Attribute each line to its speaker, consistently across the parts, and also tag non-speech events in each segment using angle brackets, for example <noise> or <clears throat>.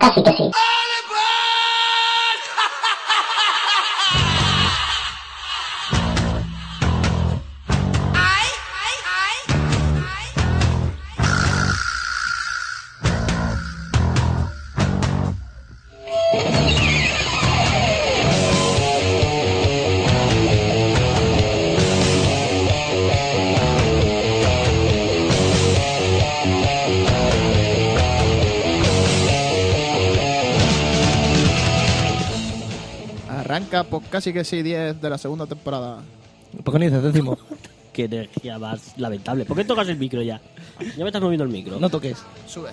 Speaker 1: Casi que sí.
Speaker 2: Arranca por casi que sí 10 de la segunda temporada.
Speaker 3: ¿Por qué no dices
Speaker 4: <laughs>
Speaker 3: décimo?
Speaker 4: Qué energía más lamentable. ¿Por qué tocas el micro ya? Ya me estás moviendo el micro.
Speaker 3: No toques.
Speaker 2: Sube.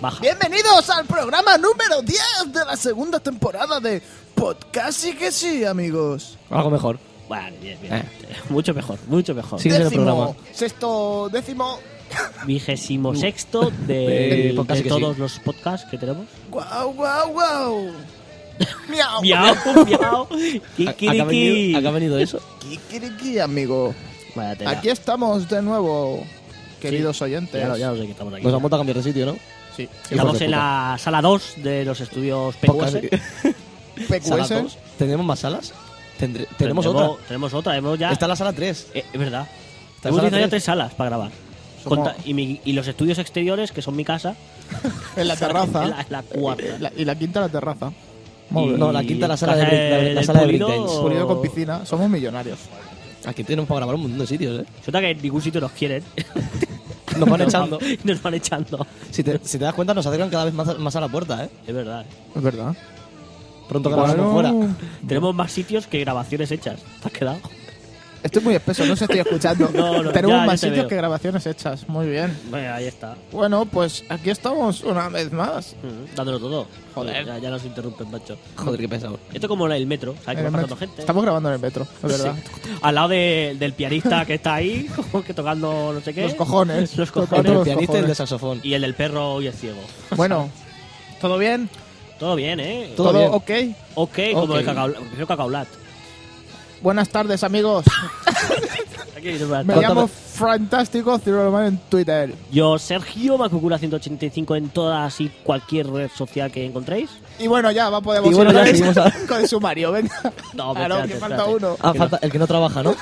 Speaker 4: Baja.
Speaker 2: Bienvenidos al programa número 10 de la segunda temporada de Podcast y que sí, amigos.
Speaker 3: Algo mejor.
Speaker 4: Vale, bien, bien.
Speaker 3: Eh.
Speaker 4: Mucho mejor, mucho mejor.
Speaker 3: Sí. Siguiente programa. Uh.
Speaker 2: Décimo, sexto, décimo.
Speaker 4: Vigésimo sexto
Speaker 3: De
Speaker 4: de,
Speaker 3: podcast
Speaker 4: de
Speaker 3: que Eh, sí.
Speaker 4: todos los podcasts que tenemos.
Speaker 2: Guau, guau, guau. <laughs> Miau.
Speaker 4: Miau, miau.
Speaker 3: ¿A- acá ha venido- acá ha
Speaker 4: Kikiriki.
Speaker 3: venido eso?
Speaker 2: Kikiriki, amigo.
Speaker 4: Vaya tela.
Speaker 2: Aquí estamos de nuevo, queridos oyentes.
Speaker 4: Ya, lo- ya lo sé que estamos aquí.
Speaker 3: Nos han vuelto a cambiar de sitio, ¿no?
Speaker 2: Sí.
Speaker 3: Hijos
Speaker 4: Estamos
Speaker 3: de Pues
Speaker 4: en la sala 2 de los estudios PQS.
Speaker 2: PQS.
Speaker 3: Sala dos. ¿Tenemos más salas? Tendré- tenemos
Speaker 4: Tenemos-
Speaker 3: otra.
Speaker 4: Tenemos otra, hemos ya.
Speaker 3: Está la sala 3.
Speaker 4: Eh, es verdad.
Speaker 3: Está
Speaker 4: Hemos
Speaker 3: sala
Speaker 4: utilizado ya
Speaker 3: tres.
Speaker 4: tres salas para grabar.
Speaker 2: Somos-
Speaker 4: Conta- y, mi- y los estudios exteriores, que son mi casa.
Speaker 2: En la terraza.
Speaker 4: Es la, es la cuarta.
Speaker 2: La- y la quinta la terraza.
Speaker 4: Y-
Speaker 3: No, la quinta la sala de
Speaker 4: casa
Speaker 3: break- la- la
Speaker 4: del
Speaker 3: sala de
Speaker 4: pulido-
Speaker 3: breakdance.
Speaker 2: Pulido con piscina. Somos millonarios.
Speaker 3: Aquí tenemos para grabar un montón de sitios, ¿eh?
Speaker 4: Resulta que en ningún sitio
Speaker 2: <laughs>
Speaker 4: nos quieren.
Speaker 3: Nos
Speaker 4: <laughs>
Speaker 3: van echando.
Speaker 4: Nos van echando.
Speaker 3: Si te, si te das cuenta, nos acercan cada vez más, más a la puerta, ¿eh?
Speaker 4: Es verdad.
Speaker 2: Es verdad.
Speaker 3: Pronto grabamos fuera.
Speaker 2: Bueno,
Speaker 4: Tenemos más sitios que grabaciones hechas. ¿Te has quedado?
Speaker 2: Estoy muy espeso, no se estoy escuchando.
Speaker 4: <laughs> No, no,
Speaker 2: Tenemos
Speaker 4: ya, ya
Speaker 2: más
Speaker 4: te
Speaker 2: sitios
Speaker 4: veo.
Speaker 2: que grabaciones hechas. Muy bien.
Speaker 4: Bueno, ahí está.
Speaker 2: Bueno, pues aquí estamos una vez más.
Speaker 4: Mm, Dándolo todo.
Speaker 2: Joder.
Speaker 4: Ya, ya nos interrumpen, macho.
Speaker 3: Joder, qué pesado.
Speaker 4: Esto es como el metro. ¿Sabes? Que
Speaker 2: En
Speaker 4: va
Speaker 2: el
Speaker 4: pasando
Speaker 2: metro.
Speaker 4: gente.
Speaker 2: Eh,
Speaker 4: ¿eh?
Speaker 2: Estamos grabando en el metro, es verdad.
Speaker 4: Sí. Al lado de- del pianista que está ahí, <laughs> como que tocando no sé qué.
Speaker 2: Los cojones.
Speaker 4: Los
Speaker 2: Tocando
Speaker 3: Entre el
Speaker 2: los
Speaker 3: pianista y el de
Speaker 2: cojones.
Speaker 3: saxofón.
Speaker 4: Y el del perro y el ciego. <laughs>
Speaker 2: Bueno, ¿todo bien?
Speaker 4: Todo bien, ¿eh?
Speaker 3: Todo
Speaker 2: ok?
Speaker 4: Ok, como
Speaker 3: Ok.
Speaker 4: el cacao, prefiero cacaulat.
Speaker 2: Buenas tardes,
Speaker 4: <laughs>
Speaker 2: amigos.
Speaker 4: Aquí dice, "Buenas
Speaker 2: Me
Speaker 4: tardes".
Speaker 2: llamo Fantástico Ciro Román en Twitter.
Speaker 4: Yo, Sergio Macucura185 en todas y cualquier red social que encontréis.
Speaker 2: Y bueno, ya, va, podemos
Speaker 3: Y bueno,
Speaker 2: ir
Speaker 3: ya
Speaker 2: con el-
Speaker 3: seguimos a-
Speaker 2: <laughs> con el sumario, venga. <laughs>
Speaker 4: No, pero
Speaker 2: Claro,
Speaker 4: espérate,
Speaker 2: que falta
Speaker 4: espérate.
Speaker 2: uno.
Speaker 3: Ah, falta el que no trabaja,
Speaker 4: <laughs>
Speaker 3: ¿no?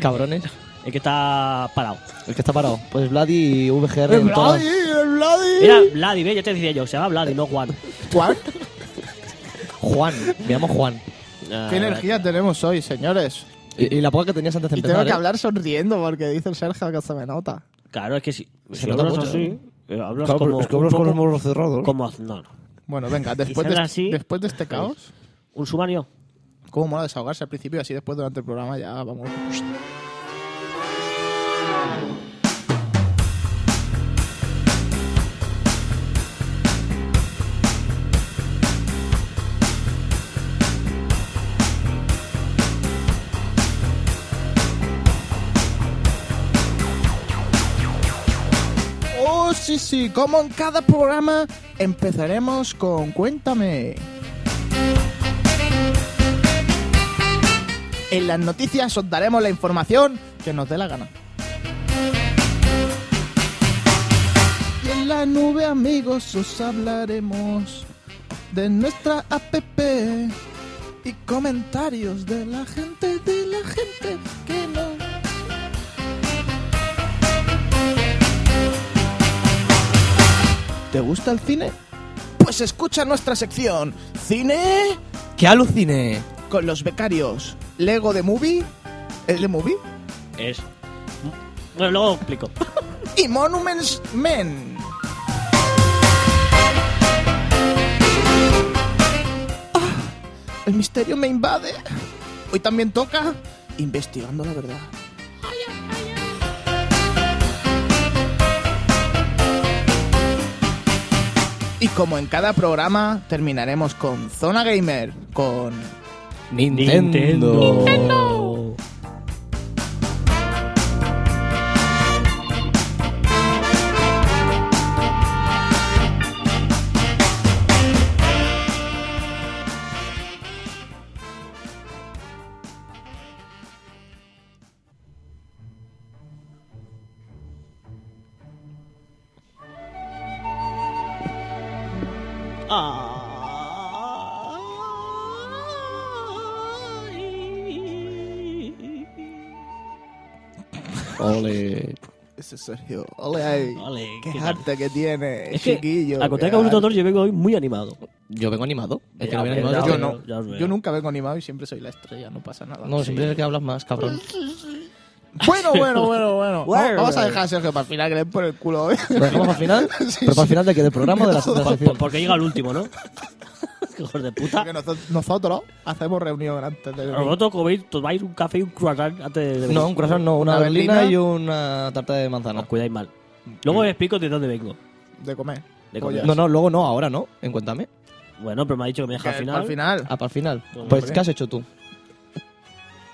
Speaker 3: Cabrones.
Speaker 4: El que está
Speaker 2: <laughs>
Speaker 4: parado.
Speaker 3: El que está parado. Pues Vladi y VGR
Speaker 2: ¡El
Speaker 3: en todas.
Speaker 2: Eh, Vladi! ¡El Vladi!
Speaker 4: Mira, Vladi, ve, ya te decía yo, se llama Vladi, no Juan.
Speaker 2: ¿Cuál?
Speaker 3: Juan. Me llamo Juan.
Speaker 4: Ah,
Speaker 2: ¿Qué energía tenemos hoy, señores?
Speaker 3: Y, y la poca que tenías antes de
Speaker 2: Y tengo
Speaker 3: empezar,
Speaker 2: que
Speaker 3: ¿eh?
Speaker 2: hablar sonriendo porque dice el Sergio que se me nota.
Speaker 4: Claro, es que si,
Speaker 3: Se
Speaker 4: si
Speaker 3: nota
Speaker 4: hablas
Speaker 3: mucho,
Speaker 4: así,
Speaker 3: ¿eh?
Speaker 4: eh, hablas
Speaker 3: Claro, pero
Speaker 4: como,
Speaker 3: es que hablas
Speaker 4: un
Speaker 3: con los
Speaker 4: poco-
Speaker 3: morros cerrados.
Speaker 4: como- no, no.
Speaker 2: Bueno, venga, después
Speaker 4: sale
Speaker 2: de,
Speaker 4: así. pues,
Speaker 2: después de este caos,
Speaker 4: Un sumario.
Speaker 2: ¿cómo mola desahogarse al principio y así después durante el programa ya vamos? Oh, sí, sí, como en cada programa empezaremos con Cuéntame. En las noticias os daremos la información que nos dé la gana. Y en la nube, amigos, os hablaremos de nuestra app y comentarios de la gente, de la gente que no. ¿Te gusta el cine? Pues escucha nuestra sección Cine
Speaker 3: ¡Que alucine!
Speaker 2: con los becarios. Lego de Movie. ¿El de Movie?
Speaker 4: Es. Bueno,
Speaker 2: <laughs>
Speaker 4: luego explico.
Speaker 2: y Monuments Men. Ah, El misterio me invade. Hoy también toca investigando la verdad. Y como en cada programa, terminaremos con Zona Gamer, con...
Speaker 3: Nintendo.
Speaker 2: Ah.
Speaker 3: Ole.
Speaker 2: Ese Sergio. Ole ahí.
Speaker 4: <laughs> Ole,
Speaker 2: qué,
Speaker 4: qué
Speaker 2: arte que tiene,
Speaker 4: Es que,
Speaker 2: chiquillo.
Speaker 4: al contrario que
Speaker 2: qué
Speaker 4: a vosotros
Speaker 2: arte.
Speaker 4: dos, yo vengo hoy muy animado.
Speaker 3: Yo vengo animado. El que
Speaker 4: Ya,
Speaker 3: no viene
Speaker 4: ya,
Speaker 3: animado es
Speaker 4: ya,
Speaker 2: Yo
Speaker 3: el que-
Speaker 2: no.
Speaker 4: ya os veo.
Speaker 2: Yo nunca vengo animado y siempre soy la estrella, no pasa nada.
Speaker 3: No, siempre es el que hablas más, cabrón.
Speaker 2: <laughs> Bueno, bueno, bueno,
Speaker 4: <laughs>
Speaker 2: bueno.
Speaker 4: Bueno,
Speaker 2: Vamos a
Speaker 4: bueno.
Speaker 2: dejar a Sergio para el final que le den por el culo hoy.
Speaker 3: ¿Lo dejamos al final?
Speaker 2: <laughs> Sí,
Speaker 3: ¿Pero para el
Speaker 2: sí.
Speaker 3: final de qué? ¿Del
Speaker 2: <laughs>
Speaker 3: programa o de la de la
Speaker 4: Por-
Speaker 3: sección?
Speaker 4: por- porque llega el último, ¿no? <laughs> Hijos de puta.
Speaker 2: Porque noso- nosotros hacemos reunión antes de
Speaker 4: Vosotros coméis, tomáis un café y un croissant antes de... venir.
Speaker 3: No, un croissant no, una,
Speaker 2: Una
Speaker 3: berlina,
Speaker 2: berlina. Ah,
Speaker 3: y una tarta de
Speaker 4: Os
Speaker 3: manzana.
Speaker 4: cuidáis mal. Luego os explico de dónde vengo.
Speaker 2: de comer. Pues
Speaker 4: De
Speaker 2: Oye,
Speaker 4: comer.
Speaker 3: No, no, luego no, ahora no. En cuéntame.
Speaker 4: Bueno, pero me ha dicho que me deja
Speaker 2: que
Speaker 4: al final.
Speaker 2: Al final.
Speaker 3: Ah, para el final.
Speaker 4: Bueno,
Speaker 3: Pues,
Speaker 2: hombre.
Speaker 3: ¿qué has hecho tú?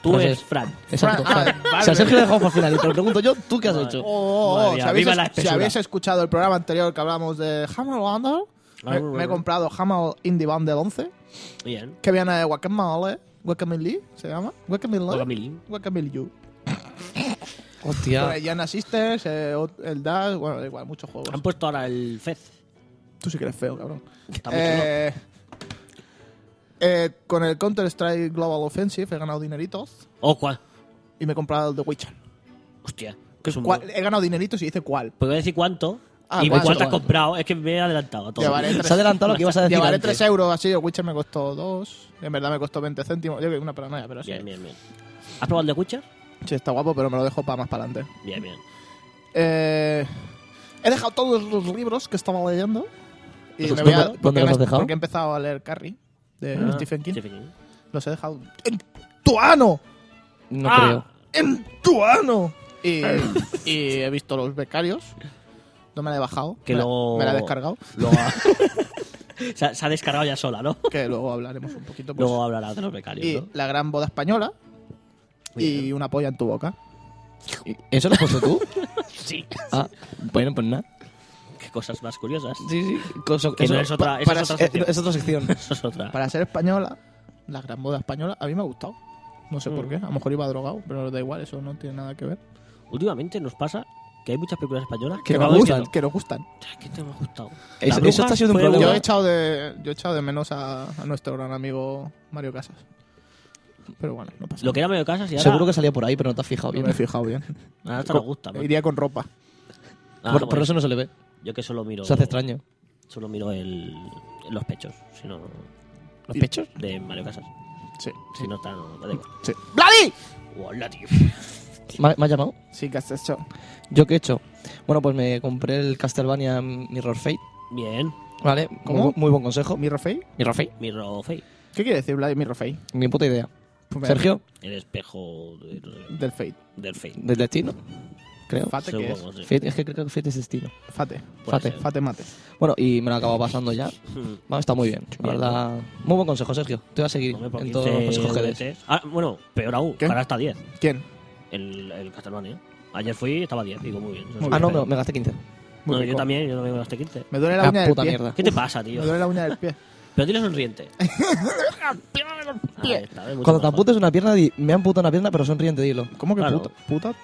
Speaker 4: Tú
Speaker 3: Pues
Speaker 4: eres
Speaker 3: es-
Speaker 4: Fran.
Speaker 3: Exacto.
Speaker 2: Fran- ah,
Speaker 3: Fran.
Speaker 2: vale.
Speaker 3: O sea, Sergio lo dejamos para el final y te lo pregunto yo, ¿tú qué has
Speaker 4: Vale.
Speaker 3: hecho?
Speaker 2: Oh, oh,
Speaker 4: Madre
Speaker 2: oh,
Speaker 4: mía,
Speaker 2: si, habéis,
Speaker 4: viva la
Speaker 2: si
Speaker 4: espesura.
Speaker 2: habéis escuchado el programa anterior que hablamos de Hammer Bundle, me,
Speaker 4: Hammer
Speaker 2: me he
Speaker 4: Bundle.
Speaker 2: comprado Hammer Indie Bundle 11,
Speaker 4: Bien.
Speaker 2: que viene de Guacamole, Guacamole, ¿se llama? Guacamole,
Speaker 4: Guacamilín.
Speaker 2: Guacamole You.
Speaker 3: Hostia.
Speaker 2: Yana Sisters, eh, ot- el Dash, bueno, da igual, muchos juegos.
Speaker 4: Han puesto ahora el Fez.
Speaker 2: Ah, Tú sí que eres feo, cabrón.
Speaker 4: Está muy chulo.
Speaker 2: Eh, eh, con el Counter-Strike Global Offensive he ganado dineritos
Speaker 4: Oh, cuál.
Speaker 2: y me he comprado el The Witcher.
Speaker 4: Hostia. Que es un...
Speaker 2: Pues ¿Cuál? He ganado dineritos y dice cuál.
Speaker 4: Porque voy a decir cuánto.
Speaker 2: Ah,
Speaker 4: y
Speaker 2: cuánto,
Speaker 4: cuánto, has
Speaker 2: vale.
Speaker 4: comprado. Es que me he adelantado a todo.
Speaker 2: Llevaré tres,
Speaker 3: Se ha adelantado lo que ibas a decir
Speaker 2: llevaré
Speaker 3: antes.
Speaker 2: tres euros así, el Witcher me costó 2, en verdad me costó 20 céntimos, yo que una paranoia, pero sí.
Speaker 4: Bien, bien, bien. ¿Has probado el de Witcher?
Speaker 2: Sí, está guapo, pero me lo dejo para más para adelante.
Speaker 4: Bien, bien.
Speaker 2: Eh, he dejado todos los libros que estaba leyendo. Y
Speaker 3: Pues,
Speaker 2: me voy a-
Speaker 3: ¿dónde-
Speaker 2: porque
Speaker 3: dónde los
Speaker 2: me-
Speaker 3: has dejado?
Speaker 2: Porque he empezado a leer Carrie de
Speaker 4: Ah,
Speaker 2: Stephen King.
Speaker 4: Stephen King.
Speaker 2: Los he dejado en tu ano.
Speaker 3: No
Speaker 4: Ah.
Speaker 3: creo.
Speaker 2: ¡En tu ano!
Speaker 4: <laughs>
Speaker 2: Y, y he visto los becarios. No me la he bajado.
Speaker 4: Que
Speaker 2: me, la-
Speaker 4: luego-
Speaker 2: me la he descargado.
Speaker 4: Luego ha- se, ha- se ha descargado ya sola, ¿no?
Speaker 2: Que luego hablaremos un poquito. Pues.
Speaker 4: Luego hablará de los becarios,
Speaker 2: y
Speaker 4: ¿no?
Speaker 2: la gran boda española. Y una polla en tu boca.
Speaker 3: ¿Eso lo has puesto tú?
Speaker 4: <laughs> Sí.
Speaker 3: Ah, bueno, pues nada.
Speaker 4: Qué cosas más curiosas.
Speaker 3: Sí, sí. Cosa-
Speaker 4: Eso
Speaker 3: eso-
Speaker 4: es otra, eso
Speaker 2: para-
Speaker 4: es otra
Speaker 3: eh,
Speaker 4: sección.
Speaker 3: es otra
Speaker 4: <laughs>
Speaker 3: sección.
Speaker 4: Eso es otra.
Speaker 2: Para ser española, la gran boda española, a mí me ha gustado. No sé por
Speaker 4: Mm.
Speaker 2: qué. A lo mejor iba drogado, pero da igual, eso no tiene nada que ver.
Speaker 4: Últimamente nos pasa que hay muchas películas españolas
Speaker 2: Que
Speaker 3: Que me
Speaker 2: nos
Speaker 4: vamos
Speaker 2: gustan.
Speaker 4: diciendo,
Speaker 2: Que nos gustan.
Speaker 4: "Ostras, que te me ha gustado.
Speaker 3: Eso-
Speaker 4: La
Speaker 3: eso
Speaker 4: Bruja
Speaker 3: está siendo un
Speaker 4: fue
Speaker 3: problema.
Speaker 2: Yo
Speaker 4: una-
Speaker 2: he echado de, yo he echado de menos a, a nuestro gran amigo Mario Casas. Pero bueno, no pasa
Speaker 4: Lo que era medio casa, si ahora,
Speaker 3: Seguro que salía por ahí, pero no te has fijado
Speaker 2: nada.
Speaker 3: bien.
Speaker 2: No me he fijado bien.
Speaker 4: ahora hasta nos gusta. man.
Speaker 2: Iría con ropa.
Speaker 4: Ah,
Speaker 3: eh, por,
Speaker 4: bueno,
Speaker 3: por eso no se le ve.
Speaker 4: Yo que solo miro.
Speaker 3: Se hace extraño.
Speaker 4: Solo miro el, los pechos, si no.
Speaker 3: ¿Los pechos?
Speaker 4: De Mario Casas.
Speaker 2: Sí,
Speaker 4: Si no está, no, no da igual.
Speaker 2: sí. ¡Vladi!
Speaker 4: Hola, tío.
Speaker 3: ¿Me, me has llamado?
Speaker 2: Sí, que has hecho.
Speaker 3: ¿Yo qué he hecho? Bueno, pues me compré el Castlevania Mirror Fate.
Speaker 4: Bien,
Speaker 3: ¿Vale? Muy
Speaker 2: ¿Cómo?
Speaker 3: bu- Muy, buen consejo.
Speaker 2: ¿Mirror Fate?
Speaker 3: Mirror Fate.
Speaker 4: miro fey.
Speaker 2: ¿Qué quiere decir Vladimir Fate?
Speaker 3: Ni puta idea.
Speaker 2: Pues me-
Speaker 3: Sergio,
Speaker 4: El espejo de- de-
Speaker 2: Del Fate.
Speaker 4: del fey.
Speaker 3: del destino. Creo.
Speaker 2: Fate que es.
Speaker 3: Fate- es que creo que Fate es destino.
Speaker 2: Fate.
Speaker 3: Fate.
Speaker 2: Fate mate.
Speaker 3: Bueno, y me lo acabo pasando ya.
Speaker 4: Hmm,
Speaker 3: Bueno, está muy bien. La
Speaker 4: Bien.
Speaker 3: verdad. Muy buen consejo, Sergio. Te voy a seguir en todos los consejos que des.
Speaker 4: Ah, bueno, peor aún,
Speaker 2: ¿Qué?
Speaker 4: ahora está 10.
Speaker 2: ¿Quién?
Speaker 4: El, el Castlevania. Ayer fui y estaba 10, digo, muy bien.
Speaker 2: Muy
Speaker 3: Ah, no,
Speaker 2: bien.
Speaker 3: me, me gasté 15.
Speaker 2: Muy
Speaker 4: No, yo
Speaker 2: rico.
Speaker 4: también, yo también gasté 15.
Speaker 2: Me duele la
Speaker 3: Ah,
Speaker 2: uña del
Speaker 3: puta
Speaker 2: pie.
Speaker 3: mierda.
Speaker 4: ¿Qué te pasa,
Speaker 2: Me
Speaker 4: tío?
Speaker 2: duele la uña del pie.
Speaker 4: Pero
Speaker 3: <laughs>
Speaker 4: dile sonriente. Ahí está, es
Speaker 3: Cuando
Speaker 4: mucho
Speaker 3: te
Speaker 4: mejor.
Speaker 3: amputes una pierna, di, me han amputado una pierna, pero sonriente, dilo.
Speaker 2: ¿Cómo que
Speaker 4: Claro.
Speaker 2: puta? Puta,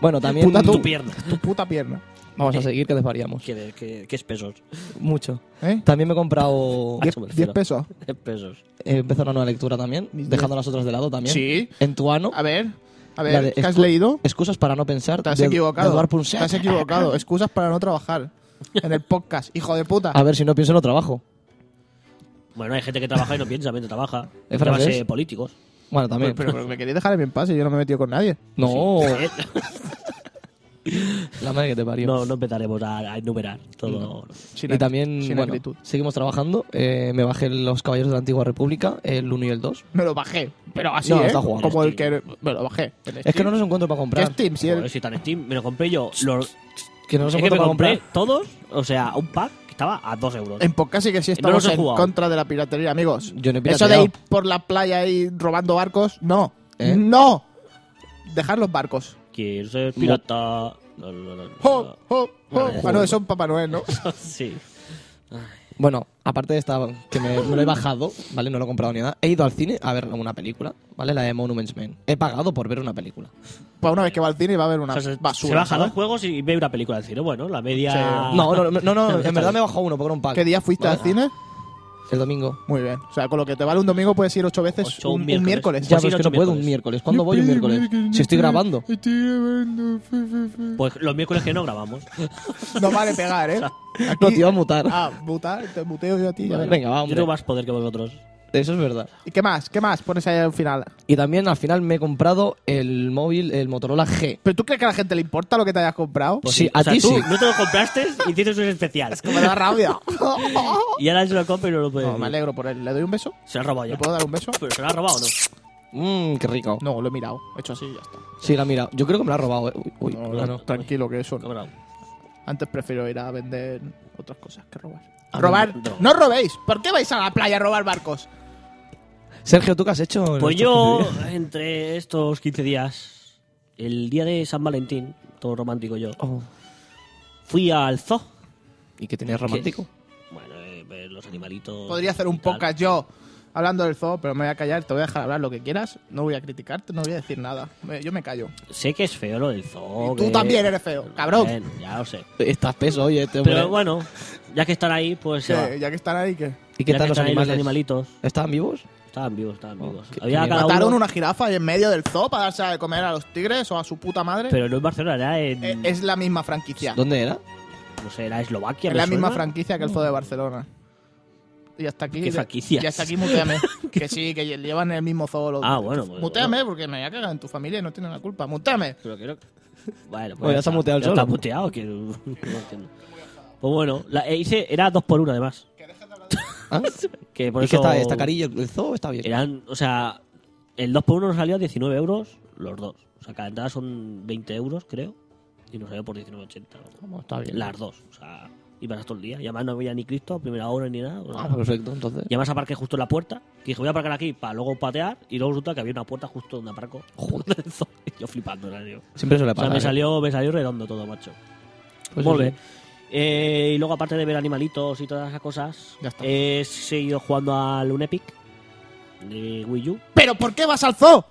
Speaker 3: Bueno, también.
Speaker 2: Puta
Speaker 4: Tu
Speaker 2: tú.
Speaker 4: pierna.
Speaker 2: tu puta pierna.
Speaker 3: Vamos a seguir, que desvariamos.
Speaker 4: ¿Qué, qué, qué <laughs> espesos?
Speaker 3: Mucho.
Speaker 2: ¿Eh?
Speaker 3: También me he comprado.
Speaker 4: Ah,
Speaker 2: Diez-
Speaker 4: eso me refiero.
Speaker 2: ¿Diez pesos?
Speaker 4: Espesos.
Speaker 3: He empezado una nueva lectura también,
Speaker 2: Mis
Speaker 3: dejando las otras de lado también.
Speaker 2: Sí.
Speaker 3: En tu ano.
Speaker 2: A ver, a
Speaker 3: la de
Speaker 2: ver, ¿qué has
Speaker 3: excu-
Speaker 2: leído?
Speaker 3: Excusas para no pensar.
Speaker 2: Te has
Speaker 3: de- de
Speaker 2: equivocado.
Speaker 3: Eduard
Speaker 2: Te
Speaker 3: Punset.
Speaker 2: has equivocado. Excusas para no trabajar en el podcast, hijo de puta.
Speaker 3: A ver, si no pienso, no trabajo.
Speaker 4: Bueno, hay gente que trabaja y no piensa mientras trabaja.
Speaker 3: ¿Es
Speaker 4: Llámase
Speaker 3: francés?
Speaker 4: políticos.
Speaker 3: Bueno, también.
Speaker 2: Pero, pero- pero me queréis dejar en mi paz y yo no me he metido con nadie.
Speaker 3: no,
Speaker 4: Eh,
Speaker 3: la madre que te parió.
Speaker 4: <laughs> no, no empezaremos a, a enumerar todo.
Speaker 2: Sin
Speaker 3: y
Speaker 2: ac-
Speaker 3: también,
Speaker 2: sin
Speaker 3: bueno,
Speaker 2: acritud.
Speaker 3: seguimos trabajando. Eh, me bajé los Caballeros de la Antigua República, el 1 y el 2.
Speaker 2: Me lo bajé, pero así,
Speaker 3: No,
Speaker 2: ¿eh?
Speaker 3: está jugando.
Speaker 2: Como el que... Me lo bajé. En
Speaker 3: Es que
Speaker 2: Steam.
Speaker 3: no los encuentro para
Speaker 2: ¿Qué
Speaker 3: comprar.
Speaker 2: Steam? Si
Speaker 4: Joder,
Speaker 2: el-
Speaker 4: si tan Steam, me lo compré yo. Lo-
Speaker 3: Que no los encuentro
Speaker 4: es que me
Speaker 3: para
Speaker 4: compré
Speaker 3: comprar.
Speaker 4: todos, o sea, un pack que estaba a 2 euros.
Speaker 3: Em-
Speaker 2: En podcast sí que sí estamos
Speaker 4: los he
Speaker 2: en
Speaker 4: jugado.
Speaker 2: contra de la piratería, amigos.
Speaker 3: Yo no he
Speaker 2: Eso
Speaker 3: pirateado.
Speaker 2: de ir por la playa y robando barcos, no.
Speaker 3: ¿Eh?
Speaker 2: ¡No! Dejar los barcos.
Speaker 4: Quiero ser pirata. No, no, no, no.
Speaker 2: ¡Jo, jo, jo!
Speaker 4: Vale.
Speaker 3: Oh.
Speaker 4: <laughs>
Speaker 2: Ah, no, eso es Papá Noel, ¿no?
Speaker 4: sí. Ay,
Speaker 3: Bueno, aparte de esta que me, me lo he bajado, ¿vale? No lo he comprado ni nada. He ido al cine a ver una película, ¿vale? La de Monuments Men. He pagado por ver una película.
Speaker 2: Pues una vez que va al cine va a haber una
Speaker 4: O sea, se-
Speaker 2: basura.
Speaker 4: se baja
Speaker 2: ¿sabes?
Speaker 4: dos juegos y ve una película del cine. Bueno, la media.
Speaker 2: Sí.
Speaker 3: No, no, no, no, no,
Speaker 4: <laughs>
Speaker 3: en verdad me bajó uno por un pack.
Speaker 2: ¿Qué día fuiste al cine?
Speaker 3: El domingo.
Speaker 2: Muy bien. O sea, con lo que te vale un domingo puedes ir ocho veces
Speaker 4: Ocho,
Speaker 2: un,
Speaker 4: un
Speaker 2: un
Speaker 4: miércoles.
Speaker 2: miércoles.
Speaker 3: Ya,
Speaker 4: has
Speaker 3: pero es
Speaker 4: ido
Speaker 3: que no
Speaker 4: Pues ocho
Speaker 3: puedo un miércoles.
Speaker 4: miércoles?
Speaker 3: ¿Cuándo voy un miércoles? Si estoy grabando.
Speaker 2: Estoy grabando. fe, fe, fe.
Speaker 4: Pues los miércoles que
Speaker 3: <laughs>
Speaker 4: no grabamos.
Speaker 2: No vale pegar, ¿eh?
Speaker 3: No te iba a mutar.
Speaker 2: Ah, buta, te muteo yo a ti. ya verás.
Speaker 3: Venga, va,
Speaker 4: Yo
Speaker 3: Ah, hombre.
Speaker 4: tengo más poder que vosotros.
Speaker 3: Eso es verdad.
Speaker 2: ¿Y qué más? ¿Qué más pones ahí al final?
Speaker 3: Y también al final me he comprado el móvil, el Motorola G.
Speaker 2: ¿Pero tú crees que a la gente le importa lo que te hayas comprado?
Speaker 3: Sí, a
Speaker 4: Pues o sea,
Speaker 3: ti
Speaker 4: tú
Speaker 3: sí.
Speaker 4: no te lo compraste y hiciste
Speaker 3: <laughs>
Speaker 4: un especial.
Speaker 2: Me da rabia.
Speaker 4: Y ahora se lo compra y no lo puede.
Speaker 2: No, me alegro por él. ¿Le doy un beso?
Speaker 4: Se lo ha robado ya.
Speaker 2: ¿Le puedo dar un beso?
Speaker 4: Pero se lo ha robado o no.
Speaker 3: Mmm, qué rico.
Speaker 2: No, lo he mirado. He hecho así y ya está.
Speaker 3: Sí, la mira. Yo creo que me la ha robado, eh. Uy, uy,
Speaker 2: No,
Speaker 3: no,
Speaker 2: no,
Speaker 3: no.
Speaker 2: tranquilo, que eso. no.
Speaker 4: Cabrón.
Speaker 2: Antes prefiero ir a vender otras cosas que robar.
Speaker 3: A
Speaker 2: robar,
Speaker 4: vender droga.
Speaker 2: no robéis. ¿Por qué vais a la playa a robar barcos?
Speaker 3: Sergio, ¿tú qué has hecho? en
Speaker 4: Pues
Speaker 3: estos
Speaker 4: yo,
Speaker 3: 15 días?
Speaker 4: entre estos 15 días, el día de San Valentín, todo romántico yo,
Speaker 3: Oh,
Speaker 4: fui al zoo.
Speaker 3: ¿Y qué tenías romántico?
Speaker 4: Bueno, eh, ver los animalitos.
Speaker 2: Podría hacer un
Speaker 4: y tal.
Speaker 2: podcast yo hablando del zoo, pero me voy a callar. Te voy a dejar hablar lo que quieras. No voy a criticarte, no voy a decir nada. Me- yo me callo.
Speaker 4: Sé que es feo lo del zoo.
Speaker 2: Y tú
Speaker 4: que-
Speaker 2: también eres feo, cabrón.
Speaker 4: Bien, ya lo sé.
Speaker 3: Estás peso, oye, este hombre.
Speaker 4: Pero bueno, ya que están ahí, pues se va.
Speaker 2: Que, ya que están ahí, que
Speaker 3: ¿Y qué
Speaker 4: Ya
Speaker 3: tal
Speaker 4: que
Speaker 3: los
Speaker 4: están ahí
Speaker 3: animales?
Speaker 4: animalitos?
Speaker 3: ¿Estaban vivos?
Speaker 4: Estaban vivos, estaban vivos.
Speaker 3: qué-
Speaker 4: Había
Speaker 3: qué
Speaker 4: cada
Speaker 2: Oh, mataron
Speaker 4: uno,
Speaker 2: una jirafa ahí en medio del zoo para darse de comer a los tigres o a su puta madre.
Speaker 4: Pero no en Barcelona, era en.
Speaker 2: Eh, es la misma franquicia.
Speaker 3: ¿Dónde era?
Speaker 4: No sé, era Eslovaquia.
Speaker 2: Es
Speaker 4: me
Speaker 2: la
Speaker 4: suena.
Speaker 2: misma franquicia que el zoo de Barcelona. Y hasta aquí.
Speaker 4: ¿Qué franquicias?
Speaker 2: Y hasta aquí
Speaker 4: <laughs>
Speaker 2: muteame. que sí, que llevan el mismo zoo. los-
Speaker 4: Ah, bueno, pues,
Speaker 2: muteame,
Speaker 4: bueno.
Speaker 2: porque me voy a cagar en tu familia y no tienen la culpa. Muteame.
Speaker 4: Pero creo que- Bueno,
Speaker 3: Bueno, ya se ha muteado el
Speaker 4: ya Está
Speaker 3: solo.
Speaker 4: muteado, que. no entiendo. Pues bueno, la, eh, hice, era dos por uno además.
Speaker 3: ¿Ah?
Speaker 4: Que por
Speaker 3: ¿Y qué
Speaker 4: eso.
Speaker 3: está? ¿Está carillo el zoo? ¿Está bien?
Speaker 4: Eran, o sea, el 2 por 1 nos salió a 19 euros los dos. O sea, cada entrada son 20 euros, creo. Y nos salió por 19,80.
Speaker 3: Vamos, está bien.
Speaker 4: Las dos. O sea, ibas todo el día. Y además no había ni Cristo, a primera hora ni nada. o sea,
Speaker 3: Ah, perfecto, entonces.
Speaker 4: Y además aparqué justo en la puerta. Que dije, voy a aparcar aquí para luego patear. Y luego resulta que había una puerta justo donde aparco. Joder, <laughs> yo flipando, en serio.
Speaker 3: Siempre se le
Speaker 4: O sea,
Speaker 3: pasa.
Speaker 4: me
Speaker 3: ¿eh?
Speaker 4: salió, me salió redondo todo, macho.
Speaker 3: Pues
Speaker 4: Muy
Speaker 3: sí,
Speaker 4: bien. Eh, y luego, aparte de ver animalitos y todas esas cosas,
Speaker 2: Ya está.
Speaker 4: he seguido jugando al Unepic de Wii U.
Speaker 2: ¿Pero por qué vas al zoo?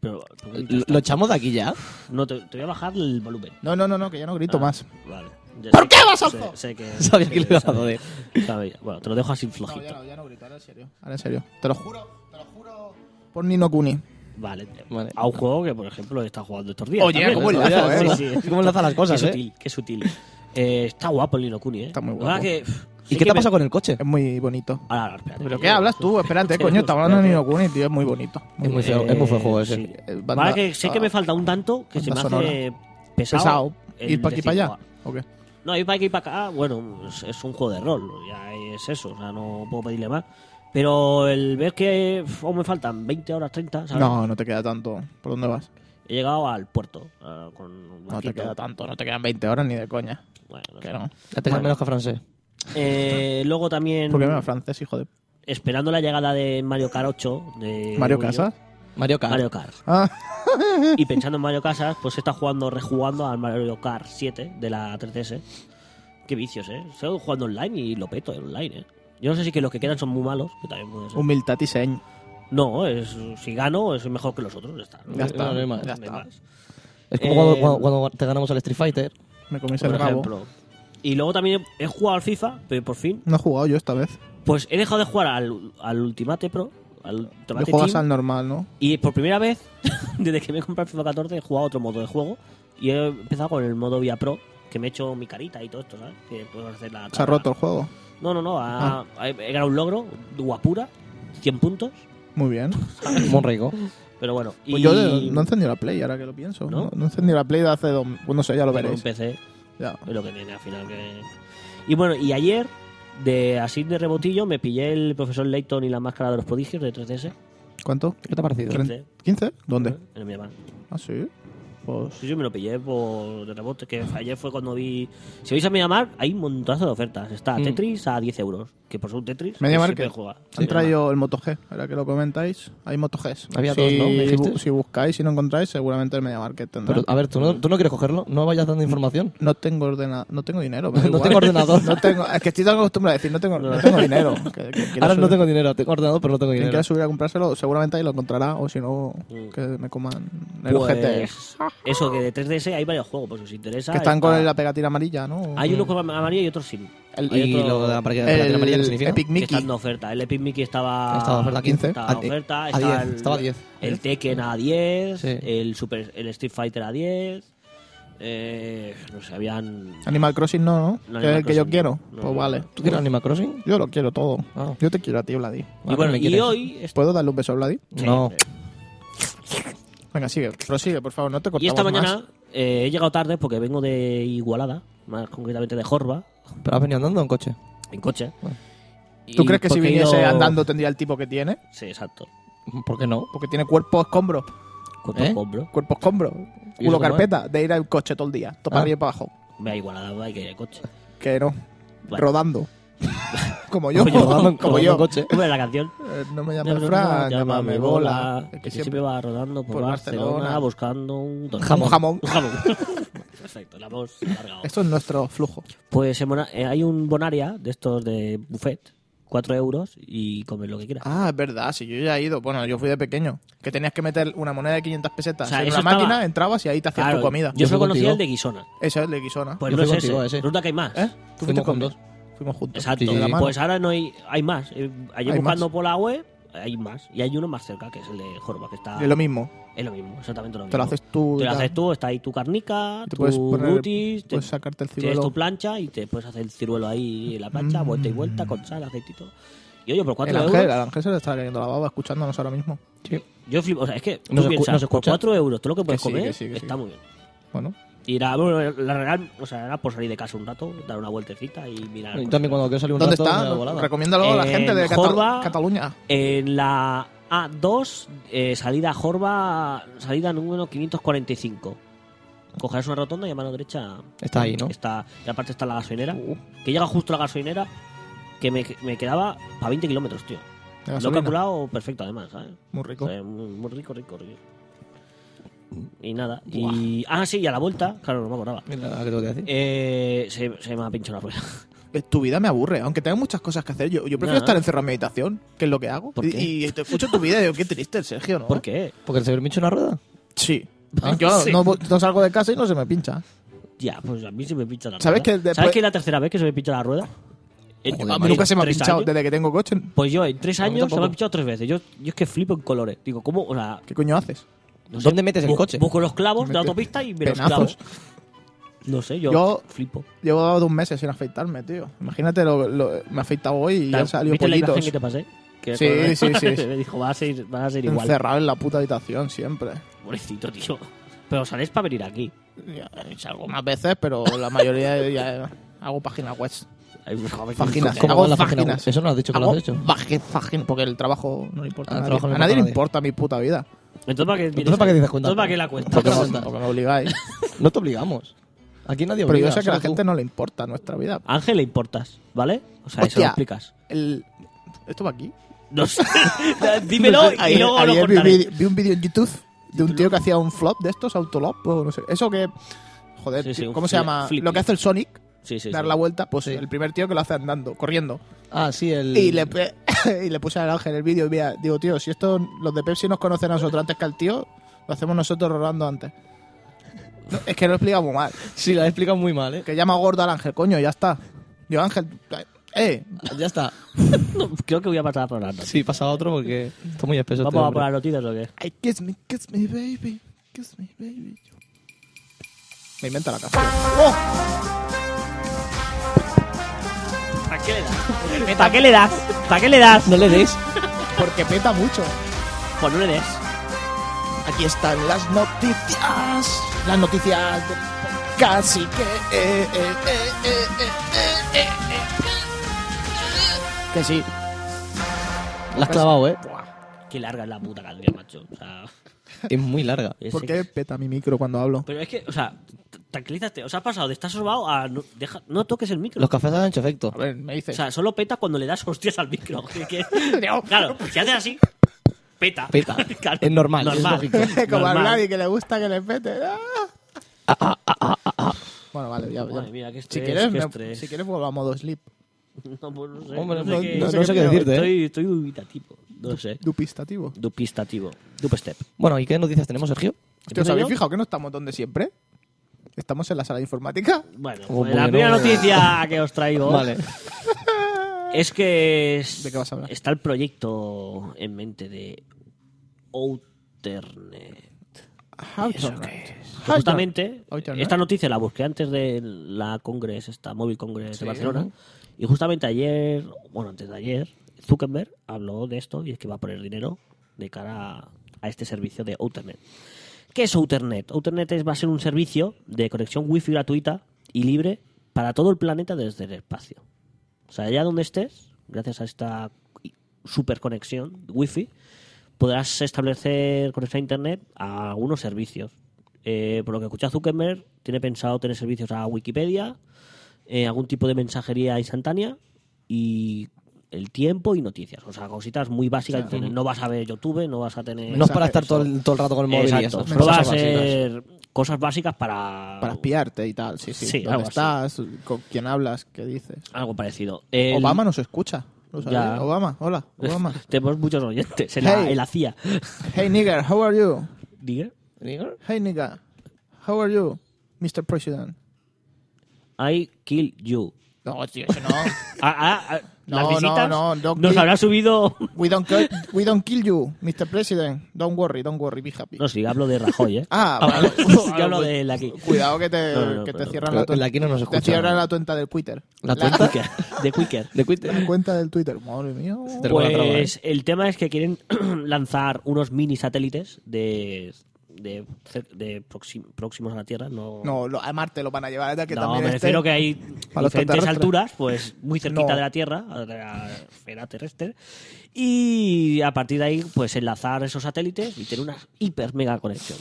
Speaker 4: Pero,
Speaker 3: ¿Lo, lo echamos de aquí ya? <laughs>
Speaker 4: No, te, te voy a bajar el volumen.
Speaker 2: No, no, no, no que ya no grito
Speaker 4: Ah,
Speaker 2: más.
Speaker 4: Vale. Ya
Speaker 2: ¿Por
Speaker 4: sé
Speaker 2: qué
Speaker 4: que-
Speaker 2: vas al
Speaker 4: sé-
Speaker 2: zoo?
Speaker 4: sé que-
Speaker 3: <laughs> Sabía que le iba a joder.
Speaker 4: sabía. Bueno, te lo dejo así
Speaker 2: No, ya
Speaker 4: flojito.
Speaker 2: no, ya no grito, ahora en serio. Ahora en serio. Te lo juro, te lo juro por Nino Kuni.
Speaker 4: Vale.
Speaker 3: Vale.
Speaker 4: A un juego que, por ejemplo, he estado jugando estos días.
Speaker 2: Oye,
Speaker 4: también.
Speaker 2: cómo
Speaker 4: Sí,
Speaker 2: enlaza,
Speaker 4: sí,
Speaker 2: ¿eh?
Speaker 3: <laughs>
Speaker 4: sí.
Speaker 3: ¿Cómo enlaza las cosas,
Speaker 4: Qué
Speaker 3: eh?
Speaker 4: sutil, qué sutil. Eh, está guapo el Nino Kuni, ¿eh?
Speaker 2: Está muy
Speaker 4: La
Speaker 2: guapo.
Speaker 4: verdad que,
Speaker 3: ¿Y qué te ha pasado con el coche?
Speaker 2: Es muy bonito.
Speaker 4: Ahora, ahora, espérate.
Speaker 2: ¿Pero qué hablas tú? Espérate, coño, está hablando de Nino Kuni, tío, es muy bonito.
Speaker 3: Es muy feo, es muy feo el juego ese.
Speaker 4: sí.
Speaker 2: Eh, banda-
Speaker 4: Vale, que sé que me
Speaker 2: ah,
Speaker 4: falta un tanto que se me
Speaker 2: banda
Speaker 4: hace pesado.
Speaker 2: pesado. ¿Ir
Speaker 4: el
Speaker 2: para aquí para allá?
Speaker 4: decir,
Speaker 2: ¿O qué?
Speaker 4: No, ir para aquí y para acá, Ah, bueno, es, es un juego de rol, ya es eso, o sea, no puedo pedirle más. Pero el ver que uf, aún me faltan 20 horas 30, ¿sabes?
Speaker 2: No, no te queda tanto. ¿Por dónde vas?
Speaker 4: He llegado al puerto ah, con un
Speaker 2: No te
Speaker 4: barquito.
Speaker 2: queda tanto, no te quedan 20 horas ni de coña.
Speaker 4: Bueno, no
Speaker 2: Que
Speaker 4: sé.
Speaker 2: no.
Speaker 3: Ya te menos que francés.
Speaker 4: Eh, luego también,
Speaker 2: ¿Por qué me va francés, hijo de
Speaker 4: esperando la llegada de Mario Kart 8 de
Speaker 2: Mario
Speaker 4: Wii U.
Speaker 2: Casas?
Speaker 3: Mario Kart.
Speaker 4: Mario Kart.
Speaker 2: Ah,
Speaker 4: Y pensando en Mario Casas, pues está jugando, rejugando al Mario Kart 7 de la 3DS. Qué vicios, ¿eh? Estoy jugando online y lo peto en online, ¿eh? Yo no sé si que los que quedan son muy malos, que también puede ser.
Speaker 2: humildad y señ.
Speaker 4: No, es, si gano es mejor que los otros, ya está.
Speaker 2: Ya está,
Speaker 3: No, no hay más.
Speaker 2: ya
Speaker 4: No hay
Speaker 2: está.
Speaker 4: más,
Speaker 3: Es como cuando-
Speaker 4: Eh,
Speaker 3: cuando, cuando te ganamos al Street Fighter.
Speaker 2: Me comí
Speaker 4: por
Speaker 2: el rabo.
Speaker 4: ejemplo. Y luego también he he jugado al FIFA, pero por fin.
Speaker 2: No he jugado yo esta vez.
Speaker 4: Pues he dejado de jugar al, al Ultimate Pro, al
Speaker 2: Yo
Speaker 4: Ultimate
Speaker 2: juegas
Speaker 4: Team,
Speaker 2: al normal, ¿no?
Speaker 4: Y por primera vez, <laughs> desde que me he comprado el FIFA 14, he jugado otro modo de juego. Y he empezado con el modo Vía Pro, que me he hecho mi carita y todo esto, ¿sabes? Que puedo hacer la.
Speaker 2: Se ha roto Ah. el juego.
Speaker 4: No, no, no. ha- He he ganado un logro, guapura, 100 puntos.
Speaker 2: Muy bien.
Speaker 3: Muy rico.
Speaker 4: Pero bueno.
Speaker 2: Pues
Speaker 4: y
Speaker 2: yo de- no he encendido la Play, ahora que lo pienso.
Speaker 4: ¿No?
Speaker 2: No, no he encendido la Play de hace dos... Pues no sé, ya lo
Speaker 4: Tengo
Speaker 2: veréis.
Speaker 4: un PC.
Speaker 2: Ya.
Speaker 4: Es lo que tiene al final que... Y bueno, y ayer, de así de rebotillo, me pillé el profesor Layton y la máscara de los prodigios de 3DS.
Speaker 2: ¿Cuánto?
Speaker 3: ¿Qué te ha parecido? ¿Eh?
Speaker 4: Quince.
Speaker 2: Tren- ¿15? ¿Dónde?
Speaker 4: En el Miramar.
Speaker 2: Ah, sí. Pues...
Speaker 4: Sí, yo me lo pillé por de rebote, que ayer fue cuando vi... Si vais a Miramar, hay un montonazo de ofertas. Está
Speaker 3: Mm.
Speaker 4: Tetris a 10 euros. que por ser un Tetris
Speaker 2: Media
Speaker 4: pues
Speaker 2: Market.
Speaker 4: siempre juega.
Speaker 2: Han traído el Moto G, ahora que lo comentáis. Hay Moto Gs.
Speaker 3: Había
Speaker 2: si,
Speaker 3: dos, ¿no? ¿Me dijiste?
Speaker 2: bu- Si buscáis y no encontráis, seguramente el MediaMarket tendrá.
Speaker 3: Pero, ah. a ver, ¿tú no, tú no quieres cogerlo, no vayas dando información.
Speaker 2: no tengo ordena no tengo dinero. pero
Speaker 3: <laughs> No
Speaker 2: igual.
Speaker 3: tengo ordenador.
Speaker 2: No tengo, es que estoy tan acostumbrado a decir, no tengo, no tengo
Speaker 3: <laughs>
Speaker 2: dinero. Que- que quiera
Speaker 3: Ahora no
Speaker 2: subir-
Speaker 3: tengo dinero, tengo ordenado, pero no tengo
Speaker 2: Quien
Speaker 3: dinero. Mm.
Speaker 2: quiera subir a comprárselo, seguramente ahí lo encontrará, o si no, que me coman el
Speaker 4: Pues,
Speaker 2: ojete.
Speaker 4: Eso, que de 3DS hay varios juegos, por si os interesa.
Speaker 2: Que están
Speaker 4: está-
Speaker 2: con la pegatina amarilla, ¿no?
Speaker 4: Hay uno con amarillo y otro sin.
Speaker 2: El-
Speaker 4: Hay
Speaker 3: ¿Y
Speaker 4: otro-
Speaker 3: lo de la parque- la
Speaker 2: el
Speaker 3: platina amarilla qué significa?
Speaker 2: Epic
Speaker 4: Que están
Speaker 2: Mickey.
Speaker 4: de oferta. El Epic Mickey estaba.
Speaker 3: Estaba de oferta a 15.
Speaker 4: Estaba de
Speaker 3: A-
Speaker 4: oferta.
Speaker 3: a
Speaker 4: estaba
Speaker 3: 10,
Speaker 4: el-
Speaker 3: estaba a 10.
Speaker 4: El Tekken a 10.
Speaker 3: Sí.
Speaker 4: El, Super, el Street Fighter a 10. Eh, no sé, habían.
Speaker 2: Animal Crossing no, ¿no? que
Speaker 4: No,
Speaker 2: es el
Speaker 4: Animal
Speaker 2: que yo
Speaker 4: Crossing
Speaker 2: quiero.
Speaker 4: no. No,
Speaker 2: pues
Speaker 4: no,
Speaker 2: vale.
Speaker 3: ¿Tú quieres Animal Crossing?
Speaker 2: Yo lo quiero todo.
Speaker 3: Ah.
Speaker 2: Yo te quiero a ti, Vladi.
Speaker 4: Y bueno,
Speaker 3: ¿me
Speaker 4: y
Speaker 3: quieres?
Speaker 4: hoy. est-
Speaker 2: ¿Puedo darle un beso a Vladi?
Speaker 3: No.
Speaker 2: Venga, sigue, prosigue, por favor, no te cortamos
Speaker 4: Y esta
Speaker 2: más.
Speaker 4: mañana eh, he llegado tarde porque vengo de Igualada, más concretamente de Jorba,
Speaker 3: ¿Pero has venido andando en coche?
Speaker 4: en coche.
Speaker 3: Bueno.
Speaker 2: ¿Tú
Speaker 4: Y
Speaker 2: crees que si
Speaker 4: porque he
Speaker 2: viniese
Speaker 4: ido-
Speaker 2: andando tendría el tipo que tiene?
Speaker 4: Sí, exacto.
Speaker 3: ¿Por qué no?
Speaker 2: Porque tiene cuerpo escombro,
Speaker 4: Cuerpo
Speaker 3: ¿Eh?
Speaker 4: escombro.
Speaker 2: cuerpo escombro,
Speaker 3: ¿Y eso
Speaker 2: culo
Speaker 3: cómo es?
Speaker 2: carpeta, de ir al coche todo el día, todo para
Speaker 3: Ah.
Speaker 2: arriba y para abajo.
Speaker 4: Ve a Igualada, hay que ir en coche.
Speaker 2: Que no,
Speaker 4: Vale.
Speaker 2: rodando. como <laughs> yo,
Speaker 3: Como yo,
Speaker 2: como,
Speaker 3: como
Speaker 2: yo.
Speaker 3: en coche.
Speaker 4: ¿Cómo era la canción?
Speaker 2: Eh, no me llames Fran, llámame Bola. Es
Speaker 4: Que siempre va rodando por,
Speaker 2: por
Speaker 4: Barcelona,
Speaker 2: Barcelona.
Speaker 4: buscando un don-
Speaker 2: Jamón.
Speaker 4: Un jamón. <laughs> Perfecto, la hemos alargado.
Speaker 2: Esto es nuestro flujo.
Speaker 4: Pues en Bona- eh, hay un Bonaria de estos de buffet, 4 euros y comes lo que quieras.
Speaker 2: Ah, es verdad, si yo ya he ido. Bueno, yo fui de pequeño. Que tenías que meter una moneda de 500 pesetas
Speaker 4: O sea,
Speaker 2: en una
Speaker 4: eso estaba-
Speaker 2: máquina, entrabas y ahí te hacías
Speaker 4: Claro,
Speaker 2: tu comida.
Speaker 4: Yo
Speaker 3: Yo fui
Speaker 4: solo conocía
Speaker 3: contigo.
Speaker 4: el de Guisona.
Speaker 2: Esa es la guisona.
Speaker 4: Pues
Speaker 3: Yo
Speaker 4: no es
Speaker 3: fui
Speaker 4: ese.
Speaker 3: contigo a ese.
Speaker 4: Resulta que hay más.
Speaker 2: ¿Eh? ¿Tú fuiste
Speaker 3: Fuimos
Speaker 2: con dos?
Speaker 3: juntos.
Speaker 2: Fuimos juntos.
Speaker 4: Exacto.
Speaker 3: Sí, sí, sí.
Speaker 4: Pues ahora no hay, hay más. Eh, Ayer
Speaker 2: Hay
Speaker 4: buscando
Speaker 2: más.
Speaker 4: por la web hay más. Y hay uno más cerca, que es el de Jorba, que está...
Speaker 2: Es lo mismo.
Speaker 4: Es lo mismo, exactamente lo mismo.
Speaker 2: Te lo haces tú.
Speaker 4: pues, Te lo
Speaker 2: ya.
Speaker 4: haces tú, está ahí tu carnica,
Speaker 2: Te
Speaker 4: tu
Speaker 2: puedes poner- pues,
Speaker 4: rutis, te-
Speaker 2: Puedes sacarte el
Speaker 4: tienes tu
Speaker 2: ciruelo.
Speaker 4: plancha y te puedes hacer el ciruelo ahí en la plancha, vuelta y vuelta, con sal, aceitito. Y oye, por
Speaker 2: Mm. El
Speaker 4: 4 euros.
Speaker 2: ángel, el ángel se le está cayendo la baba escuchándonos ahora mismo.
Speaker 3: Sí.
Speaker 4: Yo flipo, o sea, es que tú
Speaker 3: Nos escu-
Speaker 4: piensas,
Speaker 3: nos
Speaker 4: por
Speaker 3: escucha.
Speaker 4: 4 euros, todo lo que puedes
Speaker 2: sí,
Speaker 4: comer
Speaker 2: que sí, que sí.
Speaker 4: está muy bien.
Speaker 2: Bueno,
Speaker 4: Y era, bueno, la real, o sea, era por salir de casa un rato, dar una vueltecita y mirar.
Speaker 3: Y también cuando quiero salir un
Speaker 2: ¿dónde
Speaker 3: rato, me da
Speaker 2: está?
Speaker 3: volada.
Speaker 2: Recomiéndalo a la
Speaker 4: En
Speaker 2: gente de Cata-
Speaker 4: Jorba-
Speaker 2: Cataluña.
Speaker 4: En la A2, eh, salida Jorba, salida número 545. Cogerás una rotonda y a mano derecha
Speaker 3: Está ahí, ¿no?
Speaker 4: está. Y aparte está la gasolinera.
Speaker 2: Uh,
Speaker 4: Que llega justo la gasolinera, que me, me quedaba para 20 kilómetros, tío.
Speaker 2: de
Speaker 4: Lo he
Speaker 2: Ah, gasolina.
Speaker 4: calculado perfecto, además, ¿sabes?
Speaker 2: Muy rico.
Speaker 4: Eh, muy, muy rico, rico, rico. Y nada. Y, ah, sí, y a la vuelta, claro, no me acordaba.
Speaker 3: Mira, ¿qué tengo que decir?
Speaker 4: Eh, se, se me ha pinchado la rueda.
Speaker 2: Eh, Tu vida me aburre, aunque tengo muchas cosas que hacer. Yo, yo prefiero
Speaker 4: Nah.
Speaker 2: estar encerrado en mi habitación, que es lo que hago.
Speaker 4: ¿Por
Speaker 2: Y-
Speaker 4: qué?
Speaker 2: Y, te escucho tu vida y digo, qué triste el Sergio, ¿no?
Speaker 4: ¿Por qué?
Speaker 3: ¿Porque se me hincha una rueda?
Speaker 2: Sí.
Speaker 3: Ah,
Speaker 2: yo
Speaker 3: sí.
Speaker 2: No, no salgo de casa y no se me pincha.
Speaker 4: Ya, pues a mí se me pincha la
Speaker 2: ¿Sabes
Speaker 4: rueda.
Speaker 2: que después-
Speaker 4: ¿Sabes que es la tercera vez que se me pincha la rueda? En-
Speaker 2: A mí
Speaker 4: en
Speaker 2: nunca se me ha
Speaker 4: Ah, tres
Speaker 2: pinchado
Speaker 4: años.
Speaker 2: desde que tengo coche.
Speaker 4: Pues yo en tres
Speaker 3: A mí
Speaker 4: años se me ha
Speaker 3: tampoco.
Speaker 4: pinchado tres veces. Yo, yo es que flipo en colores. Digo, ¿cómo? O sea,
Speaker 2: ¿Qué coño haces?
Speaker 4: no
Speaker 3: ¿Dónde metes el
Speaker 4: bu-
Speaker 3: coche?
Speaker 4: Busco los clavos de la
Speaker 2: Metes
Speaker 4: autopista y me los
Speaker 2: penazos.
Speaker 4: clavos. No sé, yo,
Speaker 2: Yo-
Speaker 4: flipo.
Speaker 2: Llevo dos meses sin afeitarme, tío. Imagínate, lo, lo- me he afeitado hoy y ya han salido
Speaker 4: ¿Viste la imagen
Speaker 2: pollitos.
Speaker 4: que te pasé? Que
Speaker 2: Sí,
Speaker 4: con-
Speaker 2: sí, sí, sí.
Speaker 4: <laughs> me dijo, va a ser, va a ser igual.
Speaker 2: Encerrado en la puta habitación siempre.
Speaker 4: Pobrecito, tío. Pero sales para venir aquí.
Speaker 2: Ya, Salgo más veces, pero la mayoría <laughs> ya hago páginas web.
Speaker 4: Ay, pues, joder,
Speaker 2: Vaginas.
Speaker 4: ¿cómo?
Speaker 2: hago
Speaker 3: va la página
Speaker 2: vaginas.
Speaker 3: web? Eso no lo has dicho que lo
Speaker 2: Hago
Speaker 3: has hecho.
Speaker 2: vaje- faje- porque el trabajo no le importa
Speaker 3: Ah,
Speaker 2: a
Speaker 3: el
Speaker 2: nadie.
Speaker 3: trabajo no
Speaker 2: a
Speaker 3: importa
Speaker 2: nadie
Speaker 3: a
Speaker 2: le
Speaker 3: nadie.
Speaker 2: importa mi puta vida.
Speaker 4: Entonces, ¿para qué,
Speaker 3: Entonces, ¿para qué dices cuenta?
Speaker 4: Entonces, ¿para qué la cuenta?
Speaker 3: ¿Por qué
Speaker 2: Porque
Speaker 3: cuenta?
Speaker 2: me- porque me
Speaker 4: <laughs>
Speaker 2: obligáis.
Speaker 3: <laughs> No te obligamos. Aquí nadie
Speaker 2: Pero
Speaker 3: obliga.
Speaker 2: yo sé que a la
Speaker 3: solo
Speaker 2: gente
Speaker 3: tú.
Speaker 2: no le importa nuestra vida.
Speaker 4: Ángel le importas, ¿vale? O sea, eso
Speaker 2: Hostia.
Speaker 4: lo explicas.
Speaker 2: El- ¿Esto va aquí?
Speaker 4: No sé. Dímelo y
Speaker 2: Ayer-
Speaker 4: luego lo
Speaker 2: ayer vi, un
Speaker 4: cortaré.
Speaker 2: vídeo- vi un vídeo en YouTube de un tío que hacía un flop de estos, autolop o no sé. Eso que... Joder,
Speaker 4: Sí, sí,
Speaker 2: tío,
Speaker 4: un
Speaker 2: ¿cómo se
Speaker 4: fli-
Speaker 2: llama?
Speaker 4: flippy.
Speaker 2: Lo que hace el Sonic,
Speaker 4: Sí, sí,
Speaker 2: dar
Speaker 4: sí.
Speaker 2: la vuelta, pues
Speaker 3: Sí.
Speaker 2: el primer tío que lo hace andando, corriendo.
Speaker 3: Ah, sí, el.
Speaker 2: Y le, pe- <laughs> y le puse al ángel el vídeo y mira, digo, tío, si esto los de Pepsi nos conocen a nosotros antes que al tío, lo hacemos nosotros rodando antes. No, es que lo he explicado muy mal.
Speaker 3: Sí, la he explicado muy mal, ¿eh?
Speaker 2: Que llama gordo al ángel, coño, ya está. Yo, ángel, eh,
Speaker 3: Ya está.
Speaker 4: No, creo que voy a pasar por la
Speaker 3: Sí, pasa a otro porque está muy espeso. este
Speaker 4: ¿Vamos a
Speaker 3: hombre.
Speaker 4: por las noticias o qué?
Speaker 2: I kiss me, kiss me, baby, kiss me, baby. Me inventa la casa.
Speaker 4: ¿Para qué le das? ¿Para qué le das? ¿Para qué le das?
Speaker 3: No le des.
Speaker 2: Porque peta mucho.
Speaker 4: Pues no le des.
Speaker 2: Aquí están las noticias. Las noticias de casi que. eh, eh, eh, eh, eh, eh, eh, eh, eh. Que sí.
Speaker 3: La has clavado, ¿eh?
Speaker 4: Buah, qué larga es la puta canción, macho. O sea,
Speaker 3: Es muy larga.
Speaker 4: Ese
Speaker 2: ¿Por
Speaker 4: que-
Speaker 2: qué peta mi micro cuando hablo?
Speaker 4: Pero es que, o sea, t- tranquilízate. O sea, has pasado de estar sobao a no, deja- no toques el micro.
Speaker 3: Los cafés han hecho efecto.
Speaker 2: A ver, me
Speaker 4: O
Speaker 2: dices.
Speaker 4: sea, solo peta cuando le das hostias al micro. <laughs> Que- que- claro, si haces así, peta.
Speaker 3: Peta.
Speaker 4: <laughs> Claro.
Speaker 3: Es normal, es lógico.
Speaker 2: <laughs> como a
Speaker 4: normal.
Speaker 2: Vladi que le gusta que le pete. Ah. Bueno, vale, ya, ya.
Speaker 4: Madre mía, qué
Speaker 2: si,
Speaker 4: estrés,
Speaker 2: quieres,
Speaker 4: qué
Speaker 2: me-
Speaker 4: estrés.
Speaker 2: si quieres vuelvo a modo sleep.
Speaker 4: No, pues no sé.
Speaker 3: Hombre,
Speaker 4: no,
Speaker 3: no-
Speaker 4: sé qué,
Speaker 3: no-
Speaker 2: sé
Speaker 3: no
Speaker 2: qué
Speaker 3: sé qué
Speaker 2: creo.
Speaker 3: decirte, ¿eh?
Speaker 4: Estoy, estoy dubitativo. No sé.
Speaker 2: Dupistativo.
Speaker 4: Dupistativo. Dupstep.
Speaker 3: Bueno, ¿y qué noticias tenemos, Sergio?
Speaker 2: Hostia, ¿os
Speaker 4: ¿Empiezo
Speaker 2: habéis
Speaker 4: yo?
Speaker 2: fijado que no estamos donde siempre? ¿Estamos en la sala de informática?
Speaker 4: Bueno,
Speaker 3: Oh,
Speaker 4: pues la
Speaker 3: bueno.
Speaker 4: primera noticia que os traigo
Speaker 3: Vale.
Speaker 4: es que es-
Speaker 2: ¿De qué vas a hablar?
Speaker 4: está el proyecto en mente de Outernet.
Speaker 2: Housenet. Housenet.
Speaker 4: Justamente,
Speaker 2: Outernet.
Speaker 4: esta noticia la busqué antes de la Congress, esta Móvil Congress
Speaker 2: Sí.
Speaker 4: de Barcelona. Y justamente ayer, bueno, antes de ayer, Zuckerberg habló de esto y es que va a poner dinero de cara a, a este servicio de Outernet. ¿Qué es Outernet? Outernet es, va a ser un servicio de conexión wifi gratuita y libre para todo el planeta desde el espacio. O sea, allá donde estés, gracias a esta super conexión wifi, podrás establecer conexión a internet a algunos servicios. Eh, por lo que escuché a Zuckerberg, tiene pensado tener servicios a Wikipedia, eh, algún tipo de mensajería instantánea y el tiempo y noticias. O sea, cositas muy básicas. de tener. no vas a ver YouTube, no vas a tener...
Speaker 3: No es para estar todo el, todo el rato con el móvil y
Speaker 4: Exacto.
Speaker 3: eso.
Speaker 4: Solo va a
Speaker 3: Cosas básicas.
Speaker 4: ser cosas básicas para...
Speaker 2: Para espiarte y tal, sí, sí.
Speaker 4: Sí,
Speaker 2: ¿Dónde
Speaker 4: algo así.
Speaker 2: estás? ¿Con quién hablas? ¿Qué dices?
Speaker 4: Algo parecido. El-
Speaker 2: Obama nos escucha. ¿Lo sabéis?
Speaker 4: Ya.
Speaker 2: Obama,
Speaker 4: <laughs>
Speaker 2: hola, Obama.
Speaker 4: Tenemos muchos oyentes en la,
Speaker 2: Hey.
Speaker 4: en la CIA.
Speaker 2: hey nigger, how are you?
Speaker 4: Diga.
Speaker 2: Hey nigger, how are you, Mr. President?
Speaker 4: I kill you.
Speaker 2: No, tío, eso no.
Speaker 4: Ah, ah, ah, las
Speaker 2: No, no,
Speaker 4: visitas
Speaker 2: no, no,
Speaker 4: nos
Speaker 2: kill-
Speaker 4: habrá subido... <laughs>
Speaker 2: We don't, kill, we don't kill you, Mr. President. Don't worry, don't worry, be happy.
Speaker 4: No, sí, hablo de Rajoy, ¿eh?
Speaker 2: <laughs> Ah,
Speaker 4: <laughs>
Speaker 2: vale. <laughs> pues,
Speaker 4: Yo hablo de la aquí.
Speaker 2: Cuidado que te,
Speaker 4: No, no, no,
Speaker 2: que te
Speaker 4: pero-
Speaker 2: cierran
Speaker 3: pero
Speaker 2: la,
Speaker 3: el aquí no nos
Speaker 2: te
Speaker 3: escucha.
Speaker 2: cierran la cuenta del Twitter.
Speaker 3: La
Speaker 4: <laughs> De
Speaker 3: cuenta
Speaker 4: Quicker. De Quicker.
Speaker 2: <laughs>
Speaker 3: de Twitter.
Speaker 2: La cuenta del Twitter, madre mía.
Speaker 3: Te lo van a trabar, ¿eh?
Speaker 4: Pues el tema es que quieren <clears throat> lanzar unos mini satélites de, de, cer- de proxi- próximos a la Tierra. No,
Speaker 2: No, lo- a Marte lo van a llevar. ya Que
Speaker 4: No,
Speaker 2: también
Speaker 4: me
Speaker 2: este-
Speaker 4: refiero que hay
Speaker 2: a los
Speaker 4: diferentes
Speaker 2: extraterrestres.
Speaker 4: alturas, pues muy cerquita
Speaker 2: No.
Speaker 4: de la Tierra, de la esfera terrestre. Y a partir de ahí, pues enlazar esos satélites y tener una hiper mega conexión.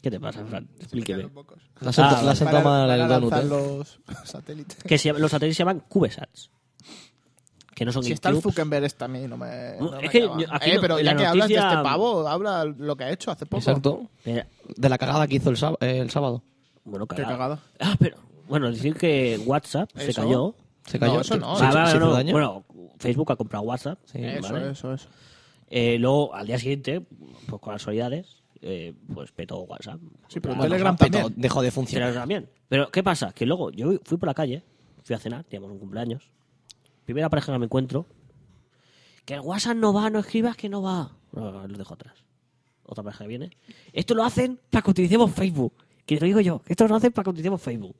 Speaker 4: ¿Qué te pasa, Fran? Explíqueme.
Speaker 2: Los bocos.
Speaker 3: La has sentado-
Speaker 4: Ah,
Speaker 3: la has sentado
Speaker 2: Para-
Speaker 3: mal
Speaker 2: para
Speaker 3: el donut,
Speaker 2: lanzar
Speaker 3: ¿eh?
Speaker 2: los satélites.
Speaker 4: Que se llama- los satélites se llaman CubeSats. Que no son
Speaker 2: Si está el
Speaker 4: GameCubes.
Speaker 2: Zuckerberg, está a mí, no me. no
Speaker 4: Es
Speaker 2: me
Speaker 4: que
Speaker 2: acaba.
Speaker 4: yo- aquí
Speaker 2: eh,
Speaker 4: no-
Speaker 2: pero ya
Speaker 4: la
Speaker 2: que hablas de
Speaker 4: noticia-
Speaker 2: este pavo, habla lo que ha hecho hace poco.
Speaker 3: Exacto.
Speaker 4: Espera,
Speaker 3: De la cagada que hizo el, sáb- eh, el sábado.
Speaker 4: Eh, Bueno,
Speaker 2: Qué
Speaker 4: cagada.
Speaker 2: cagada.
Speaker 4: <laughs> Ah, pero bueno, decir que WhatsApp se
Speaker 2: Eso.
Speaker 4: cayó.
Speaker 3: Se cayó.
Speaker 2: No, eso no.
Speaker 3: Se-
Speaker 4: Ah,
Speaker 3: se-
Speaker 4: vale,
Speaker 3: se hizo
Speaker 4: no,
Speaker 3: daño.
Speaker 4: Bueno, Facebook ha comprado WhatsApp.
Speaker 3: Sí,
Speaker 2: Eso,
Speaker 4: ¿vale?
Speaker 2: eso, eso.
Speaker 4: Eh, luego, al día siguiente, pues con las solidades, eh, pues petó WhatsApp.
Speaker 2: Sí, pero
Speaker 4: Ah,
Speaker 2: Telegram
Speaker 3: Bueno, tanto
Speaker 2: también.
Speaker 3: Dejó de
Speaker 4: Pero
Speaker 3: funcionar.
Speaker 4: también. Pero, ¿qué pasa? Que luego yo fui por la calle, fui a cenar, teníamos un cumpleaños. Primera pareja que me encuentro. Que el WhatsApp no va, no escribas que no va. No, no, lo dejo atrás. Otra pareja que viene. Esto lo hacen para que utilicemos Facebook. Que te lo digo yo. Esto lo hacen para que utilicemos Facebook.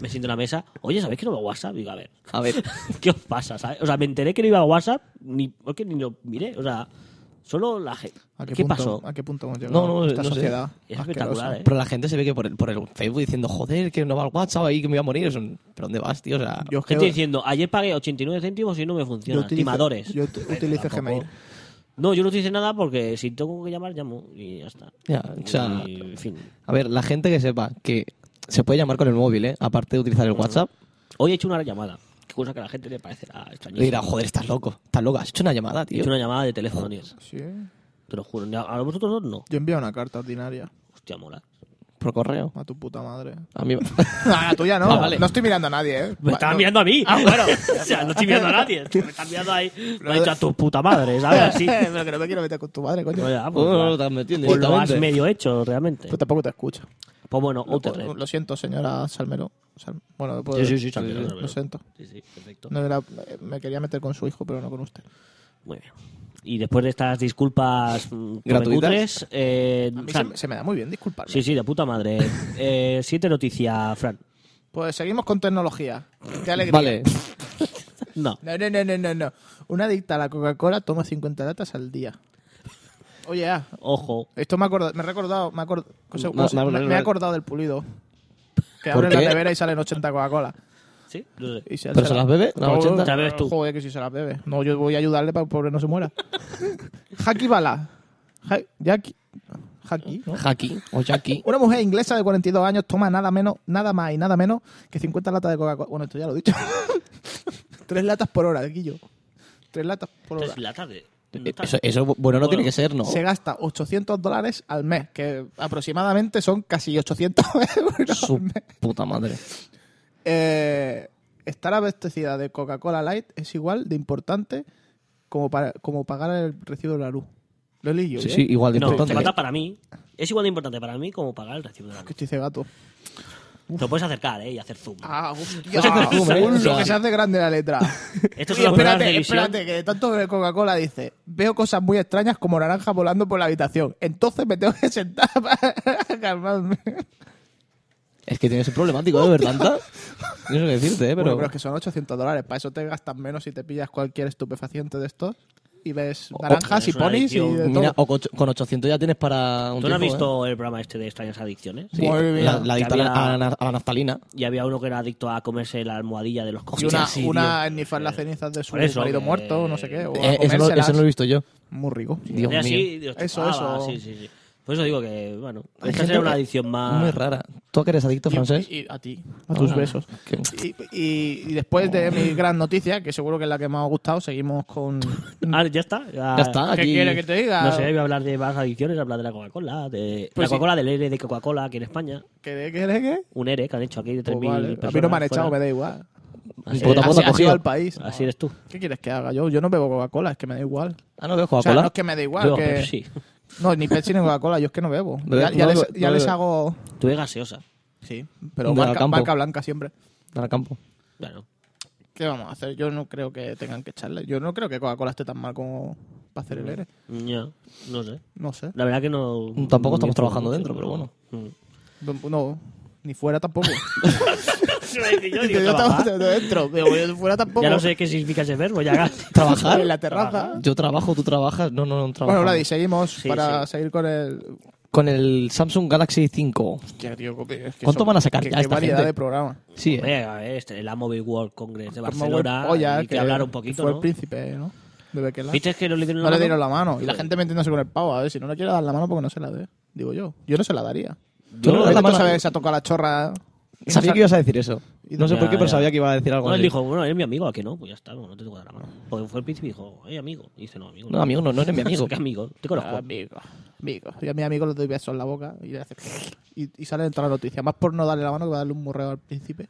Speaker 4: Me siento en la mesa. Oye, ¿sabéis que no va WhatsApp? Digo, a ver.
Speaker 3: A ver.
Speaker 4: <laughs> ¿Qué os pasa? ¿sabes? O sea, me enteré que no iba a WhatsApp. Ni, es que ni lo miré. O sea, solo la gente.
Speaker 2: ¿A
Speaker 4: ¿Qué,
Speaker 2: qué, punto,
Speaker 4: pasó?
Speaker 2: ¿A qué punto hemos llegado?
Speaker 3: No, no,
Speaker 2: Esta
Speaker 3: no sé.
Speaker 2: sociedad.
Speaker 4: Es
Speaker 2: asquerosa.
Speaker 4: espectacular, ¿eh?
Speaker 3: Pero la gente se ve que por el, por el Facebook diciendo, joder, que no va al WhatsApp ahí, que me voy a morir. Es un- ¿Pero dónde vas, tío? O sea,
Speaker 2: Yo,
Speaker 4: Gente diciendo, ayer pagué 89 céntimos y no me funciona.
Speaker 2: utilizo-
Speaker 4: Timadores.
Speaker 2: yo ut-
Speaker 4: Pero
Speaker 2: utilizo
Speaker 4: tampoco-
Speaker 2: Gmail.
Speaker 4: No, yo no utilizo nada porque si tengo que llamar, llamo y ya está.
Speaker 3: ya, o sea,
Speaker 4: Y, en fin.
Speaker 3: a ver, la gente que sepa que se puede llamar con el móvil, ¿eh? Aparte de utilizar el WhatsApp,
Speaker 4: Hoy he hecho una llamada. Qué cosa que a la gente le parecerá
Speaker 3: le dirá,
Speaker 4: extrañísima.
Speaker 3: joder, estás loco, estás loco, has hecho una llamada,
Speaker 4: He
Speaker 3: tío.
Speaker 4: hecho una llamada de teléfono, tío.
Speaker 2: Sí.
Speaker 4: Te lo juro. A a vosotros dos no.
Speaker 2: Yo envío una carta ordinaria
Speaker 4: Hostia, mola.
Speaker 3: Por correo.
Speaker 2: a tu puta
Speaker 4: <laughs>
Speaker 2: madre.
Speaker 3: A mí...
Speaker 2: A la tuya no.
Speaker 3: Ah, vale.
Speaker 2: No estoy mirando a nadie, ¿eh?
Speaker 4: Me
Speaker 2: Va,
Speaker 4: estaban
Speaker 2: no.
Speaker 4: mirando a mí. Ah, <laughs> bueno, o sea, no estoy mirando a nadie. Me están
Speaker 2: <laughs>
Speaker 4: mirando ahí. Me ha dicho a tu puta madre, ¿sabes? Así.
Speaker 2: Pero que <laughs> no me quiero meter con tu madre, coño.
Speaker 4: Bueno, ya,
Speaker 3: <laughs>
Speaker 4: pues,
Speaker 3: Oh,
Speaker 4: va.
Speaker 3: te has metido
Speaker 4: Pues lo has
Speaker 3: directamente.
Speaker 4: medio hecho, realmente.
Speaker 2: Pues tampoco te escucha.
Speaker 4: Pues bueno,
Speaker 2: Lo,
Speaker 4: Outer Red.
Speaker 2: lo siento, señora Salmero. Sal- bueno, lo puedo-
Speaker 4: Sí, sí, sí, Salmero,
Speaker 2: lo
Speaker 4: Salmero.
Speaker 2: siento.
Speaker 4: Sí, sí, perfecto.
Speaker 2: No era- me quería meter con su hijo, pero no con usted.
Speaker 4: Muy bien. Y después de estas disculpas mm,
Speaker 3: ¿Gratuitas?
Speaker 4: cutres, eh,
Speaker 2: A mí
Speaker 4: Fran,
Speaker 2: se, me- se me da muy bien, disculparme.
Speaker 4: Sí, sí, de puta madre. Eh, siete noticias, Fran.
Speaker 2: Pues seguimos con
Speaker 4: <clears throat>
Speaker 2: tecnología. Qué alegría.
Speaker 3: Vale,
Speaker 4: No.
Speaker 2: No, no, no, no, no, no. Una adicta a la Coca-Cola toma 50 latas al día. Oye, ah,
Speaker 4: Ojo.
Speaker 2: esto me ha acordado, me he recordado, me, ha acord- cosa-
Speaker 3: Ma-
Speaker 2: cosa-
Speaker 3: ma-
Speaker 2: me-
Speaker 3: ma-
Speaker 2: me he acordado del pulido. Que
Speaker 3: ¿Por
Speaker 2: abre la
Speaker 3: qué?
Speaker 2: nevera y salen 80 Coca-Cola.
Speaker 4: ¿Sí? No sé.
Speaker 2: Y
Speaker 3: ¿Pero se las bebe, las 80?
Speaker 4: Te bebes tú.
Speaker 2: Joder, que si se <laughs> las bebe. No, yo voy a ayudarle para que el pobre no se muera. Haki Bala. Ja- Jackie- Haki, ¿no?
Speaker 3: Jackie o
Speaker 4: <laughs>
Speaker 3: Jackie.
Speaker 2: Una mujer inglesa de 42 años toma nada menos, nada más y nada menos que 50 latas de Coca-Cola. Bueno, esto ya lo he dicho. <laughs> Tres latas por hora, Guillo. Tres latas por hora.
Speaker 4: Tres latas de...
Speaker 3: Eh, Eso, eso, bueno, no
Speaker 4: Bueno.
Speaker 3: tiene que ser, ¿no?
Speaker 2: Se gasta 800 dólares al mes, que aproximadamente son casi 800 <laughs> euros
Speaker 3: Su
Speaker 2: al mes.
Speaker 3: puta madre.
Speaker 2: Eh, estar abastecida de Coca-Cola Light es igual de importante como, para, como pagar el recibo de la luz. Lo he leído,
Speaker 3: Sí,
Speaker 2: ¿eh?
Speaker 3: sí, igual de
Speaker 4: No,
Speaker 3: importante.
Speaker 4: te mata para mí. Es igual de importante para mí como pagar el recibo de la
Speaker 2: Que
Speaker 4: luz.
Speaker 2: estoy cegato.
Speaker 4: Te lo puedes acercar, ¿eh? Y hacer zoom.
Speaker 2: Ah, hostia.
Speaker 3: Eso es perfume, ¿eh?
Speaker 2: Según
Speaker 3: O
Speaker 2: Lo
Speaker 3: sea-
Speaker 2: que se hace grande la
Speaker 3: <laughs>
Speaker 2: letra.
Speaker 4: Esto es
Speaker 2: Oye,
Speaker 4: una prueba de
Speaker 2: espérate,
Speaker 4: visión.
Speaker 2: espérate, que de tanto ver Coca-Cola dice, veo cosas muy extrañas como naranjas volando por la habitación. Entonces me tengo que sentar <laughs> para calmarme.
Speaker 3: Es que tienes
Speaker 2: <laughs>
Speaker 3: un problemático, de verdad. ¿tanta? No sé qué decirte, ¿eh?
Speaker 2: Bueno,
Speaker 3: Pero,
Speaker 2: pero es que son 800 dólares. Para eso te gastas menos si te pillas cualquier estupefaciente de estos y ves
Speaker 3: O-
Speaker 2: naranjas
Speaker 4: es
Speaker 2: y
Speaker 4: una
Speaker 2: ponis y
Speaker 4: adicción.
Speaker 2: de
Speaker 3: mira,
Speaker 2: todo.
Speaker 3: o con, con 800 ya tienes para un
Speaker 4: ¿Tú no has
Speaker 3: tiempo, ¿eh?
Speaker 4: visto el programa este de extrañas adicciones?
Speaker 3: Sí,
Speaker 2: Muy bien.
Speaker 3: la, la
Speaker 4: Que
Speaker 3: adicta a la-
Speaker 4: había-
Speaker 3: a, la, a la naftalina.
Speaker 4: Y había uno que era adicto a comerse la almohadilla de los
Speaker 2: Y
Speaker 4: coches.
Speaker 2: una,
Speaker 4: Sí,
Speaker 2: una
Speaker 4: tío.
Speaker 2: esnifar las cenizas de su
Speaker 4: Por eso, eh,
Speaker 2: marido
Speaker 4: que-
Speaker 2: muerto, no sé qué. O Pues a
Speaker 3: Eh, eso, no,
Speaker 2: comérselas.
Speaker 3: eso no lo he visto yo.
Speaker 2: Muy rico.
Speaker 3: Dios
Speaker 4: Era así,
Speaker 3: mío.
Speaker 4: y los
Speaker 2: Eso,
Speaker 4: chupaba,
Speaker 2: eso.
Speaker 4: Sí, sí, sí. Por eso digo que, bueno,
Speaker 3: Hay
Speaker 4: esta
Speaker 3: gente
Speaker 4: sería una
Speaker 3: que-
Speaker 4: adicción más...
Speaker 3: Muy rara. ¿Tú a qué eres adicto, francés?
Speaker 2: Y, y a ti, a tus
Speaker 3: Ah,
Speaker 2: besos.
Speaker 3: qué-
Speaker 2: Y, y- y después de
Speaker 4: Oh.
Speaker 2: mi gran noticia, que seguro que es la que más os ha gustado, seguimos
Speaker 4: <laughs>
Speaker 2: con...
Speaker 4: Ah, ya está. Ya,
Speaker 3: Ya está,
Speaker 2: ¿Qué
Speaker 3: aquí.
Speaker 2: quiere que te diga?
Speaker 4: No sé, voy a hablar de más adicciones, hablar de la Coca-Cola, de
Speaker 2: Pues
Speaker 4: la Coca-Cola, del ERE de Coca-Cola aquí en España.
Speaker 2: ¿Qué, qué, qué, qué?
Speaker 4: Un ERE que han hecho aquí de 3.000
Speaker 2: Pues vale, A
Speaker 4: personas.
Speaker 2: mí no me han echado, me
Speaker 4: fuera.
Speaker 2: da igual.
Speaker 3: Un
Speaker 4: Así,
Speaker 3: poco
Speaker 2: Eh, así-
Speaker 3: tampoco te ha
Speaker 2: así va
Speaker 3: cogido.
Speaker 2: el país.
Speaker 4: así eres tú.
Speaker 2: ¿Qué quieres que haga yo? Yo no bebo Coca-Cola, es que me da igual.
Speaker 3: Ah, no veo
Speaker 2: O sea,
Speaker 3: Coca-Cola.
Speaker 2: no es que me da igual.
Speaker 4: Yo,
Speaker 2: que-
Speaker 4: Pepsi.
Speaker 2: No, ni Pepsi ni Coca-Cola, yo es que no bebo.
Speaker 3: No
Speaker 2: ya
Speaker 3: bebo-
Speaker 2: ya
Speaker 3: no
Speaker 2: les,
Speaker 3: bebo-
Speaker 2: ya
Speaker 3: no
Speaker 2: les
Speaker 3: bebo.
Speaker 2: hago...
Speaker 4: Tú eres gaseosa.
Speaker 2: Sí, pero
Speaker 3: De la
Speaker 2: marca,
Speaker 3: Campo.
Speaker 2: marca blanca siempre.
Speaker 3: Dar al campo.
Speaker 4: Claro.
Speaker 2: ¿Qué vamos a hacer? Yo no creo que tengan que echarle. Yo no creo que Coca-Cola esté tan mal como para hacer el ERE.
Speaker 4: Ya, no sé.
Speaker 2: No sé.
Speaker 4: La verdad que no...
Speaker 3: Tampoco estamos
Speaker 4: no
Speaker 3: trabajando
Speaker 4: mucho,
Speaker 3: dentro, pero bueno.
Speaker 4: Mm.
Speaker 2: No, No, ni fuera
Speaker 3: <laughs>
Speaker 2: tampoco.
Speaker 4: <laughs> Yo
Speaker 2: Dice,
Speaker 4: digo,
Speaker 2: yo estaba
Speaker 4: trabajar.
Speaker 2: dentro, pero yo fuera tampoco.
Speaker 4: Ya no sé qué significa ese verbo, ya
Speaker 3: <laughs>
Speaker 4: casi.
Speaker 3: ¿Trabajar?
Speaker 2: En la terraza.
Speaker 3: Yo trabajo, tú trabajas. No, no, no trabajo.
Speaker 2: Bueno, Vladi, seguimos
Speaker 4: Sí,
Speaker 2: para seguir con el.
Speaker 3: Con el Samsung Galaxy 5.
Speaker 2: Hostia, tío, es que
Speaker 3: ¿Cuánto
Speaker 2: son-
Speaker 3: van a sacar
Speaker 2: qué-
Speaker 3: ya
Speaker 2: qué
Speaker 3: esta
Speaker 2: variedad
Speaker 3: gente?
Speaker 2: de programa.
Speaker 3: Sí, ¿eh?
Speaker 4: Hombre, a ver, este, la Mobile World Congress de
Speaker 2: Como
Speaker 4: Barcelona.
Speaker 2: buen polla,
Speaker 4: hay que, hablar un poquito,
Speaker 2: Fue
Speaker 4: ¿no?
Speaker 2: el príncipe, ¿no? De Bequelá.
Speaker 4: ¿Viste que no le dieron
Speaker 2: No le
Speaker 4: la mano?
Speaker 2: dieron la mano. Y la gente metiéndose con el pavo. A ver, si no le quiere dar la mano, porque no se la dé. Digo yo. Yo no se la daría.
Speaker 3: Tú no
Speaker 2: Pero
Speaker 3: le das la
Speaker 2: tanto
Speaker 3: mano.
Speaker 2: saber que se ha tocado la chorra. Y
Speaker 3: Sabía
Speaker 2: no
Speaker 3: que ibas a decir eso. No sé
Speaker 4: Ya,
Speaker 3: por qué, pero
Speaker 4: ya.
Speaker 3: sabía que iba a decir algo
Speaker 4: No, él
Speaker 3: así.
Speaker 4: dijo, bueno, eres mi amigo, ¿a que no? Pues ya está, no, no te tengo que dar la
Speaker 2: Ah.
Speaker 4: mano. Porque fue el príncipe y dijo, eh, amigo. Y dice, no, amigo.
Speaker 3: No, amigo, no, no eres
Speaker 4: <laughs>
Speaker 3: mi amigo.
Speaker 4: ¿Qué amigo? Te
Speaker 2: Ah,
Speaker 4: conozco.
Speaker 2: Amigo, amigo. Yo a mi amigo le doy besos en la boca y le hace. <laughs> Y, y sale dentro la noticia. Más por no darle la mano que va a darle un morreo al príncipe.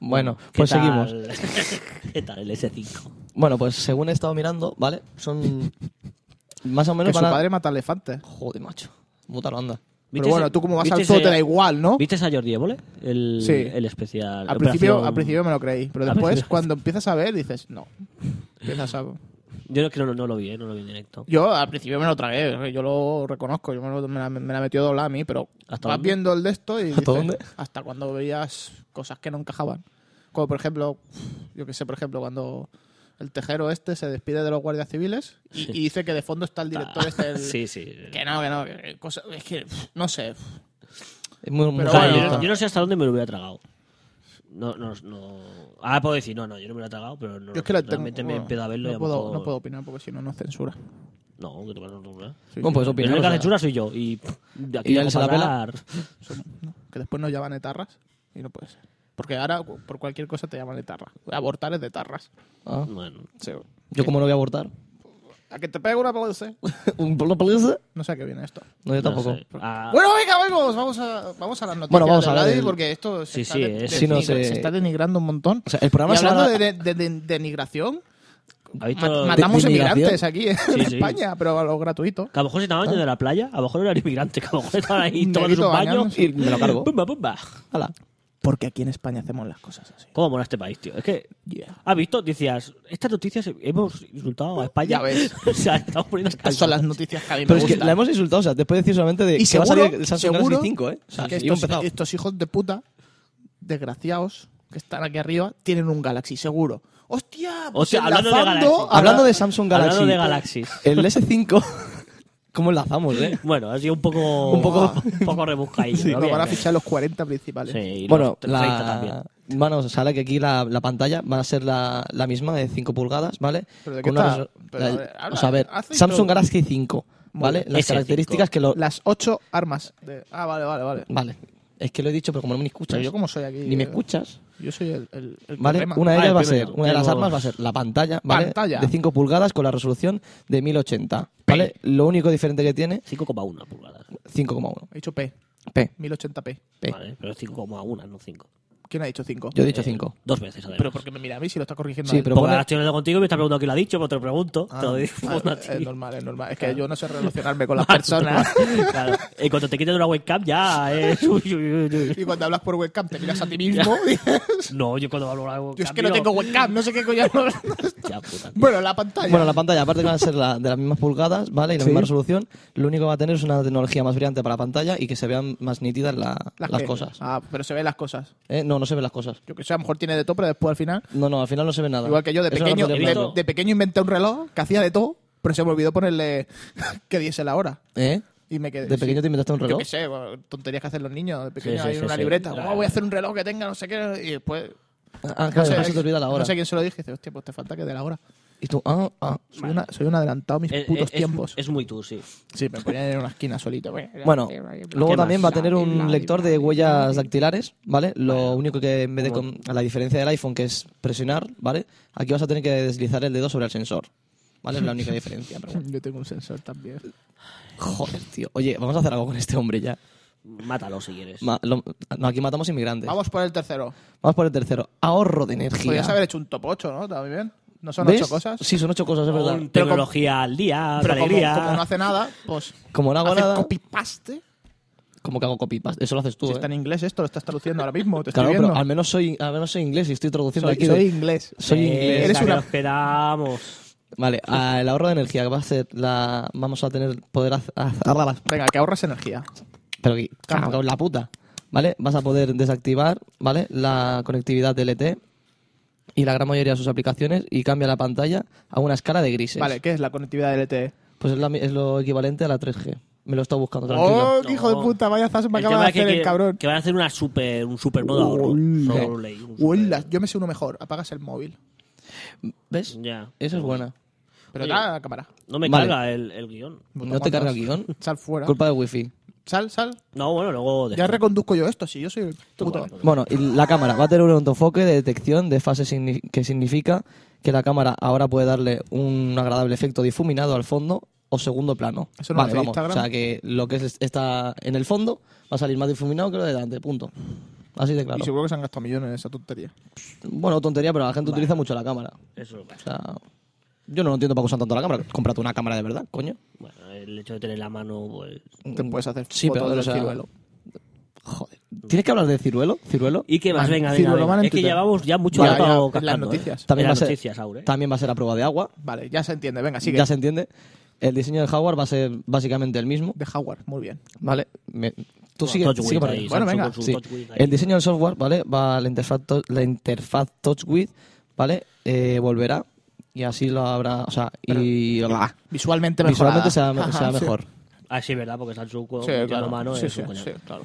Speaker 3: Bueno,
Speaker 4: ¿Qué
Speaker 3: pues
Speaker 4: tal?
Speaker 3: seguimos.
Speaker 4: <laughs> ¿Qué tal el S5?
Speaker 3: Bueno, pues según he estado mirando, ¿vale? Son. Más o menos
Speaker 2: que su
Speaker 3: van a-
Speaker 2: padre mata elefantes.
Speaker 3: Joder, macho. Puta lo anda.
Speaker 2: Pero
Speaker 4: ¿Viste
Speaker 2: bueno,
Speaker 4: ese-
Speaker 2: tú como vas
Speaker 4: viste
Speaker 2: al todo
Speaker 4: ese-
Speaker 2: te da igual, ¿no?
Speaker 4: ¿Viste a Jordi Évole? El,
Speaker 2: Sí.
Speaker 4: el especial.
Speaker 2: Al principio,
Speaker 4: Operación-
Speaker 2: al principio me lo creí, pero
Speaker 4: Al
Speaker 2: después
Speaker 4: principio.
Speaker 2: cuando empiezas a ver dices, no. Empiezas a...
Speaker 4: Yo no, creo- no, no lo vi, eh, no lo vi en directo.
Speaker 2: Yo al principio me lo tragué, eh, yo lo reconozco, yo me, lo- me la, me la metió doblada a mí, pero
Speaker 4: ¿Hasta
Speaker 2: vas
Speaker 4: dónde?
Speaker 2: viendo el de esto y
Speaker 3: ¿Hasta
Speaker 2: dices,
Speaker 3: dónde?
Speaker 2: hasta cuando veías cosas que no encajaban. Como por ejemplo, yo que sé, por ejemplo, cuando el tejero este se despide de los guardias civiles y, y dice que de fondo está el director este... el-
Speaker 4: Ah, <laughs> Sí, sí.
Speaker 2: Que no, que no, que cosa- es que pff, no sé.
Speaker 3: Es muy, muy
Speaker 2: Pero
Speaker 4: O sea,
Speaker 2: bueno,
Speaker 4: yo,
Speaker 3: realista.
Speaker 4: no- yo no sé hasta dónde me lo hubiera tragado. No, no, no. Ahora puedo decir, no, no, yo no me lo he tragado, pero no,
Speaker 2: Yo es que la tengo-
Speaker 4: realmente me
Speaker 2: bueno,
Speaker 4: empiezo a verlo y a
Speaker 2: no
Speaker 4: lo
Speaker 2: puedo,
Speaker 4: mejor-
Speaker 2: no puedo opinar porque si no, nos censura.
Speaker 4: No, que te vas a nombrar.
Speaker 2: Sí,
Speaker 3: Bueno,
Speaker 2: sí.
Speaker 3: pues
Speaker 4: El
Speaker 3: opinar.
Speaker 4: único que
Speaker 3: o sea,
Speaker 4: hace chula soy yo. Y, de aquí
Speaker 3: Y él
Speaker 4: no
Speaker 3: se
Speaker 4: puedo
Speaker 3: la pela.
Speaker 4: hablar.
Speaker 2: Son- ¿no? que después nos llaman etarras y no puede ser. Porque ahora cu- por cualquier cosa te llaman etarra. Abortar es de tarras.
Speaker 3: ah,
Speaker 4: Bueno,
Speaker 3: Yo, como no voy a abortar. <laughs>
Speaker 2: A que te pegue una paliza.
Speaker 3: ¿Un polo police?
Speaker 2: No sé a qué viene esto.
Speaker 3: No, yo
Speaker 4: no
Speaker 3: tampoco.
Speaker 4: sé. Ah,
Speaker 2: Bueno, venga, vamos, vamos a, vamos a las noticias.
Speaker 3: Bueno, vamos
Speaker 2: de
Speaker 3: a hablar
Speaker 2: Vladi,
Speaker 3: del-
Speaker 2: porque esto se,
Speaker 4: Sí,
Speaker 2: está
Speaker 4: sí,
Speaker 2: de-
Speaker 4: es-
Speaker 2: denigra-
Speaker 3: Sí, no sé.
Speaker 2: se está denigrando un montón.
Speaker 3: O sea, el programa
Speaker 2: Y
Speaker 3: se
Speaker 2: hablando
Speaker 3: llama-
Speaker 2: de, de- de- denigración,
Speaker 4: ¿habéis
Speaker 2: ma-
Speaker 4: visto-
Speaker 2: matamos
Speaker 3: de- denigración.
Speaker 2: emigrantes aquí en
Speaker 4: Sí, sí.
Speaker 2: España, pero a lo gratuito.
Speaker 4: Que a lo mejor se estaban yendo de la playa, a lo mejor eran inmigrantes, que a lo mejor
Speaker 3: <laughs>
Speaker 4: estaban ahí
Speaker 2: Un
Speaker 4: tomando sus
Speaker 2: negrito
Speaker 4: baños
Speaker 2: bañándose.
Speaker 3: Y me lo cargo.
Speaker 4: <laughs> Pumba, pumba.
Speaker 3: Hala.
Speaker 2: Porque aquí en España hacemos las cosas así.
Speaker 4: ¿Cómo mola este país, tío? Es que,
Speaker 2: Yeah.
Speaker 4: ¿has visto? Decías, estas noticias hemos insultado a España.
Speaker 2: Ya ves.
Speaker 4: <laughs> o sea, estamos poniendo
Speaker 2: Estas son las noticias que a mí me
Speaker 3: Pero es que
Speaker 2: gustan.
Speaker 3: la hemos insultado, o sea, después de decir solamente de
Speaker 2: Y
Speaker 3: que
Speaker 2: seguro,
Speaker 3: va a salir el Samsung
Speaker 2: seguro
Speaker 3: Galaxy 5, ¿eh? O sea,
Speaker 2: que
Speaker 3: yo he
Speaker 2: estos,
Speaker 3: empezado.
Speaker 2: estos hijos de puta, desgraciados, que están aquí arriba, tienen un Galaxy, seguro. ¡Hostia! pues
Speaker 4: Hostia, hablando de
Speaker 2: enlazando
Speaker 4: Galaxy.
Speaker 2: a-
Speaker 3: Hablando de Samsung Galaxy.
Speaker 4: Hablando de Galaxies.
Speaker 3: El S5. <laughs> ¿Cómo enlazamos, eh?
Speaker 4: Bueno, ha sido un poco.
Speaker 3: <laughs> Un poco-
Speaker 4: un poco rebuscadillo.
Speaker 2: Sí,
Speaker 4: ¿no?
Speaker 2: lo
Speaker 4: Bien,
Speaker 2: van a
Speaker 4: bien.
Speaker 2: fichar los 40 principales.
Speaker 4: Sí, y
Speaker 3: Bueno,
Speaker 4: los 30 también.
Speaker 3: la. Bueno, sale que aquí la, la pantalla va a ser la, la misma de 5 pulgadas, ¿vale?
Speaker 2: ¿Pero de qué
Speaker 3: Con una
Speaker 2: está?
Speaker 3: resol-
Speaker 2: Pero, a
Speaker 3: la-
Speaker 2: ver, habla,
Speaker 3: o sea, a ver,
Speaker 2: haz y
Speaker 3: Samsung
Speaker 2: todo.
Speaker 3: Galaxy 5. ¿vale? Las
Speaker 4: S5.
Speaker 3: características que lo...
Speaker 2: Las ocho armas. de- Ah, vale, vale, vale.
Speaker 3: Vale. Es que lo he dicho, pero como no me escuchas,
Speaker 2: Pero yo como soy aquí.
Speaker 3: ni me
Speaker 2: eh,
Speaker 3: escuchas,
Speaker 2: Yo soy el, el, el que
Speaker 3: ¿vale?
Speaker 2: rema.
Speaker 3: Una de
Speaker 4: Ah,
Speaker 3: ellas
Speaker 4: el
Speaker 3: va a ser,
Speaker 4: primero.
Speaker 3: una de las
Speaker 4: Tengo-
Speaker 3: armas va a ser la pantalla, ¿vale?
Speaker 2: Pantalla.
Speaker 3: De 5 pulgadas con la resolución de 1080, ¿vale? Lo único diferente que tiene,
Speaker 4: 5,1 pulgadas.
Speaker 3: 5,1.
Speaker 2: He dicho P.
Speaker 3: P,
Speaker 2: 1080p.
Speaker 3: P.
Speaker 4: Vale, pero es 5,1, no 5.
Speaker 2: ¿Quién ha dicho 5?
Speaker 3: Yo he dicho 5.
Speaker 4: Dos veces, además.
Speaker 2: Pero porque me mira a mí si lo está corrigiendo.
Speaker 3: Sí,
Speaker 2: él.
Speaker 3: pero
Speaker 4: Porque
Speaker 3: pone-
Speaker 4: ahora estoy hablando contigo y me está preguntando quién lo ha dicho, pues te lo pregunto. te lo digo
Speaker 2: Ah,
Speaker 4: a
Speaker 2: es
Speaker 4: ti. <laughs>
Speaker 2: normal, es normal. Es que yo no sé relacionarme con las personas.
Speaker 4: Claro. Y cuando te quites de una webcam ya es... uy, uy, uy, uy.
Speaker 2: <laughs> Y cuando hablas por webcam te miras a ti
Speaker 3: <laughs>
Speaker 2: mismo. y dices,
Speaker 4: No, yo cuando hablo de una webcam...
Speaker 2: Yo es que no tengo webcam, no sé qué coño. hablo".
Speaker 4: Ya, puta.
Speaker 2: <laughs> Bueno, la pantalla.
Speaker 3: Bueno, la pantalla, aparte que va a ser la- de las mismas pulgadas, ¿vale? Y la
Speaker 2: Sí.
Speaker 3: misma resolución, lo único que va a tener es una tecnología más brillante para la pantalla y que se vean más nítidas la- las,
Speaker 2: que-
Speaker 3: cosas.
Speaker 2: Ah, pero se ven las cosas.
Speaker 3: ¿Eh? No, no se ven las cosas.
Speaker 2: Yo que sé, a lo mejor tiene de todo, pero después al final.
Speaker 3: No, no, al final no se ve nada.
Speaker 2: Igual que yo de
Speaker 3: Eso no
Speaker 2: pequeño,
Speaker 3: lo
Speaker 4: he
Speaker 3: podría
Speaker 2: de,
Speaker 4: visto.
Speaker 2: de pequeño inventé un reloj que hacía de todo, pero se me olvidó ponerle <laughs> que diese la hora.
Speaker 3: poner. ¿Eh?
Speaker 2: Y me quedé.
Speaker 3: ¿De
Speaker 2: sí.
Speaker 3: pequeño te inventaste un
Speaker 2: Yo
Speaker 3: reloj?
Speaker 2: qué sé, bueno, tonterías que hacen los niños. De pequeño
Speaker 4: Sí, sí,
Speaker 2: hay
Speaker 4: sí,
Speaker 2: una
Speaker 4: sí.
Speaker 2: libreta.
Speaker 4: Ah.
Speaker 2: "Oh, voy a hacer un reloj que tenga no sé qué. Y después.
Speaker 3: Ah,
Speaker 2: No
Speaker 3: claro,
Speaker 2: sé,
Speaker 3: se te olvida la hora.
Speaker 2: no sé quién se lo dije. Dice, hostia, pues te falta que dé la hora.
Speaker 3: Y tú, ah, ah.
Speaker 2: Soy, una- soy un adelantado a mis
Speaker 4: Es-
Speaker 2: putos
Speaker 4: es-
Speaker 2: tiempos.
Speaker 4: Es muy tú, sí.
Speaker 2: Sí, me ponían en una esquina
Speaker 3: <laughs>
Speaker 2: solito.
Speaker 3: Bueno, luego
Speaker 4: ¿Qué
Speaker 3: también
Speaker 4: más?
Speaker 3: va a tener un lector de huellas dactilares, ¿vale? Lo único que en vez de
Speaker 4: Como-
Speaker 3: con- a la diferencia del iPhone que es presionar, ¿vale? Aquí vas a tener que deslizar el dedo sobre el sensor. ¿Vale? Es la
Speaker 4: <laughs>
Speaker 3: única diferencia, pero bueno.
Speaker 2: Yo tengo un sensor también.
Speaker 3: Este. Joder, tío. Oye, vamos a hacer algo con este hombre ya.
Speaker 4: Mátalo si quieres.
Speaker 3: Ma- lo- no, aquí matamos inmigrantes. Vamos.
Speaker 2: Vamos por el tercero.
Speaker 3: por el tercero. Ahorro de energía.
Speaker 2: Podrías haber hecho un top 8, ¿no? También. No son
Speaker 3: ¿Ves?
Speaker 2: ocho cosas.
Speaker 3: Sí, son ocho cosas, es
Speaker 4: Con
Speaker 3: verdad.
Speaker 2: Pero como-
Speaker 4: tecnología al día,
Speaker 2: pero como,
Speaker 4: alegría...
Speaker 2: como no hace nada, pues.
Speaker 3: Como no hago
Speaker 2: hace
Speaker 3: nada-
Speaker 2: copy paste.
Speaker 3: Como que hago copy paste. Eso lo haces tú,
Speaker 2: Si
Speaker 3: ¿eh?
Speaker 2: está en inglés esto, lo estás traduciendo ahora mismo. Te
Speaker 3: Claro,
Speaker 2: estoy
Speaker 3: pero
Speaker 2: viendo.
Speaker 3: al menos soy, al menos soy inglés y estoy traduciendo
Speaker 2: soy,
Speaker 3: aquí.
Speaker 2: soy
Speaker 3: de-
Speaker 2: inglés.
Speaker 3: soy
Speaker 4: Eh,
Speaker 3: inglés.
Speaker 2: Eres
Speaker 4: que
Speaker 2: una-
Speaker 4: nos quedamos.
Speaker 3: Vale, ah, el ahorro de energía que va a ser la... Vamos a tener poder hacer...
Speaker 2: Venga, que ahorras energía.
Speaker 3: Pero que-
Speaker 2: Campo.
Speaker 3: cago en la puta. ¿Vale? Vas a poder desactivar, ¿vale? La conectividad DLT y la gran mayoría de sus aplicaciones y cambia la pantalla a una escala de grises.
Speaker 2: Vale, ¿qué es la conectividad del E LTE?
Speaker 3: Pues es, la mi- es lo equivalente a la 3G. Me lo he estado buscando, tranquilo.
Speaker 2: ¡Oh, qué hijo de puta! Vaya zas me
Speaker 4: El
Speaker 2: acaba de
Speaker 4: tema es que-
Speaker 2: hacer el
Speaker 4: que-
Speaker 2: cabrón.
Speaker 4: Que van a hacer una super, un super modo ahorro.
Speaker 2: Hola.
Speaker 4: Sobre- un super-
Speaker 2: Hola, eh, yo me sé uno mejor. Apagas el móvil.
Speaker 3: ¿Ves?
Speaker 4: Ya.
Speaker 2: Eh,
Speaker 3: Esa es buena.
Speaker 2: Pero
Speaker 4: Oye.
Speaker 2: da la cámara.
Speaker 4: No me
Speaker 3: Vale.
Speaker 4: carga el, el guión.
Speaker 3: ¿No te carga el guión?
Speaker 2: <laughs> Sal fuera.
Speaker 3: Culpa de wifi.
Speaker 2: Sal, sal.
Speaker 4: No, bueno, luego...
Speaker 2: Ya reconduzco yo esto, si yo soy el puto.
Speaker 4: Bueno,
Speaker 3: Bueno, y la cámara va a tener un autoenfoque de detección de fase signi- que significa que la cámara ahora puede darle un agradable efecto difuminado al fondo o segundo plano.
Speaker 2: Eso no lo
Speaker 3: vale,
Speaker 2: hace
Speaker 3: vamos.
Speaker 2: Instagram.
Speaker 3: O sea que lo que es- está en el fondo va a salir más difuminado que lo de delante, punto. Así de
Speaker 2: Y
Speaker 3: claro.
Speaker 2: seguro que se han gastado millones en esa tontería.
Speaker 3: Bueno, tontería, pero la gente utiliza mucho la cámara.
Speaker 4: Eso
Speaker 3: O sea, yo no lo entiendo para usar tanto la cámara. Cómprate una cámara de verdad, coño.
Speaker 4: Bueno, el hecho de tener la mano, pues...
Speaker 2: Te puedes hacer
Speaker 3: Mm, Sí,
Speaker 2: fotos
Speaker 3: pero
Speaker 2: del
Speaker 3: o sea,
Speaker 2: ciruelo.
Speaker 3: Joder. ¿Tienes que hablar de ciruelo? ¿Ciruelo?
Speaker 4: Y que más,
Speaker 2: Man,
Speaker 4: venga, venga,
Speaker 2: Cirilo
Speaker 4: venga.
Speaker 2: Man en
Speaker 4: Es que
Speaker 2: Twitter.
Speaker 4: llevamos ya mucho
Speaker 2: Ya,
Speaker 4: rato
Speaker 2: ya, en las
Speaker 4: cascando, ¿eh?
Speaker 2: noticias.
Speaker 3: También
Speaker 4: En
Speaker 3: va, a
Speaker 4: las
Speaker 3: ser,
Speaker 4: noticias, ¿eh? Aure.
Speaker 3: también va a ser a prueba de agua.
Speaker 2: Vale, ya se entiende. Venga, sigue.
Speaker 3: Ya se entiende. El diseño del Jaguar va a ser básicamente el mismo,
Speaker 2: De Howard, muy bien.
Speaker 3: ¿vale? Me- tú
Speaker 4: Bueno,
Speaker 3: sigue,
Speaker 4: Touch
Speaker 3: sigue
Speaker 4: Width
Speaker 3: por
Speaker 4: ahí,
Speaker 3: ahí.
Speaker 2: Bueno,
Speaker 4: Samsung
Speaker 2: venga.
Speaker 4: con su
Speaker 3: Sí.
Speaker 4: Touch Width ahí.
Speaker 3: El diseño del software, ¿vale? Va la interfaz, to- la interfaz TouchWiz, ¿vale? Eh, volverá y así lo habrá, o sea, y
Speaker 2: ah,
Speaker 3: bla.
Speaker 2: Visualmente mejor.
Speaker 3: visualmente será,
Speaker 2: <laughs>
Speaker 3: me- será mejor.
Speaker 4: Ah, sí, verdad, porque Samsung con
Speaker 2: Sí,
Speaker 4: con la
Speaker 2: claro.
Speaker 4: mano
Speaker 2: Sí,
Speaker 4: es
Speaker 2: sí,
Speaker 4: un coñazo.
Speaker 2: sí, claro.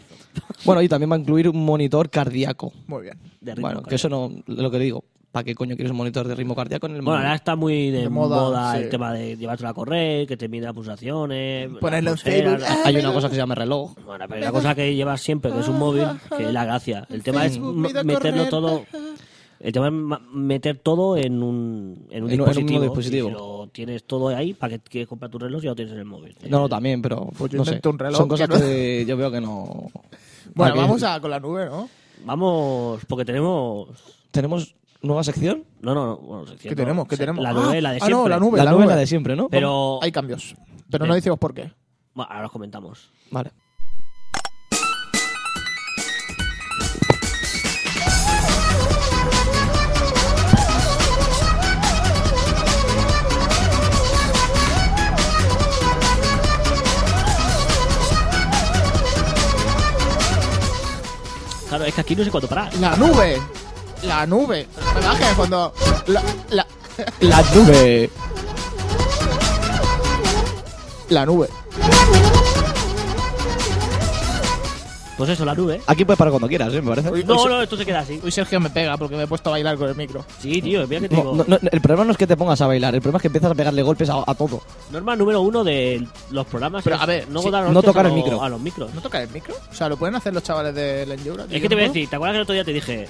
Speaker 3: Bueno, y también va a incluir un monitor cardíaco.
Speaker 2: Muy bien.
Speaker 4: De ritmo,
Speaker 3: Bueno,
Speaker 4: claro.
Speaker 3: que eso no, lo que digo, ¿para qué coño quieres un monitor de ritmo cardíaco en el
Speaker 4: Bueno,
Speaker 3: móvil?
Speaker 4: ahora está muy de,
Speaker 2: De moda,
Speaker 4: moda,
Speaker 2: sí.
Speaker 4: el tema de llevártelo a correr, que te mide las pulsaciones.
Speaker 2: Ponerlo en
Speaker 4: las pulseras,
Speaker 2: Facebook.
Speaker 3: Hay una cosa que se llama reloj.
Speaker 4: Bueno, pero la cosa que llevas siempre, que es un móvil, que es la gracia. El tema es
Speaker 2: Facebook, mira
Speaker 4: meterlo
Speaker 2: correr.
Speaker 4: todo. El tema es ma- meter todo en un, en un
Speaker 3: En un- en un
Speaker 4: dispositivo.
Speaker 3: mismo dispositivo.
Speaker 4: y si lo tienes todo ahí, para que quieres comprar tu reloj, ya lo tienes en el móvil.
Speaker 3: No, no, también, pero
Speaker 2: Pues yo
Speaker 3: no sé.
Speaker 2: invento un reloj
Speaker 3: Son cosas
Speaker 2: que no-
Speaker 3: que yo veo que no.
Speaker 2: Bueno,
Speaker 3: que-
Speaker 2: vamos a con la nube, ¿no?
Speaker 4: Vamos, porque tenemos.
Speaker 3: Tenemos nueva sección.
Speaker 4: No, no, no. Bueno, sección,
Speaker 2: ¿Qué
Speaker 4: no,
Speaker 2: tenemos? ¿Qué
Speaker 4: se-
Speaker 2: tenemos?
Speaker 4: La
Speaker 2: Ah,
Speaker 4: novela de
Speaker 2: ah,
Speaker 4: siempre.
Speaker 2: no, la nube.
Speaker 3: la
Speaker 2: nube.
Speaker 3: novela de siempre, ¿no?
Speaker 4: Pero.
Speaker 2: Hay cambios. Pero no
Speaker 4: Eh.
Speaker 2: decimos por qué.
Speaker 4: Bueno, ahora os comentamos.
Speaker 3: Vale.
Speaker 4: Claro, es que aquí no sé cuándo parar.
Speaker 2: La nube. La nube. Me bajes cuando. La, la, <laughs>
Speaker 3: La nube.
Speaker 2: la nube.
Speaker 4: Pues eso, la nube.
Speaker 3: Aquí puedes parar cuando quieras, ¿eh? Me parece.
Speaker 2: Uy,
Speaker 4: No,
Speaker 2: se-
Speaker 4: no, esto se queda así.
Speaker 2: Uy, Sergio me pega porque me he puesto a bailar con el micro.
Speaker 4: Sí, tío, mira que te
Speaker 3: No,
Speaker 4: digo.
Speaker 3: no, no, el problema no es que te pongas a bailar, el problema es que empiezas a pegarle golpes a, a todo.
Speaker 4: Norma número uno de los programas
Speaker 2: Pero,
Speaker 4: es
Speaker 2: a ver,
Speaker 4: no,
Speaker 2: sí,
Speaker 4: dar
Speaker 3: no
Speaker 4: hostias
Speaker 3: tocar
Speaker 4: a
Speaker 3: el
Speaker 4: los-
Speaker 3: micro.
Speaker 4: a los micros.
Speaker 2: ¿No toca el micro? O sea, ¿lo pueden hacer los chavales del Endura?
Speaker 4: Es que te voy a decir, ¿te acuerdas que el otro día te dije?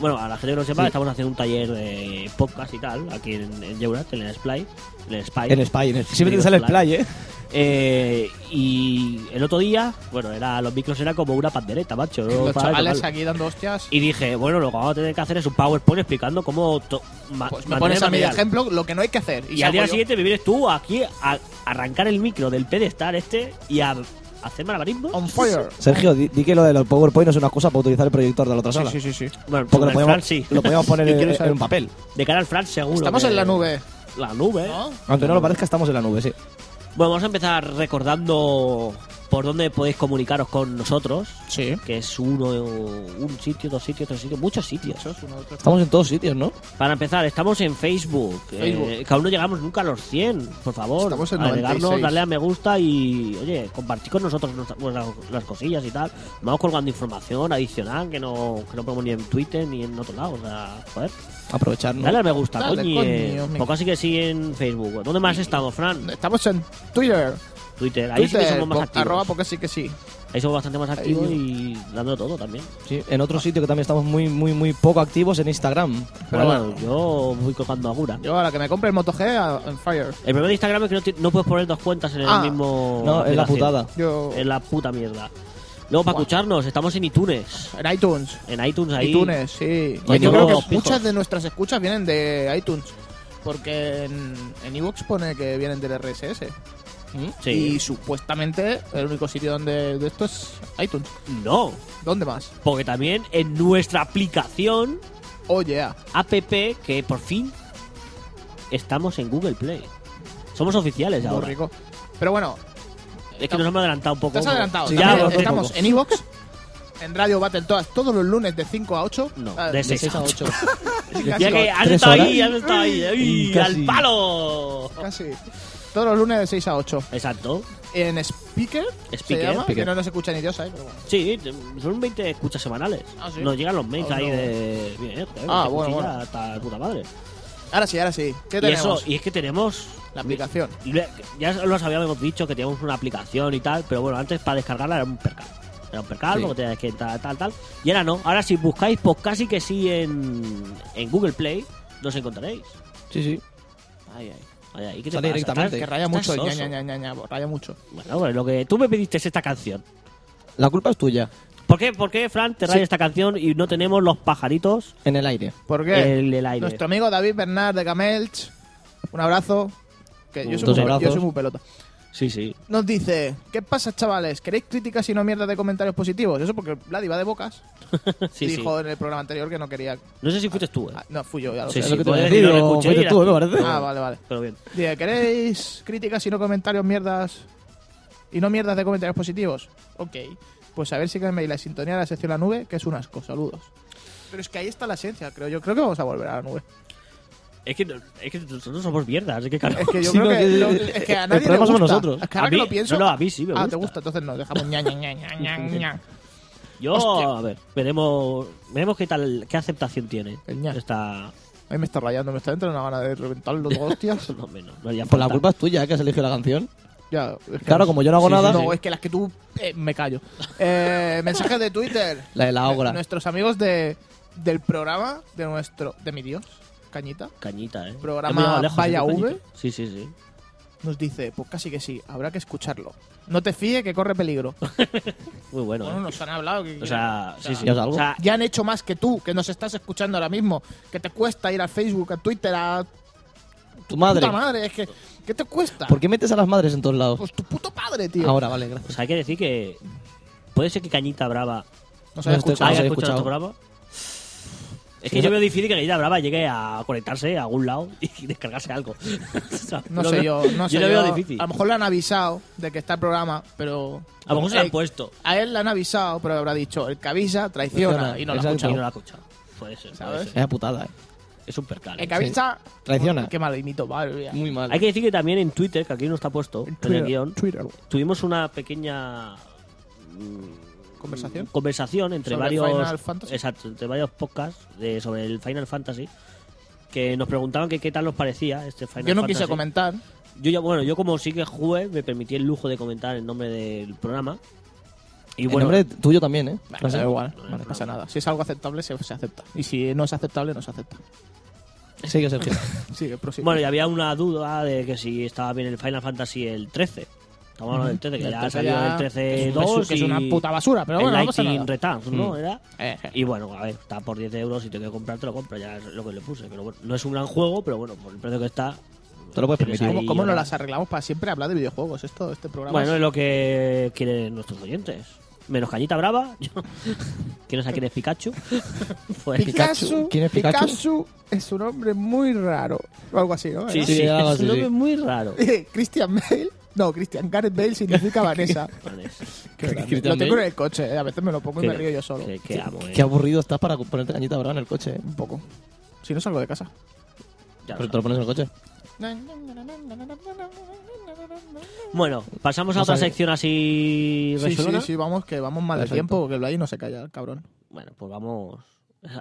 Speaker 4: Bueno, a la gente que no lo sepa, estamos haciendo un taller de podcast y tal, aquí en, en Yeurat, en el Splay. En el Spy.
Speaker 3: En Spy, en el- Siempre te
Speaker 4: Digo,
Speaker 3: sale el
Speaker 4: claro.
Speaker 3: play, ¿eh?
Speaker 4: Eh, y el otro día, bueno, era los micros era como una pandereta, macho. no
Speaker 2: Los
Speaker 4: paraba de
Speaker 2: chavales
Speaker 4: tocarlo.
Speaker 2: aquí dando hostias.
Speaker 4: Y dije, bueno, lo que vamos a tener que hacer es un PowerPoint explicando cómo. to- ma-
Speaker 2: Pues me
Speaker 4: mantener
Speaker 2: pones a mí de
Speaker 4: material.
Speaker 2: ejemplo lo que no hay que hacer.
Speaker 4: Y al
Speaker 2: salgo
Speaker 4: día
Speaker 2: yo.
Speaker 4: siguiente me vienes tú aquí a arrancar el micro del pedestal este y a hacer malabarismo.
Speaker 2: On fire.
Speaker 3: Sergio, di, di que lo de los PowerPoint no es una cosa para utilizar el proyector de la otra
Speaker 2: Sí,
Speaker 3: sala.
Speaker 2: sí, sí, sí.
Speaker 3: Porque
Speaker 4: Bueno,
Speaker 3: lo
Speaker 4: sobre el
Speaker 3: podíamos,
Speaker 4: Fran sí.
Speaker 3: lo podíamos poner
Speaker 2: Yo
Speaker 3: en,
Speaker 2: quiero
Speaker 3: en
Speaker 2: saber-
Speaker 3: un papel.
Speaker 4: De cara al Fran seguro.
Speaker 2: Estamos
Speaker 4: que-
Speaker 2: en la nube,
Speaker 4: La nube. ¿eh?
Speaker 2: ¿no?
Speaker 3: Aunque no lo parezca, estamos en la nube, sí.
Speaker 4: Bueno, vamos a empezar recordando por dónde podéis comunicaros con nosotros.
Speaker 2: Sí.
Speaker 4: Que es uno, un sitio, dos sitios, tres sitios, muchos sitios.
Speaker 2: Eso es uno, otro.
Speaker 3: Estamos en todos sitios, ¿no?
Speaker 4: Para empezar, estamos en Facebook.
Speaker 2: Facebook.
Speaker 4: eh, que aún no llegamos nunca a los 100. Por favor,
Speaker 2: Estamos en
Speaker 4: agregarnos,
Speaker 2: 96.
Speaker 4: darle a me gusta y, oye, compartir con nosotros nuestra- pues, las, las cosillas y tal. Vamos colgando información adicional que no, que no ponemos ni en Twitter ni en otro lado. O sea, joder,
Speaker 3: Aprovechar, ¿no?
Speaker 4: dale a me gusta,
Speaker 2: Dale,
Speaker 4: coño. y, eh,
Speaker 2: coño, me-
Speaker 4: Poco así que sí en Facebook. ¿Dónde más estamos, Fran?
Speaker 2: Estamos en Twitter.
Speaker 4: Twitter. Ahí sí que
Speaker 2: Twitter,
Speaker 4: somos más
Speaker 2: po-
Speaker 4: activos.
Speaker 2: arroba porque sí que sí.
Speaker 4: Ahí somos bastante más activos y dando todo también.
Speaker 3: Sí, en otro sitio que también estamos muy, muy, muy poco activos en Instagram.
Speaker 2: Pero
Speaker 4: bueno, yo voy colgando alguna.
Speaker 2: Yo ahora que me compre el Moto G, a- en fire.
Speaker 4: El problema de Instagram es que no, ti- no puedes poner dos cuentas en el
Speaker 2: Ah.
Speaker 4: mismo.
Speaker 3: No, es la
Speaker 4: aplicación.
Speaker 3: putada.
Speaker 2: Yo...
Speaker 4: Es la puta mierda. Luego, para
Speaker 2: Buah.
Speaker 4: escucharnos, estamos en iTunes.
Speaker 2: En iTunes.
Speaker 4: En iTunes ahí.
Speaker 2: iTunes, sí.
Speaker 3: Coño,
Speaker 2: yo creo que
Speaker 4: los pijos.
Speaker 2: muchas de nuestras escuchas vienen de iTunes. Porque en en Evox pone que vienen del RSS.
Speaker 3: ¿Mm?
Speaker 4: Sí.
Speaker 2: Y supuestamente el único sitio donde de esto es iTunes.
Speaker 4: No,
Speaker 2: ¿Dónde más?
Speaker 4: porque también en nuestra aplicación
Speaker 2: Oye, ah,
Speaker 4: app que por fin estamos en Google Play. Somos oficiales
Speaker 2: muy
Speaker 4: ahora.
Speaker 2: rico. Pero bueno,
Speaker 4: Es que nos hemos adelantado un poco.
Speaker 2: te has adelantado.
Speaker 3: Sí,
Speaker 4: ya,
Speaker 2: También
Speaker 4: vosotros.
Speaker 2: estamos en Evox, en Radio Battle todas todos los lunes de 5 a 8.
Speaker 4: No,
Speaker 2: Ah,
Speaker 4: de
Speaker 2: de
Speaker 4: seis
Speaker 3: De 6 a 8.
Speaker 4: Ya que has
Speaker 3: ¿Tres
Speaker 4: estado
Speaker 3: horas?
Speaker 4: ahí, has estado ahí. ¡Ay,
Speaker 3: Mm, casi.
Speaker 4: ¡Al palo!
Speaker 2: <laughs> Casi. Todos los lunes de 6 a 8.
Speaker 4: Exacto.
Speaker 2: En Speaker, se
Speaker 4: Speaker.
Speaker 2: llama, que
Speaker 3: Speaker.
Speaker 2: no nos escucha ni Dios ahí, pero bueno.
Speaker 4: Sí, son 20 escuchas semanales.
Speaker 2: Ah, ¿sí?
Speaker 4: Nos llegan los mails
Speaker 2: Ah,
Speaker 4: ahí
Speaker 2: no.
Speaker 4: de. Bien, eh, joder,
Speaker 2: Ah,
Speaker 4: 20
Speaker 2: bueno,
Speaker 4: cuchillas
Speaker 2: bueno.
Speaker 4: Hasta puta madre.
Speaker 2: Ahora sí, ahora sí. ¿Qué
Speaker 4: Y eso,
Speaker 2: tenemos?
Speaker 4: y es que tenemos.
Speaker 2: La aplicación.
Speaker 4: Le- Ya los habíamos dicho que teníamos una aplicación y tal, pero bueno, antes para descargarla era un percal. Era un percal,
Speaker 3: Sí.
Speaker 4: luego tenías que tal, tal, tal. Y ahora no, ahora si buscáis, pues casi que sí en, en Google Play, nos encontraréis.
Speaker 3: Sí, sí.
Speaker 4: Ay, ay. Ay, ay, ¿qué te
Speaker 3: Sale
Speaker 4: pasa?
Speaker 3: directamente.
Speaker 2: Que raya
Speaker 4: estás
Speaker 2: mucho,
Speaker 4: soso.
Speaker 2: ña, ña, ña, ña, ña, raya mucho.
Speaker 4: Bueno, pues lo que tú me pediste es esta canción.
Speaker 3: La culpa es tuya.
Speaker 4: ¿Por qué, por qué Fran, te
Speaker 3: Sí.
Speaker 4: raya esta canción y no tenemos los pajaritos
Speaker 3: En el aire.
Speaker 2: ¿Por
Speaker 4: en
Speaker 2: qué?
Speaker 4: el, aire?
Speaker 2: Nuestro amigo David Bernard de Camelch, un abrazo. Que yo, soy
Speaker 3: Dos
Speaker 2: muy- yo
Speaker 3: abrazos.
Speaker 2: soy muy pelota.
Speaker 4: Sí, sí.
Speaker 2: Nos dice, ¿qué pasa chavales? ¿Queréis críticas y no mierda de comentarios positivos? Eso porque Vlad iba de bocas.
Speaker 4: sí, sí.
Speaker 2: dijo en el programa anterior que no quería...
Speaker 4: No sé si fuiste tú, eh.
Speaker 2: Ah, no, fui yo, ya lo
Speaker 4: Sí,
Speaker 2: sé.
Speaker 3: es
Speaker 4: sí.
Speaker 3: lo que te voy a
Speaker 4: puedes
Speaker 3: decir.
Speaker 4: decirlo,
Speaker 3: o
Speaker 4: escuché y
Speaker 3: fuiste
Speaker 4: ya
Speaker 3: tú,
Speaker 4: está.
Speaker 3: me parece.
Speaker 2: Ah, vale, vale.
Speaker 4: Pero bien.
Speaker 2: Dice, ¿queréis críticas y no comentarios mierdas? Y no mierdas de comentarios positivos. Ok. Pues a ver si cambiáis la sintonía de la sección La Nube, que es un asco. Saludos. Pero es que ahí está la esencia, creo yo. Creo que vamos a volver a la nube.
Speaker 4: Es que, no- es que nosotros somos mierdas, es que claro.
Speaker 2: Es que yo
Speaker 3: Sí,
Speaker 2: creo que,
Speaker 3: no, que-
Speaker 2: lo- es que a
Speaker 3: el
Speaker 2: nadie le
Speaker 3: problema
Speaker 2: gusta.
Speaker 3: somos nosotros.
Speaker 2: Es que ahora
Speaker 4: A
Speaker 2: que
Speaker 4: mí-
Speaker 2: lo pienso...
Speaker 4: no, no, a mí sí me
Speaker 2: Ah, ¿te gusta?
Speaker 4: gusta.
Speaker 2: Entonces nos dejamos ña, ña, ña, ña, ña, ña.
Speaker 4: Yo,
Speaker 2: Hostia.
Speaker 4: a ver, veremos, veremos qué tal, qué aceptación tiene
Speaker 2: El ña.
Speaker 4: esta.
Speaker 2: Ahí me está rayando, me está dentro una gana de reventarlo todo, hostias.
Speaker 4: <laughs> No, hombre, no, no haría
Speaker 3: Pues la
Speaker 4: falta.
Speaker 3: culpa es tuya, ¿eh? que has elegido la canción.
Speaker 2: Ya, es que
Speaker 3: Claro, como yo no hago
Speaker 4: Sí, sí,
Speaker 3: nada,
Speaker 4: sí.
Speaker 2: No, es que las que tú... eh, me callo. Eh, mensajes de Twitter.
Speaker 3: la de la obra.
Speaker 2: Nuestros amigos de, del programa, de nuestro... De mi Dios, Cañita,
Speaker 4: Cañita, eh.
Speaker 2: Programa
Speaker 4: Hemos llegado lejos,
Speaker 2: Vaya
Speaker 4: ¿eh,
Speaker 2: V.
Speaker 4: Cañita? Sí, sí, sí.
Speaker 2: nos dice, pues casi que sí, habrá que escucharlo. No te fíes que corre peligro.
Speaker 4: Muy bueno,
Speaker 2: Bueno,
Speaker 4: eh.
Speaker 2: nos han hablado. que-
Speaker 4: O sea, sí, sí.
Speaker 3: ¿ya es algo?
Speaker 4: O sea,
Speaker 2: Ya han hecho más que tú, que nos estás escuchando ahora mismo, que te cuesta ir al Facebook, a Twitter, a
Speaker 3: Tu madre.
Speaker 2: puta madre, es que ¿qué te cuesta?
Speaker 3: ¿Por qué metes a las madres en todos lados?
Speaker 2: Pues tu puto padre, tío.
Speaker 3: Ahora, vale, gracias.
Speaker 4: pues hay que decir que. Puede ser que Cañita Brava
Speaker 2: Nos había
Speaker 3: No estoy-
Speaker 2: escuchado.
Speaker 4: haya
Speaker 3: habéis
Speaker 4: escuchado nuestro
Speaker 3: escuchado.
Speaker 4: programa. Es
Speaker 3: Sí,
Speaker 4: que
Speaker 3: no-
Speaker 4: yo veo difícil que Cañita Brava llegue a conectarse a algún lado <laughs> y descargarse algo. O sea,
Speaker 2: No
Speaker 4: lo
Speaker 2: sé
Speaker 4: veo-
Speaker 2: yo, no sé
Speaker 4: yo.
Speaker 2: yo.
Speaker 4: lo veo difícil.
Speaker 2: A lo mejor le han avisado de que está el programa, pero
Speaker 4: A lo mejor se lo
Speaker 2: Eh,
Speaker 4: han puesto.
Speaker 2: a él le han avisado, pero habrá dicho, el que avisa traiciona
Speaker 3: Traiciona,
Speaker 2: y no lo ha
Speaker 3: exacto.
Speaker 4: Y
Speaker 2: escuchado.
Speaker 4: no lo ha escuchado. Puede ser, puede
Speaker 2: ¿Sabes?
Speaker 4: ser.
Speaker 3: Es putada, ¿eh?
Speaker 4: Es un percal.
Speaker 2: El que avisa
Speaker 3: Traiciona.
Speaker 2: Qué mal imito, madre mía.
Speaker 3: Muy mal.
Speaker 4: Hay que decir que también en Twitter, que aquí no está puesto, en el guión,
Speaker 2: Twitter.
Speaker 4: tuvimos una pequeña mm,
Speaker 2: Conversación.
Speaker 4: conversación entre
Speaker 2: ¿Sobre
Speaker 4: varios
Speaker 2: Final Fantasy?
Speaker 4: exacto entre varios podcasts de- sobre el Final Fantasy que nos preguntaban que qué tal nos parecía este Final
Speaker 2: Yo no
Speaker 4: Fantasy.
Speaker 2: quise comentar.
Speaker 4: yo ya bueno yo como sí que jugué me permití el lujo de comentar el nombre del programa y
Speaker 3: el
Speaker 4: bueno
Speaker 3: nombre tuyo también, ¿eh?
Speaker 2: Bueno,
Speaker 3: Francés.
Speaker 2: da igual,
Speaker 4: No,
Speaker 2: no,
Speaker 4: no,
Speaker 2: le
Speaker 4: no.
Speaker 2: pasa nada. Si es algo aceptable, se, se acepta. Y si no es aceptable, no se acepta.
Speaker 3: Sigue, Sergio.
Speaker 2: Sigue, prosigue.
Speaker 4: bueno y había una duda de que si estaba bien el Final Fantasy el 13 estamos hablando del 13 que
Speaker 2: El
Speaker 4: ya
Speaker 2: 13
Speaker 4: salió
Speaker 2: ya-
Speaker 4: el 13
Speaker 2: que es un-
Speaker 4: 2
Speaker 2: que es una
Speaker 4: y
Speaker 2: puta basura, pero
Speaker 4: el
Speaker 2: bueno, no pasa
Speaker 4: Lightning
Speaker 2: nada.
Speaker 4: Returns no
Speaker 3: Mm.
Speaker 4: era
Speaker 2: Eh, eh.
Speaker 4: Y bueno, a ver, está por 10 euros, si tengo que comprar, te lo compro, ya es lo que le puse. Pero bueno, no es un gran juego, pero bueno, por el precio que está...
Speaker 3: Te lo puedes
Speaker 4: tienes
Speaker 3: permitir.
Speaker 2: ¿Cómo,
Speaker 4: ahí
Speaker 2: cómo no
Speaker 4: una-
Speaker 2: las arreglamos para siempre hablar de videojuegos? Esto, este programa.
Speaker 4: Bueno,
Speaker 2: es-
Speaker 4: es lo que quieren nuestros oyentes. Menos Cañita Brava, <laughs> que no sabe quién es Pikachu. <laughs>
Speaker 3: Pikachu.
Speaker 4: Pues
Speaker 2: Picasso,
Speaker 3: ¿Quién es Pikachu?
Speaker 2: es un hombre muy raro. O algo así, ¿no?
Speaker 4: sí,
Speaker 3: Sí,
Speaker 4: sí,
Speaker 3: algo
Speaker 4: es
Speaker 3: así,
Speaker 4: un nombre
Speaker 3: sí.
Speaker 4: muy raro.
Speaker 2: <laughs> Eh, Christian Bale. No, Christian Gareth Bale
Speaker 4: <laughs>
Speaker 2: significa Vanessa.
Speaker 4: Vale,
Speaker 2: Qué grande.
Speaker 3: Christian
Speaker 2: lo tengo en
Speaker 3: Bale.
Speaker 2: el coche, eh, a veces me lo pongo y
Speaker 4: que-
Speaker 2: me río yo solo.
Speaker 4: Que, que amo, eh.
Speaker 3: Qué aburrido estás para ponerte cañita brava en el coche, ¿eh?
Speaker 2: Un poco. Si no salgo de casa.
Speaker 4: Ya lo
Speaker 3: Pero te lo pones en el coche.
Speaker 4: sabes. Bueno, pasamos a
Speaker 3: No
Speaker 4: otra
Speaker 3: sabe.
Speaker 4: sección así
Speaker 2: Sí, sí,
Speaker 4: resolona.
Speaker 2: sí, vamos, que vamos mal de
Speaker 3: Perfecto.
Speaker 2: tiempo, porque Vladi no se calla, el cabrón.
Speaker 4: Bueno, pues vamos...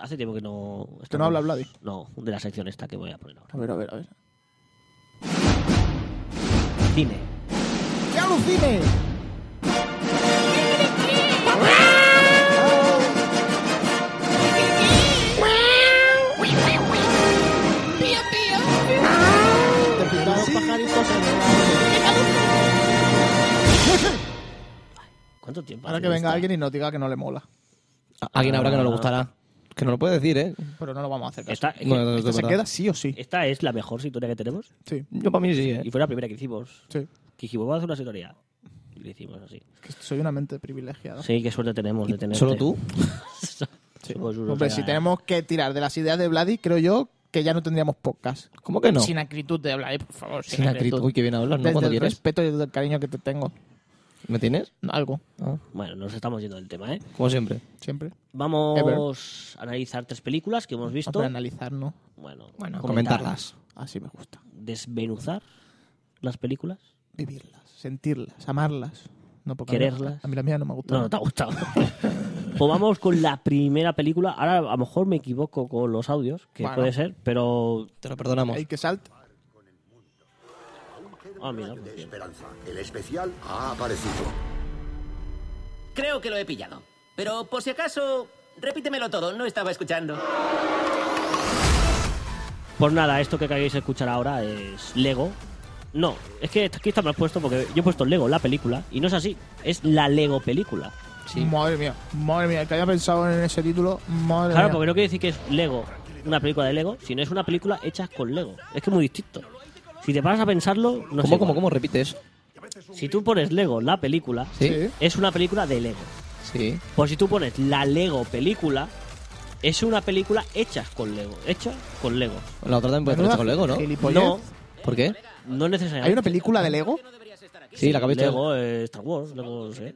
Speaker 4: Hace tiempo que no...
Speaker 2: Que no habla Vladi.
Speaker 4: No, de la sección esta que voy a poner ahora.
Speaker 2: A ver, a ver, a ver.
Speaker 4: Cine.
Speaker 2: ¡Qué alucine! Te pintaron pajaritos en el árbol.
Speaker 4: ¿Cuánto tiempo?
Speaker 2: Ahora
Speaker 4: hace
Speaker 2: que venga
Speaker 4: está?
Speaker 2: alguien y nos diga que no le mola.
Speaker 3: A alguien habrá que no le gustará. Que no lo puedes decir, ¿eh?
Speaker 2: Pero no lo vamos a hacer. caso.
Speaker 4: Esta, eh,
Speaker 3: Bueno, de- de
Speaker 2: Este se
Speaker 3: verdad.
Speaker 2: queda sí o sí.
Speaker 4: esta es la mejor sintonía que tenemos.
Speaker 2: Sí,
Speaker 3: Yo para mí sí, ¿eh?
Speaker 4: Y fue la primera que hicimos.
Speaker 2: sí.
Speaker 4: Que dijimos, vamos a hacer una sintonía. Y lo hicimos así.
Speaker 2: Que soy una mente privilegiada.
Speaker 4: Sí, qué suerte tenemos de pues, tener.
Speaker 3: ¿Solo tú?
Speaker 4: Somos unos
Speaker 2: Hombre,
Speaker 4: de-
Speaker 2: si tenemos que tirar de las ideas de Vladi, creo yo que ya no tendríamos podcast.
Speaker 3: ¿Cómo que no?
Speaker 2: Sin acritud de Vladi, por favor.
Speaker 3: Sin acritud. Uy, qué bien hablas, ¿no?
Speaker 2: Desde
Speaker 3: Cuando
Speaker 2: el
Speaker 3: quieres.
Speaker 2: respeto y desde el cariño que te tengo.
Speaker 3: ¿Me tienes?
Speaker 2: Algo,
Speaker 3: Ah,
Speaker 4: Bueno, nos estamos yendo del tema, ¿eh?
Speaker 3: como siempre.
Speaker 2: siempre.
Speaker 4: Vamos a analizar tres películas que hemos visto.
Speaker 2: Para analizar, ¿no?
Speaker 4: Bueno,
Speaker 3: comentarlas.
Speaker 2: Así me gusta.
Speaker 4: Desmenuzar las películas.
Speaker 2: Vivirlas, sentirlas, amarlas. No porque
Speaker 4: Quererlas.
Speaker 2: A mí la mía no me gusta.
Speaker 4: No, no te ha gustado. <laughs> pues vamos con la primera película. Ahora a lo mejor me equivoco con los audios, que
Speaker 2: Bueno.
Speaker 4: puede ser, pero.
Speaker 3: Te lo perdonamos.
Speaker 2: Hay que salte.
Speaker 4: Ah, mira,
Speaker 1: de
Speaker 4: pues bien.
Speaker 1: esperanza. El especial ha aparecido.
Speaker 5: Creo que lo he pillado. Pero por si acaso, repítemelo todo, no estaba escuchando.
Speaker 4: Pues nada, esto que queréis escuchar ahora es Lego. No, es que aquí está mal puesto porque yo he puesto Lego, la película, y no es así. Es la Lego película.
Speaker 2: Madre mía, madre mía, el que haya pensado en ese título, madre
Speaker 4: Claro,
Speaker 2: mía.
Speaker 4: porque no quiere decir que es Lego, una película de Lego, sino es una película hecha con Lego. Es que es muy distinto. Si te paras a pensarlo, no
Speaker 3: ¿Cómo,
Speaker 4: sé.
Speaker 3: cómo, cómo repites?
Speaker 4: Si tú pones Lego, la película,
Speaker 3: ¿Sí?
Speaker 2: Sí.
Speaker 4: es una película de Lego.
Speaker 3: Sí.
Speaker 4: Pues si tú pones la Lego película, es una película hecha con Lego. Hecha con Lego.
Speaker 3: La otra también puede ser
Speaker 2: Menuda
Speaker 3: hecha con Lego, ¿no?
Speaker 2: gilipollez.
Speaker 4: No,
Speaker 3: ¿Por qué?
Speaker 4: no necesariamente.
Speaker 2: ¿Hay una película de Lego?
Speaker 3: Sí, la que habéis visto.
Speaker 4: Lego, eh, Star Wars, Lego, no sé.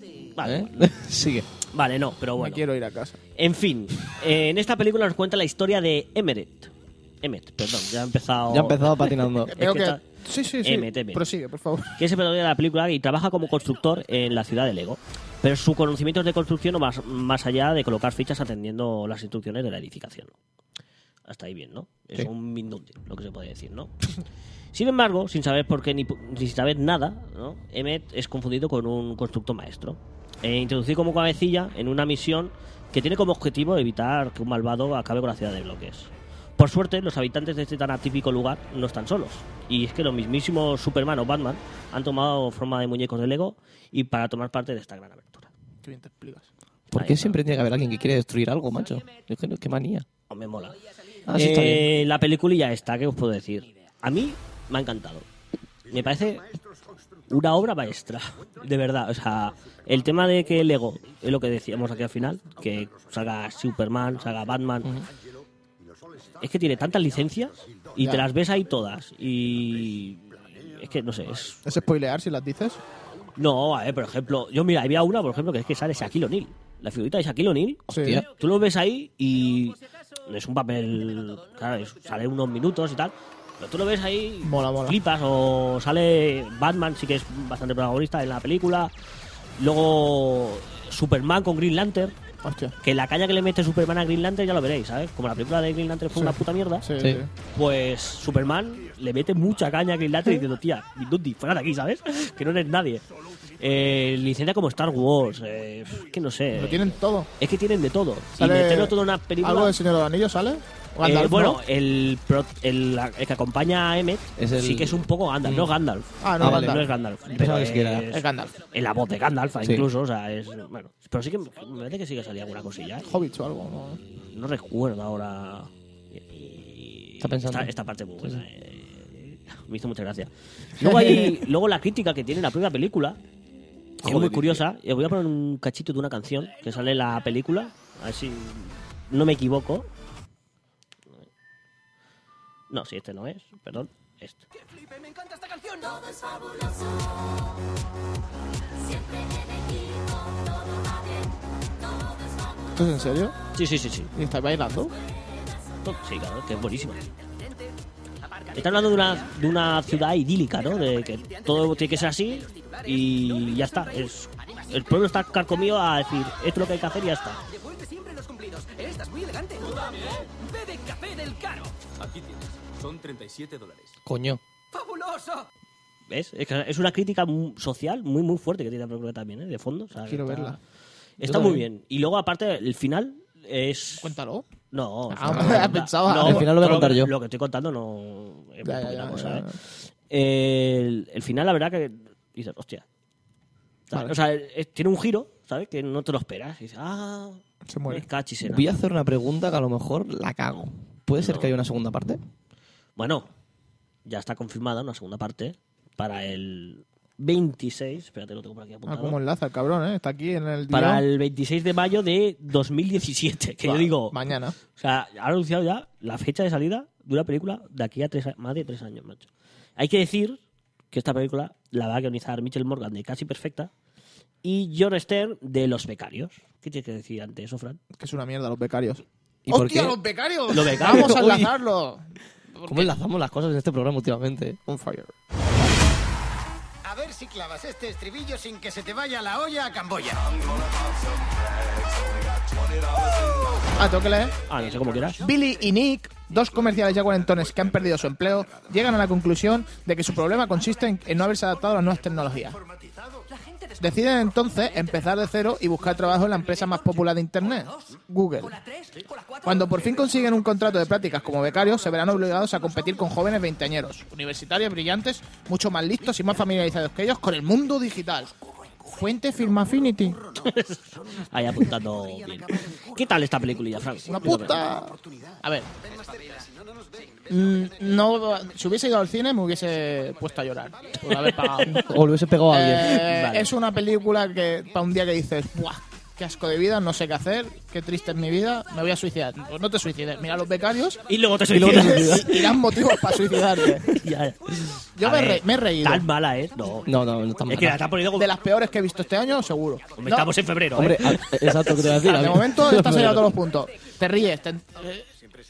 Speaker 3: Sí.
Speaker 4: Vale,
Speaker 3: ¿Eh? <laughs> Sigue.
Speaker 4: Vale, no, pero
Speaker 2: Me
Speaker 4: bueno.
Speaker 2: quiero ir a casa.
Speaker 4: En fin, eh, en esta película nos cuenta la historia de Emmet. Emmet, perdón, ya ha empezado.
Speaker 3: Ya he empezado patinando.
Speaker 4: Es
Speaker 2: Veo
Speaker 4: que
Speaker 2: que-
Speaker 4: está- Eh,
Speaker 2: Sí, sí, sí.
Speaker 4: M, teme.
Speaker 2: Prosigue, por
Speaker 4: <laughs>
Speaker 2: favor.
Speaker 4: Que es el protagonista de la película y trabaja como constructor en la ciudad de Lego. Pero su conocimiento es de construcción no más, más allá de colocar fichas atendiendo las instrucciones de la edificación. Hasta ahí bien, ¿no? Es
Speaker 3: Sí.
Speaker 4: un mindundi, lo que se puede decir, ¿no? <laughs> Sin embargo, sin saber por qué ni, pu- ni sin saber nada, ¿no? Emmet es confundido con un constructor maestro. E introducido como cabecilla en una misión que tiene como objetivo evitar que un malvado acabe con la ciudad de bloques. Por suerte, los habitantes de este tan atípico lugar no están solos. Y es que los mismísimos Superman o Batman han tomado forma de muñecos de Lego y para tomar parte de esta gran aventura.
Speaker 2: Qué bien te explicas.
Speaker 3: <laughs> ¿Por qué siempre tiene que haber alguien que quiere destruir algo, macho? Yo creo que manía.
Speaker 4: Oh, Me mola.
Speaker 3: Ah, sí, está bien.
Speaker 4: Eh, La peliculilla esta, ¿qué os puedo decir? A mí me ha encantado. Me parece una obra maestra, de verdad. O sea, el tema de que el ego, es lo que decíamos aquí al final, que salga Superman, salga Batman, es que tiene tantas licencias y
Speaker 2: Ya.
Speaker 4: te las ves ahí todas. Y es que no sé, es...
Speaker 2: ¿Es spoilear si las dices?
Speaker 4: No, a ver, por ejemplo, yo mira, había una, por ejemplo, que es que sale Shaquille O'Neal. La figurita de Shaquille O'Neal,
Speaker 3: Hostia.
Speaker 4: tú lo ves ahí y es un papel, claro, es- sale unos minutos y tal, pero tú lo ves ahí,
Speaker 2: Mola, mola.
Speaker 4: flipas o sale Batman, sí que es bastante protagonista en la película. Luego Superman con Green Lantern.
Speaker 2: Hostia.
Speaker 4: Que la caña que le mete Superman a Green Lantern ya lo veréis, ¿sabes? Como la película de Green Lantern fue una puta mierda,
Speaker 2: Sí,
Speaker 3: Sí.
Speaker 2: sí.
Speaker 4: pues Superman le mete mucha caña a Green Lantern diciendo, tía, Duty, fuera de aquí, ¿sabes? <laughs> Que no eres nadie. Eh, licencia como Star Wars, eh, que no sé.
Speaker 2: Lo tienen todo.
Speaker 4: Es que tienen de todo. Y
Speaker 2: Sale-
Speaker 4: meterlo todo en una película.
Speaker 2: ¿Algo del Señor de los Anillos sale?
Speaker 4: Eh,
Speaker 2: Gandalf,
Speaker 4: bueno,
Speaker 2: ¿no?
Speaker 4: el, pro- el- la- el que acompaña a Emmet
Speaker 3: Es el- Mm.
Speaker 4: sí que es un poco Gandalf, no Gandalf.
Speaker 2: Ah, no,
Speaker 4: Eh,
Speaker 2: Gandalf.
Speaker 4: no es Gandalf.
Speaker 3: Pensaba que sí que era.
Speaker 2: Es Gandalf.
Speaker 4: En la voz de Gandalf,
Speaker 3: Sí.
Speaker 4: incluso, o sea, es. Bueno, pero sí que me parece que sí que salía alguna cosilla. ¿eh?
Speaker 2: Hobbit o algo. ¿no?
Speaker 4: No recuerdo ahora. Y-
Speaker 3: Está pensando.
Speaker 4: Esta, esta parte muy buena. eh, Me hizo mucha gracia.
Speaker 3: <laughs>
Speaker 4: Luego, hay, luego la crítica que tiene la propia película es muy
Speaker 1: Joder,
Speaker 4: curiosa. Y os voy a poner un cachito de una canción que sale en la película. A ver si no me equivoco. No, si este no es, perdón. Este.
Speaker 6: Todo es fabuloso. Siempre en equipo, todo va bien. Todo es fabuloso.
Speaker 2: ¿Esto es en serio?
Speaker 4: Sí, sí, sí, sí.
Speaker 2: ¿Y estáis bailando?
Speaker 4: To- Sí, claro, que es buenísima. Está hablando de una, de una ciudad idílica, ¿no? De que todo tiene que ser así y ya está. Es, el pueblo está carcomido a decir, esto es lo que hay que hacer y ya está.
Speaker 5: Devuelve siempre los cumplidos. Estás muy elegante. Tú también. Ve de café del caro.
Speaker 7: Aquí tienes. Son 37 dólares.
Speaker 3: Coño.
Speaker 5: ¡Fabuloso!
Speaker 4: ¿Ves? Es, que es una crítica mu- social muy, muy fuerte que tiene la película también, ¿eh? De fondo. o sea,
Speaker 2: Quiero
Speaker 4: está-
Speaker 2: verla.
Speaker 4: Está
Speaker 3: Yo
Speaker 4: muy
Speaker 3: también.
Speaker 4: bien. Y luego, aparte, el final es...
Speaker 2: Cuéntalo.
Speaker 4: No,
Speaker 2: <laughs> Ah,
Speaker 4: o sea,
Speaker 2: pensaba.
Speaker 4: no,
Speaker 2: Al
Speaker 3: final lo voy a
Speaker 4: pero
Speaker 3: contar yo.
Speaker 4: Lo que estoy contando no es muy
Speaker 2: Ya, ya,
Speaker 4: poquita
Speaker 2: ya,
Speaker 4: cosa,
Speaker 2: ya,
Speaker 4: ¿eh? El, el final, la verdad que dices, hostia.
Speaker 2: Vale.
Speaker 4: O sea, es- tiene un giro, ¿sabes? Que no te lo esperas. Y dices, ah,
Speaker 2: Se muere.
Speaker 4: me cachis en la-
Speaker 3: Voy a hacer una pregunta que a lo mejor la cago. ¿Puede ser que haya una segunda parte?
Speaker 4: Bueno, ya está confirmada una segunda parte para el 26. Espérate, lo tengo por aquí
Speaker 2: Ah,
Speaker 4: apuntado.
Speaker 2: cómo enlaza el cabrón, ¿eh? Está aquí en el...
Speaker 4: para
Speaker 2: guión.
Speaker 4: el 26 de mayo de 2017. Que yo
Speaker 2: Va,
Speaker 4: digo,
Speaker 2: Mañana.
Speaker 4: O sea, ha anunciado ya la fecha de salida de una película de aquí a tres, a- más de tres años, macho. Hay que decir que esta película la va a guionizar Mitchell Morgan de Casi Perfecta y John Stern de Los Becarios. ¿Qué tienes que decir ante eso, Fran?
Speaker 2: Que es una mierda, los becarios.
Speaker 3: ¿Y por
Speaker 2: ¡Hostia,
Speaker 3: qué?
Speaker 2: los becarios!
Speaker 4: Los becarios,
Speaker 2: ¡Vamos a
Speaker 4: uy.
Speaker 2: enlazarlo!
Speaker 3: ¿Cómo enlazamos las cosas en este programa últimamente? eh?
Speaker 2: On fire.
Speaker 8: A ver si clavas este estribillo sin que se te vaya la olla a Camboya.
Speaker 2: Ah, tengo que leer.
Speaker 4: Ah, no sé cómo quieras.
Speaker 2: Billy y Nick, dos comerciales ya cuarentones que han perdido su empleo, llegan a la conclusión de que su problema consiste en, en no haberse adaptado a las nuevas tecnologías. Deciden entonces empezar de cero y buscar trabajo en la empresa más popular de Internet, Google. Cuando por fin consiguen un contrato de prácticas como becarios, se verán obligados a competir con jóvenes veinteañeros, universitarios brillantes, mucho más listos y más familiarizados que ellos con el mundo digital. Fuente Film Affinity.
Speaker 4: Ahí apuntando bien. ¿Qué tal esta peliculilla, Fran?
Speaker 2: ¡Una puta! A ver. Mm, No, si hubiese ido al cine me hubiese puesto a llorar por haber pagado.
Speaker 3: O lo hubiese pegado a alguien.
Speaker 2: Eh,
Speaker 4: Vale.
Speaker 2: Es una película que para un día que dices, ¡buah! ¡Qué asco de vida! No sé qué hacer, qué triste es mi vida, me voy a suicidar. Pues no te suicides, mira a los becarios
Speaker 4: Y luego te
Speaker 3: Y luego te
Speaker 4: suicidas.
Speaker 3: suicidas.
Speaker 2: y dan motivos para suicidarte.
Speaker 4: <laughs> Ya.
Speaker 2: Yo
Speaker 4: A
Speaker 2: me he
Speaker 4: ver,
Speaker 2: re- me he reído.
Speaker 4: Tan mala, ¿eh? No.
Speaker 3: No, no, no está mal.
Speaker 4: Es que la está poniendo como...
Speaker 2: De las peores que he visto este año, seguro.
Speaker 4: Hombre,
Speaker 2: No,
Speaker 4: Estamos en febrero, ¿eh?
Speaker 3: Hombre, a- exacto, que te voy a decir. A
Speaker 2: de
Speaker 3: mí-
Speaker 4: <laughs>
Speaker 2: momento estás allá a todos los puntos. Te ríes. te- eh,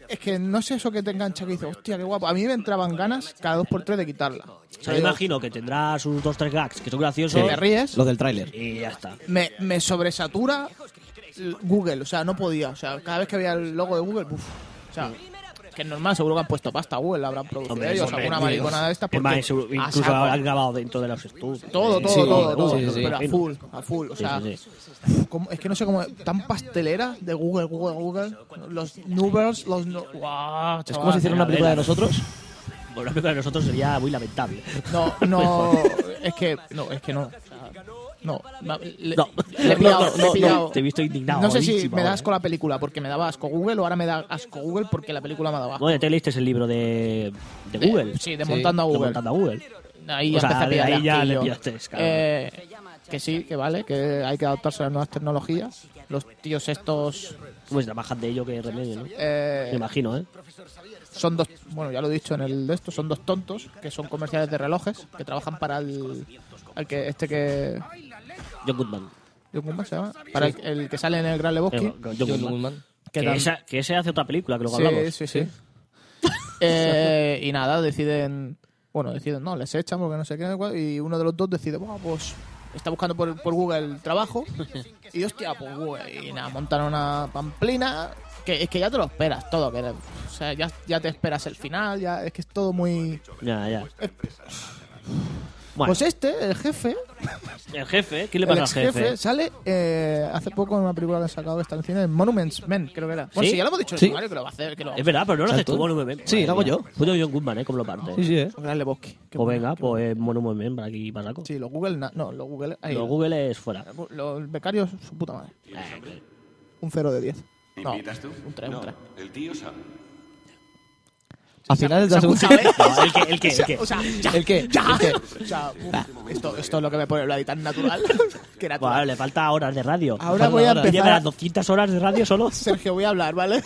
Speaker 2: es que no sé eso que te engancha que dices, hostia, qué guapo. A mí me entraban ganas cada dos por tres de quitarla.
Speaker 4: O sea, yo imagino que tendrá sus dos, tres gags que son graciosos
Speaker 2: Sí. Te ríes.
Speaker 3: Los del tráiler.
Speaker 4: y ya está.
Speaker 2: Me, me sobresatura l- Google, o sea, no podía. O sea, cada vez que veía el logo de Google, uff. O sea, que es normal, seguro que han puesto pasta a Google, la habrán producido
Speaker 4: Hombre,
Speaker 2: ellos,
Speaker 4: hombre,
Speaker 2: alguna
Speaker 4: tío.
Speaker 2: maricona de estas.
Speaker 4: Es más,
Speaker 2: porque
Speaker 4: eso
Speaker 2: a
Speaker 4: incluso
Speaker 2: saco.
Speaker 4: han grabado dentro de los estudios.
Speaker 2: Ah, Todo, todo,
Speaker 3: Sí,
Speaker 2: todo, todo.
Speaker 3: sí, sí, sí.
Speaker 2: Pero a full, a full. O
Speaker 4: Sí,
Speaker 2: sea,
Speaker 4: sí, sí.
Speaker 2: ¿Cómo? Es que no sé cómo. Tan pastelera de Google, Google, Google. Los Nubers, los. nu- ¡Guau!
Speaker 3: Es como si hiciera una
Speaker 4: Venga,
Speaker 3: película de
Speaker 4: venga.
Speaker 3: nosotros.
Speaker 4: Bueno, lo de nosotros sería muy lamentable. <laughs>
Speaker 2: No,
Speaker 4: Pues
Speaker 2: no. es que. No, es que no. o sea, no. ma- Le,
Speaker 4: No,
Speaker 2: le he pillado.
Speaker 4: no, no,
Speaker 2: le he
Speaker 4: no,
Speaker 2: pillado.
Speaker 4: te he visto indignado.
Speaker 2: No sé si
Speaker 4: buenísimo,
Speaker 2: me da
Speaker 4: eh.
Speaker 2: asco la película porque me daba asco Google o ahora me da asco Google porque la película me ha dado asco.
Speaker 4: Bueno, te leíste el libro de, de Google.
Speaker 2: Eh, Sí, de montando a
Speaker 4: De
Speaker 2: Google.
Speaker 4: montando a Google.
Speaker 2: Ahí
Speaker 4: O sea,
Speaker 2: empecé a pillarle
Speaker 4: de ahí ya le
Speaker 2: asquillo.
Speaker 4: pillaste, claro.
Speaker 2: Eh, que sí, que vale, que hay que adaptarse a las nuevas tecnologías. Los tíos estos
Speaker 4: Pues trabajan de ello que remedio, ¿no?
Speaker 2: eh,
Speaker 4: Me imagino, ¿eh?
Speaker 2: son dos, bueno, ya lo he dicho en el de esto, son dos tontos que son comerciales de relojes que trabajan para el, al que este que
Speaker 4: John Goodman.
Speaker 2: John Goodman se llama, para el, el que sale en el Gran Lebowski.
Speaker 4: Eh, John Goodman.
Speaker 2: ¿Qué
Speaker 4: Que,
Speaker 2: tal?
Speaker 4: esa- que ese hace otra película, que luego
Speaker 2: Sí,
Speaker 4: hablamos.
Speaker 2: sí,
Speaker 4: <laughs>
Speaker 2: sí. Eh, y nada, deciden, bueno, deciden no, les echan porque no sé qué y uno de los dos decide, bueno, pues está buscando por, por Google trabajo. Y hostia, pues Google. Y nada, montan una pamplina. Que es que ya te lo esperas todo. Que, o sea, ya, ya te esperas el final. ya Es que es todo muy.
Speaker 4: Ya, ya. Bueno,
Speaker 2: Pues este, el jefe,
Speaker 4: el jefe, ¿qué le
Speaker 2: el
Speaker 4: pasa al
Speaker 2: ex jefe,
Speaker 4: jefe?
Speaker 2: sale eh, hace poco en una película que han sacado que está en cine, Monuments Men, creo que era. Bueno,
Speaker 4: ¿Sí?
Speaker 2: sí, ya lo hemos dicho en
Speaker 3: Sí.
Speaker 2: el sumario que lo va a hacer. Que lo...
Speaker 4: Es verdad, pero no lo haces
Speaker 3: Exacto.
Speaker 4: tú, Monument.
Speaker 3: Sí, lo hago yo.
Speaker 4: Puto John Goodman, ¿eh? Como lo parte.
Speaker 3: Sí, sí, eh.
Speaker 2: Un gran Lebowski. Qué
Speaker 4: Pues
Speaker 2: bueno,
Speaker 4: venga,
Speaker 2: qué bueno.
Speaker 4: pues eh, Monument Man, para aquí, para saco.
Speaker 2: Sí, los Google. na- No, los Google. ahí.
Speaker 4: Lo Google es fuera.
Speaker 2: Los becarios, su puta madre.
Speaker 4: <laughs> Eh,
Speaker 2: Un 0 de 10. No,
Speaker 9: ¿Invitas tú?
Speaker 2: un 3,
Speaker 9: No,
Speaker 2: un 3.
Speaker 9: el tío sabe.
Speaker 3: Al final de la segunda.
Speaker 4: no, el que, el que, el que.
Speaker 2: O sea, ya,
Speaker 3: ¿El qué?
Speaker 2: ya.
Speaker 3: ¿El qué?
Speaker 2: O sea, uf, esto, esto es lo que me pone el Vladi tan natural. <laughs> que natural.
Speaker 4: Bueno, Pues, le falta horas de radio.
Speaker 2: Ahora
Speaker 4: Falta
Speaker 2: voy a
Speaker 4: horas.
Speaker 2: empezar
Speaker 4: Llega
Speaker 2: a-
Speaker 4: las 200 horas de
Speaker 3: <laughs>
Speaker 4: radio solo.
Speaker 2: Sergio, voy a hablar, ¿vale?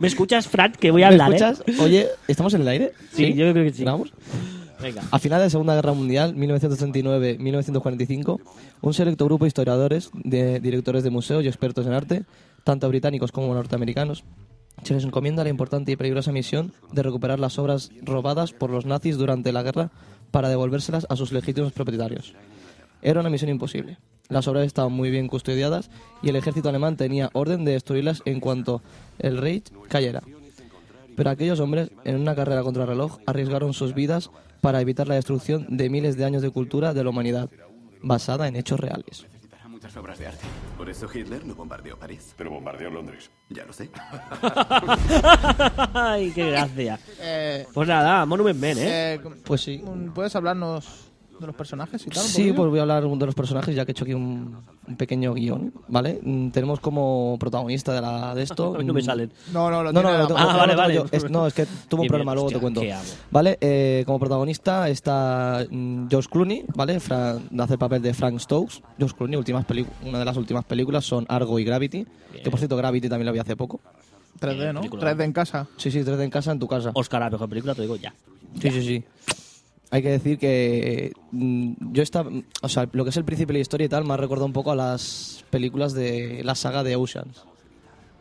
Speaker 4: ¿Me escuchas, Frank? Que voy a
Speaker 3: ¿Me
Speaker 4: hablar, ¿eh?
Speaker 3: escuchas? Oye, ¿estamos en el aire?
Speaker 4: Sí, yo creo que sí.
Speaker 3: ¿Grabamos?
Speaker 4: Venga. <laughs>
Speaker 3: A final de la Segunda Guerra Mundial, 1939-1945, un selecto grupo de historiadores, de directores de museos y expertos en arte, tanto británicos como norteamericanos, se les encomienda la importante y peligrosa misión de recuperar las obras robadas por los nazis durante la guerra para devolvérselas a sus legítimos propietarios. Era una misión imposible. Las obras estaban muy bien custodiadas y el ejército alemán tenía orden de destruirlas en cuanto el Reich cayera. Pero aquellos hombres, en una carrera contra el reloj, arriesgaron sus vidas para evitar la destrucción de miles de años de cultura de la humanidad, basada en hechos reales.
Speaker 9: Necesitará muchas obras de arte. Por eso Hitler no bombardeó París.
Speaker 10: Pero bombardeó Londres.
Speaker 9: Ya lo
Speaker 10: <laughs>
Speaker 9: sé.
Speaker 4: Ay, qué gracia.
Speaker 2: Eh,
Speaker 4: Pues nada, Monument Men, ¿eh?
Speaker 2: eh,
Speaker 3: Pues sí.
Speaker 2: ¿Puedes hablarnos de los personajes y tal? un
Speaker 3: Sí,
Speaker 2: poquillo?
Speaker 3: pues voy a hablar de los personajes, ya que he hecho aquí un, un pequeño guión, ¿vale? Mm, Tenemos como protagonista de, la, de esto...
Speaker 4: <laughs> A mí no me
Speaker 3: mm,
Speaker 4: salen.
Speaker 2: No, no, lo
Speaker 3: No,
Speaker 2: tiene
Speaker 3: no,
Speaker 2: la
Speaker 3: lo tengo,
Speaker 2: mano.
Speaker 4: Ah, vale,
Speaker 3: lo tengo
Speaker 4: vale.
Speaker 3: yo. Es- no, es que tuve un
Speaker 4: Bien,
Speaker 3: problema,
Speaker 4: bien,
Speaker 3: luego te
Speaker 4: hostia,
Speaker 3: cuento.
Speaker 4: qué amo.
Speaker 3: Vale, eh, como protagonista está mm, George Clooney, ¿vale? Fra- hace el papel de Frank Stokes. George Clooney, últimas pelicu- una de las últimas películas son Argo y Gravity. Que por cierto, Gravity también la vi hace poco.
Speaker 2: 3D, ¿no?
Speaker 4: Película.
Speaker 2: 3D en casa.
Speaker 3: Sí, sí, 3D en casa, en tu casa.
Speaker 4: Oscar, la mejor película, te digo ya.
Speaker 3: Sí, sí, sí. Hay que decir que mm, yo esta, o sea, lo que es el príncipe de la historia y tal me ha recordado un poco a las películas de la saga de Oceans.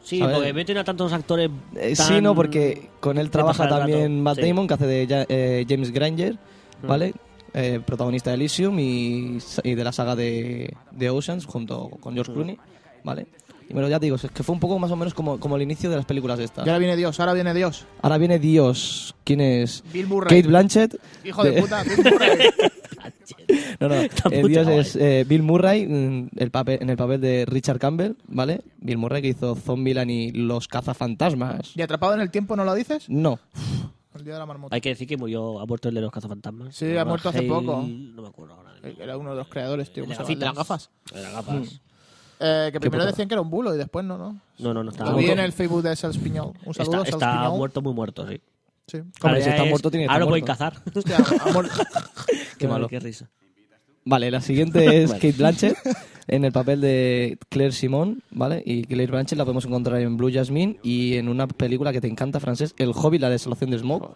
Speaker 4: Sí,
Speaker 3: A ver.
Speaker 4: porque meten a tantos actores.
Speaker 3: Eh,
Speaker 4: tan-
Speaker 3: sí, no, porque con él
Speaker 4: de
Speaker 3: trabaja
Speaker 4: pasar el rato.
Speaker 3: también Matt
Speaker 4: Sí. <laughs> Mm.
Speaker 3: Damon, que hace de Ja- eh, James Granger, ¿vale? Eh, protagonista de Elysium y, sa- y de la saga de, de Oceans junto con
Speaker 4: Mm.
Speaker 3: George Clooney, ¿vale? Y bueno, ya te digo, es que fue un poco más o menos como, como el inicio de las películas
Speaker 2: Y
Speaker 3: estas.
Speaker 2: ahora viene Dios, ahora viene Dios.
Speaker 3: Ahora viene Dios, ¿quién es?
Speaker 2: Bill Murray.
Speaker 3: Kate Blanchett.
Speaker 2: Hijo de
Speaker 3: <laughs>
Speaker 2: puta, Bill Murray.
Speaker 3: No, no, el
Speaker 4: puta
Speaker 3: dios
Speaker 4: guay.
Speaker 3: es eh, Bill Murray mm, el papel, en el papel de Richard Campbell, ¿vale? Bill Murray que hizo Zombieland y Los cazafantasmas.
Speaker 2: <laughs> ¿Y atrapado en el tiempo no lo dices?
Speaker 3: No,
Speaker 2: El día de la marmota.
Speaker 4: Hay que decir que murió, ha muerto el de los cazafantasmas.
Speaker 2: Sí, ha muerto hace
Speaker 4: Hale-
Speaker 2: poco.
Speaker 4: No me acuerdo ahora.
Speaker 3: Eh,
Speaker 2: Era uno de los creadores, tío. ¿cómo se llama? El de
Speaker 4: gafitas.
Speaker 2: las gafas.
Speaker 4: De las gafas.
Speaker 3: Mm.
Speaker 2: Eh, que primero
Speaker 3: putada.
Speaker 2: decían que era un bulo y después no, ¿no.
Speaker 4: No, no, no está
Speaker 2: Lo vi en el Facebook de Sals Piñol. Un
Speaker 4: Está,
Speaker 2: saludo,
Speaker 4: está
Speaker 2: Sals Piñol.
Speaker 4: muerto, muy muerto, sí.
Speaker 2: Sí.
Speaker 3: Hombre,
Speaker 4: Ahora
Speaker 3: si
Speaker 4: ya
Speaker 3: está
Speaker 4: es-
Speaker 3: muerto, tiene que estar
Speaker 4: Ahora lo pueden
Speaker 3: muerto.
Speaker 4: cazar.
Speaker 2: Hostia, ha muerto.
Speaker 3: qué malo.
Speaker 4: <laughs> Qué risa.
Speaker 3: Vale, la siguiente es
Speaker 4: Vale.
Speaker 3: Kate Blanchett en el papel de Claire Simon, ¿vale? Y Claire Blanchett la podemos encontrar en Blue Jasmine y en una película que te encanta, francés, El Hobbit, la desolación de Smoke.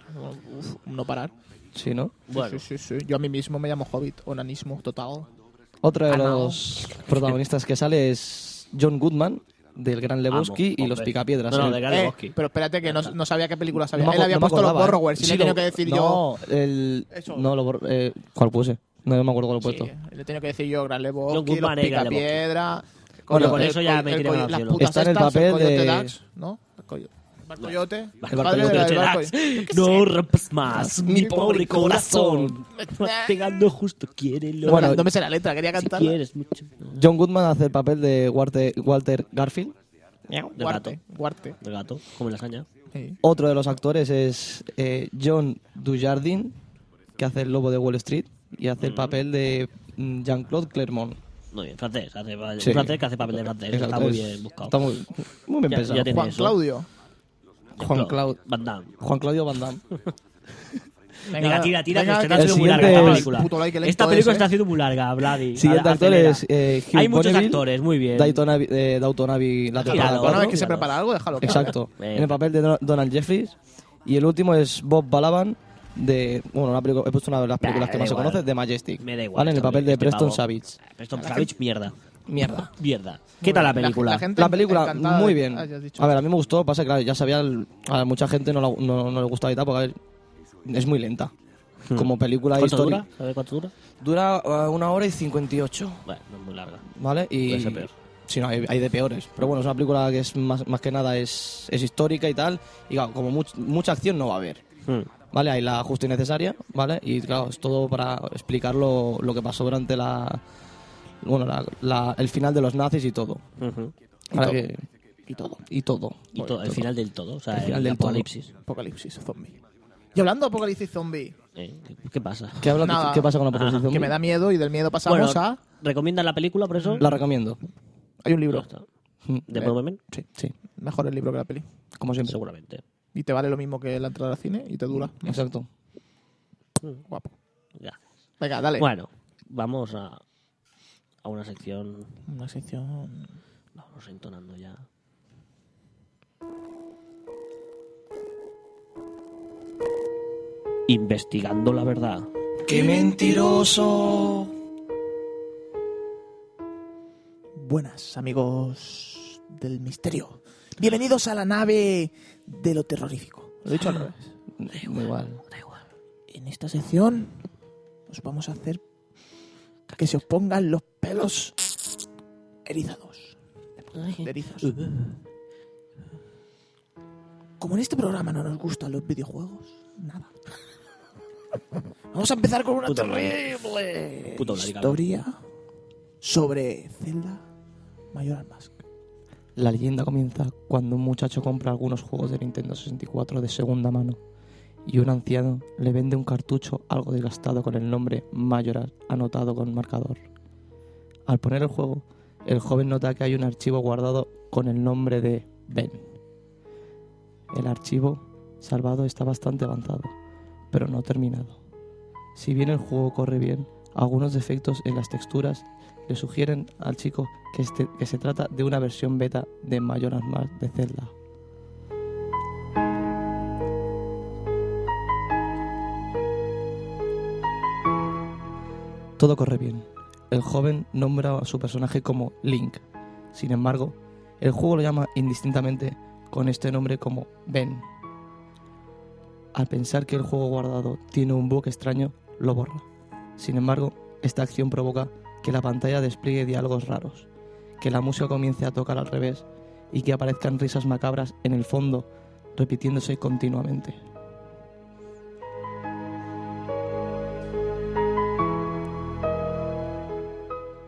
Speaker 2: Uf, <laughs> no parar.
Speaker 3: Sí, ¿no?
Speaker 2: Sí, sí, sí, sí. Yo a mí mismo me llamo Hobbit. Onanismo total.
Speaker 3: Otro de
Speaker 2: Ah, no.
Speaker 3: los protagonistas que sale es John Goodman, del Gran Lebowski y
Speaker 4: Amo,
Speaker 3: Los
Speaker 4: hombre.
Speaker 3: Picapiedras.
Speaker 4: No, no,
Speaker 3: El-
Speaker 4: de Gran
Speaker 2: Eh,
Speaker 4: Lebowski.
Speaker 2: pero espérate que no, no sabía qué película
Speaker 3: No
Speaker 2: sabía.
Speaker 3: me
Speaker 2: Él
Speaker 3: acu-
Speaker 2: había
Speaker 3: no me
Speaker 2: puesto los
Speaker 3: acordaba, ¿eh?
Speaker 2: borrowers y
Speaker 3: Sí,
Speaker 2: le he
Speaker 3: lo-
Speaker 2: tenido que decir
Speaker 3: no,
Speaker 2: yo...
Speaker 3: el-
Speaker 2: Eso.
Speaker 3: no, lo borro- eh, ¿cuál puse? No me acuerdo cuál he puesto.
Speaker 2: Sí, le he tenido que decir yo Gran
Speaker 4: John
Speaker 2: Lebowski, los
Speaker 4: Goodman era Gran
Speaker 2: Picapiedra...
Speaker 3: Bueno,
Speaker 4: con eso ya me tiré
Speaker 2: coy-
Speaker 4: al
Speaker 2: las
Speaker 4: cielo.
Speaker 2: putas
Speaker 3: Está en el
Speaker 2: estas,
Speaker 3: papel
Speaker 2: coyote
Speaker 3: de-
Speaker 2: Dax, ¿no? El coyo- Barcoyote.
Speaker 3: El
Speaker 2: padre
Speaker 3: barcoyote
Speaker 2: del
Speaker 4: Te
Speaker 2: barco-
Speaker 4: das. No rompas más mi pobre corazón. Me estás pegando justo, quiérelo.
Speaker 2: Bueno,
Speaker 3: Bueno,
Speaker 2: no me sé la letra, quería
Speaker 4: si
Speaker 2: cantarla.
Speaker 4: quieres mucho. no.
Speaker 3: John Goodman hace el papel de Walter, Walter Garfield.
Speaker 4: De gato.
Speaker 2: Guarte, guarte.
Speaker 4: De gato, como lasaña.
Speaker 2: Sí.
Speaker 3: Otro de los actores es eh, John Dujardin, que hace el lobo de Wall Street y hace el papel de mm, Jean-Claude Clermont.
Speaker 4: Muy bien, francés. Hace, un
Speaker 3: Sí.
Speaker 4: francés que hace papel de francés.
Speaker 3: Exacto,
Speaker 4: Está muy
Speaker 3: es-
Speaker 4: bien buscado.
Speaker 3: Está muy, muy bien
Speaker 4: Ya-
Speaker 3: pensado.
Speaker 4: ya tiene-
Speaker 2: Juan
Speaker 4: eso.
Speaker 2: Claudio.
Speaker 3: Juan Claude.
Speaker 4: Van Damme.
Speaker 3: Juan Claudio Van Damme.
Speaker 4: Venga, tira, tira, que
Speaker 2: venga,
Speaker 4: se te ha
Speaker 3: el
Speaker 4: sido muy
Speaker 3: siguiente
Speaker 4: larga esta
Speaker 3: es-
Speaker 4: película.
Speaker 2: Puto like, el
Speaker 4: esta
Speaker 2: esto
Speaker 4: película
Speaker 2: es,
Speaker 4: está
Speaker 2: ¿eh?
Speaker 4: haciendo muy larga, Vladi.
Speaker 3: Siguiente
Speaker 4: A-
Speaker 3: actor
Speaker 4: acelera.
Speaker 3: es eh, Hugh
Speaker 4: Hay muchos
Speaker 3: Bonneville,
Speaker 4: actores, muy bien.
Speaker 3: Downton Abbey- eh, Downton Abbey, la temporada
Speaker 4: Tíralo,
Speaker 2: Bueno,
Speaker 3: cuatro.
Speaker 2: es que se prepara algo, déjalo. que
Speaker 3: Exacto.
Speaker 4: Venga.
Speaker 3: En el papel de Don- Donald Jeffries. Y el último es Bob Balaban de. Bueno, una película- he puesto una de las películas
Speaker 4: Nah,
Speaker 3: que
Speaker 4: da
Speaker 3: más se
Speaker 4: igual.
Speaker 3: conoce, de Majestic.
Speaker 4: Me da igual.
Speaker 3: ¿Vale? En el
Speaker 4: este
Speaker 3: papel de
Speaker 4: este
Speaker 3: Preston
Speaker 4: pavo.
Speaker 3: Savage.
Speaker 4: Preston Savage, mierda.
Speaker 3: Mierda.
Speaker 4: Mierda. ¿Qué tal la
Speaker 2: hable.
Speaker 4: película?
Speaker 2: gente
Speaker 3: La película,
Speaker 2: encantada
Speaker 3: muy
Speaker 2: de-
Speaker 3: bien.
Speaker 2: Ah, ya has dicho.
Speaker 3: A ver, a mí me gustó, pasa que claro, ya sabía, el- a mucha gente no, la- no- no le gustaba y tal, porque a ver, es muy lenta. Como película
Speaker 4: Hmm. ¿Cuánto
Speaker 3: histórica.
Speaker 4: dura? ¿Sabes cuánto dura?
Speaker 3: Dura eh, una hora y 58,
Speaker 4: Bueno, no es muy larga.
Speaker 3: ¿vale? Y
Speaker 4: Puede ser peor.
Speaker 3: Sí, no, hay, hay de peores. Pero bueno, es una película que es más, más que nada es, es histórica y tal. Y claro, como much- mucha acción no va a haber.
Speaker 4: Hmm.
Speaker 3: ¿Vale? Hay la justa y necesaria, ¿vale? Y claro, es todo para explicar lo, lo que pasó durante la. Bueno, la- la- el final de los nazis y todo.
Speaker 4: Ujú.
Speaker 3: Para que- Y todo. Y todo.
Speaker 4: Y to- el final del todo, o sea,
Speaker 3: El
Speaker 4: el,
Speaker 3: final del todo.
Speaker 4: apocalipsis.
Speaker 2: Apocalipsis zombie. Y hablando de apocalipsis zombie,
Speaker 4: Eh, ¿Qué pasa?
Speaker 3: ¿Qué, habla-
Speaker 2: Nada.
Speaker 3: qué pasa con la
Speaker 4: Ajá.
Speaker 3: proposición?
Speaker 2: que me da miedo y del miedo pasamos a...
Speaker 4: ¿recomiendas la película por eso?
Speaker 3: La recomiendo.
Speaker 2: Hay un libro.
Speaker 3: Mm,
Speaker 4: ¿De
Speaker 2: Eh,
Speaker 4: Moment?
Speaker 2: Sí, sí. Mejor el libro que la peli.
Speaker 3: Como siempre.
Speaker 4: Seguramente.
Speaker 2: Y te vale lo mismo que la entrada al cine y te dura.
Speaker 3: Exacto.
Speaker 2: Guapo.
Speaker 4: Ya.
Speaker 2: Venga, dale.
Speaker 4: Bueno, vamos a, a una sección.
Speaker 2: Una sección...
Speaker 4: Vamos entonando ya. Investigando la verdad.
Speaker 3: ¡Qué mentiroso!
Speaker 2: Buenas amigos del misterio. Bienvenidos a la nave de lo terrorífico. Lo he dicho al revés.
Speaker 3: igual.
Speaker 4: Da igual.
Speaker 2: En esta sección os vamos a hacer que se os pongan los pelos erizados. De erizos. Como en este programa no nos gustan los videojuegos, nada. Vamos a empezar con una
Speaker 4: Puto
Speaker 2: terrible
Speaker 4: Puto Blade,
Speaker 2: historia sobre Zelda Mayor Mask.
Speaker 3: La leyenda comienza cuando un muchacho compra algunos juegos de Nintendo 64 de segunda mano y un anciano le vende un cartucho algo desgastado con el nombre Majoral anotado con marcador. Al poner el juego, el joven nota que hay un archivo guardado con el nombre de Ben. El archivo salvado está bastante avanzado, pero no terminado. Si bien el juego corre bien, algunos defectos en las texturas le sugieren al chico que, este- que se trata de una versión beta de Majora's Mask de Zelda. Todo corre bien. El joven nombra a su personaje como Link. Sin embargo, el juego lo llama indistintamente con este nombre como Ben. Al pensar que el juego guardado tiene un bug extraño, lo borra. Sin embargo, esta acción provoca que la pantalla despliegue diálogos raros, que la música comience a tocar al revés y que aparezcan risas macabras en el fondo, repitiéndose continuamente.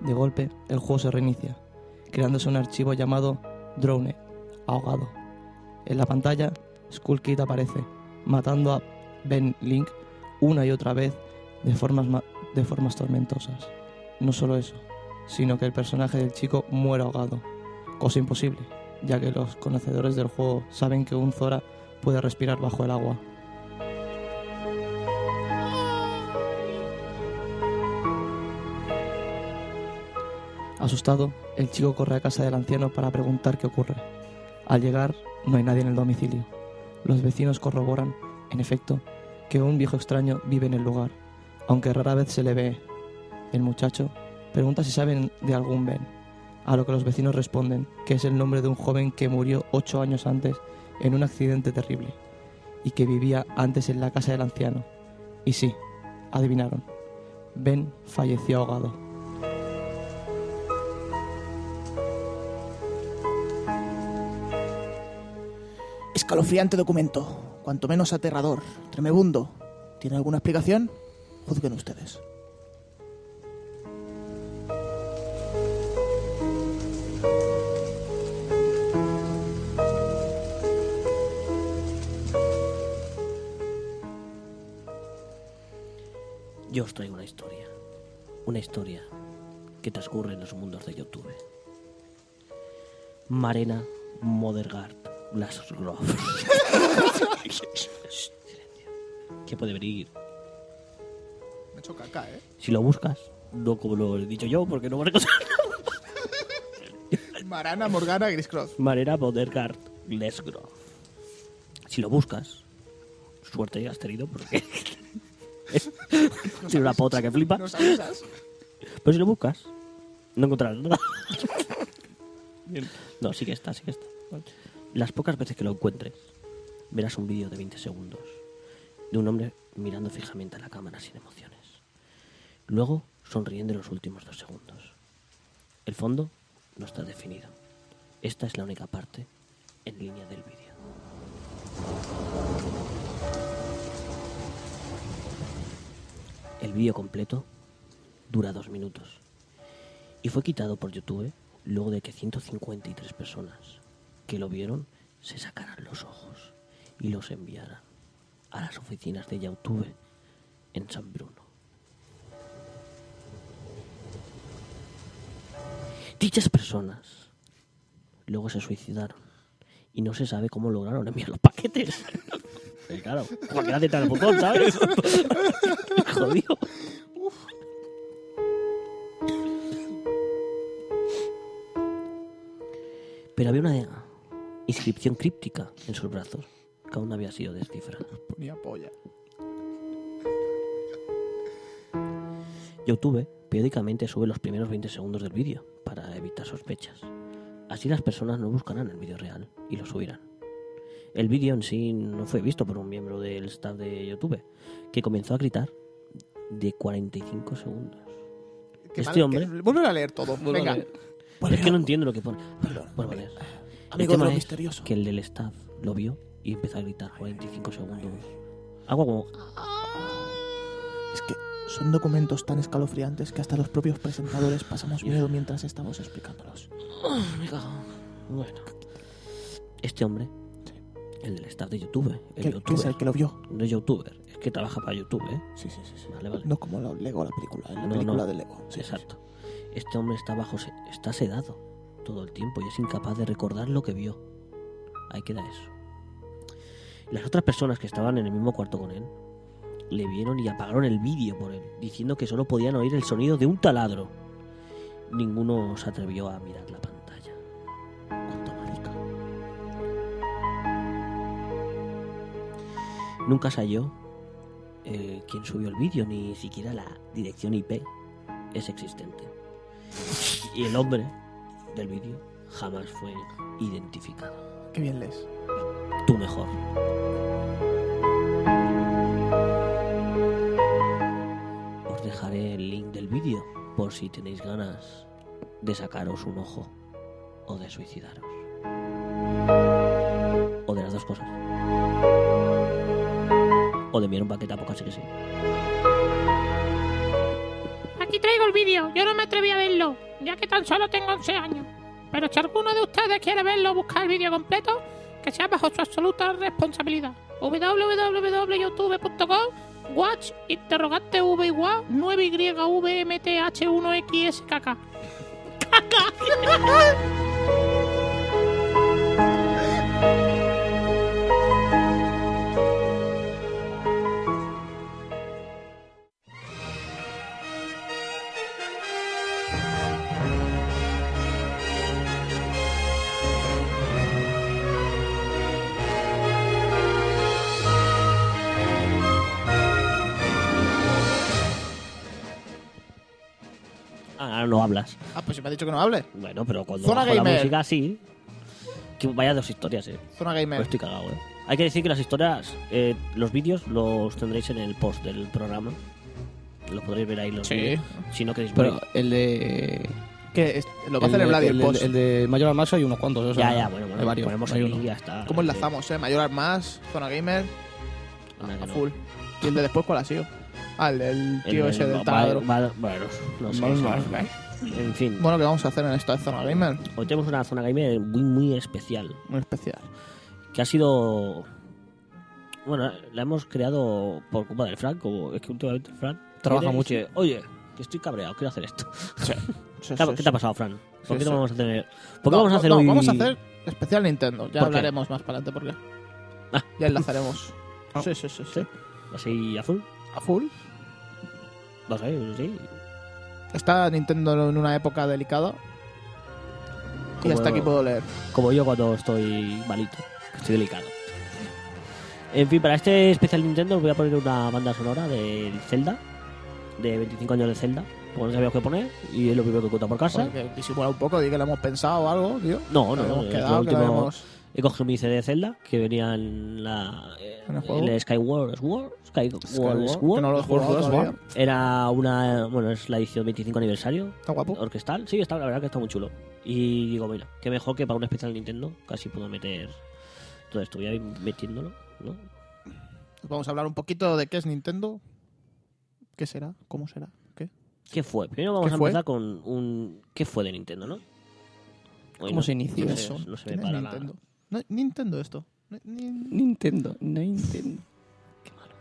Speaker 3: De golpe, el juego se reinicia, creándose un archivo llamado Drone, ahogado. En la pantalla, Skull Kid aparece, matando a Ben Link una y otra vez de formas, ma- de formas tormentosas. No solo eso, sino que el personaje del chico muere ahogado, cosa imposible, ya que los conocedores del juego saben que un Zora puede respirar bajo el agua. Asustado, el chico corre a casa del anciano para preguntar qué ocurre. Al llegar, no hay nadie en el domicilio. Los vecinos corroboran, en efecto, que un viejo extraño vive en el lugar, aunque rara vez se le ve. El muchacho pregunta si saben de algún Ben, a lo que los vecinos responden que es el nombre de un joven que murió ocho años antes en un accidente terrible y que vivía antes en la casa del anciano. Y sí, adivinaron, Ben falleció ahogado.
Speaker 2: Escalofriante documento, cuanto menos aterrador, tremebundo. ¿Tiene alguna explicación? Juzguen ustedes.
Speaker 4: Yo os traigo una historia. Una historia que transcurre en los mundos de YouTube. Marena Modergard Glassgrove. Shh, silencio. ¿Qué puede venir?
Speaker 2: Me he hecho caca, ¿eh?
Speaker 4: Si lo buscas, no como lo he dicho yo, porque no
Speaker 2: <laughs>
Speaker 4: me recuerdo.
Speaker 2: Marana, Morgana, Griscross.
Speaker 4: Marena Modergard Glassgrove. Si lo buscas, suerte has
Speaker 2: <laughs>
Speaker 4: tenido, porque. Tiene una potra que flipa.
Speaker 2: ¿Nos avisas?
Speaker 4: Pero si lo buscas, no encontrarás nada. No, sí que está, sí que está. Las pocas veces que lo encuentres, verás un vídeo de 20 segundos de un hombre mirando fijamente a la cámara sin emociones. Luego, sonriendo en los últimos dos segundos. El fondo no está definido. Esta es la única parte en línea del vídeo. El vídeo completo dura dos minutos y fue quitado por YouTube luego de que 153 personas que lo vieron se sacaran los ojos y los enviaran a las oficinas de YouTube en San Bruno. Dichas personas luego se suicidaron y no se sabe cómo lograron enviar los paquetes. Pero claro, porque era de tal botón, ¿sabes? Jodido. Pero había una inscripción críptica en sus brazos que aún no había sido descifrada.
Speaker 2: Ponía polla.
Speaker 4: YouTube periódicamente sube los primeros 20 segundos del vídeo para evitar sospechas. Así las personas no buscarán el vídeo real y lo subirán. El vídeo en sí no fue visto por un miembro del staff de YouTube, que comenzó a gritar de 45 segundos.
Speaker 2: Qué
Speaker 4: Este
Speaker 2: mal-
Speaker 4: hombre-
Speaker 2: qué- Vuelve a leer todo.
Speaker 3: Vuelve a
Speaker 2: Venga.
Speaker 3: leer.
Speaker 4: es que no entiendo lo que pone. Bueno, vale. El
Speaker 2: Amigo de
Speaker 4: tema
Speaker 2: lo
Speaker 4: es
Speaker 2: misterioso.
Speaker 4: que el del staff lo vio y empezó a gritar 45 segundos.
Speaker 2: Ah,
Speaker 4: Algo como...
Speaker 2: Es que son documentos tan escalofriantes que hasta los propios presentadores pasamos miedo mientras estamos explicándolos.
Speaker 4: Me cago. Bueno. Este hombre, el del staff de YouTube, el
Speaker 2: ¿Qué, qué es
Speaker 4: youtuber,
Speaker 2: el que lo vio?
Speaker 4: no es youtuber, es que trabaja para YouTube, ¿eh?
Speaker 2: Sí, sí, sí. sí.
Speaker 4: Vale, vale.
Speaker 2: No como lo- Lego, la película. La
Speaker 4: No,
Speaker 2: película
Speaker 4: no.
Speaker 2: de Lego. Sí, sí, sí.
Speaker 4: Exacto. Este hombre está bajo, se- está sedado todo el tiempo y es incapaz de recordar lo que vio. Ahí queda eso. Las otras personas que estaban en el mismo cuarto con él le vieron y apagaron el vídeo por él, diciendo que solo podían oír el sonido de un taladro. Ninguno se atrevió a mirar la pantalla. Cuánto marica. Nunca se halló eh, quién subió el vídeo, ni siquiera la dirección IP es existente. Y el hombre del vídeo jamás fue identificado.
Speaker 2: Qué bien lees.
Speaker 4: Tú mejor. Os dejaré el link del vídeo por si tenéis ganas de sacaros un ojo o de suicidaros. O de las dos cosas. O de enviar un paquete a poca, sí que sí.
Speaker 10: Aquí traigo el vídeo, yo no me atreví a verlo, ya que tan solo tengo 11 años. Pero si alguno de ustedes quiere verlo o buscar el vídeo completo, que sea bajo su absoluta responsabilidad. www.youtube.com Watch interrogante VY 9YVMTH1XSKK.
Speaker 4: Ah, ahora no hablas.
Speaker 2: Ah, pues se me ha dicho que no hable.
Speaker 4: Bueno, pero cuando
Speaker 2: Zona
Speaker 4: bajo la
Speaker 2: gamer.
Speaker 4: música sí. Que vaya dos historias, eh.
Speaker 2: Zona Gamer.
Speaker 4: Pues estoy cagado, eh. Hay que decir que las historias, eh, los vídeos los tendréis en el post del programa. Los podréis ver ahí los
Speaker 2: Sí.
Speaker 4: vídeos. Si no queréis
Speaker 3: Pero
Speaker 4: ver.
Speaker 3: el de.
Speaker 4: Pues,
Speaker 2: Que es- lo va a
Speaker 3: el de-
Speaker 2: celebrar el,
Speaker 3: el,
Speaker 2: post.
Speaker 3: El, de Mayor Max hay unos cuantos. o sea,
Speaker 4: ya, ya, bueno, bueno.
Speaker 3: hay varios.
Speaker 4: ponemos
Speaker 3: hay
Speaker 4: el
Speaker 3: uno.
Speaker 4: link y ya está.
Speaker 2: ¿Cómo
Speaker 4: Eh,
Speaker 2: enlazamos, eh? Mayor más, Zona Gamer,
Speaker 4: nada que
Speaker 2: a
Speaker 4: no.
Speaker 2: full. ¿Y el de después cuál ha sido? Ah, el del
Speaker 4: El
Speaker 2: tío
Speaker 4: del-
Speaker 2: ese del
Speaker 4: va-
Speaker 2: taladro.
Speaker 4: va- Bueno, no sé. En fin,
Speaker 2: Bueno, ¿qué vamos a hacer en esta Zona Gamer?
Speaker 4: hoy tenemos una zona gamer muy, muy especial.
Speaker 2: Muy especial.
Speaker 4: que ha sido. Bueno, la hemos creado por culpa del Frank. Como es que últimamente el Frank
Speaker 3: Trabaja
Speaker 4: viene y
Speaker 3: mucho.
Speaker 4: dice, Oye, que estoy cabreado, quiero hacer esto.
Speaker 2: Sí,
Speaker 4: Claro,
Speaker 2: sí,
Speaker 4: ¿Qué
Speaker 2: sí.
Speaker 4: te ha pasado, Frank?
Speaker 2: Sí,
Speaker 4: ¿Por qué
Speaker 2: sí.
Speaker 4: no vamos a tener.? ¿Por qué
Speaker 2: No,
Speaker 4: vamos a
Speaker 2: no,
Speaker 4: hacer
Speaker 2: no,
Speaker 4: hoy-
Speaker 2: vamos a hacer especial Nintendo. Ya
Speaker 4: ¿Por qué?
Speaker 2: hablaremos más para adelante porque
Speaker 4: Ah.
Speaker 2: ya enlazaremos.
Speaker 4: <laughs> Ah.
Speaker 2: Sí, sí, sí, sí.
Speaker 4: así azul?
Speaker 2: A full.
Speaker 4: No sé, sí.
Speaker 2: Está Nintendo en una época delicada. Y
Speaker 4: Como-
Speaker 2: hasta aquí puedo leer.
Speaker 4: Como yo cuando estoy malito, que estoy delicado. En fin, para este especial Nintendo os voy a poner una banda sonora del Zelda, de 25 años de Zelda, porque no sabíamos qué poner y es lo primero que cuenta por casa.
Speaker 2: Joder, que disimula un poco, di que lo hemos pensado o algo, tío.
Speaker 4: No, no,
Speaker 2: Lo
Speaker 4: no,
Speaker 2: hemos
Speaker 4: es
Speaker 2: quedado,
Speaker 4: lo
Speaker 2: que lo
Speaker 4: último-
Speaker 2: hemos-
Speaker 4: He cogido mi CD de Zelda, que venía en la.
Speaker 2: ¿En el
Speaker 4: eh,
Speaker 2: juego?
Speaker 4: el Skyward Sword. Skyward
Speaker 2: Que
Speaker 4: Sword.
Speaker 2: no lo he jugado todavía.
Speaker 4: Era una. Bueno, es la edición 25 aniversario.
Speaker 2: Está guapo.
Speaker 4: Orquestal, sí, está, la verdad que está muy chulo. Y digo, mira, qué mejor que para un especial Nintendo, casi puedo meter todo esto. Voy a ir metiéndolo, ¿no?
Speaker 2: Vamos a hablar un poquito de qué es Nintendo. ¿Qué será? ¿Cómo será? ¿Qué?
Speaker 4: ¿Qué fue? Primero vamos
Speaker 2: ¿Qué
Speaker 4: a
Speaker 2: fue?
Speaker 4: empezar con un. ¿Qué fue de Nintendo, no? Hoy
Speaker 3: ¿Cómo
Speaker 4: no-
Speaker 3: se inició
Speaker 4: no se-
Speaker 2: eso?
Speaker 4: No se
Speaker 2: ¿Quién
Speaker 4: me
Speaker 2: es
Speaker 4: para la-
Speaker 2: Nintendo? No, Nintendo esto. Ni- ni-
Speaker 3: Nintendo, no Nintendo.
Speaker 4: Qué malo.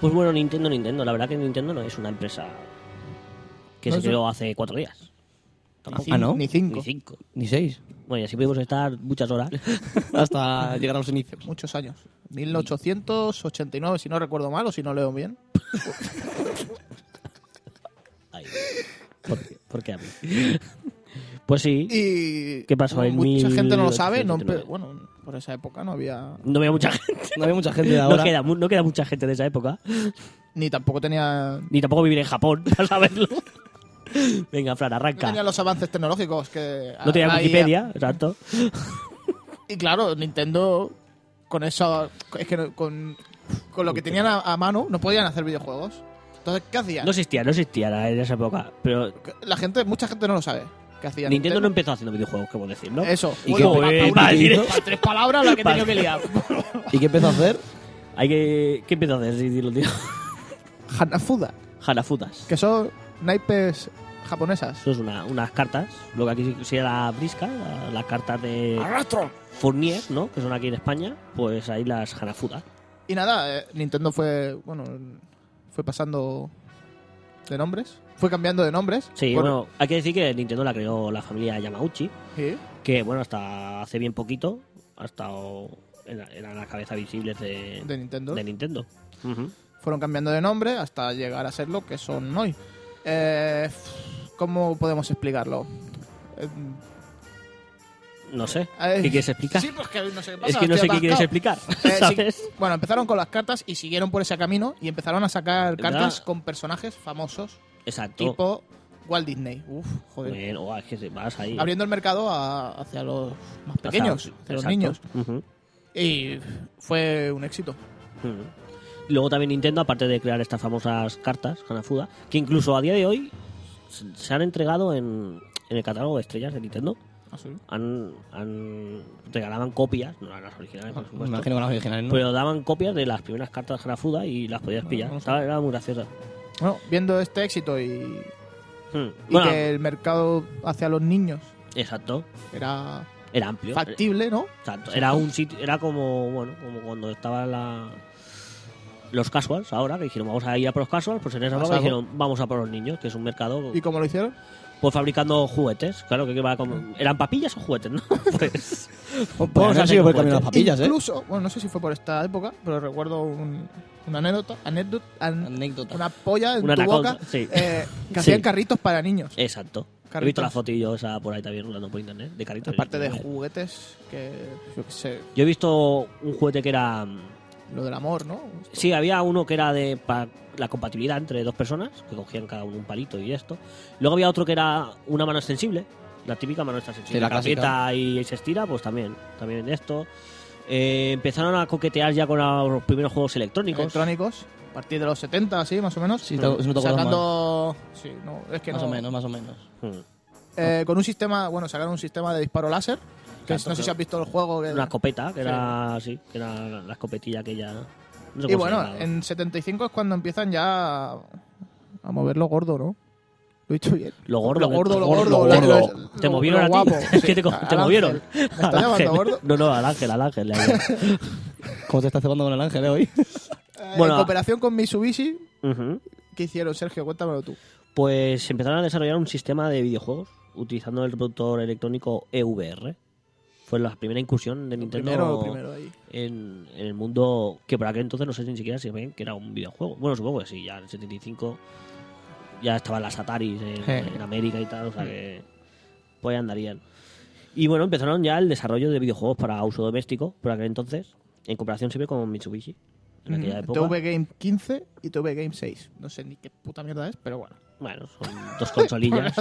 Speaker 4: Pues bueno, Nintendo, Nintendo. La verdad que Nintendo no es una empresa que
Speaker 2: No
Speaker 4: se
Speaker 2: es un-
Speaker 4: creó hace cuatro días. Tampoco.
Speaker 3: Ah, ¿no?
Speaker 2: Ni cinco.
Speaker 4: Ni cinco.
Speaker 3: Ni seis.
Speaker 4: Bueno, y así podemos estar muchas horas.
Speaker 3: Hasta llegar a los inicios.
Speaker 2: Muchos años. 1889, si no recuerdo mal o si no leo bien.
Speaker 4: Ay, ¿por, qué? ¿Por qué a mí? Pues sí.
Speaker 2: Y.
Speaker 4: ¿Qué pasó en
Speaker 2: Mucha gente no lo sabe. No
Speaker 4: 1889?
Speaker 2: empe- bueno, por esa época no había.
Speaker 4: No veo mucha gente.
Speaker 3: No había mucha gente <laughs> de
Speaker 4: No
Speaker 3: ahora.
Speaker 4: queda, mu- no queda mucha gente de esa época.
Speaker 2: Ni tampoco tenía.
Speaker 4: Ni tampoco vivir en Japón, <laughs> para saberlo. Venga, Fran,
Speaker 2: No
Speaker 4: arranca.
Speaker 2: tenía los avances tecnológicos que.
Speaker 4: No tenía
Speaker 2: hay-
Speaker 4: Wikipedia, exacto.
Speaker 2: Y claro, Nintendo con eso, es que no- con, con lo que tenían a, a mano no podían hacer videojuegos. Entonces, ¿qué hacían?
Speaker 4: No existía, no existía la- en esa época. Pero
Speaker 2: La gente, mucha gente no lo sabe. ¿Qué hacían?
Speaker 4: Nintendo no empezó haciendo videojuegos, queremos decir, ¿no? Ah,
Speaker 2: Eso.
Speaker 3: ¿Y
Speaker 2: Bueno, pa-
Speaker 3: qué-
Speaker 2: pa-
Speaker 4: Joder,
Speaker 2: una-
Speaker 4: madre.
Speaker 2: pa- tres palabras la que he tenido que liar.
Speaker 3: ¿Y qué empezó a hacer?
Speaker 4: Hay que... ¿Qué empezó a hacer? Sí, dilo, tío.
Speaker 2: Hanafuda,
Speaker 4: Hanafudas.
Speaker 2: que son naipes japonesas.
Speaker 4: Eso es una- unas cartas, lo que aquí se la brisca, la- las cartas de
Speaker 2: ¡Arrastro!
Speaker 4: Fournier, ¿no? Que son aquí en España. Pues ahí las Hanafudas.
Speaker 2: Y nada, eh, Nintendo fue, bueno, fue pasando de nombres. Fue cambiando de nombres.
Speaker 4: Sí,
Speaker 2: Por-
Speaker 4: bueno, hay que decir que Nintendo la creó la familia Yamauchi.
Speaker 2: sí.
Speaker 4: que bueno, hasta hace bien poquito ha estado en, la- eran las cabezas visibles de,
Speaker 2: de Nintendo.
Speaker 4: de Nintendo. Ujú.
Speaker 2: fueron cambiando de nombre hasta llegar a ser lo que son hoy. Eh, f- ¿Cómo podemos explicarlo? Eh,
Speaker 4: No sé,
Speaker 2: eh,
Speaker 4: ¿qué quieres explicar?
Speaker 2: Sí, pues que no sé qué pasa,
Speaker 4: es que no sé
Speaker 2: estoy
Speaker 4: qué quieres
Speaker 2: atascado.
Speaker 4: explicar,
Speaker 2: Eh, sí,
Speaker 4: <laughs> ¿sabes?
Speaker 2: bueno, empezaron con las cartas y siguieron por ese camino y empezaron a sacar
Speaker 4: ¿Verdad? Oh.
Speaker 2: cartas con personajes famosos,
Speaker 4: Exacto.
Speaker 2: tipo Walt Disney. Uf, joder.
Speaker 4: Bueno, guau, es que te vas ahí.
Speaker 2: Abriendo el mercado a- hacia los más
Speaker 4: O sea,
Speaker 2: pequeños, hacia los
Speaker 4: exacto.
Speaker 2: niños.
Speaker 4: Ujú.
Speaker 2: Y fue un éxito.
Speaker 4: Ujú. Luego también Nintendo, aparte de crear estas famosas cartas, Hanafuda, que incluso a día de hoy se se han entregado en, en el catálogo de estrellas de Nintendo. Han, han regalaban copias, no eran las originales,
Speaker 2: Ah,
Speaker 4: por
Speaker 3: Me
Speaker 4: supuesto. Pues
Speaker 3: imagino que los originales, ¿no?
Speaker 4: Pero daban copias de las primeras cartas de Hanafuda y las podías pillar.
Speaker 2: Ah, no sé.
Speaker 4: Estaba- era muy graciosa.
Speaker 2: Bueno, viendo este éxito y,
Speaker 4: Hmm.
Speaker 2: y
Speaker 4: Bueno,
Speaker 2: que el mercado hacia los niños
Speaker 4: exacto.
Speaker 2: era
Speaker 4: Era amplio. eh,
Speaker 2: factible, ¿no?
Speaker 4: Exacto. Era un sitio, era como, bueno, como cuando estaba la los casuals ahora, que dijeron vamos a ir a por los casuals, pues en esa época
Speaker 2: Pasado.
Speaker 4: dijeron vamos a por los niños, que es un mercado
Speaker 2: ¿Y cómo lo hicieron?
Speaker 4: pues fabricando juguetes, claro que va como, eran papillas o juguetes, ¿no?
Speaker 3: Pues
Speaker 4: Pues Vamos
Speaker 3: haber
Speaker 4: a
Speaker 3: sido por
Speaker 4: hacer
Speaker 3: el camino de las papillas, ¿eh?
Speaker 2: Incluso, bueno, no sé si fue por esta época, pero recuerdo un- una anécdota, anécdota an-
Speaker 3: Anécdota.
Speaker 2: una polla en
Speaker 4: Una
Speaker 2: tu
Speaker 4: anaconda,
Speaker 2: boca
Speaker 4: sí.
Speaker 2: eh, que
Speaker 4: <laughs> Sí. Eh,
Speaker 2: hacían carritos para niños.
Speaker 4: exacto. He
Speaker 2: Carritos.
Speaker 4: visto la fotillo esa por ahí también rulando por internet de carritos.
Speaker 2: Aparte de juguetes que, yo qué sé,
Speaker 4: Yo he visto un juguete que era
Speaker 2: lo del amor, ¿no?
Speaker 4: Sí, había uno que era de pa- la compatibilidad entre dos personas, que cogían cada uno un palito y esto. Luego había otro que era una mano extensible, la típica mano extensible.
Speaker 3: Sí, la
Speaker 4: que aprieta y se estira, pues también, también de esto. Eh, empezaron a coquetear ya con los primeros juegos electrónicos.
Speaker 2: Electrónicos, a partir de los 70, así, más o menos.
Speaker 3: Sí, te- si no te acuerdas
Speaker 2: sacando... Sí, no, es que
Speaker 3: Más
Speaker 2: no.
Speaker 3: o menos, más o menos.
Speaker 4: Mm.
Speaker 2: Eh, con un sistema, bueno, sacaron un sistema de disparo láser. Que
Speaker 4: Exacto,
Speaker 2: no sé si
Speaker 4: creo.
Speaker 2: has visto el juego. que-
Speaker 4: Una escopeta, que
Speaker 2: Sí.
Speaker 4: era así, que era la la escopetilla que ya... no sé
Speaker 2: Y
Speaker 4: cómo se
Speaker 2: bueno,
Speaker 4: llamaba.
Speaker 2: en 75 es cuando empiezan ya a a moverlo gordo, ¿no? Lo he dicho bien.
Speaker 4: Lo gordo,
Speaker 2: lo gordo,
Speaker 4: lo
Speaker 2: lo
Speaker 4: gordo,
Speaker 2: gordo.
Speaker 4: lo
Speaker 2: lo-
Speaker 4: gordo.
Speaker 2: lo-
Speaker 4: Te
Speaker 2: lo- lo
Speaker 4: movieron a ti. <laughs>
Speaker 2: guapo,
Speaker 4: Es
Speaker 2: sí,
Speaker 4: que te, co-
Speaker 2: al
Speaker 4: te
Speaker 2: ángel.
Speaker 4: movieron.
Speaker 2: ¿Me
Speaker 4: <laughs> Al
Speaker 2: estás llamando
Speaker 4: ángel.
Speaker 2: gordo?
Speaker 4: No, no, al ángel, al ángel. le había-
Speaker 2: <laughs>
Speaker 3: ¿Cómo te estás cebando con el ángel eh, <laughs> hoy?
Speaker 2: Eh,
Speaker 4: Bueno,
Speaker 2: en cooperación con Mitsubishi,
Speaker 4: Ujú.
Speaker 2: ¿qué hicieron, Sergio? Cuéntamelo tú.
Speaker 4: Pues empezaron a desarrollar un sistema de videojuegos utilizando el reproductor electrónico EVR. Fue la primera incursión de
Speaker 2: Lo
Speaker 4: Nintendo
Speaker 2: primero, lo primero ahí.
Speaker 4: En, en el mundo que por aquel entonces no sé ni siquiera si ven que era un videojuego. Bueno, supongo que sí, ya en el 75 ya estaban las Ataris en,
Speaker 2: Je.
Speaker 4: en América y tal, o sea que pues ahí andarían. Y bueno, empezaron ya el desarrollo de videojuegos para uso doméstico por aquel entonces, en cooperación siempre con Mitsubishi. en aquella época.
Speaker 2: TV Mm. Game 15 y TV Game 6. No sé ni qué puta mierda es, pero bueno.
Speaker 4: Bueno, son dos
Speaker 2: <laughs>
Speaker 4: consolillas.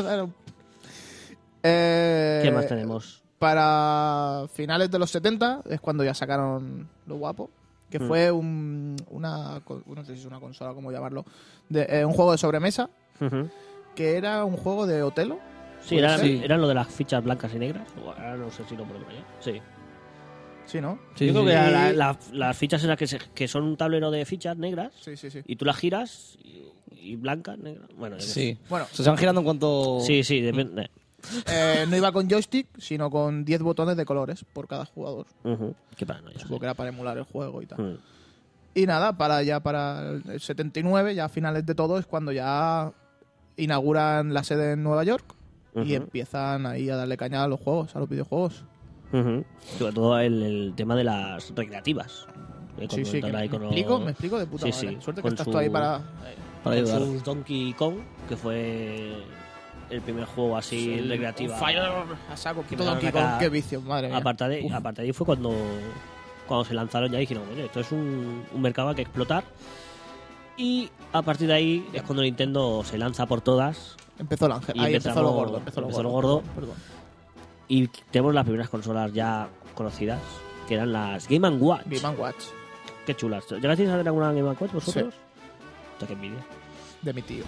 Speaker 2: Eh,
Speaker 4: ¿Qué más tenemos?
Speaker 2: Para finales de los 70 es cuando ya sacaron lo guapo, que
Speaker 4: Mm.
Speaker 2: fue un, una, co- no sé si es una consola, cómo llamarlo, de, eh, un juego de sobremesa,
Speaker 4: Ujú.
Speaker 2: que era un juego de Otelo.
Speaker 4: Sí,
Speaker 2: ¿Puede
Speaker 4: eran,
Speaker 2: ser?
Speaker 4: eran lo de las fichas blancas y negras. O Ahora no sé si lo ponemos allá. Sí.
Speaker 2: Sí, ¿no?
Speaker 3: Sí,
Speaker 4: Yo creo
Speaker 3: sí.
Speaker 4: que la- la- las fichas esas que, se- que son un tablero de fichas negras
Speaker 2: Sí, sí, sí.
Speaker 4: y tú las giras y, y blancas, negras. Bueno, yo qué
Speaker 3: Sí.
Speaker 2: Bueno.
Speaker 3: Se van girando en cuanto...
Speaker 4: sé. Sí, sí, depende.
Speaker 2: Eh, no iba con joystick, sino con 10 botones de colores por cada
Speaker 4: <laughs>
Speaker 2: jugador.
Speaker 4: Ujú. Qué paranoia.
Speaker 2: Supongo que era para emular el juego y tal.
Speaker 4: Mm.
Speaker 2: Y nada, para ya para el 79, ya a finales de todo, es cuando ya inauguran la sede en Nueva York
Speaker 4: Ujú.
Speaker 2: y empiezan ahí a darle caña a los juegos, a los videojuegos.
Speaker 4: Ujú. Sobre todo el, el tema de las recreativas. Eh,
Speaker 2: sí,
Speaker 4: cuando
Speaker 2: sí, que
Speaker 4: entran
Speaker 2: me,
Speaker 4: ahí con los-
Speaker 2: explico, me explico de puta
Speaker 4: Sí,
Speaker 2: madre.
Speaker 4: sí,
Speaker 2: Suerte que
Speaker 4: con
Speaker 2: estás
Speaker 4: su-
Speaker 2: tú ahí para...
Speaker 3: Para
Speaker 4: con
Speaker 3: ayudar.
Speaker 4: sus Donkey Kong, que fue el primer juego así recreativo.
Speaker 2: a saco,
Speaker 4: Que
Speaker 2: puto
Speaker 4: me
Speaker 2: Donkey
Speaker 4: van a
Speaker 2: Kong, qué vicio, madre mía.
Speaker 4: Aparte de, aparte de ahí fue cuando, cuando se lanzaron ya dijeron, bueno, esto es un, un mercado que explotar. Y a partir de ahí es cuando Nintendo se lanza por todas
Speaker 2: Empezó el ángel,
Speaker 4: y
Speaker 2: ahí empezó lo
Speaker 4: empezamos-
Speaker 2: gordo. Empezó lo
Speaker 4: empezó lo
Speaker 2: gordo.
Speaker 4: gordo.
Speaker 2: Perdón.
Speaker 4: y tenemos las primeras consolas ya conocidas, que eran las Game Watch.
Speaker 2: Game and Watch,
Speaker 4: Qué chulas. ¿Llegasteis a tener alguna Game Watch vosotros? Hostia, qué envidia.
Speaker 2: de mi tío,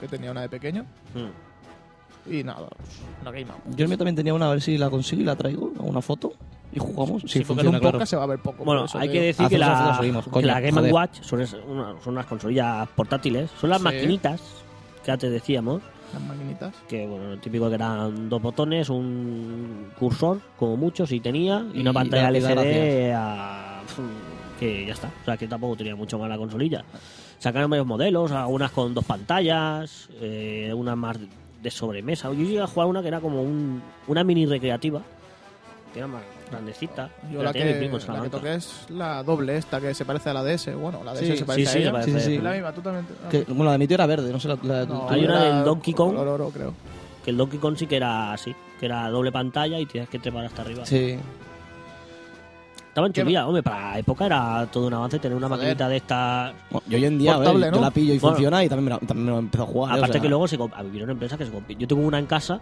Speaker 2: que tenía una de pequeño.
Speaker 4: Mm.
Speaker 2: Y nada, pues, una Game and Watch.
Speaker 3: Yo el mío también tenía una, a ver si la consigo y la traigo, hago una foto y jugamos. Si
Speaker 2: Sí, porque en
Speaker 3: funciona,
Speaker 2: un
Speaker 3: claro.
Speaker 2: podcast se va a ver poco.
Speaker 4: Bueno,
Speaker 2: por eso
Speaker 4: hay
Speaker 2: te
Speaker 4: que
Speaker 2: digo.
Speaker 4: decir que
Speaker 3: Hacemos una foto,
Speaker 4: la,
Speaker 3: seguimos,
Speaker 4: que
Speaker 3: coño,
Speaker 4: la Game
Speaker 3: joder.
Speaker 4: Watch son, es- una- son unas consolillas portátiles, son las
Speaker 2: Sí.
Speaker 4: maquinitas que antes decíamos,
Speaker 2: Ah, Las maquinitas.
Speaker 4: que bueno, lo típico que eran dos botones, un cursor, como mucho, si tenía,
Speaker 3: Y
Speaker 4: y, una pantalla
Speaker 3: la- y la
Speaker 4: LCD a- pf, que ya está. O sea, que tampoco tenía mucho más la consolilla. Sacaron varios modelos, algunas con dos pantallas, eh, unas más de sobremesa. Yo llegué a jugar una que era como un- una mini recreativa, que era más grandecita.
Speaker 2: Yo la
Speaker 4: tenía mi
Speaker 2: que,
Speaker 4: primo en
Speaker 2: la que
Speaker 4: Salamanca.
Speaker 2: toqué es la doble esta que se parece a la DS. Bueno, la DS
Speaker 4: Sí,
Speaker 2: se parece
Speaker 4: sí, sí,
Speaker 2: a ella.
Speaker 4: se
Speaker 3: Sí,
Speaker 4: parece
Speaker 3: sí,
Speaker 4: a
Speaker 3: sí.
Speaker 2: Es
Speaker 4: ella.
Speaker 2: la misma, tú también. te- ah,
Speaker 3: Que, bueno, la de mi tío era verde, no sé la, la-
Speaker 2: no,
Speaker 4: hay una
Speaker 2: era
Speaker 4: del Donkey Kong.
Speaker 2: color oro, creo.
Speaker 4: Que el Donkey Kong sí que era así, que era doble pantalla y tienes que trepar hasta arriba.
Speaker 3: Sí.
Speaker 4: Estaba en
Speaker 2: ¿Qué
Speaker 4: chulilla, hombre, para la época era todo un avance tener una
Speaker 2: Joder.
Speaker 4: maquinita de estas.
Speaker 3: Bueno, yo hoy en día, a ver,
Speaker 2: Portable,
Speaker 3: yo
Speaker 2: ¿no?
Speaker 3: la pillo y
Speaker 4: Bueno.
Speaker 3: funciona y también me, la, también me la empezó a jugar. ¿eh?
Speaker 4: Aparte
Speaker 3: O sea,
Speaker 4: que luego se comp- ah, vivieron empresas que se comp- Yo tengo una en casa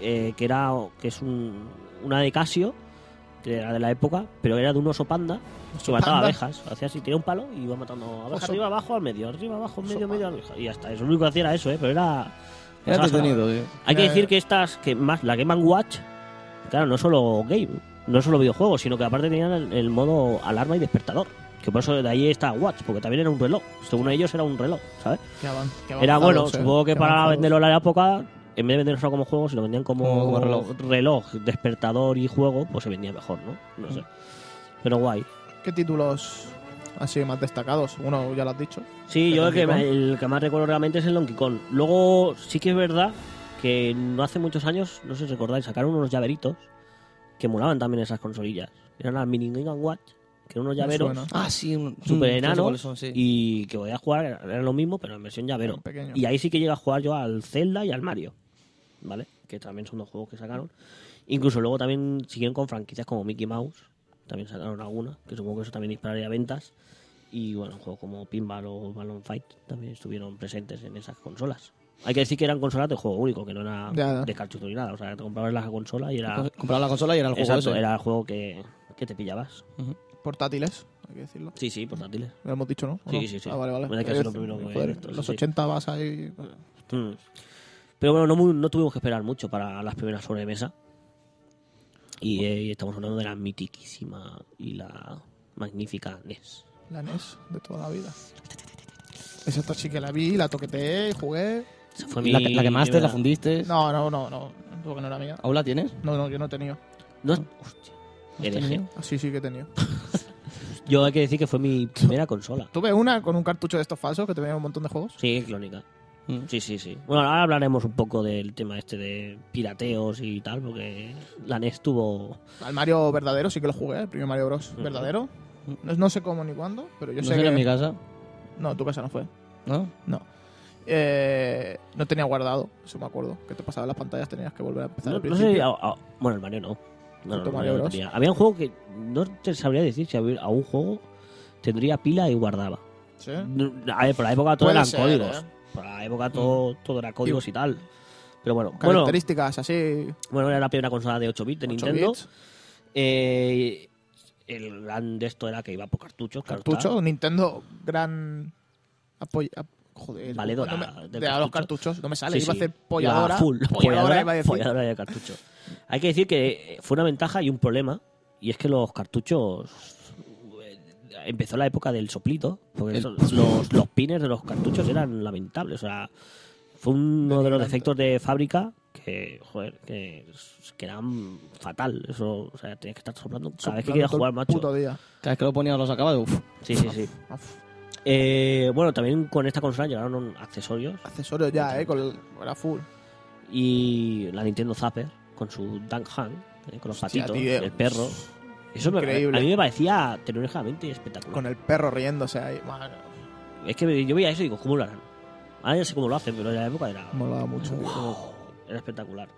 Speaker 4: eh, que era que es un- una de Casio, que era de la época, pero era de un oso panda que mataba
Speaker 2: panda.
Speaker 4: abejas. Hacía así, tenía un palo y iba matando abejas
Speaker 2: Oso.
Speaker 4: arriba, abajo, al medio, arriba, abajo,
Speaker 2: Oso
Speaker 4: medio, medio,
Speaker 2: panda.
Speaker 4: abeja. Y hasta eso lo único que hacía era eso, eh, pero era.
Speaker 3: Era
Speaker 4: pasaba.
Speaker 3: entretenido, Ah, sí.
Speaker 4: Hay que
Speaker 2: Eh,
Speaker 4: decir que estas, que más la Game Watch, claro, no solo game, no solo videojuegos, sino que aparte tenían el, el modo alarma y despertador. Que por eso de ahí está Watch, porque también era un reloj. Según ellos era un reloj, ¿sabes?
Speaker 2: Qué avan- qué
Speaker 4: Era
Speaker 2: avanzados,
Speaker 4: bueno,
Speaker 2: eh,
Speaker 4: supongo que
Speaker 2: qué
Speaker 4: para
Speaker 2: avanzados.
Speaker 4: venderlo a la época, en vez de venderlo como juego, si lo vendían como,
Speaker 3: Como- como reloj.
Speaker 4: reloj, despertador y juego, pues se vendía mejor, ¿no? No
Speaker 3: Mm.
Speaker 4: sé. Pero guay.
Speaker 2: ¿Qué títulos así más destacados? Uno ya lo has dicho.
Speaker 4: Sí,
Speaker 2: ¿El
Speaker 4: yo el que,
Speaker 2: Donkey
Speaker 4: me- el que más recuerdo realmente es el Donkey Kong. Luego, sí que es verdad que no hace muchos años, no sé si recordáis, sacaron unos llaveritos que emulaban también esas consolillas. Eran las Mini Game Watch, que eran unos llaveros
Speaker 2: suena.
Speaker 3: Ah, sí, un
Speaker 4: super enanos
Speaker 3: Y
Speaker 4: y que podías jugar, era lo mismo, pero en versión llavero.
Speaker 2: Era pequeño.
Speaker 4: Y ahí sí que llega a jugar yo al Zelda y al Mario, ¿vale? Que también son dos juegos que sacaron. Incluso luego también siguieron con franquicias como Mickey Mouse, también sacaron alguna, que supongo que eso también dispararía ventas. Y bueno, juegos como Pinball o Balloon Fight también estuvieron presentes en esas consolas. Hay que decir que eran consolas de juego único, que no era
Speaker 2: Ya, ya.
Speaker 4: de cartucho ni nada. O sea, te comprabas la consola y era.
Speaker 3: compraba la consola y era el juego
Speaker 4: Exacto,
Speaker 3: ese.
Speaker 4: era el juego que, que te pillabas.
Speaker 2: Portátiles, hay que decirlo.
Speaker 4: Sí, sí, portátiles.
Speaker 2: Lo hemos dicho, ¿no? ¿O
Speaker 4: Sí,
Speaker 2: no?
Speaker 4: sí, sí.
Speaker 2: Ah, vale, vale.
Speaker 4: Bueno, hay que
Speaker 2: Joder,
Speaker 4: hacer lo primero que
Speaker 2: joder,
Speaker 4: he visto,
Speaker 2: los
Speaker 4: sí, sí.
Speaker 2: 80 vas ahí.
Speaker 4: Mm. Pero bueno, no, mu- no tuvimos que esperar mucho para las primeras sobremesa. Y, eh, y estamos hablando de la mitiquísima y la magnífica E NES.
Speaker 2: La NES de toda la vida. Esa esta sí que la vi, la toqueteé, jugué.
Speaker 4: Esa fue
Speaker 3: Y la,
Speaker 4: mi
Speaker 3: que- la quemaste, la
Speaker 4: primera-
Speaker 3: fundiste.
Speaker 2: No, no, no, no. Porque no era mía.
Speaker 3: ¿Aún la tienes?
Speaker 2: No, no, yo no he tenido.
Speaker 4: No, hostia, hereje.
Speaker 2: Ah, sí, sí que he tenido.
Speaker 4: eh. Yo hay que decir que fue mi primera consola.
Speaker 2: Tuve una con un cartucho de estos falsos que te venía un montón de juegos.
Speaker 4: Sí, clónica.
Speaker 3: Mm.
Speaker 4: Sí, sí, sí. Bueno, ahora hablaremos un poco del tema este de pirateos y tal, porque la NES tuvo...
Speaker 2: Al Mario verdadero sí que lo jugué, el primer Mario Bros. verdadero. No, no sé cómo ni cuándo, pero yo
Speaker 3: no
Speaker 2: sé
Speaker 3: sé,
Speaker 2: que...
Speaker 3: en mi casa.
Speaker 2: No, tu casa no fue.
Speaker 3: ¿No?
Speaker 2: No. Eh, no tenía guardado, eso me acuerdo. Que te pasaba en las pantallas, tenías que volver a empezar
Speaker 4: No,
Speaker 2: al
Speaker 4: no
Speaker 2: principio.
Speaker 4: sé, a- a- bueno, el Mario no. No, no,
Speaker 2: Puto
Speaker 4: no,
Speaker 2: Mario
Speaker 4: no
Speaker 2: Bros.
Speaker 4: tenía. Había un juego que no te sabría decir si había un juego tendría pila y guardaba.
Speaker 2: ¿Sí?
Speaker 4: No, A ver, por la época todo
Speaker 2: Puede
Speaker 4: eran
Speaker 2: ser,
Speaker 4: códigos.
Speaker 2: ¿eh? Mm.
Speaker 4: Por la época todo, todo era códigos y tal. Pero bueno, bueno,
Speaker 2: Características así.
Speaker 4: bueno, era la primera consola de 8 bits de
Speaker 2: 8
Speaker 4: Nintendo.
Speaker 2: bits.
Speaker 4: Eh, el gran de esto era que iba por cartuchos. claro está.
Speaker 2: Cartucho, Nintendo, gran. apoy- ap- Joder,
Speaker 4: Valedora
Speaker 2: no me-
Speaker 4: del
Speaker 2: de a los
Speaker 4: cartucho.
Speaker 2: cartuchos, no me sale.
Speaker 4: Sí,
Speaker 2: iba
Speaker 4: sí.
Speaker 2: a hacer
Speaker 4: Iba
Speaker 2: polladora.
Speaker 4: full,
Speaker 2: polladora, iba a decir.
Speaker 4: polladora de cartucho. Hay que decir que eh, fue una ventaja y un problema, y es que los cartuchos. eh, Empezó la época del soplito, porque eso- los, los pines de los cartuchos eran lamentables. O sea, fue uno de los defectos de fábrica que, joder, que, que eran fatal. Eso, o sea, tenías que estar soplando cada vez
Speaker 2: Soplando
Speaker 4: que querías
Speaker 2: todo el
Speaker 4: jugar,
Speaker 2: Puto
Speaker 4: macho.
Speaker 2: día.
Speaker 3: Cada vez que lo ponía los acabados, uf.
Speaker 4: Sí, sí, sí.
Speaker 2: Uf,
Speaker 4: Eh, bueno, también con esta consola llegaron accesorios
Speaker 2: Accesorios ya, eh, con el, era full.
Speaker 4: y la Nintendo Zapper con su Dunk Hunt, eh, con los
Speaker 2: Hostia,
Speaker 4: patitos,
Speaker 2: tío.
Speaker 4: el perro. Eso me,
Speaker 2: Increíble.
Speaker 4: a mí me parecía tecnológicamente espectacular.
Speaker 2: Con el perro riéndose ahí. Bueno,
Speaker 4: Es que yo veía eso y digo, ¿cómo lo harán? Ahora ya sé cómo lo hacen, pero en la época era,
Speaker 2: molaba mucho.
Speaker 4: era espectacular.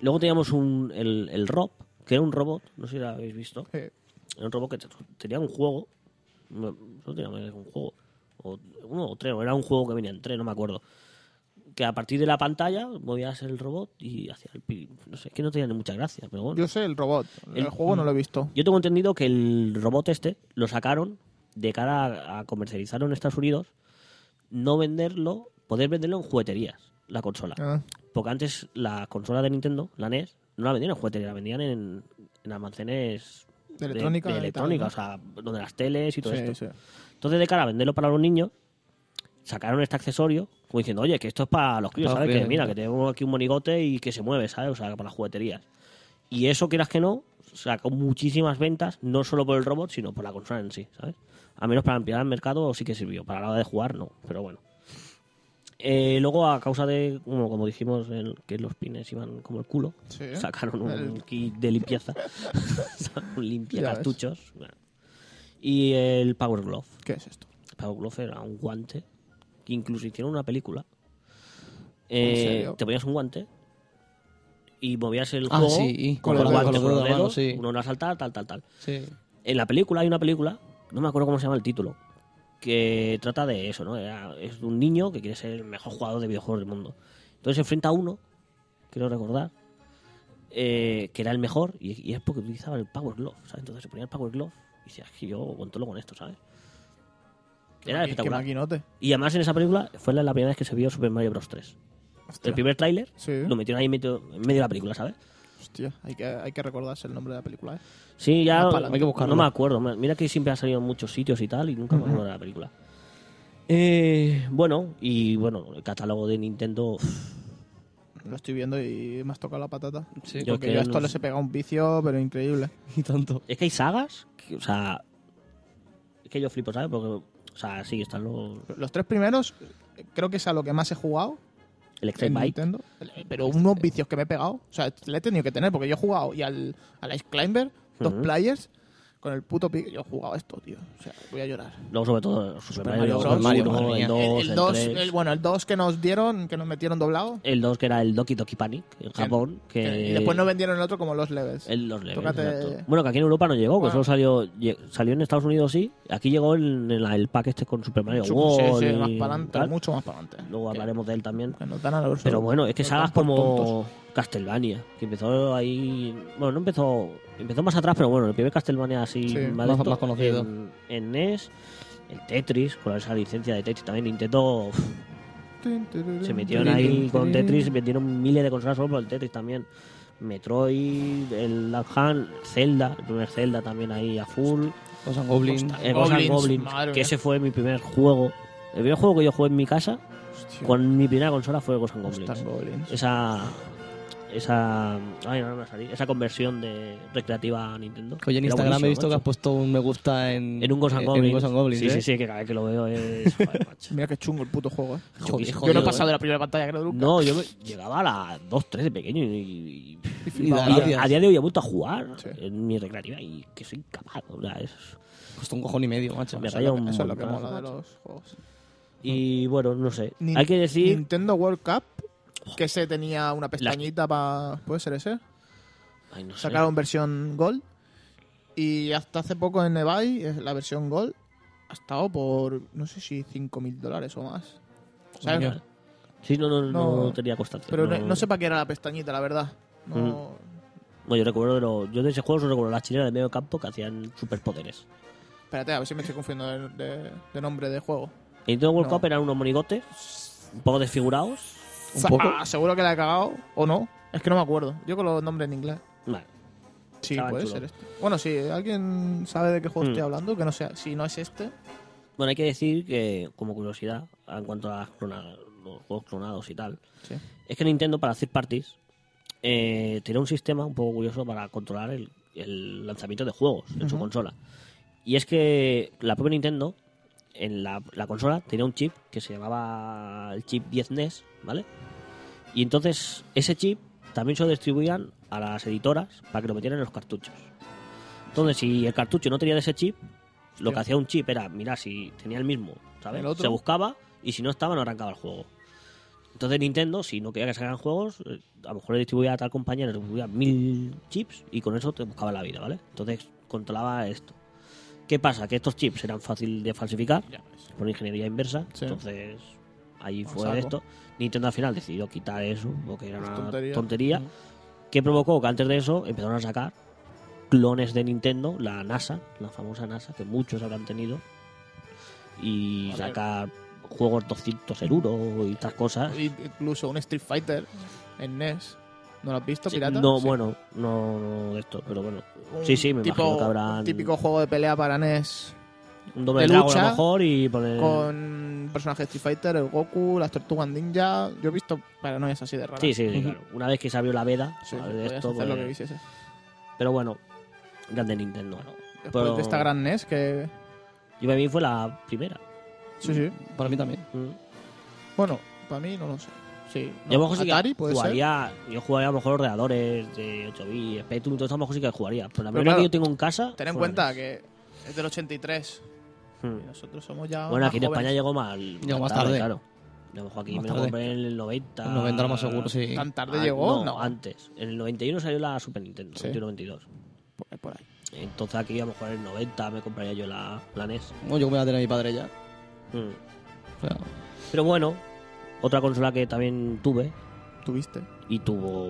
Speaker 4: Luego teníamos un, el, el Rob, que era un robot, no sé si lo habéis visto.
Speaker 2: Eh,
Speaker 4: Era un robot que te- tenía un juego. No, no tenía más que un juego. O uno o tres, o era un juego que venía en tres, no me acuerdo. Que a partir de la pantalla movías el robot y hacía el pi- No sé, es que no tenía ni mucha gracia, pero bueno.
Speaker 2: Yo sé el robot. El,
Speaker 4: El-
Speaker 2: juego no lo he visto.
Speaker 4: Yo tengo entendido que el robot este lo sacaron de cara a, a comercializarlo en Estados Unidos, no venderlo, poder venderlo en jugueterías, la consola.
Speaker 2: Ah,
Speaker 4: Porque antes la consola de Nintendo, la NES, no la vendían en juguetería, la vendían en, en almacenes
Speaker 2: De electrónica
Speaker 4: de
Speaker 2: y
Speaker 4: electrónica, o sea, donde las teles y todo esto. Entonces, de cara a venderlo para los niños, sacaron este accesorio como diciendo, oye, que esto es para los críos,
Speaker 3: Para los
Speaker 4: ¿sabes?
Speaker 3: críos,
Speaker 4: Que mira,
Speaker 3: ¿no?
Speaker 4: que tenemos aquí un monigote y que se mueve, ¿sabes? O sea, para las jugueterías. Y eso, quieras que no, sacó muchísimas ventas, no solo por el robot, sino por la consola en sí, ¿sabes? Al menos para ampliar el mercado sí que sirvió, para la hora de jugar no, pero bueno. Eh, luego, a causa de, como, como dijimos, el- que los pines iban como el culo,
Speaker 2: Sí.
Speaker 4: sacaron un
Speaker 2: El-
Speaker 4: kit
Speaker 2: <laughs>
Speaker 4: de limpieza, <laughs> un limpia
Speaker 2: Ya ves.
Speaker 4: cartuchos, bueno. y el Power Glove.
Speaker 2: ¿Qué es esto?
Speaker 4: Pablo Glover era un guante que incluso hicieron una película. Eh,
Speaker 2: serio?
Speaker 4: te ponías un guante y movías el
Speaker 3: Ah,
Speaker 4: juego
Speaker 3: sí, y
Speaker 4: con,
Speaker 2: con
Speaker 4: los
Speaker 2: los
Speaker 4: guantes,
Speaker 3: dedos,
Speaker 4: con los
Speaker 3: con la mano,
Speaker 4: dedos,
Speaker 3: sí.
Speaker 4: uno no saltar, tal, tal, tal.
Speaker 3: Sí.
Speaker 4: En la película hay una película, no me acuerdo cómo se llama el título, que trata de eso, ¿no? Era- es de un niño que quiere ser el mejor jugador de videojuegos del mundo. Entonces se enfrenta a uno, quiero recordar, eh, que era el mejor y, y es porque utilizaba el Power Glove, ¿sabes? Entonces se ponía el Power Glove y decía, es que yo controlo con esto, ¿sabes? Era
Speaker 2: Qué- Qué
Speaker 4: espectacular.
Speaker 2: maquinote.
Speaker 4: Y además en esa película fue la, la primera vez que se vio Super Mario Bros. 3. El
Speaker 2: Hostia.
Speaker 4: primer tráiler
Speaker 2: Sí.
Speaker 4: lo metieron ahí en medio, en medio de la película, ¿sabes?
Speaker 2: Hostia, hay que, hay que recordarse el nombre de la película, ¿eh?
Speaker 4: Sí, ya
Speaker 2: Ah, pa'lante.
Speaker 3: Hay que buscarlo.
Speaker 4: no me acuerdo. ma- Mira que siempre ha salido en muchos sitios y tal y nunca me acuerdo de la película. Eh, bueno, y bueno, el catálogo de Nintendo... uf,
Speaker 2: Lo estoy viendo y me has tocado la patata.
Speaker 3: Sí.
Speaker 4: Yo
Speaker 2: Porque
Speaker 4: que
Speaker 2: yo a
Speaker 4: no
Speaker 2: esto les
Speaker 4: sé.
Speaker 2: he pegado un vicio, pero increíble.
Speaker 3: <laughs> Y tanto.
Speaker 4: Es que hay sagas, que, o sea... Es que yo flipo, ¿sabes? Porque, o sea, sí, están los...
Speaker 2: Los tres primeros, eh, creo que es a lo que más he jugado
Speaker 4: El
Speaker 2: en
Speaker 4: Extreme Bike.
Speaker 2: Nintendo. Eh, Pero
Speaker 4: Este,
Speaker 2: unos vicios que me he pegado. O sea, le he tenido que tener, porque yo he jugado y al, al Ice Climber, dos
Speaker 4: Ujú.
Speaker 2: players, con el puto pique. Yo he jugado a esto, tío. O sea, voy a llorar.
Speaker 4: Luego, sobre todo, Super, Mario,
Speaker 2: Bros.
Speaker 4: el uno,
Speaker 3: madre
Speaker 4: el
Speaker 3: mía.
Speaker 4: 2,
Speaker 2: El-
Speaker 4: el,
Speaker 2: el
Speaker 4: 2,
Speaker 2: dos- el- bueno, el 2 que nos dieron, que nos metieron doblado.
Speaker 4: el 2 que era el Doki Doki Panic en Japón. Que,
Speaker 2: que- y después nos vendieron el otro como los levels.
Speaker 4: En los levels,
Speaker 2: Tócate-
Speaker 4: exacto. Bueno, que aquí en Europa no llegó, que
Speaker 2: Bueno.
Speaker 4: solo salió lle- salió en Estados Unidos sí. Aquí llegó en, en la- el pack este con Super Mario
Speaker 2: Sí, sí,
Speaker 4: World.
Speaker 2: sí,
Speaker 4: y
Speaker 2: más para adelante,
Speaker 4: tal.
Speaker 2: mucho más para adelante.
Speaker 4: Luego hablaremos de él también.
Speaker 2: Que nos dan a los-
Speaker 4: Pero bueno, es que
Speaker 2: nos dan
Speaker 4: sagas
Speaker 2: por tontos.
Speaker 4: como Castlevania, que empezó ahí. Bueno, no empezó. Empezó más atrás, pero bueno, el primer Castlevania así
Speaker 2: Sí,
Speaker 4: más,
Speaker 3: más-
Speaker 4: esto,
Speaker 3: más conocido.
Speaker 4: En, en NES, el Tetris, con esa licencia de Tetris también Nintendo uf, se metieron ahí con Tetris, vendieron miles de consolas solo por el Tetris también. Metroid, el Dark Hunt, Zelda, el primer Zelda también ahí a full.
Speaker 3: Los and Goblin.
Speaker 2: Ostras.
Speaker 4: El Ghost and
Speaker 2: Goblins,
Speaker 4: Goblins,
Speaker 2: madre
Speaker 4: que
Speaker 2: mía.
Speaker 4: ese fue mi primer juego. El primer juego que yo jugué en mi casa
Speaker 2: Hostia,
Speaker 4: con mi primera consola fue Ghost and Goblins.
Speaker 2: Ostras, Goblins.
Speaker 4: Esa. Esa. Ay, no, no me salí. Esa conversión de recreativa a Nintendo.
Speaker 3: Que Hoy en
Speaker 4: Era
Speaker 3: Instagram he
Speaker 4: buenísimo,
Speaker 3: visto que has
Speaker 4: macho.
Speaker 3: puesto un me gusta en,
Speaker 4: En un Ghost and
Speaker 3: en
Speaker 4: Goblins.
Speaker 3: Ghost and Goblins,
Speaker 4: Sí,
Speaker 3: ¿eh?
Speaker 4: sí, sí, que cada vez que lo veo es. joder,
Speaker 3: <laughs>
Speaker 4: macho.
Speaker 2: Mira qué chungo el puto juego, eh.
Speaker 3: Joder,
Speaker 2: yo no
Speaker 3: jodido,
Speaker 2: he
Speaker 3: ¿eh?
Speaker 2: pasado de la primera pantalla, creo, nunca.
Speaker 4: No, yo me- llegaba a las 2, 3 de pequeño y, y-
Speaker 3: Y da
Speaker 4: y
Speaker 3: gracias.
Speaker 4: a, a día de hoy he vuelto a jugar
Speaker 2: Sí.
Speaker 4: en mi recreativa y que soy capaz. o sea, es-
Speaker 3: Costó un cojón y medio, macho.
Speaker 4: Me
Speaker 2: Eso es lo
Speaker 4: raya un
Speaker 2: que- eso es lo que
Speaker 4: montonazo,
Speaker 2: mola de
Speaker 4: macho.
Speaker 2: los juegos.
Speaker 4: Y bueno, no sé.
Speaker 2: Nin-
Speaker 4: Hay que decir.
Speaker 2: Nintendo World Cup, que se tenía una pestañita para. ¿Puede ser ese?
Speaker 4: Ay, no sé.
Speaker 2: Sacaron versión Gold. Y hasta hace poco en eBay, eh, la versión Gold, ha estado por, no sé si 5.000 dólares o más. ¿Sabes?
Speaker 4: Mira. Sí, no, no, no, Mm.
Speaker 2: No.
Speaker 4: tenía constancia.
Speaker 2: Pero no, no sé para qué era la pestañita, la verdad. No,
Speaker 4: No, yo recuerdo de lo- yo de ese juego solo recuerdo las chilenas de medio campo que hacían superpoderes.
Speaker 2: Espérate, a ver si me estoy confundiendo de, de- de nombre de juego.
Speaker 4: En Nintendo World
Speaker 2: No.
Speaker 4: Cup eran unos monigotes, un poco desfigurados, un
Speaker 2: Sa-
Speaker 4: poco.
Speaker 2: ah, seguro que la he cagado o no. Es que no me acuerdo. Yo con los nombres en inglés.
Speaker 4: Vale.
Speaker 2: Sí,
Speaker 4: Estaban
Speaker 2: puede
Speaker 4: chulos.
Speaker 2: ser este. Bueno, si alguien sabe de qué juego
Speaker 4: Mm.
Speaker 2: estoy hablando, que no sea, si no es este,
Speaker 4: Bueno, hay que decir que, como curiosidad, en cuanto a las clona- los juegos clonados y tal,
Speaker 2: Sí.
Speaker 4: es que Nintendo para hacer parties eh, tenía un sistema un poco curioso para controlar el, el lanzamiento de juegos en su consola. Y es que la propia Nintendo, en la, la consola, tenía un chip que se llamaba el chip 10 NES, ¿vale? Y entonces ese chip también se lo distribuían a las editoras para que lo metieran en los cartuchos. Entonces, si el cartucho no tenía de ese chip, lo que
Speaker 2: Ya.
Speaker 4: hacía un chip era, mira, si tenía el mismo, ¿sabes?
Speaker 2: El otro.
Speaker 4: Se buscaba y si no estaba, no arrancaba el juego. Entonces Nintendo, si no quería que sacaran juegos, eh, a lo mejor le distribuía a tal compañía, le distribuía mil chips y con eso te buscaba la vida, ¿vale? Entonces controlaba esto. ¿Qué pasa? Que estos chips eran fácil de falsificar por ingeniería inversa.
Speaker 2: Sí.
Speaker 4: Entonces, ahí
Speaker 2: A
Speaker 4: fue de
Speaker 2: saco.
Speaker 4: esto. Nintendo al final decidió quitar eso, porque era
Speaker 2: Es
Speaker 4: una
Speaker 2: Pues tontería.
Speaker 4: tontería. Que provocó que antes de eso empezaron a sacar clones de Nintendo, la NASA, la famosa NASA, que muchos habrán tenido, y
Speaker 2: Joder.
Speaker 4: sacar juegos 200 euros y estas cosas.
Speaker 2: i- incluso un Street Fighter en NES. ¿No lo has visto,
Speaker 4: Sí,
Speaker 2: pirata?
Speaker 4: No,
Speaker 2: Sí.
Speaker 4: bueno, no, no de esto, pero bueno.
Speaker 2: Un
Speaker 4: Sí, sí, me
Speaker 2: tipo-
Speaker 4: imagino que habrán
Speaker 2: un Típico juego de pelea para E NES.
Speaker 4: un doble
Speaker 2: de
Speaker 4: Dragon a
Speaker 2: lucha
Speaker 4: lo mejor y poner...
Speaker 2: Con personajes de Street Fighter, el Goku, las tortugas ninja. Yo he visto paranoias así de raras.
Speaker 4: Sí, sí, sí, claro. Una vez que se abrió la veda
Speaker 2: Sí, sí,
Speaker 4: ¿vale? de
Speaker 2: podías
Speaker 4: esto,
Speaker 2: hacer lo
Speaker 4: pues-
Speaker 2: que quisieses.
Speaker 4: pero bueno, grande Nintendo.
Speaker 2: Después
Speaker 4: pero-
Speaker 2: de esta gran NES que...
Speaker 4: Y para mí fue la primera.
Speaker 2: Sí, sí.
Speaker 3: Para mí también.
Speaker 4: Mm.
Speaker 2: Bueno, para mí no lo sé. Sí. no.
Speaker 4: Yo a lo mejor sí que
Speaker 2: Atari puede ser.
Speaker 4: jugaría, yo jugaría a lo mejor ordenadores de 8 bits, Spectrum, todo eso a lo mejor sí que jugaría. Pero la primera
Speaker 2: claro,
Speaker 4: que yo tengo en casa.
Speaker 2: Ten en
Speaker 4: fue
Speaker 2: cuenta
Speaker 4: la
Speaker 2: que es del 83.
Speaker 4: NES.
Speaker 2: Y
Speaker 4: Mm.
Speaker 2: nosotros somos ya.
Speaker 4: Bueno,
Speaker 2: más
Speaker 4: aquí en España
Speaker 2: jóvenes.
Speaker 4: llegó más,
Speaker 3: Llegó más tarde.
Speaker 4: claro. A lo mejor aquí
Speaker 3: Más
Speaker 4: me lo
Speaker 3: tarde.
Speaker 4: compré en el 90.
Speaker 3: El 90 lo más seguro, sí.
Speaker 2: ¿Tan tarde
Speaker 4: Ah,
Speaker 2: llegó? No,
Speaker 4: antes. En el 91 salió la Super Nintendo,
Speaker 2: Sí.
Speaker 4: 91, 92.
Speaker 2: Por, por ahí.
Speaker 4: Entonces aquí a lo mejor en el 90 me compraría yo la, la E NES.
Speaker 3: No, yo me voy a tener a mi padre ya.
Speaker 4: Mm.
Speaker 3: O sea,
Speaker 4: Pero bueno, otra consola que también tuve
Speaker 2: ¿Tuviste?
Speaker 4: y tuvo.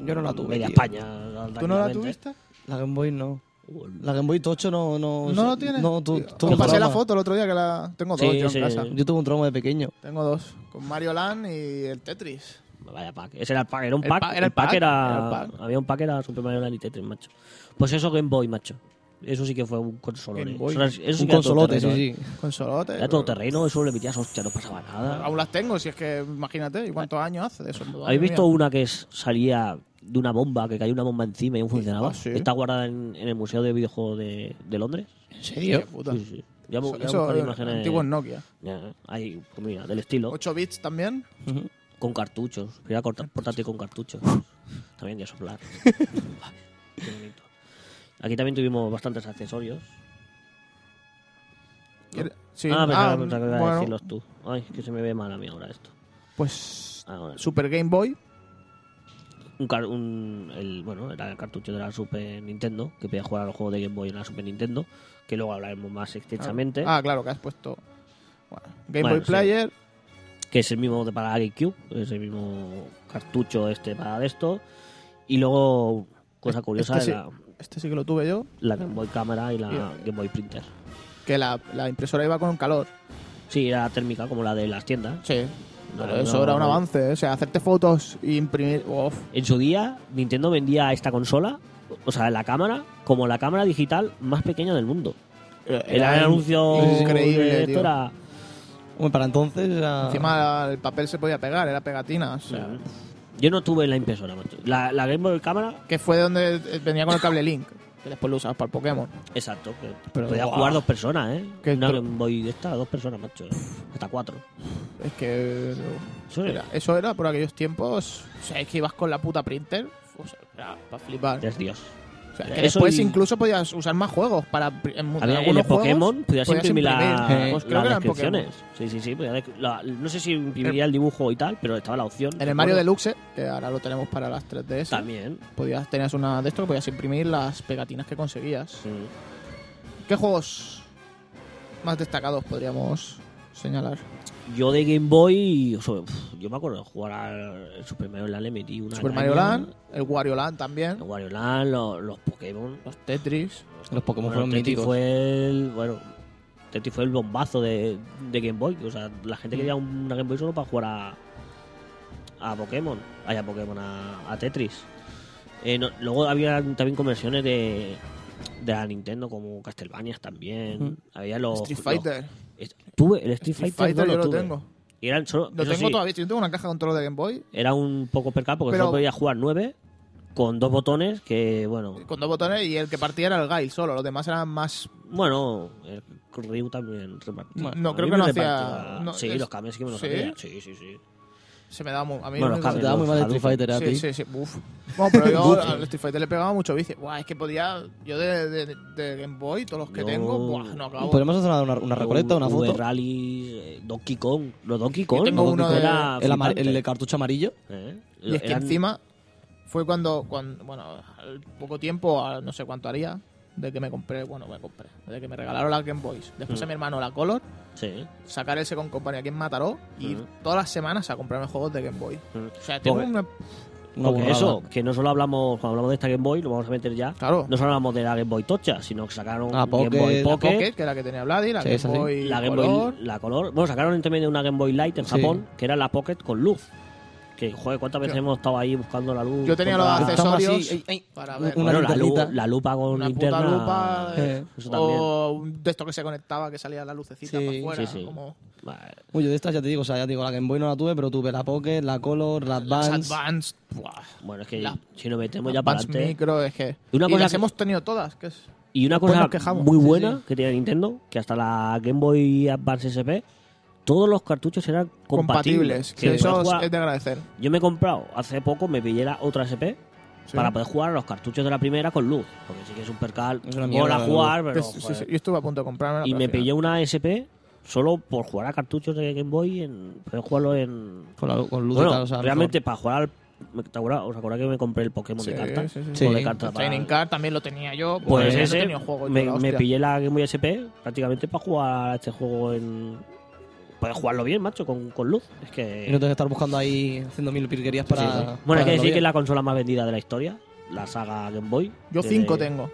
Speaker 3: Yo no la tuve,
Speaker 4: Media
Speaker 3: tío.
Speaker 4: España.
Speaker 2: ¿Tú no la
Speaker 4: tranquilamente.
Speaker 2: tuviste?
Speaker 3: la Game Boy no.
Speaker 4: Uh,
Speaker 3: La Game Boy Tocho no... No,
Speaker 2: ¿No lo tienes?
Speaker 3: No, tu,
Speaker 2: Yo
Speaker 3: tuve un
Speaker 2: pasé la
Speaker 3: trauma.
Speaker 2: foto el otro día que la. Tengo dos
Speaker 4: Sí,
Speaker 2: yo en
Speaker 4: sí.
Speaker 2: casa.
Speaker 3: Yo tuve un trauma de pequeño.
Speaker 2: Tengo dos. Con Mario Land y el Tetris.
Speaker 4: Vaya pack. Ese era el pack. Era un
Speaker 2: El
Speaker 4: pack.
Speaker 2: pack, era
Speaker 4: el
Speaker 2: el
Speaker 4: pack
Speaker 2: pack,
Speaker 4: era-
Speaker 2: era el pack.
Speaker 4: Había un pack que era Super Mario Land y Tetris, macho. Pues eso Game Boy, macho. Eso sí que fue un consolón.
Speaker 2: Game
Speaker 4: eh.
Speaker 2: Boy.
Speaker 4: Eso, era- eso sí
Speaker 3: un
Speaker 4: que era
Speaker 3: consolote, sí,
Speaker 4: todoterreno, eh.
Speaker 3: sí.
Speaker 2: Con solote.
Speaker 4: Era todoterreno, eso le metías, hostia, no pasaba nada.
Speaker 2: Aún las tengo, si es que imagínate. ¿Y cuántos años hace de eso? Madre
Speaker 4: ¿Habéis visto
Speaker 2: mía.
Speaker 4: una que es- salía de una bomba, que cayó una bomba encima y aún funcionaba?
Speaker 2: Ah, sí.
Speaker 4: Está guardada en, en el Museo de Videojuegos de, de Londres.
Speaker 3: ¿En
Speaker 2: Qué
Speaker 3: serio?
Speaker 2: puta.
Speaker 4: Sí, sí, sí. Ya, bu-
Speaker 2: Eso,
Speaker 4: ya buscaré
Speaker 2: eso,
Speaker 4: imágenes.
Speaker 2: antiguos Nokia.
Speaker 4: Ya, ahí, pues mira, del estilo.
Speaker 2: 8 bits también.
Speaker 4: Con cartuchos. Era corta- portátil con cartuchos. También de soplar. Qué bonito. Aquí también tuvimos bastantes accesorios.
Speaker 2: ¿Quiere- Sí.
Speaker 4: ah, pensaba
Speaker 2: Ah,
Speaker 4: pensaba que ibas a
Speaker 2: bueno,
Speaker 4: decirlos tú. Ay, que se me ve mal a mí ahora esto.
Speaker 2: Pues.
Speaker 4: Ahora.
Speaker 2: Super Game Boy.
Speaker 4: Un, car- un- el, bueno, era el cartucho de la Super Nintendo, que podía jugar a los juegos de Game Boy en la Super Nintendo, que luego hablaremos más extensamente,
Speaker 2: Ah, claro, que has puesto. Bueno, Game
Speaker 4: Bueno,
Speaker 2: Boy
Speaker 4: sí.
Speaker 2: Player.
Speaker 4: que es el mismo de para la GameCube, es el mismo cartucho este para esto. Y luego, cosa curiosa,
Speaker 2: este sí.
Speaker 4: era
Speaker 2: Este sí que lo tuve yo.
Speaker 4: la Game Boy Cámara y la
Speaker 2: Bien.
Speaker 4: Game Boy Printer.
Speaker 2: Que la, la impresora iba con calor.
Speaker 4: Sí, era térmica, como la de las tiendas.
Speaker 2: Sí. Pero
Speaker 4: No,
Speaker 2: eso
Speaker 4: no,
Speaker 2: era un
Speaker 4: no.
Speaker 2: avance. ¿eh? O sea, hacerte fotos e imprimir. Uf.
Speaker 4: En su día, Nintendo vendía esta consola, o sea, la cámara, como la cámara digital más pequeña del mundo. Eh, Era el anuncio
Speaker 2: increíble,
Speaker 4: de esto
Speaker 2: tío.
Speaker 4: era-
Speaker 3: Hombre, para entonces era...
Speaker 2: Encima el papel se podía pegar, era pegatina. O sea,
Speaker 4: Yo no tuve la impresora, macho. La, la Game Boy Cámara,
Speaker 2: Que fue donde eh, venía con el cable Link. Que después lo usabas para el Pokémon.
Speaker 4: exacto. Que
Speaker 2: Pero-
Speaker 4: podía
Speaker 2: ¡guau!
Speaker 4: jugar dos personas, ¿eh?
Speaker 2: Qué
Speaker 4: Una
Speaker 2: tro-
Speaker 4: Game Boy de estas, dos personas, macho. Hasta cuatro.
Speaker 2: Es que.
Speaker 4: Eso
Speaker 2: Era,
Speaker 4: era.
Speaker 2: eso era por aquellos tiempos. O sea, es que ibas con la puta printer. O sea, era para flipar.
Speaker 4: Es Dios.
Speaker 2: O sea, que
Speaker 4: Eso
Speaker 2: después
Speaker 4: y-
Speaker 2: incluso podías usar más juegos para pri- en, mu- en
Speaker 4: Había el de
Speaker 2: algunos juegos
Speaker 4: Pokémon, podías, imprimir, la,
Speaker 2: Pues creo
Speaker 4: las
Speaker 2: que era en
Speaker 4: descripciones.
Speaker 2: Pokémon. Eh,
Speaker 4: Sí, sí, sí. podías dec- la- no sé si imprimiría el dibujo y tal, pero estaba la opción.
Speaker 2: En el Mario
Speaker 4: recuerdo.
Speaker 2: Deluxe, que ahora lo tenemos para las 3DS,
Speaker 4: También.
Speaker 2: podías, tenías una de esto que
Speaker 4: Mm.
Speaker 2: podías imprimir las pegatinas que conseguías.
Speaker 4: sí.
Speaker 2: ¿Qué juegos más destacados podríamos señalar.
Speaker 4: Yo de Game Boy, o sea, uf, yo me acuerdo de jugar al Super Mario Land, le metí una.
Speaker 2: Super Mario
Speaker 4: araña,
Speaker 2: Land, el Wario Land también,
Speaker 4: el Wario Land, lo- los, Pokémon.
Speaker 2: los Tetris.
Speaker 3: Los Pokémon
Speaker 4: Bueno,
Speaker 3: fueron
Speaker 4: Tetris
Speaker 3: míticos.
Speaker 4: fue el. Bueno, Tetris fue el bombazo de, de Game Boy. O sea, la gente quería
Speaker 2: Mm.
Speaker 4: una Game Boy solo para jugar a. a Pokémon. Ay, a Pokémon, a, a Tetris. Eh, no- luego había también conversiones de. de la Nintendo, como Castlevania también.
Speaker 3: Ujú.
Speaker 4: Había los.
Speaker 2: Street
Speaker 4: los-
Speaker 2: Fighter.
Speaker 4: es- tuve el Street,
Speaker 2: Mm. Street
Speaker 4: Fighter,
Speaker 2: Fighter
Speaker 4: no
Speaker 2: yo lo
Speaker 4: tuve.
Speaker 2: tengo.
Speaker 4: Y eran solo.
Speaker 2: Lo
Speaker 4: eso
Speaker 2: tengo
Speaker 4: sí,
Speaker 2: todavía. Yo tengo una caja de control de Game Boy
Speaker 4: Era un poco percal porque
Speaker 2: Pero-
Speaker 4: solo podía jugar 9 con dos botones que, bueno,
Speaker 2: con dos botones y el que partía era el Guile solo. Los demás eran más.
Speaker 4: bueno, el Ryu también repartía.
Speaker 2: No,
Speaker 4: A
Speaker 2: creo
Speaker 4: mí
Speaker 2: que
Speaker 4: me
Speaker 2: no hacía-
Speaker 4: repartía-
Speaker 2: no,
Speaker 4: sí,
Speaker 2: es-
Speaker 4: los cambios sí que me los
Speaker 2: ¿Sí?
Speaker 4: sabía. Sí, sí, sí.
Speaker 2: Se me daba muy. A mí
Speaker 4: Bueno,
Speaker 2: me-
Speaker 4: cabe-
Speaker 3: Te daba muy mal el
Speaker 4: Hadouken.
Speaker 3: Street Fighter a ti.
Speaker 2: Sí, sí, sí. Uf. Bueno, pero yo
Speaker 4: <laughs>
Speaker 3: Buf.
Speaker 2: al Street Fighter le pegaba mucho bici. Buah, es que podía. Yo de, de- de Game Boy, todos los que
Speaker 4: Yo-
Speaker 2: tengo, buah, no acabo.
Speaker 3: ¿Podemos hacer una, una recoleta, una
Speaker 4: V-
Speaker 3: foto?
Speaker 4: Rally, eh, Donkey Kong. Los Donkey Kong.
Speaker 2: tengo
Speaker 4: los
Speaker 2: uno
Speaker 4: Donkey
Speaker 2: de-
Speaker 4: Kong era
Speaker 3: El, amar-
Speaker 4: flipante.
Speaker 3: el cartucho amarillo.
Speaker 4: Eh,
Speaker 2: Y es que
Speaker 4: eran-
Speaker 2: encima fue cuando, cuando, bueno, al poco tiempo, al no sé cuánto haría, de que me compré, bueno, me compré, de que me regalaron la Game Boys. Después
Speaker 4: Mm.
Speaker 2: a mi hermano la Color,
Speaker 4: Sí.
Speaker 2: sacar el Second Company aquí en Mataró y
Speaker 4: Mm.
Speaker 2: ir todas las semanas a comprarme juegos de Game Boy.
Speaker 4: Mm.
Speaker 2: O sea, tengo
Speaker 4: Porque-
Speaker 2: una...
Speaker 3: Una
Speaker 4: Porque
Speaker 3: burrada.
Speaker 4: eso, que no solo hablamos, cuando hablamos de esta Game Boy, lo vamos a meter ya.
Speaker 2: Claro,
Speaker 4: No solo hablamos de la Game Boy Tocha, sino que sacaron
Speaker 3: Ah,
Speaker 4: Game Boy
Speaker 3: Pocket,
Speaker 2: la
Speaker 4: Pocket,
Speaker 2: Pocket, que era la que tenía Vladi, la
Speaker 3: Sí, esa
Speaker 2: Game
Speaker 3: sí.
Speaker 2: Boy
Speaker 4: la Game
Speaker 2: Color,
Speaker 4: Boy, la color. Bueno, sacaron en este medio una Game Boy Light en
Speaker 3: Sí.
Speaker 4: Japón, que era la Pocket con luz. Que, joder, ¿cuántas veces
Speaker 2: Yo-
Speaker 4: hemos estado ahí buscando la luz?
Speaker 2: Yo tenía
Speaker 4: contra-
Speaker 2: los
Speaker 3: Estamos así,
Speaker 2: accesorios
Speaker 3: ay, ay.
Speaker 2: para
Speaker 3: Una-
Speaker 2: ver
Speaker 3: una
Speaker 4: Bueno, la, lu-
Speaker 3: linternita.
Speaker 4: la lupa con
Speaker 2: una puta
Speaker 4: linterna.
Speaker 2: lupa eh,
Speaker 3: Eh,
Speaker 4: Eso también.
Speaker 2: o un de esto que se conectaba que salía la lucecita
Speaker 3: Sí,
Speaker 2: para afuera
Speaker 4: sí, sí.
Speaker 2: como
Speaker 4: Vale.
Speaker 3: Uy, yo de estas ya te digo, o sea, ya te digo, la Game Boy no la tuve, pero tuve la Pocket, la Color, la
Speaker 2: las
Speaker 3: Advance.
Speaker 2: Advanced buah,
Speaker 4: Bueno, es que
Speaker 2: La-
Speaker 4: si nos metemos ya para
Speaker 2: Advanced
Speaker 4: adelante.
Speaker 2: Micro es que
Speaker 4: Y una
Speaker 2: y
Speaker 4: cosa
Speaker 2: las
Speaker 4: que-
Speaker 2: hemos tenido todas que es
Speaker 4: Y una
Speaker 2: Después
Speaker 4: cosa
Speaker 2: Pues nos quejamos.
Speaker 4: muy
Speaker 2: Sí,
Speaker 4: buena
Speaker 2: sí.
Speaker 4: que tiene Nintendo, que hasta la Game Boy Advance SP, todos los cartuchos eran compatibles.
Speaker 2: compatibles que
Speaker 4: Que
Speaker 2: eso
Speaker 4: puedes
Speaker 2: es-
Speaker 4: jugar-
Speaker 2: es de agradecer
Speaker 4: Yo me he comprado, hace poco me pillé la otra SP
Speaker 2: Sí.
Speaker 4: para poder jugar a los cartuchos de la primera con luz. Porque sí que es un percal.
Speaker 3: Es una
Speaker 4: Mola
Speaker 3: mierda la
Speaker 4: jugar,
Speaker 2: Que
Speaker 4: pero.
Speaker 2: sí, sí,
Speaker 4: joder.
Speaker 2: sí, yo estuve a punto de comprarme
Speaker 4: pues- Y me pillé una SP solo por jugar a cartuchos de Game Boy en poder jugarlo en
Speaker 3: Con, la- con luz y
Speaker 4: bueno,
Speaker 3: tal, o sea,
Speaker 4: realmente para jugar al me- ¿te acuerdas- ¿Os acordáis que me compré el Pokémon de
Speaker 2: Sí,
Speaker 4: cartas?
Speaker 2: sí, sí.
Speaker 3: Sí.
Speaker 4: O de cartas
Speaker 2: el Training
Speaker 4: para-
Speaker 2: Card también lo tenía yo
Speaker 4: Pues
Speaker 2: eso
Speaker 4: ese
Speaker 2: tenía un juego yo,
Speaker 4: me,
Speaker 2: la
Speaker 4: me
Speaker 2: hostia.
Speaker 4: pillé la Game Boy SP prácticamente para jugar a este juego en Puedes jugarlo bien, macho, con, con luz. Es que
Speaker 3: Y no tengo que estar buscando ahí haciendo mil pirquerías para.
Speaker 4: Bueno, hay que
Speaker 3: para
Speaker 4: decir que es
Speaker 3: verlo
Speaker 4: la consola más vendida de la historia, la saga Game Boy.
Speaker 2: yo
Speaker 4: Desde-
Speaker 2: cinco tengo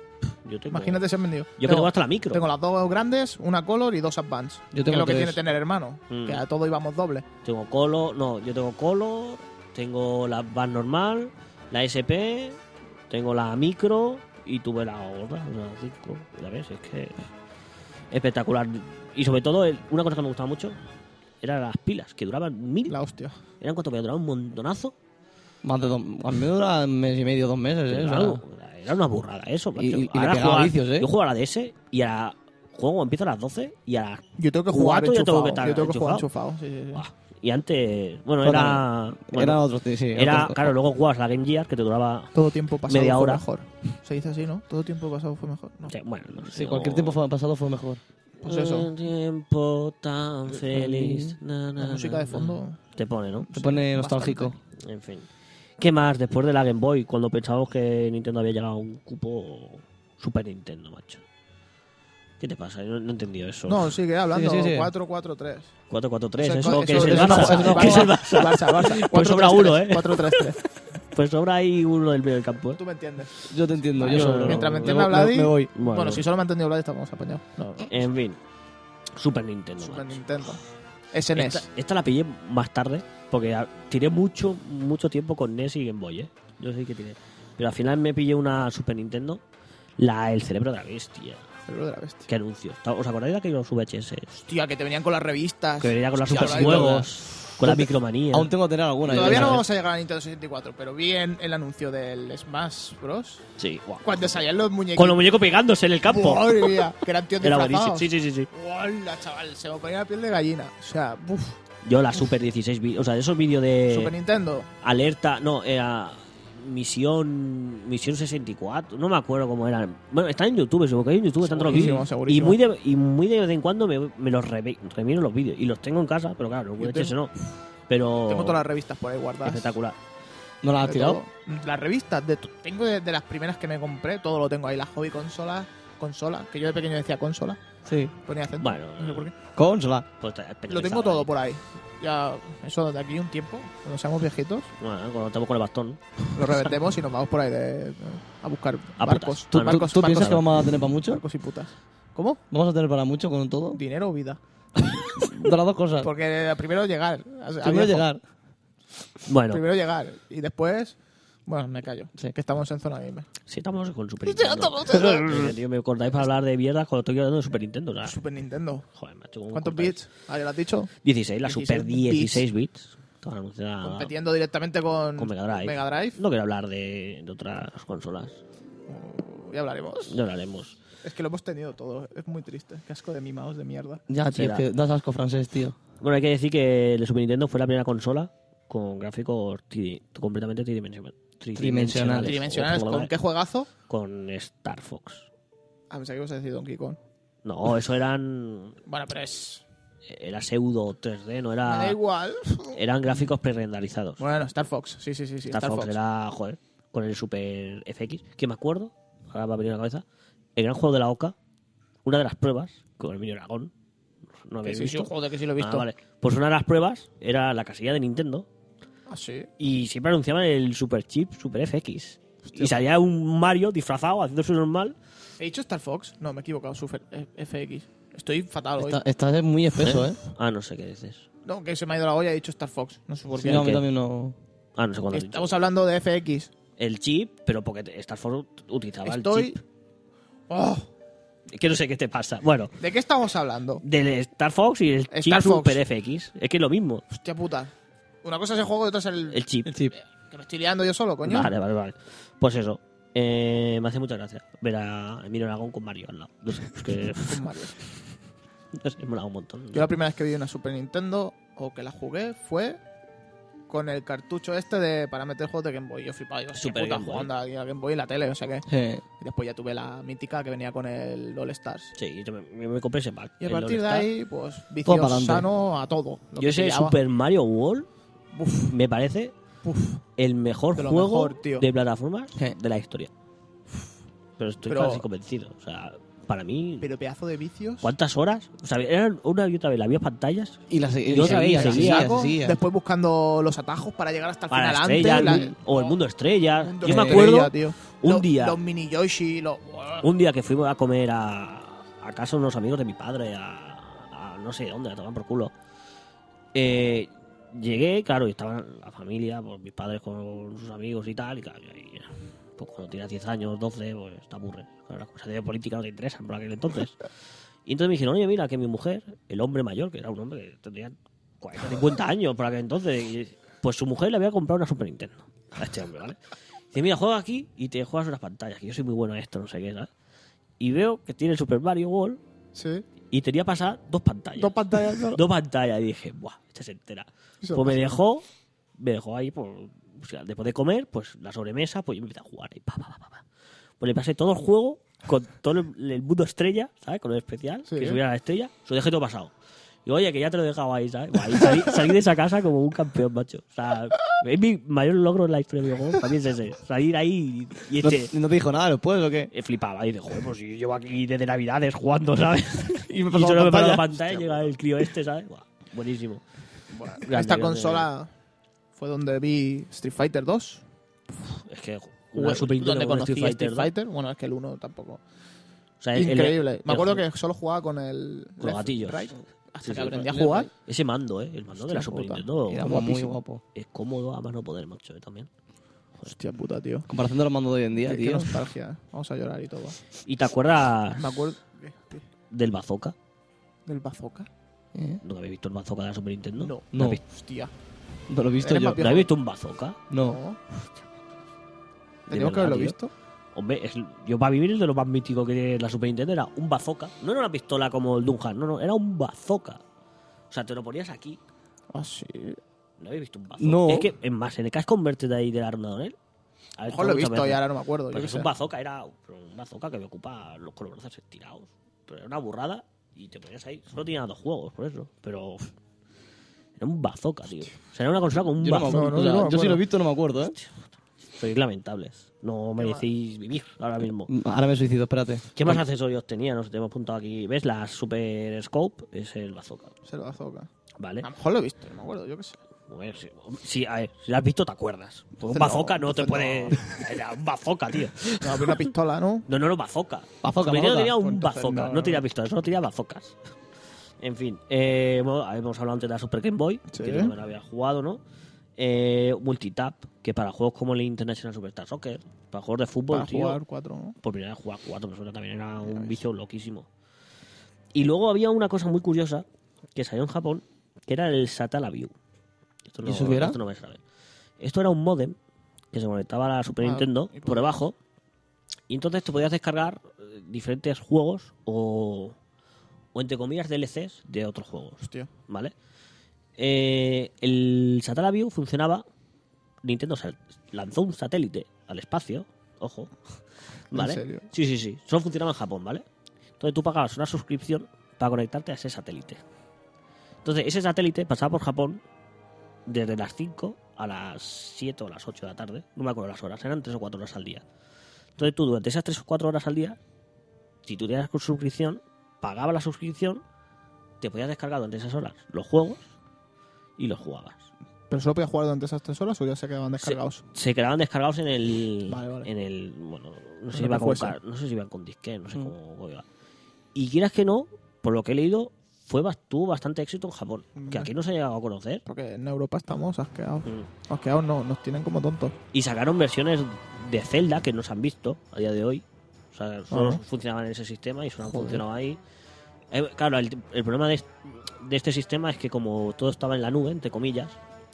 Speaker 4: Yo tengo
Speaker 2: imagínate si han vendido
Speaker 4: Yo que
Speaker 2: tengo,
Speaker 4: tengo hasta la micro.
Speaker 2: tengo las dos grandes una Color y dos Advanced
Speaker 3: Yo tengo
Speaker 2: que es lo que
Speaker 3: tres.
Speaker 2: tiene tener hermano
Speaker 4: Mm.
Speaker 2: que a todo íbamos doble
Speaker 4: Tengo Colo, no, yo tengo Colo, tengo la van normal, la SP, tengo la micro y tuve la gorda, una 5. Ya ves, es que espectacular. Y sobre todo, el- una cosa que me gustaba mucho eran las pilas, que duraban mil.
Speaker 2: la hostia
Speaker 4: Eran cuatro pilas, duraban un montonazo.
Speaker 3: bien. Más de dos, a mí me dura un mes y medio, dos meses, ¿eh? O sea,
Speaker 4: Claro, era una burrada eso. macho.
Speaker 3: Y- y- y le
Speaker 4: Ahora
Speaker 3: pegaba
Speaker 4: juego a-
Speaker 3: vicios, ¿eh?
Speaker 4: Yo juego a la DS y a la juego empiezo a las 12 y a las
Speaker 2: yo tengo que jugar
Speaker 4: Cuatro ya tengo
Speaker 2: enchufado
Speaker 4: que estar
Speaker 2: yo tengo que jugar enchufado sí, sí, sí.
Speaker 4: Buah. Y antes, bueno,
Speaker 3: Pero
Speaker 4: era. bueno,
Speaker 3: Era otro, sí. sí,
Speaker 4: era-
Speaker 3: otro-
Speaker 4: claro, luego jugabas la Game Gear que te duraba
Speaker 2: Todo tiempo pasado
Speaker 4: Media
Speaker 2: fue
Speaker 4: hora.
Speaker 2: mejor. Se dice así, ¿no? Todo tiempo pasado fue mejor. No.
Speaker 4: Sí, bueno, no sé,
Speaker 3: Sí,
Speaker 4: no-
Speaker 3: cualquier tiempo fue- pasado fue mejor.
Speaker 2: Pues eso.
Speaker 4: Un tiempo tan feliz. na, na,
Speaker 2: La música de
Speaker 4: na,
Speaker 2: fondo.
Speaker 4: na. Te pone, ¿no?
Speaker 3: Te
Speaker 2: bastante.
Speaker 3: pone nostálgico.
Speaker 4: En fin. ¿Qué más después de la Game Boy? Cuando pensábamos que Nintendo había llegado a un cupo Super Nintendo, macho. ¿Qué te pasa? No, no he entendido eso.
Speaker 2: No, sigue hablando.
Speaker 3: Sí, sí, sí.
Speaker 2: 4-4-3.
Speaker 4: 4-4-3, eso,
Speaker 2: Eso-
Speaker 4: <laughs> que es el
Speaker 2: eso-
Speaker 4: Barça.
Speaker 2: eso-
Speaker 4: que es el
Speaker 2: Barça,
Speaker 4: Barça.
Speaker 2: Barça, Barça.
Speaker 4: <laughs> Pues sobra
Speaker 2: 4-3-3,
Speaker 4: uno, ¿eh?
Speaker 2: 4-3-3.
Speaker 4: Pues ahora hay uno del medio del campo, ¿eh?
Speaker 2: Tú me entiendes.
Speaker 3: Yo te entiendo,
Speaker 4: Yo-
Speaker 3: yo solo.
Speaker 2: Mientras me
Speaker 3: me
Speaker 2: entienda
Speaker 3: voy-
Speaker 2: Vladi-
Speaker 3: Me voy.
Speaker 4: Bueno,
Speaker 2: Bueno, si solo me ha entendido Vlad, estamos apañados. No, no.
Speaker 4: En fin. Super Nintendo,
Speaker 2: Super
Speaker 4: macho.
Speaker 2: Nintendo. SNES.
Speaker 4: Esta, esta la pillé más tarde, porque a- tiré mucho, mucho tiempo con NES y Game Boy, ¿eh? Yo sé que tiré. Pero al final me pillé una Super Nintendo, la El Cerebro de la Bestia.
Speaker 2: Cerebro de la bestia.
Speaker 4: Qué anuncio. Ta- ¿Os acordáis de aquellos VHS?
Speaker 2: Hostia, que te venían con las revistas.
Speaker 4: Que venía con los
Speaker 2: Hostia, Vladi,
Speaker 4: superjuegos, con la micromanía.
Speaker 3: Aún tengo que tener alguna. yo
Speaker 2: Todavía
Speaker 3: creo.
Speaker 2: no vamos a llegar a Nintendo 64, pero vi en el anuncio del Smash Bros.
Speaker 4: Sí, guau.
Speaker 2: Cuando salían los muñequitos.
Speaker 4: Con los muñecos pegándose en el campo.
Speaker 2: Madre mía, que eran tíos
Speaker 4: <laughs> Era buenísimo.
Speaker 2: disfrazados.
Speaker 4: Sí, sí, sí, sí.
Speaker 2: Hola, chaval, se me ponía la piel de gallina. O sea, uff.
Speaker 4: Yo la Super 16, vi- o sea, de esos vídeos de...
Speaker 2: Super Nintendo.
Speaker 4: alerta, no, era misión misión 64, no me acuerdo cómo eran. Bueno, están en YouTube, seguro que hay en YouTube, están todos los
Speaker 2: Segurísimo,
Speaker 4: vídeos. Y
Speaker 2: segurísimo.
Speaker 4: muy, de, y muy de vez en cuando me, me los reve- remiro los vídeos y los tengo en casa, pero claro, los
Speaker 2: Yo
Speaker 4: VHS no. Pero
Speaker 2: Tengo todas las revistas por ahí guardadas.
Speaker 4: espectacular.
Speaker 3: ¿No la has
Speaker 2: De
Speaker 3: tirado?
Speaker 2: todo. Las revistas, de to- tengo de, de las primeras que me compré, todo lo tengo ahí. Las hobby consolas, consolas, que yo de pequeño decía consola.
Speaker 3: Sí.
Speaker 2: Ponía acento.
Speaker 4: Bueno.
Speaker 2: No sé por qué.
Speaker 3: Consola.
Speaker 4: Pues te-
Speaker 2: Lo
Speaker 4: penalizado,
Speaker 2: tengo todo
Speaker 4: ¿eh?
Speaker 2: por ahí. Ya, eso de aquí un tiempo, cuando seamos viejitos,
Speaker 4: Bueno, cuando estamos con el bastón.
Speaker 2: lo reventemos y nos vamos por ahí de- a buscar
Speaker 4: A
Speaker 2: barcos.
Speaker 4: putas.
Speaker 3: ¿Tú, tú-
Speaker 2: barcos,
Speaker 3: tú piensas
Speaker 2: barcos-
Speaker 3: que vamos a tener para mucho?
Speaker 2: barcos y putas. ¿Cómo?
Speaker 3: ¿Vamos a tener para mucho con todo?
Speaker 2: Dinero o vida.
Speaker 3: De las dos cosas.
Speaker 2: Porque primero llegar. a- a
Speaker 3: Ah. Primero
Speaker 2: viejo.
Speaker 3: llegar.
Speaker 4: Bueno,
Speaker 2: Primero llegar. Y después. Bueno, me callo.
Speaker 3: Sí.
Speaker 2: Que estamos en zona gamer.
Speaker 4: si estamos con Super Nintendo. Eh, tío, me acordáis para hablar de mierda cuando estoy hablando de Super Nintendo. o
Speaker 2: <laughs>
Speaker 4: sea,
Speaker 2: Super Nintendo.
Speaker 4: joder, macho, ¿cómo
Speaker 2: ¿Cuántos
Speaker 4: cortáis?
Speaker 2: bits? Ah, ya lo has dicho.
Speaker 4: 16, la Super
Speaker 2: 16
Speaker 4: 16 bits. Toda anunciada
Speaker 2: Competiendo directamente con,
Speaker 4: Ah. con Mega Drive.
Speaker 2: Mega Drive.
Speaker 4: No quiero hablar de, de otras consolas.
Speaker 2: Ya hablaremos.
Speaker 4: No hablaremos.
Speaker 2: Es que lo hemos tenido todo. Es muy triste. Casco de mimados de mierda.
Speaker 3: Ya, tío, es
Speaker 4: Será.
Speaker 3: que das asco francés, tío.
Speaker 4: Bueno, hay que decir que el Super Nintendo fue la primera consola con gráficos tri- completamente tridimension- tridimensionales.
Speaker 3: Tridimensionales.
Speaker 2: Tridimensionales.
Speaker 4: O-
Speaker 2: ¿Con qué juegazo?
Speaker 4: Con Star Fox.
Speaker 2: Ah, pensé que ibas a decir Donkey Kong.
Speaker 4: No, eso eran.
Speaker 2: Bueno, pero es.
Speaker 4: Era pseudo 3D, no
Speaker 2: Me da
Speaker 4: era.
Speaker 2: igual.
Speaker 4: Eran gráficos prerenderizados.
Speaker 2: Bueno, Star Fox. Sí, sí, sí. sí,
Speaker 4: Star, Fox, era, joder, con el Super FX, que me acuerdo, ahora me ha venido a la cabeza, el gran juego de la OCA, una de las pruebas, con el mini dragón, no
Speaker 2: Que
Speaker 4: habéis
Speaker 2: sí, sí,
Speaker 4: visto.
Speaker 2: joder, que sí lo he visto.
Speaker 4: Ah, vale. Pues una de las pruebas era la casilla de Nintendo
Speaker 2: Ah, sí.
Speaker 4: y siempre anunciaban el Super Chip Super FX. Y salía un Mario disfrazado, haciendo su normal.
Speaker 2: ¿He dicho Star Fox? No, me he equivocado. Super eh, F- FX. Estoy fatal hoy.
Speaker 3: Está- Estás muy espeso, ¿eh?
Speaker 4: Ah, no sé qué dices.
Speaker 2: No, que se me ha ido la olla. He dicho Star Fox. No sé por qué.
Speaker 3: no, a mí
Speaker 4: ¿Qué?
Speaker 3: también no.
Speaker 4: Ah, no sé cuándo has dicho.
Speaker 2: Estamos hablando de FX.
Speaker 4: El chip, pero porque te- Star Fox utilizaba
Speaker 2: Estoy.
Speaker 4: el chip.
Speaker 2: Oh,
Speaker 4: Que no sé qué te pasa. Bueno,
Speaker 2: ¿De qué estamos hablando?
Speaker 4: del Star Fox y el
Speaker 2: Star
Speaker 4: chip
Speaker 2: Fox.
Speaker 4: Super FX. Es que es lo mismo.
Speaker 2: Hostia puta. Una cosa es el juego y otra es el.
Speaker 4: El chip.
Speaker 3: El chip.
Speaker 2: Que me estoy liando yo solo, coño.
Speaker 4: Vale, vale, vale. Pues eso. Eh, me hace mucha gracia ver a Emilio Aragón con Mario al lado. No sé, es que. <laughs>
Speaker 2: Con Mario.
Speaker 4: no sé, me mola un montón.
Speaker 2: Yo la primera vez que vi una Super Nintendo o que la jugué fue con el cartucho este de para meter juegos de Game Boy. Yo flipaba, yo
Speaker 4: Super
Speaker 2: Super puta
Speaker 4: Game Boy.
Speaker 2: jugando aquí a Game Boy y la tele, o sea que.
Speaker 3: Eh,
Speaker 2: Y después ya tuve la mítica que venía con el All Stars.
Speaker 4: Sí, yo me, me- me compré ese pack.
Speaker 2: Y a
Speaker 4: El
Speaker 2: partir de
Speaker 4: All-Star.
Speaker 2: ahí, pues
Speaker 3: Todo
Speaker 2: vicio
Speaker 3: pa'lante.
Speaker 2: sano a todo. lo
Speaker 4: Yo
Speaker 2: que
Speaker 4: ese
Speaker 2: pillaba.
Speaker 4: Super Mario World
Speaker 2: Uf,
Speaker 4: me parece
Speaker 2: uf.
Speaker 4: el mejor
Speaker 2: De lo
Speaker 4: juego
Speaker 2: mejor, tío.
Speaker 4: de plataformas
Speaker 3: Sí.
Speaker 4: de la historia. Pero estoy
Speaker 2: Pero-
Speaker 4: casi convencido. O sea, para mí.
Speaker 2: Pero pedazo de vicios.
Speaker 4: ¿Cuántas horas? O sea, eran una y otra vez. Había pantallas.
Speaker 3: Y la se- y
Speaker 4: Yo otra
Speaker 3: seguía,
Speaker 4: vez,
Speaker 3: seguía,
Speaker 4: seguía,
Speaker 3: seguía,
Speaker 2: Saco, después buscando los atajos para llegar hasta el
Speaker 4: Para la
Speaker 2: final
Speaker 4: estrella.
Speaker 2: antes.
Speaker 4: el mu- O el mundo estrella.
Speaker 2: Mundo
Speaker 4: Yo me
Speaker 2: estrella,
Speaker 4: acuerdo.
Speaker 2: tío.
Speaker 4: un
Speaker 2: Los-
Speaker 4: día-
Speaker 2: Los mini Yoshi, los.
Speaker 4: Un día que fuimos a comer a, a casa de unos amigos de mi padre, a, a no sé dónde, a tomar por culo. Eh, llegué, claro, y estaba la familia, pues, mis padres con sus amigos y tal. Y claro, y ahí, pues, cuando tienes 10 años, 12, pues te aburres. Claro, las cosas de política no te interesan por aquel entonces. Y entonces me dijeron, oye, mira, que mi mujer, el hombre mayor, que era un hombre que tendría 40, 50 años por aquel entonces, y- pues su mujer le había comprado una Super Nintendo a este hombre, ¿vale? Dice, mira, juega aquí y te juegas unas pantallas, que yo soy muy bueno a esto, no sé qué, ¿sabes? Y veo que tiene el Super Mario World
Speaker 2: Sí.
Speaker 4: y tenía pasar dos pantallas.
Speaker 2: Dos pantallas. solo.
Speaker 4: Dos pantallas. Y dije, buah, esta se entera.
Speaker 2: Eso
Speaker 4: Pues me
Speaker 2: pasa.
Speaker 4: dejó, me dejó ahí, pues, o sea, después de comer, pues la sobremesa, pues yo empecé a jugar. Y pa, pa, pa, pa, pa. Pues le pasé todo el juego con todo el, el mundo estrella, ¿sabes? Con el especial,
Speaker 2: Sí.
Speaker 4: que subiera la estrella, se lo dejé todo pasado. Y oye, que ya te lo he dejado ahí, ¿sabes? Buah, y salí, salí de esa casa como un campeón, macho. O sea, es mi mayor logro en la historia de videojuegos, también es ese. Salir ahí y, y
Speaker 3: No,
Speaker 4: este...
Speaker 3: no te dijo nada después o qué?
Speaker 4: eh, flipaba. Y dice, joder, pues si yo llevo aquí desde Navidades jugando, ¿sabes? <laughs> y me
Speaker 3: pasaba
Speaker 4: solo me
Speaker 3: pantalla.
Speaker 4: pasaba la pantalla y llega el crío este, ¿sabes? Buah, buenísimo. Grande,
Speaker 2: Esta
Speaker 4: grande,
Speaker 2: consola fue donde vi Street Fighter 2.
Speaker 4: grande. Es que
Speaker 2: Jugué-
Speaker 4: una Super Nintendo
Speaker 2: donde
Speaker 4: con
Speaker 2: conocí
Speaker 4: Street
Speaker 2: Street,
Speaker 4: Fighter. ¿no?
Speaker 2: Fighter. Bueno, es que el 1 tampoco.
Speaker 4: O sea, el- el-
Speaker 2: Increíble.
Speaker 4: el-
Speaker 2: Me acuerdo que solo jugaba con el.
Speaker 4: Con
Speaker 2: left,
Speaker 4: gatillos.
Speaker 2: right, hasta
Speaker 4: Sí,
Speaker 2: que
Speaker 4: sí,
Speaker 2: aprendí a
Speaker 3: left,
Speaker 2: jugar.
Speaker 4: Ese mando, ¿eh? El mando de la
Speaker 2: Hostia
Speaker 4: Super
Speaker 2: puta.
Speaker 4: Nintendo.
Speaker 3: Era
Speaker 4: guapísimo.
Speaker 3: muy guapo.
Speaker 4: Es cómodo, además no poder, macho, ¿eh? también.
Speaker 2: Hostia puta, tío.
Speaker 3: Comparación de los mandos de hoy en día,
Speaker 2: Qué, qué
Speaker 3: tío.
Speaker 2: nostalgia. eh. Vamos a llorar y todo.
Speaker 4: ¿Y te acuerdas
Speaker 2: Me
Speaker 4: <laughs>
Speaker 2: acuerdo. ¿qué? ¿Qué?
Speaker 4: del bazooka?
Speaker 2: ¿Del bazooka?
Speaker 3: Eh,
Speaker 4: ¿No habéis visto el bazooka de la Super Nintendo?
Speaker 2: No.
Speaker 4: ¿No,
Speaker 3: No.
Speaker 4: habéis-
Speaker 2: Hostia.
Speaker 3: No lo he visto
Speaker 2: Eres
Speaker 3: yo.
Speaker 2: más
Speaker 4: ¿No habéis visto un bazooka?
Speaker 3: No.
Speaker 2: No.
Speaker 4: De
Speaker 2: Teníamos que
Speaker 4: verdad,
Speaker 2: haberlo
Speaker 4: tío.
Speaker 2: visto.
Speaker 4: Hombre, es- yo para vivir el de lo más mítico que tiene la Super Nintendo era un bazooka. No era una pistola como el Dunhan, no, no, era un bazooka. O sea, te lo ponías aquí.
Speaker 2: Ah, sí.
Speaker 4: ¿No habéis visto un bazooka?
Speaker 3: No.
Speaker 4: Es que, es más, en el casco converte de ahí de la Ronda Donel. A
Speaker 2: A
Speaker 4: ver,
Speaker 2: lo mejor lo he
Speaker 4: muchas
Speaker 2: visto y
Speaker 4: veces.
Speaker 2: ahora no me acuerdo.
Speaker 4: Pero
Speaker 2: yo
Speaker 4: es
Speaker 2: qué
Speaker 4: un
Speaker 2: sé.
Speaker 4: bazooka, era pero un bazooka que me ocupa los, con los brazos estirados. Pero era una burrada y te ponías ahí. Solo tenía dos juegos, por eso. Pero. uf, Era un bazooka, tío. O sea, era una consola con un
Speaker 3: Yo no me
Speaker 4: bazooka.
Speaker 3: acuerdo.
Speaker 2: No, no, yo no me
Speaker 3: O sea, yo sí lo
Speaker 2: acuerdo.
Speaker 3: he visto, no me acuerdo, ¿eh?
Speaker 4: Sois lamentables. No merecéis vivir ahora mismo.
Speaker 3: Ahora me suicido, espérate.
Speaker 4: ¿Qué más accesorios tenía? Nos te hemos apuntado aquí. ¿Ves? La Super Scope es el bazooka.
Speaker 2: Se lo azoca.
Speaker 4: ¿Vale?
Speaker 2: A lo mejor lo he visto, no me acuerdo, yo qué
Speaker 4: <laughs>
Speaker 2: sé.
Speaker 4: Bueno, sí, sí, a ver, si la has visto, te acuerdas. Pues un
Speaker 2: Entonces
Speaker 4: bazooka
Speaker 2: no,
Speaker 4: no, te puede.
Speaker 2: entonces
Speaker 4: <laughs> Era un bazooka, tío.
Speaker 2: No, pero una pistola, ¿no?
Speaker 4: No, no, no, bazooka.
Speaker 3: Bazooka,
Speaker 4: Mi tío
Speaker 3: bazooka.
Speaker 4: tenía
Speaker 2: Pues
Speaker 4: un
Speaker 2: entonces
Speaker 4: bazooka.
Speaker 2: no,
Speaker 4: No,
Speaker 2: no.
Speaker 4: tenía pistolas, no tenía bazocas. En fin, eh, bueno, hemos hablado antes de la Super Game Boy,
Speaker 2: Sí.
Speaker 4: que yo no me la había jugado, ¿no? Eh, multitap, que para juegos como el International Superstar Soccer, para juegos de fútbol,
Speaker 2: Para
Speaker 4: tío,
Speaker 2: jugar cuatro, ¿no?
Speaker 4: por primera vez jugar cuatro personas también era
Speaker 2: Ya
Speaker 4: un
Speaker 2: ves.
Speaker 4: vicio loquísimo. Y luego había una cosa muy curiosa que salió en Japón, que era el Satalaview. Esto no,
Speaker 3: ¿Y eso qué era?
Speaker 4: Esto no vais a ver. Esto era un modem que se conectaba a la Super
Speaker 2: Ah,
Speaker 4: Nintendo
Speaker 2: y por-
Speaker 4: por debajo. Y entonces te podías descargar eh, diferentes juegos o, o entre comillas DLCs de otros juegos.
Speaker 2: Hostia.
Speaker 4: ¿Vale? Eh, el Satalaview funcionaba. Nintendo sal- lanzó un satélite al espacio. Ojo.
Speaker 2: ¿En
Speaker 4: ¿Vale?
Speaker 2: serio?
Speaker 4: Sí, sí, sí. Solo funcionaba en Japón, ¿vale? Entonces tú pagabas una suscripción para conectarte a ese satélite. Entonces ese satélite pasaba por Japón desde las 5 a las 7 o las 8 de la tarde. No me acuerdo las horas. Eran 3 o 4 horas al día. Entonces tú durante esas 3 o 4 horas al día, si tú tenías suscripción, pagabas la suscripción, te podías descargar durante esas horas los juegos y los jugabas.
Speaker 2: ¿Pero solo podía jugar durante esas tres horas o ya se quedaban descargados?
Speaker 4: Se quedaban descargados en el.
Speaker 2: Vale, vale.
Speaker 4: En el. Bueno, no
Speaker 2: En
Speaker 4: sé, si iban
Speaker 2: lo que
Speaker 4: con,
Speaker 2: fuese.
Speaker 4: car- no sé si iban con disquet, no sé
Speaker 3: Mm.
Speaker 4: cómo, cómo iba. Y quieras que no, por lo que he leído, fue, bas- tuvo bastante éxito en Japón, que
Speaker 2: Hombre.
Speaker 4: aquí no se ha llegado a conocer.
Speaker 2: Porque en Europa estamos asqueados.
Speaker 4: Mm.
Speaker 2: Asqueados no, nos tienen como tontos.
Speaker 4: Y sacaron versiones de Zelda que no se han visto a día de hoy. O sea, solo
Speaker 2: Ajá.
Speaker 4: funcionaban en ese sistema y solo han
Speaker 3: Joder.
Speaker 4: funcionado ahí. Eh, claro, el, el problema de, est- de este sistema es que como todo estaba en la nube, entre comillas,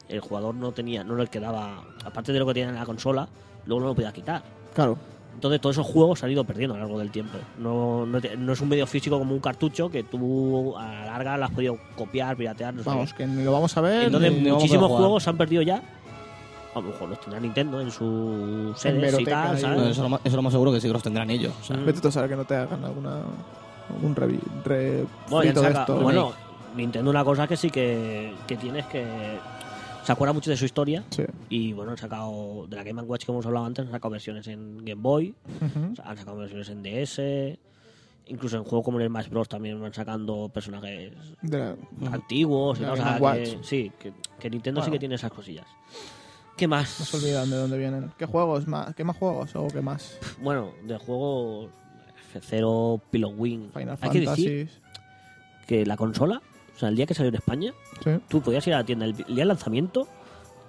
Speaker 4: el jugador no tenía, no le quedaba, aparte de lo que tenía en la consola, luego no lo podía quitar.
Speaker 2: Claro.
Speaker 4: Entonces todos esos juegos se han ido perdiendo a lo largo del tiempo. No, no, te- no es un medio físico como un cartucho que tú a la larga lo has podido copiar, piratear, no sé
Speaker 2: Vamos, que ni lo vamos a ver.
Speaker 4: entonces,
Speaker 2: ni-
Speaker 3: no vamos a
Speaker 4: muchísimos
Speaker 3: jugar.
Speaker 4: juegos se han perdido ya. A lo mejor los tendrá Nintendo en su sedes y
Speaker 2: Hemeroteca
Speaker 4: tal,
Speaker 2: y-
Speaker 3: Bueno,
Speaker 4: ¿sabes?
Speaker 3: eso, lo más, eso es lo más seguro que sí que los tendrán ellos. o sea.
Speaker 2: Vete tú a saber que no te hagan alguna. algún revi. Re,
Speaker 4: Bueno, ya
Speaker 2: frito de
Speaker 4: saca-
Speaker 2: esto.
Speaker 4: bueno, Nintendo una cosa que sí que, que tiene es que se acuerda mucho de su historia.
Speaker 2: Sí.
Speaker 4: Y bueno, han sacado de la Game Watch que hemos hablado antes, han sacado versiones en Game Boy,
Speaker 2: Ujú.
Speaker 4: han sacado versiones en DS, incluso en juegos como en el Smash Bros. también van sacando personajes
Speaker 2: De la-
Speaker 4: antiguos y
Speaker 2: La
Speaker 4: tal,
Speaker 2: Game
Speaker 4: o sea, que-
Speaker 2: Watch.
Speaker 4: sí, que, que Nintendo sí
Speaker 2: Bueno.
Speaker 4: que tiene esas cosillas. ¿Qué más?
Speaker 2: No se olvidan de dónde vienen. ¿Qué juegos más? ¿Qué más juegos? ¿O qué más?
Speaker 4: Bueno, de juego F0, Pilot Wing.
Speaker 2: Final
Speaker 4: Hay que decir
Speaker 2: Fantasy.
Speaker 4: que la consola, o sea, el día que salió en España,
Speaker 2: Sí.
Speaker 4: tú podías ir a la tienda el día del lanzamiento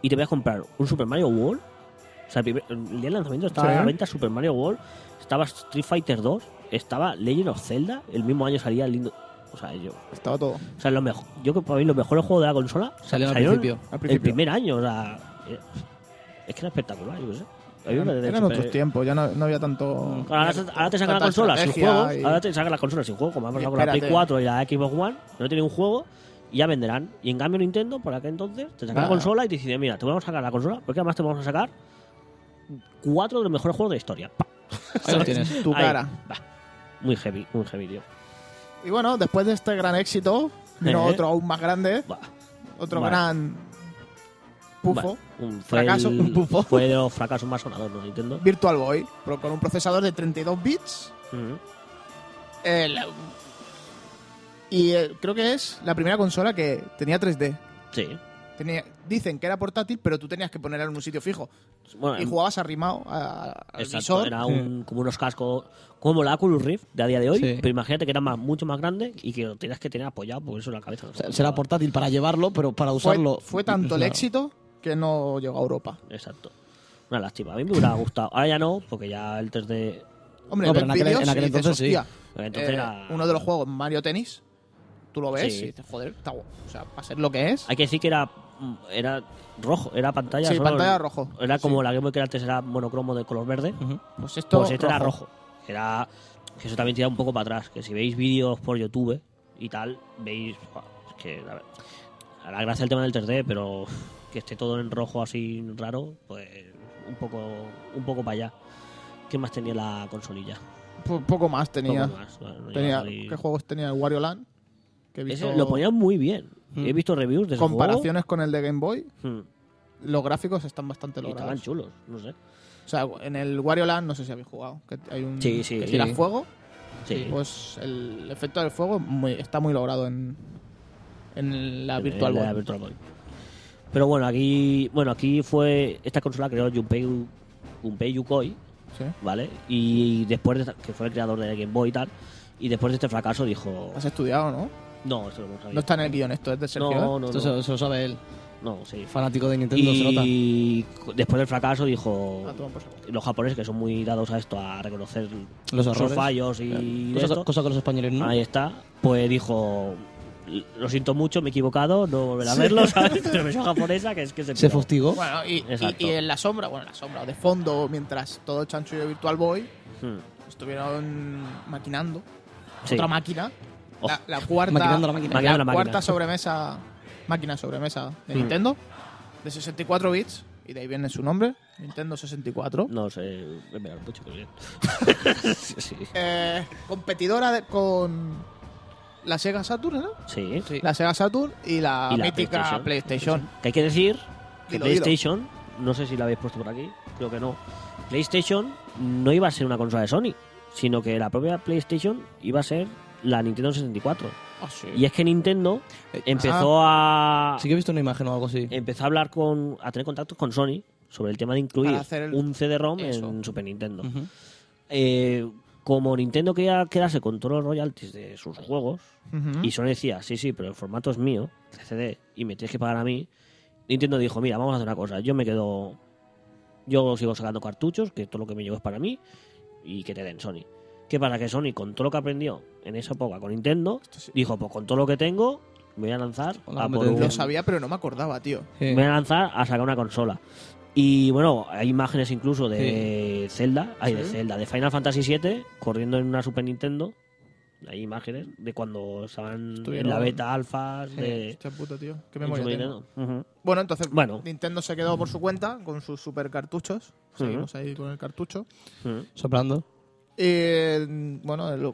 Speaker 4: y te podías comprar un Super Mario World. O sea, el, primer- el día del lanzamiento estaba
Speaker 2: Sí.
Speaker 4: a la venta Super Mario World, estaba Street Fighter 2, estaba Legend of Zelda, el mismo año salía el lindo. O sea, yo,
Speaker 2: Estaba todo.
Speaker 4: o sea, lo mejor, yo creo que para mí los mejores juegos de la consola
Speaker 3: Salieron al principio.
Speaker 2: Al
Speaker 4: el
Speaker 2: principio.
Speaker 4: primer año. O sea, eh, es que era espectacular, yo qué sé. A mí me
Speaker 2: Eran,
Speaker 4: parece
Speaker 2: eran
Speaker 4: súper-
Speaker 2: otros tiempos, ya no, no había tanto.
Speaker 4: eh, Ahora, ahora te sacan la
Speaker 2: tanta
Speaker 4: consola sin
Speaker 2: estrategia
Speaker 4: juegos.
Speaker 2: y-
Speaker 4: Ahora te sacan la consola sin juegos, como ha pasado con la Play
Speaker 2: Espérate.
Speaker 4: 4 y la Xbox One. No tiene un juego y ya venderán. Y en cambio, Nintendo, por aquel entonces, te saca la
Speaker 2: Ah.
Speaker 4: consola y te dice: Mira, te vamos a sacar la consola porque además te vamos a sacar cuatro de los mejores juegos de la historia. Pa,
Speaker 3: Ahí los tienes.
Speaker 2: Tu
Speaker 4: ahí.
Speaker 2: cara.
Speaker 4: Bah, Muy heavy, muy heavy, tío.
Speaker 2: Y bueno, después de este gran éxito, vino
Speaker 4: Ejé.
Speaker 2: otro aún más grande,
Speaker 4: Bah,
Speaker 2: otro
Speaker 4: Vale.
Speaker 2: gran pufo,
Speaker 4: vale. Un-
Speaker 2: Fracaso,
Speaker 4: fue el-
Speaker 2: un pufo.
Speaker 4: Fue de los fracasos más sonados, ¿no? Nintendo.
Speaker 2: Virtual Boy, pero con un procesador de 32 bits.
Speaker 4: Ujú.
Speaker 2: El- y eh, creo que es la primera consola que tenía 3D.
Speaker 4: Sí.
Speaker 2: Tenía, dicen que era portátil, pero tú tenías que ponerla en un sitio fijo.
Speaker 4: Bueno,
Speaker 2: Y
Speaker 4: en-
Speaker 2: jugabas arrimado a- al
Speaker 4: Exacto,
Speaker 2: visor.
Speaker 4: era un- como unos cascos como la Oculus Rift de a día de hoy,
Speaker 3: Sí.
Speaker 4: pero imagínate que era más, mucho más grande y que lo tenías que tener apoyado porque eso en la cabeza. no
Speaker 3: O sea,
Speaker 4: se
Speaker 3: Será
Speaker 4: apoyaba.
Speaker 3: portátil para llevarlo, pero para
Speaker 2: Fue,
Speaker 3: usarlo.
Speaker 2: fue tanto el
Speaker 3: Claro.
Speaker 2: éxito que no llegó a Europa.
Speaker 4: Exacto. Una lástima. A mí me hubiera gustado. Ahora ya no, porque ya el 3D.
Speaker 2: Hombre,
Speaker 3: No, pero
Speaker 2: ves
Speaker 3: en aquel-
Speaker 2: vídeos
Speaker 3: en aquel
Speaker 2: y dices,
Speaker 3: entonces sí.
Speaker 2: "Hostia,
Speaker 4: Entonces
Speaker 2: eh,
Speaker 4: era-
Speaker 2: uno de los juegos Mario Tennis, tú lo ves
Speaker 4: Sí.
Speaker 2: y dices, joder, está guapo. O sea, para ser lo que es.
Speaker 4: Hay que decir que era mm, era rojo, era pantalla
Speaker 2: Sí,
Speaker 4: solo-
Speaker 2: pantalla rojo.
Speaker 4: Era como
Speaker 2: Sí.
Speaker 4: la Game Boy que antes era monocromo de color verde.
Speaker 3: Ujú.
Speaker 2: Pues esto
Speaker 4: Pues este era rojo. Era. que Eso también tira un poco para atrás. Que si veis vídeos por YouTube y tal, veis. buah, es que. A ver. A la gracia el tema del 3D, pero. Que esté todo en rojo así raro, pues. Un poco. Un poco para allá. ¿Qué más tenía la consolilla?
Speaker 2: Po- poco más tenía.
Speaker 4: Poco más, bueno, no iba a
Speaker 2: tenía
Speaker 4: salir.
Speaker 2: ¿Qué juegos tenía? El Wario Land. Que he
Speaker 4: Ese
Speaker 2: visto
Speaker 4: lo ponían muy bien. He visto reviews de ese juego.
Speaker 2: comparaciones con el de Game Boy.
Speaker 4: Hmm.
Speaker 2: los gráficos están bastante
Speaker 4: Y estaban
Speaker 2: logrados.
Speaker 4: chulos, no sé.
Speaker 2: O sea, en el Wario Land no sé si habéis jugado. Que hay un
Speaker 4: Sí, sí.
Speaker 2: que tira fuego.
Speaker 4: Sí.
Speaker 2: Pues el efecto del fuego muy- está muy logrado en, en la
Speaker 4: en-
Speaker 2: Virtual
Speaker 4: en la
Speaker 2: Boy.
Speaker 4: Virtual Boy. Pero bueno, aquí bueno aquí fue esta consola creó Junpei, Junpei Yukoi,
Speaker 2: Sí.
Speaker 4: ¿vale? Y después de esta- que fue el creador de Game Boy y tal, y después de este fracaso dijo,
Speaker 2: Has estudiado, ¿no?
Speaker 4: no, esto no lo sabía.
Speaker 2: No está en el guión esto, es de Sergio. ¿eh?
Speaker 4: no, no, no,
Speaker 3: Esto se, se lo sabe él,
Speaker 4: no, sí.
Speaker 3: fanático de Nintendo, se nota.
Speaker 4: Y después del fracaso dijo
Speaker 2: Ah, toma por saco.
Speaker 4: los japoneses que son muy dados a esto, a reconocer
Speaker 3: Los
Speaker 4: sus
Speaker 3: errores.
Speaker 4: fallos y
Speaker 3: cosa,
Speaker 4: esto.
Speaker 3: cosa que los españoles
Speaker 2: ¿Mm?
Speaker 3: no.
Speaker 4: Ahí está. Pues dijo, lo siento mucho, me he equivocado, no volveré a verlo, ¿sabes?
Speaker 2: <laughs>
Speaker 4: Pero versión japonesa que es que se,
Speaker 3: se
Speaker 4: piró.
Speaker 3: fustigó.
Speaker 2: Bueno, y, y,
Speaker 4: Exacto.
Speaker 2: y en la sombra, bueno, en la sombra, o de fondo, mientras todo el chanchullo de Virtual Boy
Speaker 4: Hmm.
Speaker 2: estuvieron maquinando
Speaker 4: Sí.
Speaker 2: otra máquina.
Speaker 4: Oh.
Speaker 2: La, la cuarta,
Speaker 3: Maquinando la máquina.
Speaker 4: Maquinando la máquina.
Speaker 2: cuarta sobremesa, máquina sobremesa de
Speaker 4: Mm.
Speaker 2: Nintendo, de 64 bits, y de ahí viene su nombre, Nintendo 64.
Speaker 4: No sé, me da mucho
Speaker 2: <laughs>
Speaker 4: que bien. sí, sí.
Speaker 2: Eh, competidora de- con la Sega Saturn, ¿no?
Speaker 4: Sí.
Speaker 2: La Sega Saturn y la
Speaker 4: Y la
Speaker 2: mítica
Speaker 4: PlayStation.
Speaker 2: PlayStation.
Speaker 4: Que hay que decir que
Speaker 2: Dilo, dilo.
Speaker 4: PlayStation, no sé si la habéis puesto por aquí, creo que no. PlayStation no iba a ser una consola de Sony, sino que la propia PlayStation iba a ser la Nintendo 64.
Speaker 2: Ah, sí.
Speaker 4: Y es que Nintendo
Speaker 2: Ah.
Speaker 4: empezó a
Speaker 3: Eh, Sí que he visto una imagen o algo así.
Speaker 4: empezó a hablar con a tener contactos con Sony sobre el tema de incluir
Speaker 2: Para hacer el-
Speaker 4: un CD-ROM
Speaker 2: Eso.
Speaker 4: en Super Nintendo.
Speaker 3: Ujú.
Speaker 4: Eh, como Nintendo quería quedarse con todos los royalties de sus juegos,
Speaker 2: Ujú.
Speaker 4: y Sony decía, sí, sí, pero el formato es mío, de CD, y me tienes que pagar a mí. Nintendo dijo, mira, vamos a hacer una cosa, yo me quedo... Yo sigo sacando cartuchos, que todo lo que me llevo es para mí, y que te den Sony. ¿Qué pasa? Que Sony, con todo lo que aprendió en esa época con Nintendo,
Speaker 2: sí.
Speaker 4: dijo, pues con todo lo que tengo, me voy a lanzar
Speaker 3: Hola,
Speaker 4: a por
Speaker 3: competencia.
Speaker 4: un-
Speaker 2: Lo sabía, pero no me acordaba, tío.
Speaker 3: Sí.
Speaker 4: me voy a lanzar a sacar una consola. Y bueno, hay imágenes incluso de Zelda, hay de
Speaker 2: Sí.
Speaker 4: Zelda, de Final Fantasy VII corriendo en una Super Nintendo. Hay imágenes de cuando estaban en
Speaker 2: Estuvieron-
Speaker 4: la beta alfa de
Speaker 2: Hostia puta, tío. Qué
Speaker 4: en
Speaker 2: memoria
Speaker 4: Super
Speaker 2: tengo.
Speaker 4: Nintendo. Ujú.
Speaker 2: Bueno, entonces
Speaker 4: Bueno.
Speaker 2: Nintendo se quedó por su cuenta con sus super cartuchos. Seguimos ahí con el cartucho.
Speaker 4: Ujú.
Speaker 3: Soplando.
Speaker 2: Eh, bueno, el-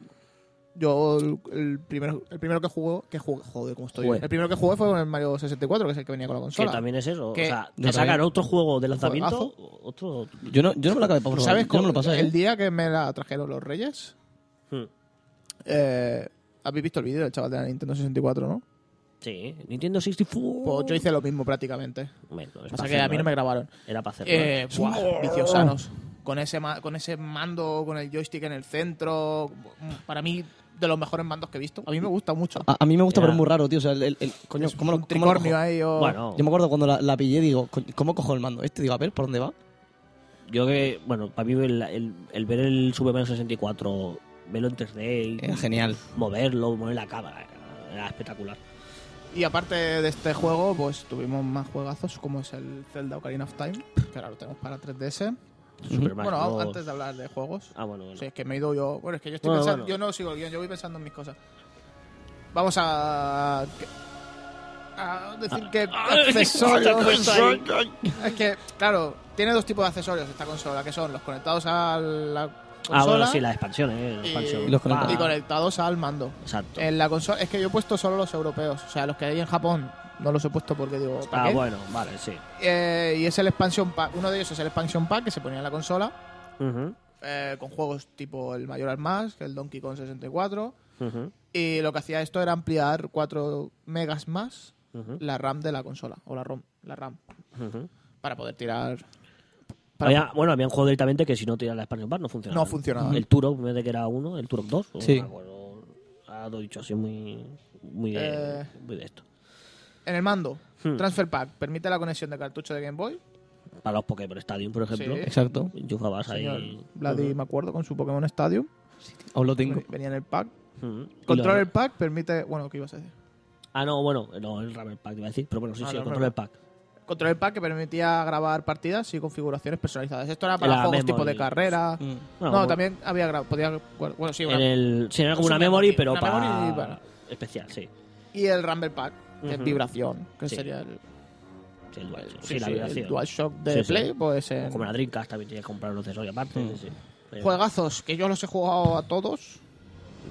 Speaker 2: yo el, el primero, el primero que jugó, que jugó, joder, cómo estoy.
Speaker 4: Jugué.
Speaker 2: El primero que jugué fue con el Mario 64, que es el que venía con la
Speaker 4: Que
Speaker 2: consola.
Speaker 4: también es eso.
Speaker 2: Que-
Speaker 4: O sea,
Speaker 3: Yo
Speaker 4: te sacan
Speaker 3: también.
Speaker 4: otro juego de lanzamiento,
Speaker 2: Juegazo.
Speaker 4: otro.
Speaker 3: Yo no, yo no me lo acabé por probar.
Speaker 2: ¿Sabes
Speaker 3: Yo no me lo
Speaker 2: cómo-
Speaker 3: pasé.
Speaker 2: El
Speaker 3: ¿eh?
Speaker 2: día que me la trajeron los Reyes,
Speaker 4: Ujú.
Speaker 2: eh, habéis visto el vídeo del chaval de la Nintendo 64, ¿no?
Speaker 4: Sí, Nintendo 64.
Speaker 2: Pues yo hice lo mismo prácticamente.
Speaker 4: Bueno, es
Speaker 2: Pasa
Speaker 4: pa'
Speaker 2: que a mí no
Speaker 4: hacerlo,
Speaker 2: me
Speaker 4: ¿eh?
Speaker 2: grabaron.
Speaker 4: Era para hacerlo. ¿eh?
Speaker 2: Eh, buah, viciosanos. Con ese, ma- con ese mando, con el joystick en el centro. Para mí, de los mejores mandos que he visto. A mí me gusta mucho.
Speaker 3: A, a mí me gusta,
Speaker 4: Era-
Speaker 3: pero es muy raro, tío. O sea, el, el- el- coño,
Speaker 2: Es
Speaker 3: ¿cómo Ah,
Speaker 2: un
Speaker 3: lo, cómo lo
Speaker 4: eh.
Speaker 2: tricornio
Speaker 3: cojo?
Speaker 2: ahí o-
Speaker 4: Bueno,
Speaker 3: Yo me acuerdo cuando la, la pillé, digo, co- ¿cómo cojo el mando? Este, digo, a ver, ¿por dónde va?
Speaker 4: Yo que, bueno, para mí el, el- el ver el Super Mario 64, verlo en 3D, y
Speaker 3: Era Eh, genial.
Speaker 4: moverlo, mover la cámara, era- era espectacular.
Speaker 2: Y aparte de este juego, pues tuvimos más juegazos como es el Zelda Ocarina of Time, que ahora lo tenemos para 3DS.
Speaker 4: Super Mario
Speaker 2: Bueno,
Speaker 4: Bros.
Speaker 2: antes de hablar de juegos.
Speaker 4: Ah, bueno, bueno. <laughs>
Speaker 2: Sí, es que me he ido yo. Bueno, es que yo estoy
Speaker 4: Bueno,
Speaker 2: pensando.
Speaker 4: bueno.
Speaker 2: Yo no sigo el guión, yo voy pensando en mis cosas. Vamos a. a decir que.
Speaker 4: pues
Speaker 2: accesorios. es que, claro, tiene dos tipos de accesorios esta consola, que son los conectados a la consola
Speaker 4: ah, bueno, sí, la expansión, ¿eh? La
Speaker 2: y-
Speaker 4: expansión.
Speaker 3: Y los
Speaker 4: Pa.
Speaker 2: y eh, conectados al mando.
Speaker 4: Exacto.
Speaker 2: En la consola, es que yo he puesto solo los europeos, o sea, los que hay en Japón. No los he puesto porque digo. ¿para
Speaker 4: ah,
Speaker 2: qué?
Speaker 4: bueno, vale, sí.
Speaker 2: Eh, y es el expansion pack. Uno de ellos es el expansion pack que se ponía en la consola.
Speaker 4: Ujú,
Speaker 2: eh, con juegos tipo el Mayor Mask, el Donkey Kong 64.
Speaker 4: ujú,
Speaker 2: Y lo que hacía esto era ampliar 4 megas más
Speaker 4: ujú,
Speaker 2: la RAM de la consola, o la ROM, la RAM,
Speaker 4: ujú.
Speaker 2: para poder tirar. para-
Speaker 4: Había- bueno, había un juego directamente que si no tiras la expansión bar no funcionaba.
Speaker 2: No funcionaba.
Speaker 4: El Turok, en vez de que era uno, el Turok 2. o
Speaker 3: Sí.
Speaker 4: no me acuerdo. Ah, lo he dicho así muy, muy, de,
Speaker 2: Eh.
Speaker 4: muy de esto.
Speaker 2: En el mando,
Speaker 4: Hmm.
Speaker 2: Transfer Pack permite la conexión de cartucho de Game Boy.
Speaker 4: Para los Pokémon Stadium, por ejemplo.
Speaker 2: Sí.
Speaker 3: Exacto.
Speaker 4: Enchufabas
Speaker 2: Señor
Speaker 4: ahí.
Speaker 2: Vladi, me acuerdo, con su Pokémon Stadium.
Speaker 3: Aún lo tengo.
Speaker 2: Venía en el pack.
Speaker 4: Ujú.
Speaker 2: Controller Pack permite. Bueno, ¿qué ibas a decir?
Speaker 4: Ah, no, bueno, no, el Rumble Pack, te iba a decir. Pero bueno, sí,
Speaker 2: Ah,
Speaker 4: sí,
Speaker 2: no,
Speaker 4: el Controller Pack.
Speaker 2: Controller Pack que permitía grabar partidas y configuraciones personalizadas. Esto era para
Speaker 4: La
Speaker 2: juegos
Speaker 4: memory.
Speaker 2: tipo de carrera.
Speaker 3: Mm.
Speaker 4: Bueno,
Speaker 2: no,
Speaker 4: como-
Speaker 2: también había grabado. Podía. Bueno, sí, una-
Speaker 4: En el, sí, era como
Speaker 2: Es
Speaker 4: una
Speaker 2: una
Speaker 4: memory,
Speaker 2: memory,
Speaker 4: pero
Speaker 2: una
Speaker 4: para...
Speaker 2: memory, bueno.
Speaker 4: Especial, sí.
Speaker 2: Y el Rumble Pack, que es
Speaker 4: Ujú.
Speaker 2: vibración, que
Speaker 4: Sí.
Speaker 2: sería el,
Speaker 4: Sí, el
Speaker 2: el-
Speaker 4: DualShock. Sí,
Speaker 2: sí,
Speaker 4: la
Speaker 2: sí, el
Speaker 4: vibración.
Speaker 2: DualShock de
Speaker 4: Sí, sí.
Speaker 2: Play, pues en
Speaker 4: O Como la
Speaker 2: Mm.
Speaker 4: Dreamcast también tienes que comprar un accesorio aparte. Sí, sí. Pero-
Speaker 2: juegazos que yo los he jugado a todos.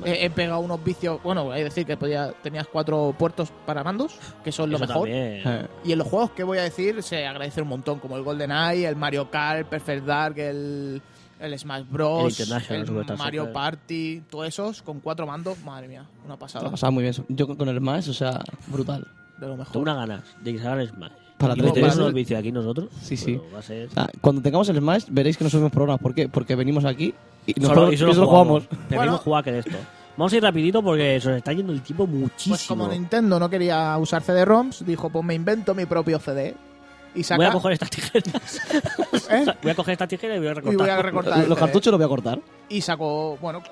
Speaker 2: He, he pegado unos vicios. Bueno, es decir, que podía, tenías cuatro puertos para mandos, que son lo
Speaker 4: Eso
Speaker 2: mejor.
Speaker 4: también.
Speaker 3: Eh,
Speaker 2: Y en los juegos que voy a decir se agradece un montón, como el Golden Eye, el Mario Kart, el Perfect Dark, el, el Smash
Speaker 4: El
Speaker 2: Bros,
Speaker 4: International, sobre todo,
Speaker 2: Mario
Speaker 4: claro.
Speaker 2: Party, todos esos con cuatro mandos, madre mía, una
Speaker 3: te lo
Speaker 2: pasada,
Speaker 3: has pasado muy bien. Yo con- con el más, o sea, brutal.
Speaker 2: de lo
Speaker 4: Tengo
Speaker 2: mejor.
Speaker 4: unas ganas de que salgan Smash.
Speaker 3: Para
Speaker 4: y no
Speaker 3: 3DS.
Speaker 4: tenemos unos vicios aquí nosotros.
Speaker 3: Sí, sí.
Speaker 4: pero Va a ser...
Speaker 3: O sea, cuando tengamos el Smash, veréis que no subimos programas. ¿Por qué? Porque venimos aquí y nos
Speaker 4: Solo-
Speaker 3: jugamos- y solo jugamos.
Speaker 4: Preferimos
Speaker 2: Bueno.
Speaker 4: jugar que de esto. Vamos a ir rapidito porque se nos está yendo el tiempo muchísimo.
Speaker 2: Pues como Nintendo no quería usar CD-ROMs, dijo, pues me invento mi propio CD. Y saca,
Speaker 4: Voy a coger estas tijeras.
Speaker 2: <laughs> ¿eh?
Speaker 4: voy a coger estas tijeras y voy a
Speaker 2: Y
Speaker 4: recortar.
Speaker 2: voy a recortar el
Speaker 3: Los
Speaker 2: CD.
Speaker 3: cartuchos los voy a cortar.
Speaker 2: Y sacó, bueno,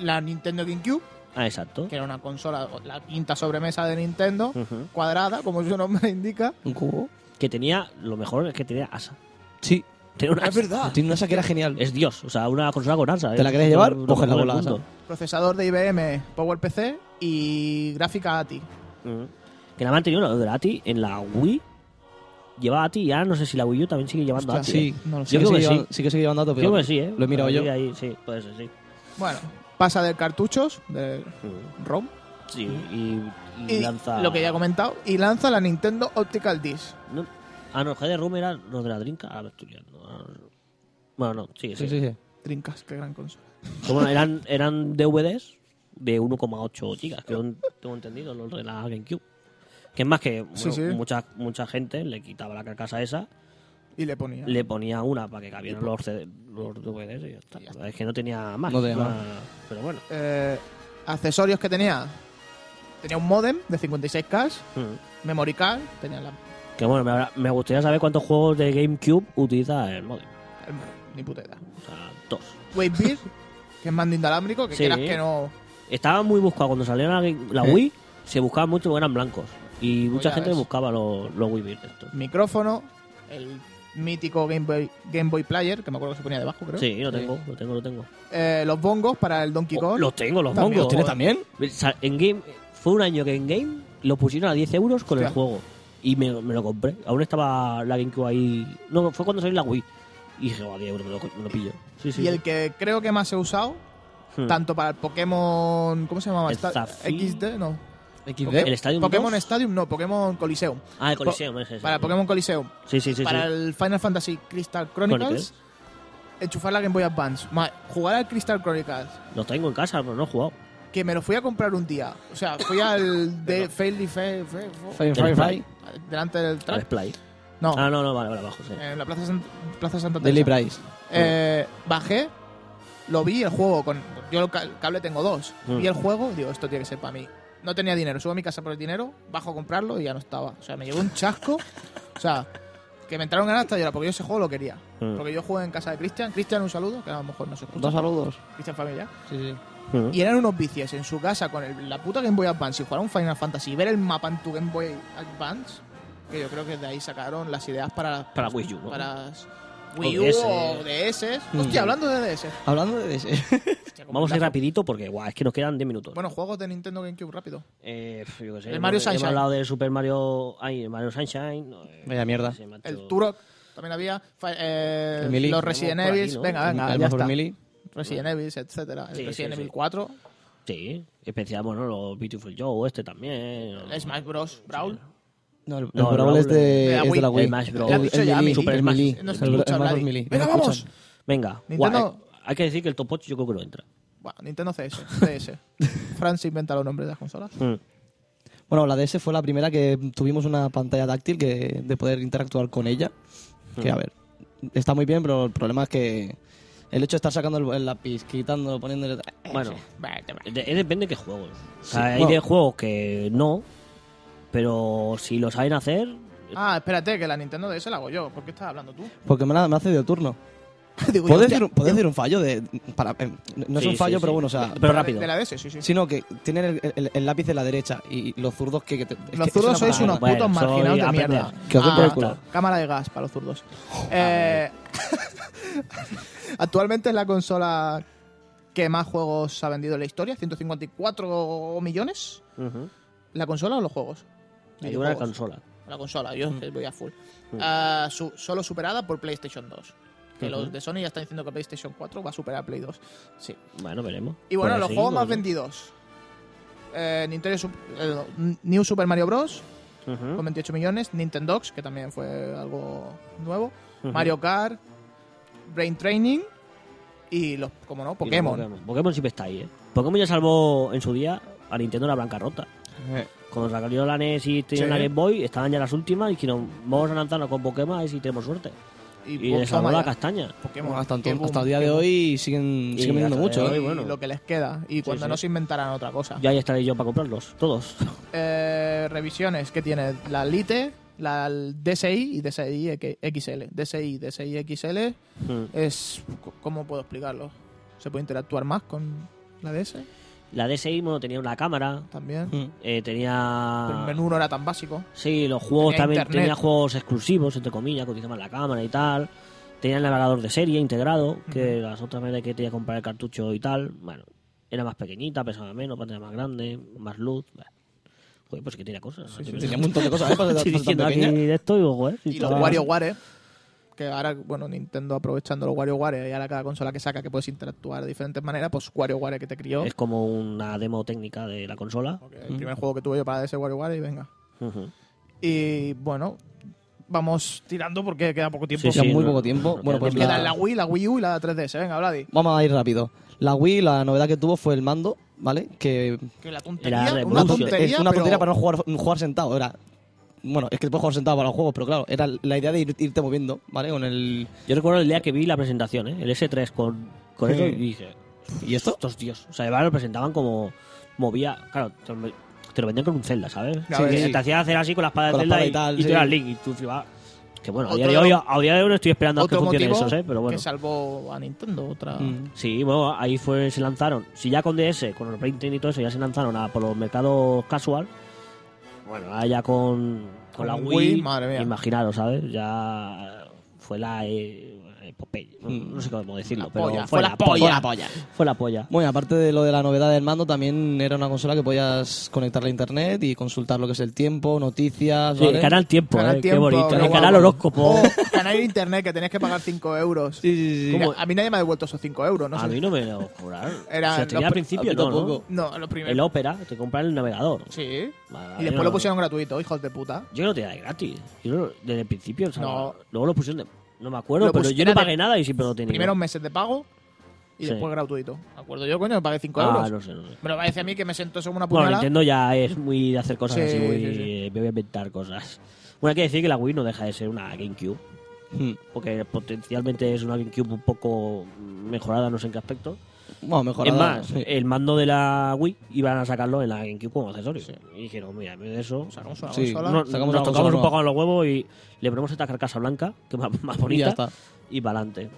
Speaker 2: la Nintendo GameCube,
Speaker 4: Ah, exacto.
Speaker 2: que era una consola, la quinta sobremesa de Nintendo,
Speaker 4: Ujú.
Speaker 2: cuadrada, como su nombre indica.
Speaker 3: Un cubo.
Speaker 4: Que tenía, lo mejor es que tenía asa.
Speaker 3: Sí.
Speaker 4: Tenía una asa.
Speaker 2: verdad.
Speaker 3: Tiene una asa que era genial.
Speaker 4: Es Dios, o sea, una consola con asa.
Speaker 3: Ah,
Speaker 4: ¿eh?
Speaker 3: ¿Te la
Speaker 4: es
Speaker 3: querés llevar?
Speaker 4: lo
Speaker 3: Coges la
Speaker 4: mejor
Speaker 3: bola
Speaker 4: del
Speaker 3: asa.
Speaker 4: mundo.
Speaker 2: Procesador de IBM, PowerPC y gráfica ATI.
Speaker 4: Ujú. Mm. Que la han mantenido lo de la ATI en la Wii. Lleva ATI y ahora no sé si la Wii U también sigue llevando
Speaker 2: Hostia,
Speaker 4: ATI.
Speaker 3: Sí,
Speaker 2: No lo sé.
Speaker 3: sí, que
Speaker 4: Yo creo
Speaker 3: sigue
Speaker 4: que
Speaker 3: llevando-
Speaker 4: sí.
Speaker 3: sí que sigue llevando datos, pero
Speaker 4: Creo que sí, ¿eh?
Speaker 3: lo he mirado
Speaker 4: Ahí,
Speaker 3: yo.
Speaker 4: ahí, sí, puede ser, sí.
Speaker 2: Bueno, pasa de cartuchos, de
Speaker 4: Ujú.
Speaker 2: ROM,
Speaker 4: Sí, y, Mm. y
Speaker 2: y
Speaker 4: lanza...
Speaker 2: lo que ya he comentado, y lanza la Nintendo Optical Disc.
Speaker 4: No- ah, no, el de Room era los de la Drinka. Ahora me estoy liando. Ah, no. Bueno, no, sí,
Speaker 3: Sí,
Speaker 4: sí.
Speaker 3: sí, sí.
Speaker 2: Trincas, qué gran consola.
Speaker 4: Que, bueno, eran, eran DVDs de 1,8 gigas, que no tengo entendido, los de la GameCube. Que es más que bueno,
Speaker 2: Sí, sí.
Speaker 4: Mucha, mucha gente le quitaba la carcasa esa,
Speaker 2: Y le ponía.
Speaker 4: le ponía una para que cabieran los, CD los DVDs y ya está. Es que no tenía más.
Speaker 3: No tenía
Speaker 4: Ah,
Speaker 3: más.
Speaker 4: Pero bueno.
Speaker 2: Eh, accesorios que tenía. Tenía un modem de 56K,
Speaker 4: Mm.
Speaker 2: memory card, tenía la...
Speaker 4: Que bueno, me, habrá- me gustaría saber cuántos juegos de GameCube utiliza el modem.
Speaker 2: el- ni puta idea.
Speaker 4: O sea, dos.
Speaker 2: Wavebeard,
Speaker 4: <laughs>
Speaker 2: que es mando inalámbrico, que
Speaker 4: Sí.
Speaker 2: quieras que no...
Speaker 4: Estaba muy buscado cuando salió la, la
Speaker 3: ¿Eh?
Speaker 4: Wii, se buscaba mucho porque eran blancos. Y mucha
Speaker 2: ya
Speaker 4: gente
Speaker 2: ves.
Speaker 4: buscaba los, los Wii Beat estos.
Speaker 2: Micrófono, el mítico Game Boy, Game Boy Player, que me acuerdo que se ponía debajo, creo.
Speaker 4: Sí, lo tengo, lo tengo, lo tengo.
Speaker 2: Eh, los bongos para el Donkey
Speaker 4: Oh,
Speaker 2: Kong.
Speaker 4: los tengo, los
Speaker 2: También.
Speaker 4: pongo.
Speaker 2: ¿Los tienes
Speaker 3: también?
Speaker 4: Sa- En game, fue un año que en game lo pusieron a 10 euros con el
Speaker 2: Hostia.
Speaker 4: juego. Y me, me lo compré. Aún estaba la GameCube ahí. No, fue cuando salió la Wii. Y dije, "Oh, a 10 euros me lo, me lo pillo. Sí, sí.
Speaker 2: y
Speaker 4: sí.
Speaker 2: el que creo que más he usado,
Speaker 4: Hmm.
Speaker 2: tanto para el Pokémon... ¿Cómo se llamaba?
Speaker 4: El
Speaker 2: Esta-
Speaker 4: Zafir.
Speaker 2: XD, no.
Speaker 4: ¿El Stadium
Speaker 2: Pokémon
Speaker 4: 2?
Speaker 2: Stadium, no, Pokémon Coliseum.
Speaker 4: Ah, el Coliseum, ese, ese.
Speaker 2: Para Pokémon Coliseum.
Speaker 4: Sí, sí, sí.
Speaker 2: para
Speaker 4: sí.
Speaker 2: el Final Fantasy Crystal Chronicles,
Speaker 4: Chronicles.
Speaker 2: enchufar la Game Boy Advance. Ma- jugar al Crystal Chronicles,
Speaker 4: Los tengo en casa, pero no he jugado.
Speaker 2: que me lo fui a comprar un día. O sea, fui
Speaker 4: <laughs>
Speaker 2: al de Fairly Fair- Fair-
Speaker 3: Fire,
Speaker 4: El
Speaker 3: fire,
Speaker 4: Fry.
Speaker 3: fire.
Speaker 2: delante del
Speaker 4: Al
Speaker 2: track.
Speaker 4: Splay.
Speaker 2: No, Eh,
Speaker 4: Ah, no, no, vale, vale, abajo, sí.
Speaker 2: en la Plaza, Sant- Plaza Santa
Speaker 3: Daily
Speaker 2: Teresa.
Speaker 3: Price.
Speaker 2: Eh, bajé, lo vi el juego con yo el ca- el cable tengo dos.
Speaker 4: Mm.
Speaker 2: Vi el juego, digo, esto tiene que ser para mí. No tenía dinero, subo a mi casa por el dinero, bajo a comprarlo y ya no estaba. O sea, me llevó un chasco. o sea, que me entraron ganas hasta llorar porque yo ese juego lo quería.
Speaker 4: Mm.
Speaker 2: Porque yo jugué en casa de Cristian. Cristian, un saludo, que a lo mejor no se escucha.
Speaker 3: Dos saludos.
Speaker 2: Cristian Familia.
Speaker 3: Sí, sí.
Speaker 4: Mm.
Speaker 2: Y eran unos vicios en su casa con el- la puta Game Boy Advance y jugar a un Final Fantasy y ver el mapa en tu Game Boy Advance, que yo creo que de ahí sacaron las ideas para...
Speaker 4: Para Wii U, ¿no?
Speaker 2: Para s-
Speaker 4: O
Speaker 2: Wii U
Speaker 4: DS.
Speaker 2: o DS.
Speaker 3: Mm.
Speaker 2: Hostia, hablando de DS.
Speaker 3: Hablando de ese.
Speaker 2: Hostia, como
Speaker 4: Vamos a ir
Speaker 2: la-
Speaker 4: rapidito porque, guau, es que nos quedan 10 minutos.
Speaker 2: Bueno, juegos de Nintendo GameCube rápido.
Speaker 4: Eh, pf, yo qué sé,
Speaker 2: El
Speaker 4: hemos-
Speaker 2: Mario Sunshine.
Speaker 4: Hemos hablado de Super Mario, ay, el Mario Sunshine. eh,
Speaker 3: Vaya mierda.
Speaker 4: ese macho-
Speaker 2: El Turok también había. fa- eh,
Speaker 3: El Melee.
Speaker 2: los Resident
Speaker 4: Vamos por
Speaker 2: Evil.
Speaker 4: aquí, ¿no?
Speaker 2: Venga, venga,
Speaker 3: <laughs> el
Speaker 2: ya
Speaker 3: mejor
Speaker 2: está.
Speaker 3: mili.
Speaker 2: Resident Evil, etcétera. El
Speaker 4: Sí, sí,
Speaker 2: Resident
Speaker 4: sí.
Speaker 2: Evil 4.
Speaker 4: Sí, especial, bueno, los Beautiful Joe, este también.
Speaker 2: El Smash Bros. Brawl.
Speaker 3: No, el,
Speaker 4: No,
Speaker 3: el Brawl
Speaker 4: Brawl
Speaker 3: es de,
Speaker 2: de la
Speaker 3: es de la
Speaker 2: Wii.
Speaker 3: Wii.
Speaker 4: El Smash
Speaker 3: El,
Speaker 4: Bros. Lo
Speaker 2: has dicho
Speaker 3: el
Speaker 2: ya,
Speaker 3: Melee.
Speaker 2: Super
Speaker 3: el
Speaker 2: Smash.
Speaker 3: Melee.
Speaker 2: No se
Speaker 3: el,
Speaker 2: escucha
Speaker 3: el Smash
Speaker 2: nadie.
Speaker 3: Melee.
Speaker 2: Venga,
Speaker 3: No
Speaker 2: vamos.
Speaker 3: escuchan.
Speaker 4: Venga,
Speaker 2: Nintendo-
Speaker 4: guau, eh, hay que decir que el Top 8 yo creo que no entra.
Speaker 2: Buah, Nintendo CS. DS. <laughs> Fran se inventa los nombres de las consolas.
Speaker 3: Bueno, la DS fue la primera que tuvimos una pantalla táctil que, de poder interactuar con ella. Que a ver, está muy bien, pero el problema es que el hecho de estar sacando el, el lápiz, quitándolo, poniéndole.
Speaker 4: Bueno, de- eh, depende de qué juegos. O sea,
Speaker 3: Sí,
Speaker 4: hay
Speaker 3: bueno.
Speaker 4: de juegos que no, pero si lo saben hacer,
Speaker 2: Ah, espérate, que la Nintendo DS la hago yo. ¿Por qué estás hablando tú?
Speaker 3: Porque me, la, me hace de turno.
Speaker 2: <laughs> Digo, yo,
Speaker 3: Puedes
Speaker 2: hostia,
Speaker 3: decir, un- puedes decir un fallo de. Para, eh, no es
Speaker 4: Sí,
Speaker 3: un fallo,
Speaker 4: sí,
Speaker 3: pero
Speaker 4: sí.
Speaker 3: bueno, o sea.
Speaker 4: Pero
Speaker 2: de la-
Speaker 4: rápido.
Speaker 2: De la DS, sí, sí.
Speaker 3: Sino que tienen el, el- el lápiz de la derecha y los zurdos que. que te- es
Speaker 2: los
Speaker 3: que
Speaker 2: zurdos
Speaker 3: es una
Speaker 2: sois
Speaker 4: una
Speaker 2: unos
Speaker 3: putada.
Speaker 4: putada.
Speaker 2: putos
Speaker 4: Bueno, soy
Speaker 2: marginados de
Speaker 4: aprender.
Speaker 2: mierda.
Speaker 3: Que os den por el
Speaker 2: Ah,
Speaker 3: culo.
Speaker 2: Cámara de gas para los
Speaker 3: <laughs>
Speaker 2: zurdos. Eh, <laughs> actualmente es la consola que más juegos ha vendido en la historia, 154 millones.
Speaker 4: ujú,
Speaker 2: ¿La consola o los juegos?
Speaker 4: hay una
Speaker 2: Videojuegos.
Speaker 4: consola.
Speaker 2: La consola, yo es que voy a full.
Speaker 4: Mm.
Speaker 2: Ah, su- solo superada por PlayStation 2. que
Speaker 4: Ujú.
Speaker 2: los de Sony ya están diciendo que PlayStation 4 va a superar a Play 2. Sí.
Speaker 4: Bueno, veremos.
Speaker 2: Y bueno,
Speaker 4: Pues
Speaker 2: los
Speaker 4: sí,
Speaker 2: juegos más
Speaker 4: bueno.
Speaker 2: vendidos. Eh, Nintendo Sup- eh, no, New Super Mario Bros.
Speaker 4: Ujú.
Speaker 2: con 28 millones, Nintendox, que también fue algo nuevo,
Speaker 4: Ujú.
Speaker 2: Mario Kart, Brain Training y los, como no,
Speaker 4: Y los
Speaker 2: Pokémon.
Speaker 4: Pokémon. Pokémon siempre está ahí, ¿eh? Pokémon ya salvó en su día a Nintendo la bancarrota.
Speaker 2: Eh.
Speaker 4: Cuando salió la NES y tenían
Speaker 2: Sí.
Speaker 4: la Game Boy, estaban ya las últimas y dijeron, vamos a lanzarnos con Pokémon a ver si tenemos suerte. Y,
Speaker 2: Pokémon
Speaker 4: les salvó la
Speaker 2: ya.
Speaker 4: castaña.
Speaker 2: Pokémon.
Speaker 3: hasta,
Speaker 2: qué
Speaker 3: entonces-
Speaker 2: boom,
Speaker 3: hasta el día
Speaker 2: qué
Speaker 3: de
Speaker 2: boom.
Speaker 3: hoy siguen, siguen
Speaker 4: Y
Speaker 3: vendiendo
Speaker 4: hasta
Speaker 3: mucho.
Speaker 4: de
Speaker 3: ¿eh?
Speaker 4: hoy, bueno.
Speaker 2: Lo que les queda. Y cuando
Speaker 4: sí.
Speaker 2: no se inventarán otra cosa.
Speaker 4: Ya ahí estaré yo para comprarlos, todos. <laughs>
Speaker 2: Eh, revisiones que tiene la Lite, la DSI y DSI XL. DSI, DSI XL es. ¿Cómo puedo explicarlo? ¿Se puede interactuar más con la DS?
Speaker 4: la DSI bueno, tenía una cámara,
Speaker 2: También.
Speaker 3: Mm.
Speaker 4: eh, tenía...
Speaker 2: Pero el menú no era tan básico.
Speaker 4: Sí, los juegos
Speaker 2: Tenía
Speaker 4: también
Speaker 2: internet.
Speaker 4: tenía juegos exclusivos, entre comillas, que utilizaban la cámara y tal. Tenía el navegador de serie integrado, que las otras veces que tenía que comprar el cartucho y tal, bueno, era más pequeñita, pesaba menos, pantalla más grande, más luz. bueno. Joder, pues que tenía cosas. ¿no? <laughs>
Speaker 3: Tenía un montón de cosas, ¿eh? Para ser
Speaker 4: Estoy
Speaker 3: tan
Speaker 4: diciendo aquí
Speaker 3: pequeña.
Speaker 4: de esto y, ojo, ¿eh? Si
Speaker 2: Y los
Speaker 4: estaba-
Speaker 2: WarioWare, que ahora, bueno, Nintendo aprovechando los WarioWare y ahora cada consola que saca que puedes interactuar de diferentes maneras, pues WarioWare que te crió.
Speaker 4: Es como una demo técnica de la consola.
Speaker 2: porque El primer juego que tuve yo para DS WarioWare y venga.
Speaker 4: Ujú.
Speaker 2: Y bueno, vamos tirando porque queda poco tiempo.
Speaker 4: Sí,
Speaker 3: Queda
Speaker 4: sí,
Speaker 3: muy
Speaker 4: no,
Speaker 3: poco
Speaker 4: no,
Speaker 3: tiempo.
Speaker 4: no
Speaker 3: bueno,
Speaker 4: queda
Speaker 3: pues
Speaker 2: Nos
Speaker 4: tiempo.
Speaker 3: la-
Speaker 2: quedan la Wii, la Wii U y la 3DS. Venga, Vladi.
Speaker 3: Vamos a ir rápido. La Wii, la novedad que tuvo fue el mando, ¿vale? Que
Speaker 2: Que la
Speaker 4: Era
Speaker 2: tontería, una
Speaker 4: Revolution.
Speaker 2: tontería,
Speaker 3: es una
Speaker 2: pero
Speaker 3: tontería para no jugar, jugar sentado. Era, bueno, es que puedes jugar sentado para los juegos, pero claro, era la idea de ir- irte moviendo, ¿vale? Con el.
Speaker 4: Yo recuerdo el día que vi la presentación, ¿eh? el S3 con, con eso, y dije,
Speaker 3: ¿Y esto?
Speaker 4: estos tíos. O sea, además lo presentaban como movía. Claro, te lo- te lo vendían con un Zelda, ¿sabes?
Speaker 2: Ya
Speaker 4: Sí,
Speaker 2: ves.
Speaker 4: Te hacía hacer así con la espada
Speaker 3: Con
Speaker 4: de
Speaker 3: la
Speaker 4: Zelda
Speaker 3: espada y
Speaker 4: y,
Speaker 3: tal,
Speaker 4: y tú
Speaker 3: sí.
Speaker 4: eras Link y tú flipabas. Que bueno, a día, de
Speaker 2: Otro-
Speaker 4: hoy, a día de hoy no estoy esperando a que
Speaker 2: otro
Speaker 4: funcionen
Speaker 2: motivo
Speaker 4: esos, ¿eh? Pero bueno. Mm.
Speaker 2: que salvó a Nintendo. Otra...
Speaker 3: Mm.
Speaker 4: Sí, bueno, ahí fue, se lanzaron. Si ya con DS, con el Brain Train y todo eso, ya se lanzaron a, por los mercados casual. Bueno, ahora ya con, con la
Speaker 2: Con
Speaker 4: Wii,
Speaker 2: Wii, madre mía.
Speaker 4: imaginaros, ¿sabes? Ya fue la eh, epopeya. No,
Speaker 3: Mm.
Speaker 4: no sé cómo decirlo,
Speaker 2: Hmm. La
Speaker 4: pero
Speaker 2: polla,
Speaker 4: fue, la polla.
Speaker 3: Fue la polla.
Speaker 4: Fue la polla.
Speaker 3: Bueno, y aparte de lo de la novedad del mando, también era una consola que podías conectarla a internet y consultar lo que es el tiempo, noticias,
Speaker 4: Sí,
Speaker 3: ¿vale?
Speaker 4: el canal tiempo,
Speaker 2: Canal
Speaker 4: eh,
Speaker 2: Tiempo,
Speaker 4: qué bonito.
Speaker 2: pero
Speaker 4: El canal
Speaker 2: guau.
Speaker 4: horóscopo.
Speaker 2: O canal de internet que tenías que pagar 5 euros.
Speaker 3: sí, sí.
Speaker 2: Mira, a mí nadie me ha devuelto esos 5 euros. No
Speaker 4: a
Speaker 2: sé.
Speaker 4: mí no me lo cobraron.
Speaker 2: Era
Speaker 4: o sea, tenía
Speaker 2: los-
Speaker 4: al principio,
Speaker 3: a mí
Speaker 4: no, ¿no?
Speaker 3: tampoco.
Speaker 2: No, los primeros.
Speaker 4: El Opera, te compran el navegador.
Speaker 2: Sí.
Speaker 4: Vale,
Speaker 2: Y
Speaker 4: yo
Speaker 2: después
Speaker 4: no-
Speaker 2: lo pusieron gratuito, hijos de puta.
Speaker 4: Yo no tenía de gratis. Yo no- desde el principio, o sea,
Speaker 2: No.
Speaker 4: luego lo pusieron de. No me acuerdo,
Speaker 2: Lo
Speaker 4: pero
Speaker 2: pus-
Speaker 4: yo
Speaker 2: era
Speaker 4: no
Speaker 2: de-
Speaker 4: pagué nada y siempre lo tenía.
Speaker 2: Primero meses de pago y
Speaker 4: Sí.
Speaker 2: después gratuito. ¿De acuerdo? Yo, coño, pagué 5
Speaker 4: Ah,
Speaker 2: euros.
Speaker 4: no sé, no sé.
Speaker 2: Me lo parece a mí que me sentó eso como una
Speaker 4: Bueno,
Speaker 2: puñalada.
Speaker 4: Nintendo ya es muy de hacer cosas
Speaker 2: Sí,
Speaker 4: así, muy,
Speaker 2: sí, sí.
Speaker 4: eh, me voy a inventar cosas. Bueno, hay que decir que la Wii no deja de ser una GameCube,
Speaker 3: Mm.
Speaker 4: porque potencialmente es una GameCube un poco mejorada, no sé en qué aspecto.
Speaker 3: Bueno, mejorada.
Speaker 4: es más,
Speaker 3: sí.
Speaker 4: el mando de la Wii iban a sacarlo en la GameCube como accesorio. Y dijeron, mira, en vez de eso,
Speaker 2: Sacamos una
Speaker 3: Sí.
Speaker 2: consola.
Speaker 4: no- nos
Speaker 3: sacamos una
Speaker 4: tocamos
Speaker 3: consola
Speaker 4: un poco a los huevos y le ponemos esta carcasa blanca, que es más, más
Speaker 3: Y ya
Speaker 4: bonita,
Speaker 3: está.
Speaker 4: y para adelante.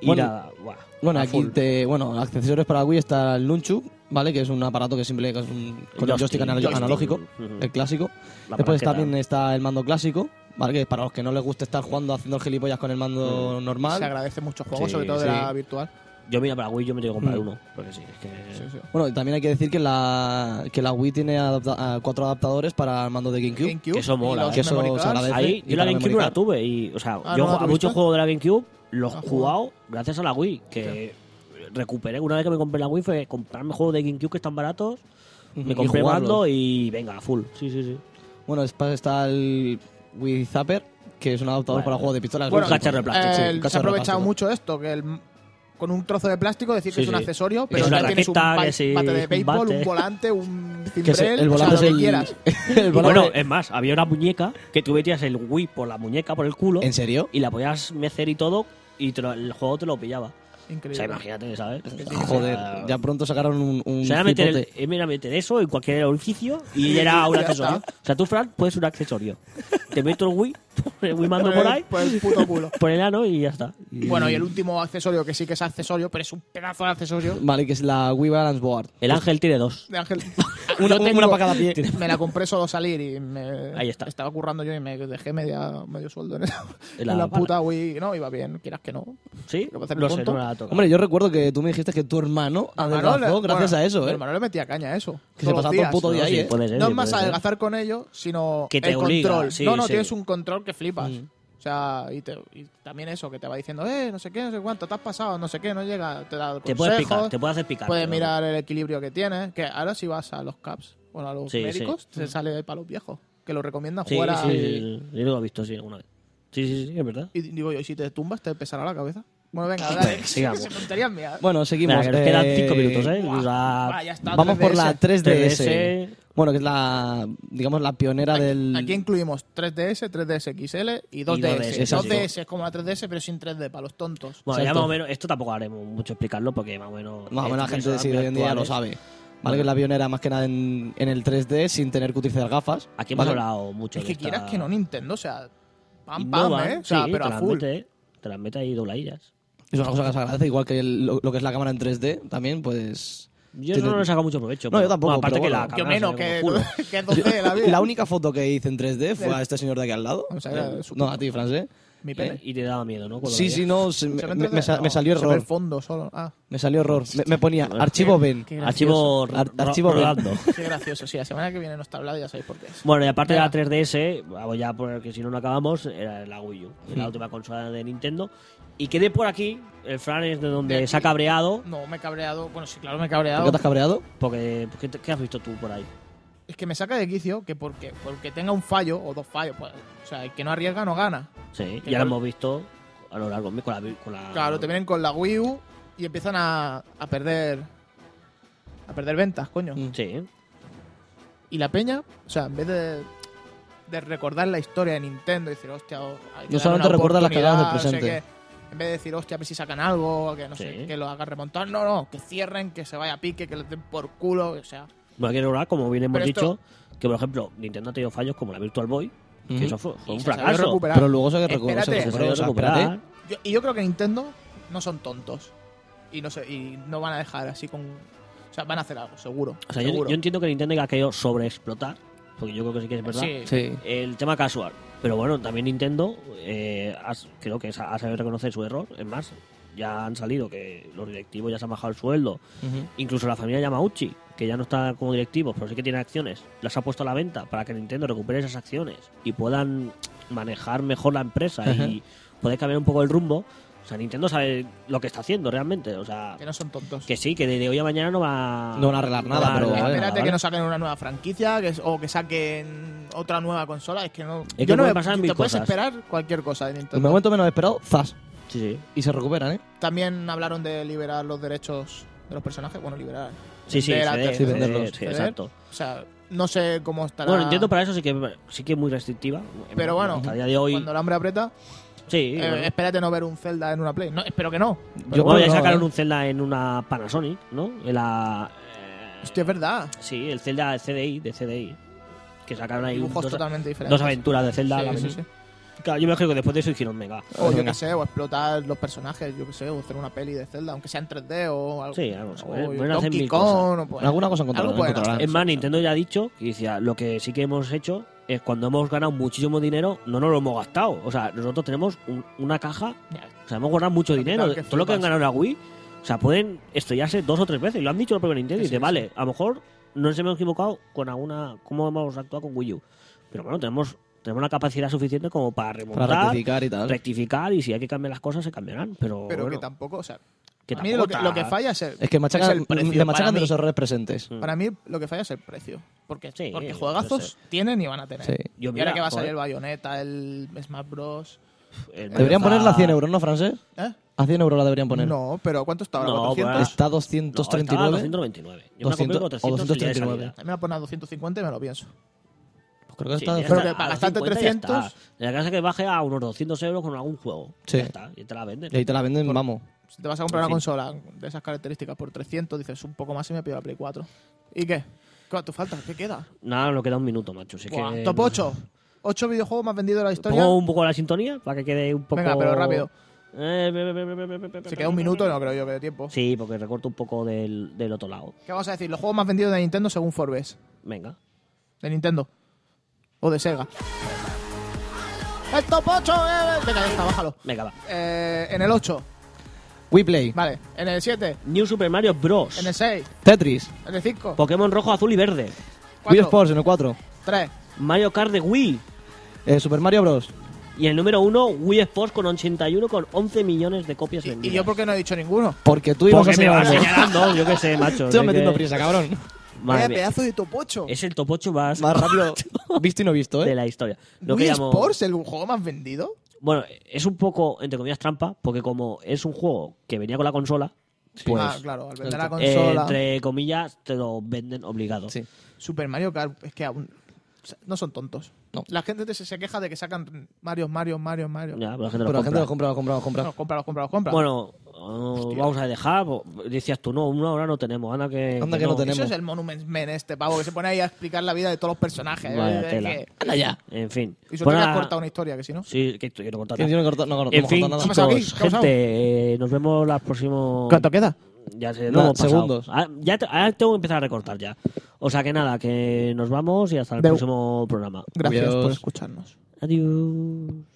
Speaker 4: Y
Speaker 3: Bueno,
Speaker 4: nada, buah,
Speaker 3: Bueno,
Speaker 4: a
Speaker 3: aquí
Speaker 4: full.
Speaker 3: te, bueno, accesorios para Wii está el Nunchuk, ¿vale? Que es un aparato que simple que es un, con el
Speaker 4: Joystick,
Speaker 3: joystick anal-
Speaker 4: joystick.
Speaker 3: analógico,
Speaker 4: Ujú.
Speaker 3: el clásico.
Speaker 4: La
Speaker 3: Después
Speaker 4: palanqueta.
Speaker 3: también está el mando clásico, ¿vale? Que para los que no les gusta estar jugando haciendo el gilipollas con el mando
Speaker 4: Mm.
Speaker 2: Se
Speaker 3: normal.
Speaker 2: agradece mucho juego,
Speaker 4: Sí,
Speaker 2: sobre todo de
Speaker 4: sí.
Speaker 2: la virtual.
Speaker 4: Yo mira para la Wii, yo me tengo que comprar
Speaker 3: eh, Mm.
Speaker 4: uno, porque sí, es que...
Speaker 2: Sí, sí.
Speaker 3: Bueno, y también hay que decir que la, que la Wii tiene adapta- ah, cuatro adaptadores para el mando de GameCube.
Speaker 2: GameCube.
Speaker 4: que eso mola,
Speaker 2: y los
Speaker 3: que eso
Speaker 2: memory
Speaker 3: se
Speaker 2: cards.
Speaker 3: agradece.
Speaker 4: Ahí,
Speaker 3: y
Speaker 4: yo la
Speaker 3: para
Speaker 4: GameCube no
Speaker 3: memorizar.
Speaker 4: la tuve y, o sea,
Speaker 2: Ah,
Speaker 4: yo
Speaker 2: ¿no la
Speaker 4: jugaba muchos
Speaker 2: tuviste?
Speaker 4: juegos de la GameCube, los
Speaker 2: Ah,
Speaker 4: he jugado gracias a la Wii, que recuperé. Una vez que me compré la Wii fue comprarme juegos de GameCube que están baratos, me
Speaker 3: Y
Speaker 4: compré el
Speaker 3: jugarlos.
Speaker 4: mando y venga, full. Sí, sí, sí.
Speaker 3: Bueno, después está el Wii Zapper, que es un adaptador
Speaker 4: Bueno.
Speaker 3: para juegos de pistola.
Speaker 2: Bueno,
Speaker 3: Es
Speaker 4: un cacharro de plástico.
Speaker 2: Eh,
Speaker 3: sí, un
Speaker 2: el- se ha
Speaker 3: cacharro de
Speaker 2: aprovechado
Speaker 3: plástico.
Speaker 2: mucho esto, que el- con un trozo de plástico decir que
Speaker 4: Sí,
Speaker 2: es un
Speaker 4: sí.
Speaker 2: accesorio,
Speaker 4: es
Speaker 2: pero
Speaker 4: una
Speaker 2: ya tienes un
Speaker 4: raqueta,
Speaker 2: ba-
Speaker 4: que sí,
Speaker 2: bate de
Speaker 4: un
Speaker 2: béisbol,
Speaker 4: bate.
Speaker 2: un volante,
Speaker 4: <laughs>
Speaker 2: un
Speaker 3: Que es el,
Speaker 2: cimbrel, o
Speaker 3: el
Speaker 2: sea,
Speaker 3: volante
Speaker 2: lo que
Speaker 3: es el-
Speaker 2: quieras.
Speaker 3: <laughs> el
Speaker 4: Y bueno,
Speaker 3: volante-
Speaker 4: es más, había una muñeca que tú metías el Wii por la muñeca, por el culo,
Speaker 3: ¿En serio?
Speaker 4: y la podías mecer y todo, y te lo- el juego te lo pillaba. O sea,
Speaker 2: Increíble.
Speaker 4: imagínate, ¿sabes?
Speaker 3: Joder, ya pronto sacaron un, un
Speaker 4: O sea, era meter, el- eh,
Speaker 3: cipote.
Speaker 4: era meter eso en cualquier orificio y era un
Speaker 2: Ya
Speaker 4: accesorio.
Speaker 2: está.
Speaker 4: O sea, tú, Fran, puedes un accesorio. Te meto el Wii, <laughs> el Wii mando
Speaker 2: Por
Speaker 4: por
Speaker 2: el-
Speaker 4: ahí,
Speaker 2: por Pues, el puto culo.
Speaker 4: por el ano <laughs> y ya está.
Speaker 2: Bueno, y el último accesorio, que sí que es accesorio, pero es un pedazo de accesorio.
Speaker 3: Vale, que es la Wii Balance Board.
Speaker 4: El ángel tiene dos.
Speaker 2: De
Speaker 4: <laughs>
Speaker 2: Ángel.
Speaker 3: Una-
Speaker 2: Yo te
Speaker 3: una
Speaker 2: digo,
Speaker 3: para cada pie.
Speaker 2: Me la compré solo a salir y me
Speaker 4: Ahí está.
Speaker 2: estaba currando yo y me dejé media, medio sueldo en, esa-
Speaker 4: En la
Speaker 2: en la
Speaker 4: bala.
Speaker 2: puta Wii. No, iba bien, quieras que no.
Speaker 4: ¿Sí?
Speaker 2: ¿Lo va a hacer
Speaker 4: No
Speaker 2: el
Speaker 4: sé,
Speaker 2: punto?
Speaker 4: no me la ha tocado.
Speaker 3: Hombre, yo recuerdo que tú me dijiste que tu hermano adelgazó
Speaker 2: Manolo-
Speaker 3: gracias
Speaker 2: bueno,
Speaker 3: a eso,
Speaker 2: mi
Speaker 3: ¿eh?
Speaker 2: hermano le metía caña a eso.
Speaker 3: Que se
Speaker 2: Todos los
Speaker 3: pasaba todo el
Speaker 2: días.
Speaker 3: puto día ahí,
Speaker 4: sí,
Speaker 3: ¿eh?
Speaker 4: puede ser,
Speaker 2: No
Speaker 4: sí,
Speaker 2: es más
Speaker 4: puede ser.
Speaker 2: adelgazar con ello, sino
Speaker 4: Que te
Speaker 2: el
Speaker 4: obliga,
Speaker 2: control.
Speaker 4: sí,
Speaker 2: no, no,
Speaker 4: sí.
Speaker 3: Mm.
Speaker 2: tienes un control que flipas. O O sea, y, te- y también eso, que te va diciendo, eh, no sé qué, no sé cuánto, te has pasado, no sé qué, no llega, te da
Speaker 4: Te puedes
Speaker 2: consejos,
Speaker 4: picar, te puedes hacer picar,
Speaker 2: Puedes
Speaker 4: pero-
Speaker 2: mirar el equilibrio que tienes, que ahora si vas a los CAPS o a los
Speaker 4: Sí, sí.
Speaker 2: médicos, se sale para los viejos, que lo recomiendan
Speaker 4: Sí,
Speaker 2: jugar a...
Speaker 4: sí, sí, sí. Yo lo he visto, sí, alguna vez. Sí, sí, sí, es verdad.
Speaker 2: Y digo yo, ¿y si te tumbas te pesará la cabeza? Bueno,
Speaker 4: <laughs>
Speaker 2: venga, dale.
Speaker 4: Venga, sigamos.
Speaker 2: Esa tontería es mía.
Speaker 3: Bueno, seguimos.
Speaker 4: Venga, que nos quedan
Speaker 3: Eh,
Speaker 4: cinco minutos, ¿eh?
Speaker 2: Buah,
Speaker 4: O sea,
Speaker 2: va, ya está,
Speaker 3: Vamos por la
Speaker 2: 3DS.
Speaker 3: 3DS.
Speaker 4: 3DS.
Speaker 3: Bueno, que es la, digamos, la pionera del...
Speaker 2: Aquí incluimos 3DS, 3DS XL y 2DS.
Speaker 4: 2DS, sí, sí.
Speaker 2: 2DS es como la 3DS, pero sin 3D, para los tontos.
Speaker 4: Bueno, ya
Speaker 3: Exacto.
Speaker 4: más o menos, esto tampoco haremos mucho explicarlo porque más o menos.
Speaker 3: Más o menos la gente de
Speaker 4: estos personas
Speaker 3: sí, hoy en día lo
Speaker 4: actuales-
Speaker 3: sabe. Vale, que es la pionera más que nada en, en el 3D sin tener que utilizar gafas.
Speaker 4: Aquí hemos
Speaker 3: Vale.
Speaker 4: hablado mucho.
Speaker 2: Es que
Speaker 4: de esta-
Speaker 2: quieras que no, Nintendo, o sea, pam, pam,
Speaker 4: Innovan,
Speaker 2: ¿eh? O sea,
Speaker 4: sí,
Speaker 2: pero
Speaker 4: te
Speaker 2: a
Speaker 4: las
Speaker 2: full.
Speaker 4: mete- te las mete ahí dobladillas.
Speaker 3: Es una cosa que se agradece, igual que el- lo, lo que es la cámara en 3D también, pues...
Speaker 4: Yo
Speaker 3: tiene-
Speaker 4: no le saco mucho provecho.
Speaker 3: No, yo tampoco,
Speaker 4: bueno, aparte
Speaker 3: pero
Speaker 4: que
Speaker 3: bueno.
Speaker 4: la
Speaker 2: Yo
Speaker 4: cámara
Speaker 2: menos
Speaker 4: se ve
Speaker 2: que,
Speaker 4: como culo.
Speaker 2: que es 2D la vida.
Speaker 3: La única foto que hice en 3D fue a este señor de aquí al lado.
Speaker 2: O sea, era su
Speaker 3: no, a ti, Franz, ¿eh?
Speaker 2: Mi pene.
Speaker 4: Y te daba miedo, ¿no? Cuando
Speaker 3: Sí,
Speaker 4: la
Speaker 3: sí,
Speaker 4: veías.
Speaker 3: no, se- me,
Speaker 2: ¿Se ve en
Speaker 3: me-
Speaker 2: 3D?
Speaker 3: me sa- me
Speaker 2: No,
Speaker 3: salió
Speaker 2: se ve el
Speaker 3: error.
Speaker 2: fondo solo. Ah,
Speaker 3: Me salió error. Me, me ponía archivo Ben.
Speaker 2: qué
Speaker 4: Archivo
Speaker 3: Ar-
Speaker 4: ro-
Speaker 3: archivo
Speaker 4: rodando.
Speaker 2: Qué gracioso. Sí, la semana que viene no está hablado, ya sabéis por qué es.
Speaker 4: <laughs> Bueno, y aparte
Speaker 2: Venga.
Speaker 4: de la 3DS, vamos ya porque si no, no acabamos, era la Wii U,
Speaker 3: Hmm.
Speaker 4: la última consola de Nintendo. Y quedé por aquí, el Fran es de donde
Speaker 2: De aquí.
Speaker 4: se ha cabreado,
Speaker 2: No, me he cabreado. Bueno, sí, claro, me he
Speaker 3: ¿Por
Speaker 2: cabreado.
Speaker 3: qué te has cabreado?
Speaker 4: porque ¿qué, te- qué has visto tú por ahí?
Speaker 2: Es que me saca de quicio que porque, porque tenga un fallo o dos fallos, pues, o sea, el que no arriesga no gana.
Speaker 4: Sí,
Speaker 2: Que
Speaker 4: ya
Speaker 2: igual-
Speaker 4: lo hemos visto a lo largo, con la... Con la
Speaker 2: Claro, te vienen con la Wii U y empiezan a, a perder a perder ventas, coño.
Speaker 3: Mm.
Speaker 4: Sí,
Speaker 2: Y la peña, o sea, en vez de, de recordar la historia de Nintendo y decir, hostia, oh, hay que
Speaker 3: No
Speaker 2: darle
Speaker 3: solamente
Speaker 2: una
Speaker 3: recuerda las
Speaker 2: oportunidad,
Speaker 3: cagadas del
Speaker 2: no sé
Speaker 3: presente.
Speaker 2: qué. en vez de decir, hostia, a ver si sacan algo, que no
Speaker 4: Sí.
Speaker 2: sé, que lo hagan remontar. No, no, que cierren, que se vaya a pique, que les den por culo, o sea.
Speaker 4: Bueno, hay que recordar, como bien hemos
Speaker 2: Pero esto-
Speaker 4: dicho, que por ejemplo, Nintendo ha tenido fallos como la Virtual Boy, que
Speaker 3: Ujú.
Speaker 4: eso fue, fue
Speaker 2: y
Speaker 4: un
Speaker 2: se sabe
Speaker 4: fracaso.
Speaker 2: recuperar.
Speaker 3: Pero luego se que
Speaker 2: Espérate.
Speaker 4: Se
Speaker 2: Pero
Speaker 4: sabe
Speaker 2: eso,
Speaker 4: recuperar.
Speaker 2: Yo- y yo creo que Nintendo no son tontos. Y no sé, y no van a dejar así con. O sea, van a hacer algo, seguro.
Speaker 4: O sea, yo,
Speaker 2: seguro.
Speaker 4: yo entiendo que Nintendo ha querido sobreexplotar, porque yo creo que sí que es verdad.
Speaker 2: Sí.
Speaker 3: Sí.
Speaker 4: El tema casual. Pero bueno, también Nintendo eh, has- creo que sa- ha sabido reconocer su error. Es más, ya han salido que los directivos ya se han bajado el sueldo. Incluso la familia Yamauchi, que ya no está como directivos, pero sí que tiene acciones, las ha puesto a la venta para que Nintendo recupere esas acciones y puedan manejar mejor la empresa y poder cambiar un poco el rumbo. O sea, Nintendo sabe lo que está haciendo realmente. O sea,
Speaker 2: Que no son tontos.
Speaker 4: que sí, que de hoy a mañana no va
Speaker 3: No van a arreglar nada,
Speaker 4: va a
Speaker 3: pero
Speaker 4: arreglar
Speaker 3: bueno,
Speaker 2: Espérate
Speaker 4: nada, ¿vale?
Speaker 2: que no saquen una nueva franquicia que es- o que saquen otra nueva consola. Es que no.
Speaker 4: que
Speaker 2: yo no
Speaker 4: pueden
Speaker 2: me-
Speaker 4: pasar
Speaker 2: te
Speaker 4: mil
Speaker 2: puedes
Speaker 4: cosas.
Speaker 2: esperar cualquier cosa de
Speaker 3: En el
Speaker 2: Nintendo.
Speaker 3: momento menos esperado, ¡zas!
Speaker 4: Sí, sí.
Speaker 3: Y se recuperan, ¿eh?
Speaker 2: También hablaron de liberar los derechos de los personajes. Bueno, liberar.
Speaker 4: Sí, sí,
Speaker 2: Vender a
Speaker 4: ceder,
Speaker 2: terceros,
Speaker 4: ceder,
Speaker 3: venderlos.
Speaker 4: sí,
Speaker 2: ceder.
Speaker 4: exacto.
Speaker 2: O sea, no sé cómo estará.
Speaker 4: Bueno, entiendo para eso sí que sí que es muy restrictiva.
Speaker 2: Pero bueno,
Speaker 4: a día de hoy
Speaker 2: cuando el hambre aprieta.
Speaker 4: sí.
Speaker 2: eh,
Speaker 4: bueno.
Speaker 2: espérate no ver un Zelda en una Play. No, espero que no.
Speaker 4: Yo
Speaker 3: Yo creo
Speaker 4: bueno, ya
Speaker 3: que no,
Speaker 4: sacaron
Speaker 3: ¿eh?
Speaker 4: un Zelda en una Panasonic, ¿no? En la eh,
Speaker 2: Hostia, es verdad.
Speaker 4: sí, el Zelda de CDI, de CDI, que sacaron ahí un-
Speaker 2: Dibujos
Speaker 4: dos,
Speaker 2: totalmente diferentes.
Speaker 4: dos aventuras de Zelda. la
Speaker 2: Sí, sí,
Speaker 4: verdad.
Speaker 2: sí.
Speaker 4: Claro, yo me imagino que después de eso dijeron, venga.
Speaker 2: O yo qué sé, o explotar los personajes, yo qué sé, o hacer una peli de Zelda, aunque sea en 3D o algo.
Speaker 4: Sí, algo, se
Speaker 2: o
Speaker 4: pueden-
Speaker 2: yo
Speaker 4: pueden hacer
Speaker 2: Donkey
Speaker 4: mil
Speaker 2: Kong, o pues-
Speaker 3: Alguna cosa encontrarán,
Speaker 2: algo pueden
Speaker 3: encontrarán.
Speaker 2: hacer.
Speaker 4: Es más, Nintendo ya ha dicho que decía, lo que sí que hemos hecho es cuando hemos ganado muchísimo dinero, no nos lo hemos gastado. O sea, nosotros tenemos un- una caja,
Speaker 2: Ya.
Speaker 4: o sea, hemos guardado mucho
Speaker 2: Capital
Speaker 4: dinero.
Speaker 2: que
Speaker 4: Todo lo que han
Speaker 2: flipas.
Speaker 4: ganado en la Wii, o sea, pueden estrellarse dos o tres veces. Y lo han dicho los propios Nintendo.
Speaker 2: Sí,
Speaker 4: y dice,
Speaker 2: sí,
Speaker 4: vale, a lo mejor no nos hemos equivocado con alguna. ¿Cómo hemos actuado con Wii U? Pero bueno, tenemos, tenemos la capacidad suficiente como para remontar,
Speaker 3: Para rectificar y tal.
Speaker 4: rectificar, y si hay que cambiar las cosas, se cambiarán. Pero,
Speaker 2: Pero
Speaker 4: bueno,
Speaker 2: que tampoco, o sea,
Speaker 4: que
Speaker 2: a mí lo que, Ah.
Speaker 4: tampoco
Speaker 2: lo que
Speaker 4: está-
Speaker 2: falla es el,
Speaker 3: Es que
Speaker 2: es
Speaker 3: machacan,
Speaker 2: el precio.
Speaker 3: le machacan
Speaker 2: para,
Speaker 3: de
Speaker 2: mí,
Speaker 3: los errores presentes.
Speaker 4: Mm.
Speaker 2: para mí lo que falla es el precio. Porque,
Speaker 4: Sí,
Speaker 2: porque
Speaker 4: yo
Speaker 2: juegazos tienen y van a tener.
Speaker 3: Sí.
Speaker 4: Yo,
Speaker 2: y
Speaker 4: mira,
Speaker 2: ahora que va a
Speaker 4: joder.
Speaker 2: salir el Bayonetta, el Smash Bros.
Speaker 4: El Mario
Speaker 3: Deberían
Speaker 4: Kart-
Speaker 3: ponerla a 100 euros, ¿no, Francés?
Speaker 2: ¿eh?
Speaker 3: A 100 euros la deberían poner.
Speaker 2: No, pero ¿cuánto está ahora?
Speaker 4: No,
Speaker 2: 400.
Speaker 4: pues,
Speaker 3: Está
Speaker 4: No, estaba
Speaker 3: 239.
Speaker 4: 299. Yo me la compré por
Speaker 3: 200 o
Speaker 4: 300 el día de
Speaker 3: 239.
Speaker 4: salida.
Speaker 2: A mí me la ponen a 250 y me lo pienso.
Speaker 3: Pues creo que
Speaker 4: Sí,
Speaker 3: está.
Speaker 4: ya
Speaker 2: Pero
Speaker 4: está,
Speaker 2: que para
Speaker 4: a los
Speaker 2: gastarte
Speaker 4: 50 ya
Speaker 2: 300.
Speaker 4: está. En la casa que baje a unos 200 euros con algún juego.
Speaker 3: Sí.
Speaker 4: Ya está, y te la venden.
Speaker 3: Y ahí te la venden, vamos.
Speaker 2: Si te vas a comprar
Speaker 4: En
Speaker 2: una
Speaker 4: fin.
Speaker 2: consola de esas características por 300, dices un poco más y me pido la Play 4. ¿Y qué? ¿Cuánto falta? ¿Qué queda?
Speaker 4: Nada, nos queda un minuto, macho. Si es
Speaker 2: Buah,
Speaker 4: que-
Speaker 2: top 8. 8 videojuegos más vendidos de la historia.
Speaker 4: Pongo un poco la sintonía para que quede un poco.
Speaker 2: Venga, pero rápido.
Speaker 4: Eh, be- be- be- be- be- be- be-
Speaker 2: Se queda un minuto, no creo yo que de tiempo.
Speaker 4: Sí, porque recorto un poco del, del otro lado.
Speaker 2: ¿Qué vamos a decir? Los juegos más vendidos de Nintendo según Forbes.
Speaker 4: Venga.
Speaker 2: De Nintendo. O de Sega. El top 8 es... eh, Venga, ya está, bájalo.
Speaker 4: Venga, va.
Speaker 2: Eh, en el 8,
Speaker 3: We Play,
Speaker 2: vale. En el 7,
Speaker 4: New Super Mario Bros.
Speaker 2: en el 6,
Speaker 3: Tetris,
Speaker 2: en el 5,
Speaker 4: Pokémon rojo, azul y verde.
Speaker 2: 4,
Speaker 3: Wii Sports en el 4,
Speaker 2: 3,
Speaker 4: Mario Kart de Wii.
Speaker 3: eh, Super Mario Bros.
Speaker 4: Y en el número uno, Wii Sports con 81, con 11 millones de copias
Speaker 2: ¿Y
Speaker 4: vendidas.
Speaker 2: yo por qué no he dicho ninguno?
Speaker 3: Porque tú ibas
Speaker 4: Porque me vas
Speaker 3: a señalar.
Speaker 4: señalando, <laughs> yo qué sé, macho.
Speaker 3: Te
Speaker 4: sé
Speaker 3: vas metiendo
Speaker 4: que-
Speaker 3: prisa,
Speaker 4: <laughs>
Speaker 3: cabrón.
Speaker 4: Madre
Speaker 2: Eh,
Speaker 4: mía.
Speaker 2: pedazo de topocho.
Speaker 4: Es el top 8 más,
Speaker 3: Más
Speaker 4: <laughs>
Speaker 3: rápido visto y no visto,
Speaker 4: de
Speaker 3: ¿eh?
Speaker 4: la historia. Lo que
Speaker 2: Wii
Speaker 4: llamo-
Speaker 2: Sports, el juego más vendido.
Speaker 4: Bueno, es un poco, entre comillas, trampa, porque como es un juego que venía con la consola, pues,
Speaker 2: ah, claro, al vender la
Speaker 4: eh,
Speaker 2: consola.
Speaker 4: entre comillas, te lo venden obligado.
Speaker 3: Sí.
Speaker 2: Super Mario Kart, es que aún. o sea, No son tontos.
Speaker 3: No.
Speaker 2: La gente te- se queja de que sacan Mario, Mario, Mario, Mario.
Speaker 4: Ya, pero la gente
Speaker 3: Pero la
Speaker 4: lo
Speaker 3: gente
Speaker 4: compra.
Speaker 3: lo compra, lo compra, lo compra.
Speaker 2: No, compra, los compra, los compra.
Speaker 4: Bueno, uh, vamos a dejar. bo- Decías tú, no, una hora no tenemos. Anda que,
Speaker 3: Anda que no tenemos.
Speaker 2: Eso es el Monument Men este, pavo, que se pone ahí a explicar la vida de todos los personajes. ¿eh?
Speaker 4: Vaya
Speaker 2: De
Speaker 4: tela.
Speaker 2: que-
Speaker 3: Anda ya.
Speaker 4: En fin.
Speaker 2: Y solo
Speaker 4: Pues
Speaker 2: te has
Speaker 4: nada,
Speaker 2: cortado una historia, que si no.
Speaker 4: Sí, que estoy- yo no he cortado
Speaker 3: Que yo
Speaker 4: nada.
Speaker 3: no he cortado- no, no, no
Speaker 4: En
Speaker 3: hemos
Speaker 4: fin,
Speaker 3: cortado nada.
Speaker 2: ¿Qué ha pasado aquí?
Speaker 4: chicos,
Speaker 2: ¿Qué ha pasado?
Speaker 4: gente, eh, nos vemos las próximas...
Speaker 2: ¿Cuánto queda?
Speaker 4: Ya sé, no
Speaker 3: Nada,
Speaker 4: hemos pasado.
Speaker 3: segundos.
Speaker 4: Ah, ya te- ahora tengo que empezar a recortar ya. O sea que nada, que nos vamos y hasta el
Speaker 2: Deu.
Speaker 4: próximo programa.
Speaker 2: Gracias
Speaker 3: Cuidaos.
Speaker 2: por escucharnos.
Speaker 4: Adiós.